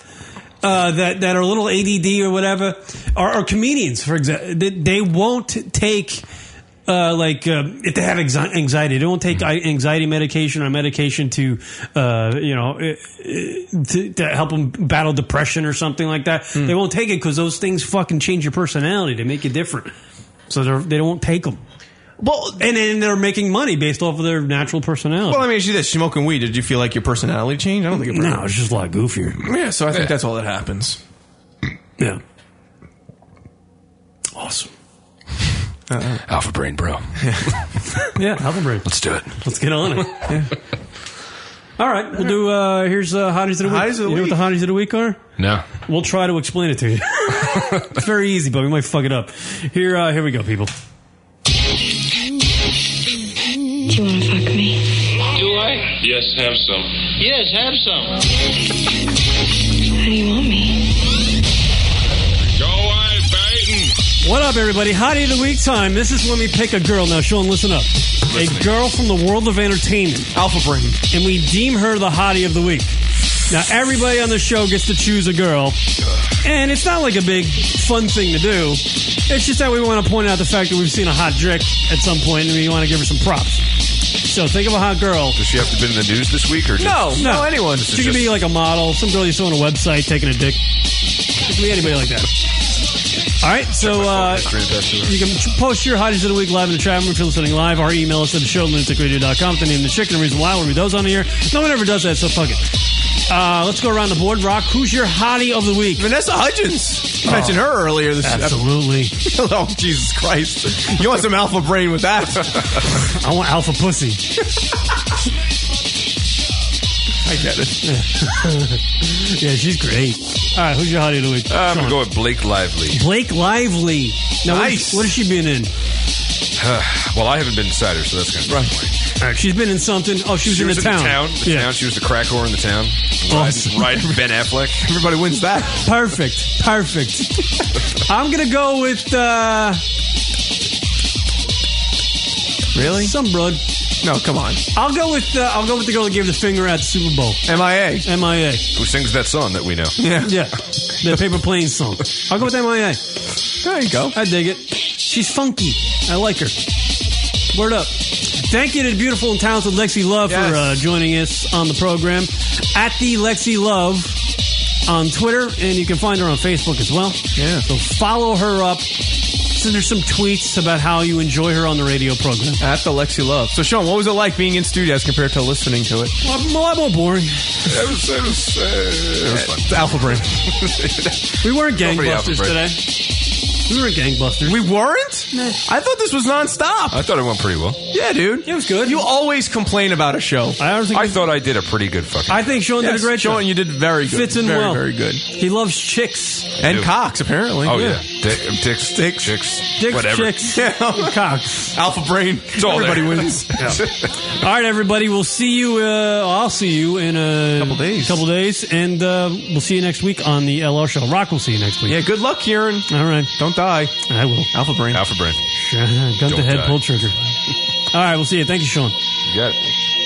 Speaker 11: uh, that that are a little ADD or whatever, or, or comedians, for example, they, they won't take. Uh, like uh, if they have anxi- anxiety, they won't take i- anxiety medication or medication to, uh, you know, eh, eh, to, to help them battle depression or something like that. They won't take it because those things fucking change your personality. They make you different, so they're, they don't take them.
Speaker 12: Well,
Speaker 11: and then they're making money based off of their natural personality.
Speaker 12: Well, let me ask you this: smoking weed, did you feel like your personality changed? I don't think it.
Speaker 11: No, it's just a lot goofier.
Speaker 12: Yeah, so I think
Speaker 11: Mm. Yeah.
Speaker 12: that's all that happens.
Speaker 11: Yeah. Awesome.
Speaker 13: [LAUGHS] Alpha Brain, bro.
Speaker 11: yeah, Alpha Brain.
Speaker 13: Let's do it.
Speaker 11: Let's
Speaker 12: [LAUGHS]
Speaker 11: get on it. All right, we'll do. Uh, here's uh, hotties of the week.
Speaker 12: Hotties of the
Speaker 11: you know what
Speaker 12: week.
Speaker 11: the hotties of the week are?
Speaker 13: No.
Speaker 11: We'll try to explain it
Speaker 12: [LAUGHS]
Speaker 11: to you. it's very easy, but we might fuck it up. Here, uh, here we go, people.
Speaker 19: you want to fuck me?
Speaker 7: Do I? Yes, have some. Yes, have some.
Speaker 19: How do you want me?
Speaker 7: Go away, Peyton.
Speaker 11: What up, everybody? Hottie of the week time. This is when we pick a girl. Now, Sean, listen up. A girl from the world of entertainment, Alpha Brain, and we deem her the hottie of the week. Now, everybody on the show gets to choose a girl, and it's not like a big fun thing to do. It's just that we want to point out the fact that we've seen a hot chick at some point, and we want to give her some props. So, think of a hot girl.
Speaker 13: Does she have to be in the news this week or just- This
Speaker 11: She
Speaker 13: is
Speaker 11: could
Speaker 13: just-
Speaker 11: be like a model, some girl you saw on a website taking a dick. It could be anybody like that. All right, so uh, you can ch- post your hotties of the week live in the chat room if you're listening live, or email us at the show lunaticradio.com with the name of the chicken and the reason why. We'll read those on the air. No one ever does that, so fuck it. Uh, let's go around the board. Rock, who's your hottie of the week?
Speaker 12: Vanessa Hudgens. You mentioned her earlier. This
Speaker 11: absolutely.
Speaker 12: [LAUGHS] oh Jesus Christ! You want some alpha brain with that?
Speaker 11: I want alpha pussy.
Speaker 12: [LAUGHS] I get it.
Speaker 11: yeah, she's great. All right, who's your hottie of the week?
Speaker 13: I'm
Speaker 11: Sean.
Speaker 13: going with Blake Lively.
Speaker 11: Blake Lively. Now, what- what has she been in?
Speaker 13: well, I haven't been inside her, so that's kind of
Speaker 11: All right, she's been in something. Oh, she was
Speaker 13: she
Speaker 11: in
Speaker 13: was
Speaker 11: the
Speaker 13: in
Speaker 11: town.
Speaker 13: the town. The
Speaker 11: yeah.
Speaker 13: town. She was the crack whore in the town. Riding, riding Ben Affleck.
Speaker 12: Everybody wins that.
Speaker 11: Perfect.
Speaker 13: [LAUGHS]
Speaker 11: Perfect. I'm going to go with. Uh,
Speaker 12: really?
Speaker 11: Some broad.
Speaker 12: No, come on.
Speaker 11: I'll go with uh, I'll go with the girl that gave the finger at the Super Bowl.
Speaker 12: MIA.
Speaker 11: MIA.
Speaker 13: Who sings that song that we know?
Speaker 12: Yeah.
Speaker 11: Yeah. The paper plane song. I'll go with MIA.
Speaker 12: There you go.
Speaker 11: I dig it. She's funky. I like her. Word up. Thank you to the beautiful and talented Lexi Love for uh, joining us on the program. At the Lexi Love on Twitter, and you can find her on Facebook as well. Yeah. So follow her up. Send her some tweets about how you enjoy her on the radio program.
Speaker 12: At the Lexi Love. So, Sean, what was it like being in studio as compared to listening to it?
Speaker 11: Well, I'm a lot more boring.
Speaker 13: [LAUGHS] That was, that was, uh, that was fun.
Speaker 12: It's Alpha Brain.
Speaker 11: We weren't
Speaker 13: Nobody out for
Speaker 11: gangbusters
Speaker 13: break.
Speaker 11: today. We weren't gangbusters.
Speaker 12: We weren't? I thought this was nonstop.
Speaker 13: I thought it went pretty well.
Speaker 12: Yeah, dude. Uh, It
Speaker 11: was good.
Speaker 12: You always complain about a show.
Speaker 11: I don't think
Speaker 13: I thought I did a pretty good fucking.
Speaker 11: I think Sean did
Speaker 12: Yes,
Speaker 11: a great
Speaker 12: Sean,
Speaker 11: job.
Speaker 12: you did very good.
Speaker 11: Fits in
Speaker 12: very,
Speaker 11: well.
Speaker 12: Very good.
Speaker 11: He loves chicks.
Speaker 12: And Cox, apparently.
Speaker 13: Oh yeah, Dick, dicks, dicks, chicks,
Speaker 11: Dicks,
Speaker 13: whatever.
Speaker 12: [LAUGHS]
Speaker 11: chicks, cocks.
Speaker 12: Alpha brain.
Speaker 13: It's all
Speaker 12: Everybody
Speaker 13: there. [LAUGHS]
Speaker 12: wins.
Speaker 11: All right, everybody. We'll see you. Uh, I'll see you in a couple days. Couple days, and uh, we'll see you next week on the LR show. Rock. We'll see you next week.
Speaker 12: Yeah, good luck, Kieran.
Speaker 11: All right.
Speaker 12: Don't die.
Speaker 11: I will.
Speaker 12: Alpha brain.
Speaker 13: Alpha brain.
Speaker 11: Gun to
Speaker 13: Don't
Speaker 11: head,
Speaker 13: die.
Speaker 11: pull trigger. All right. We'll see you. Thank you, Sean.
Speaker 13: You got it.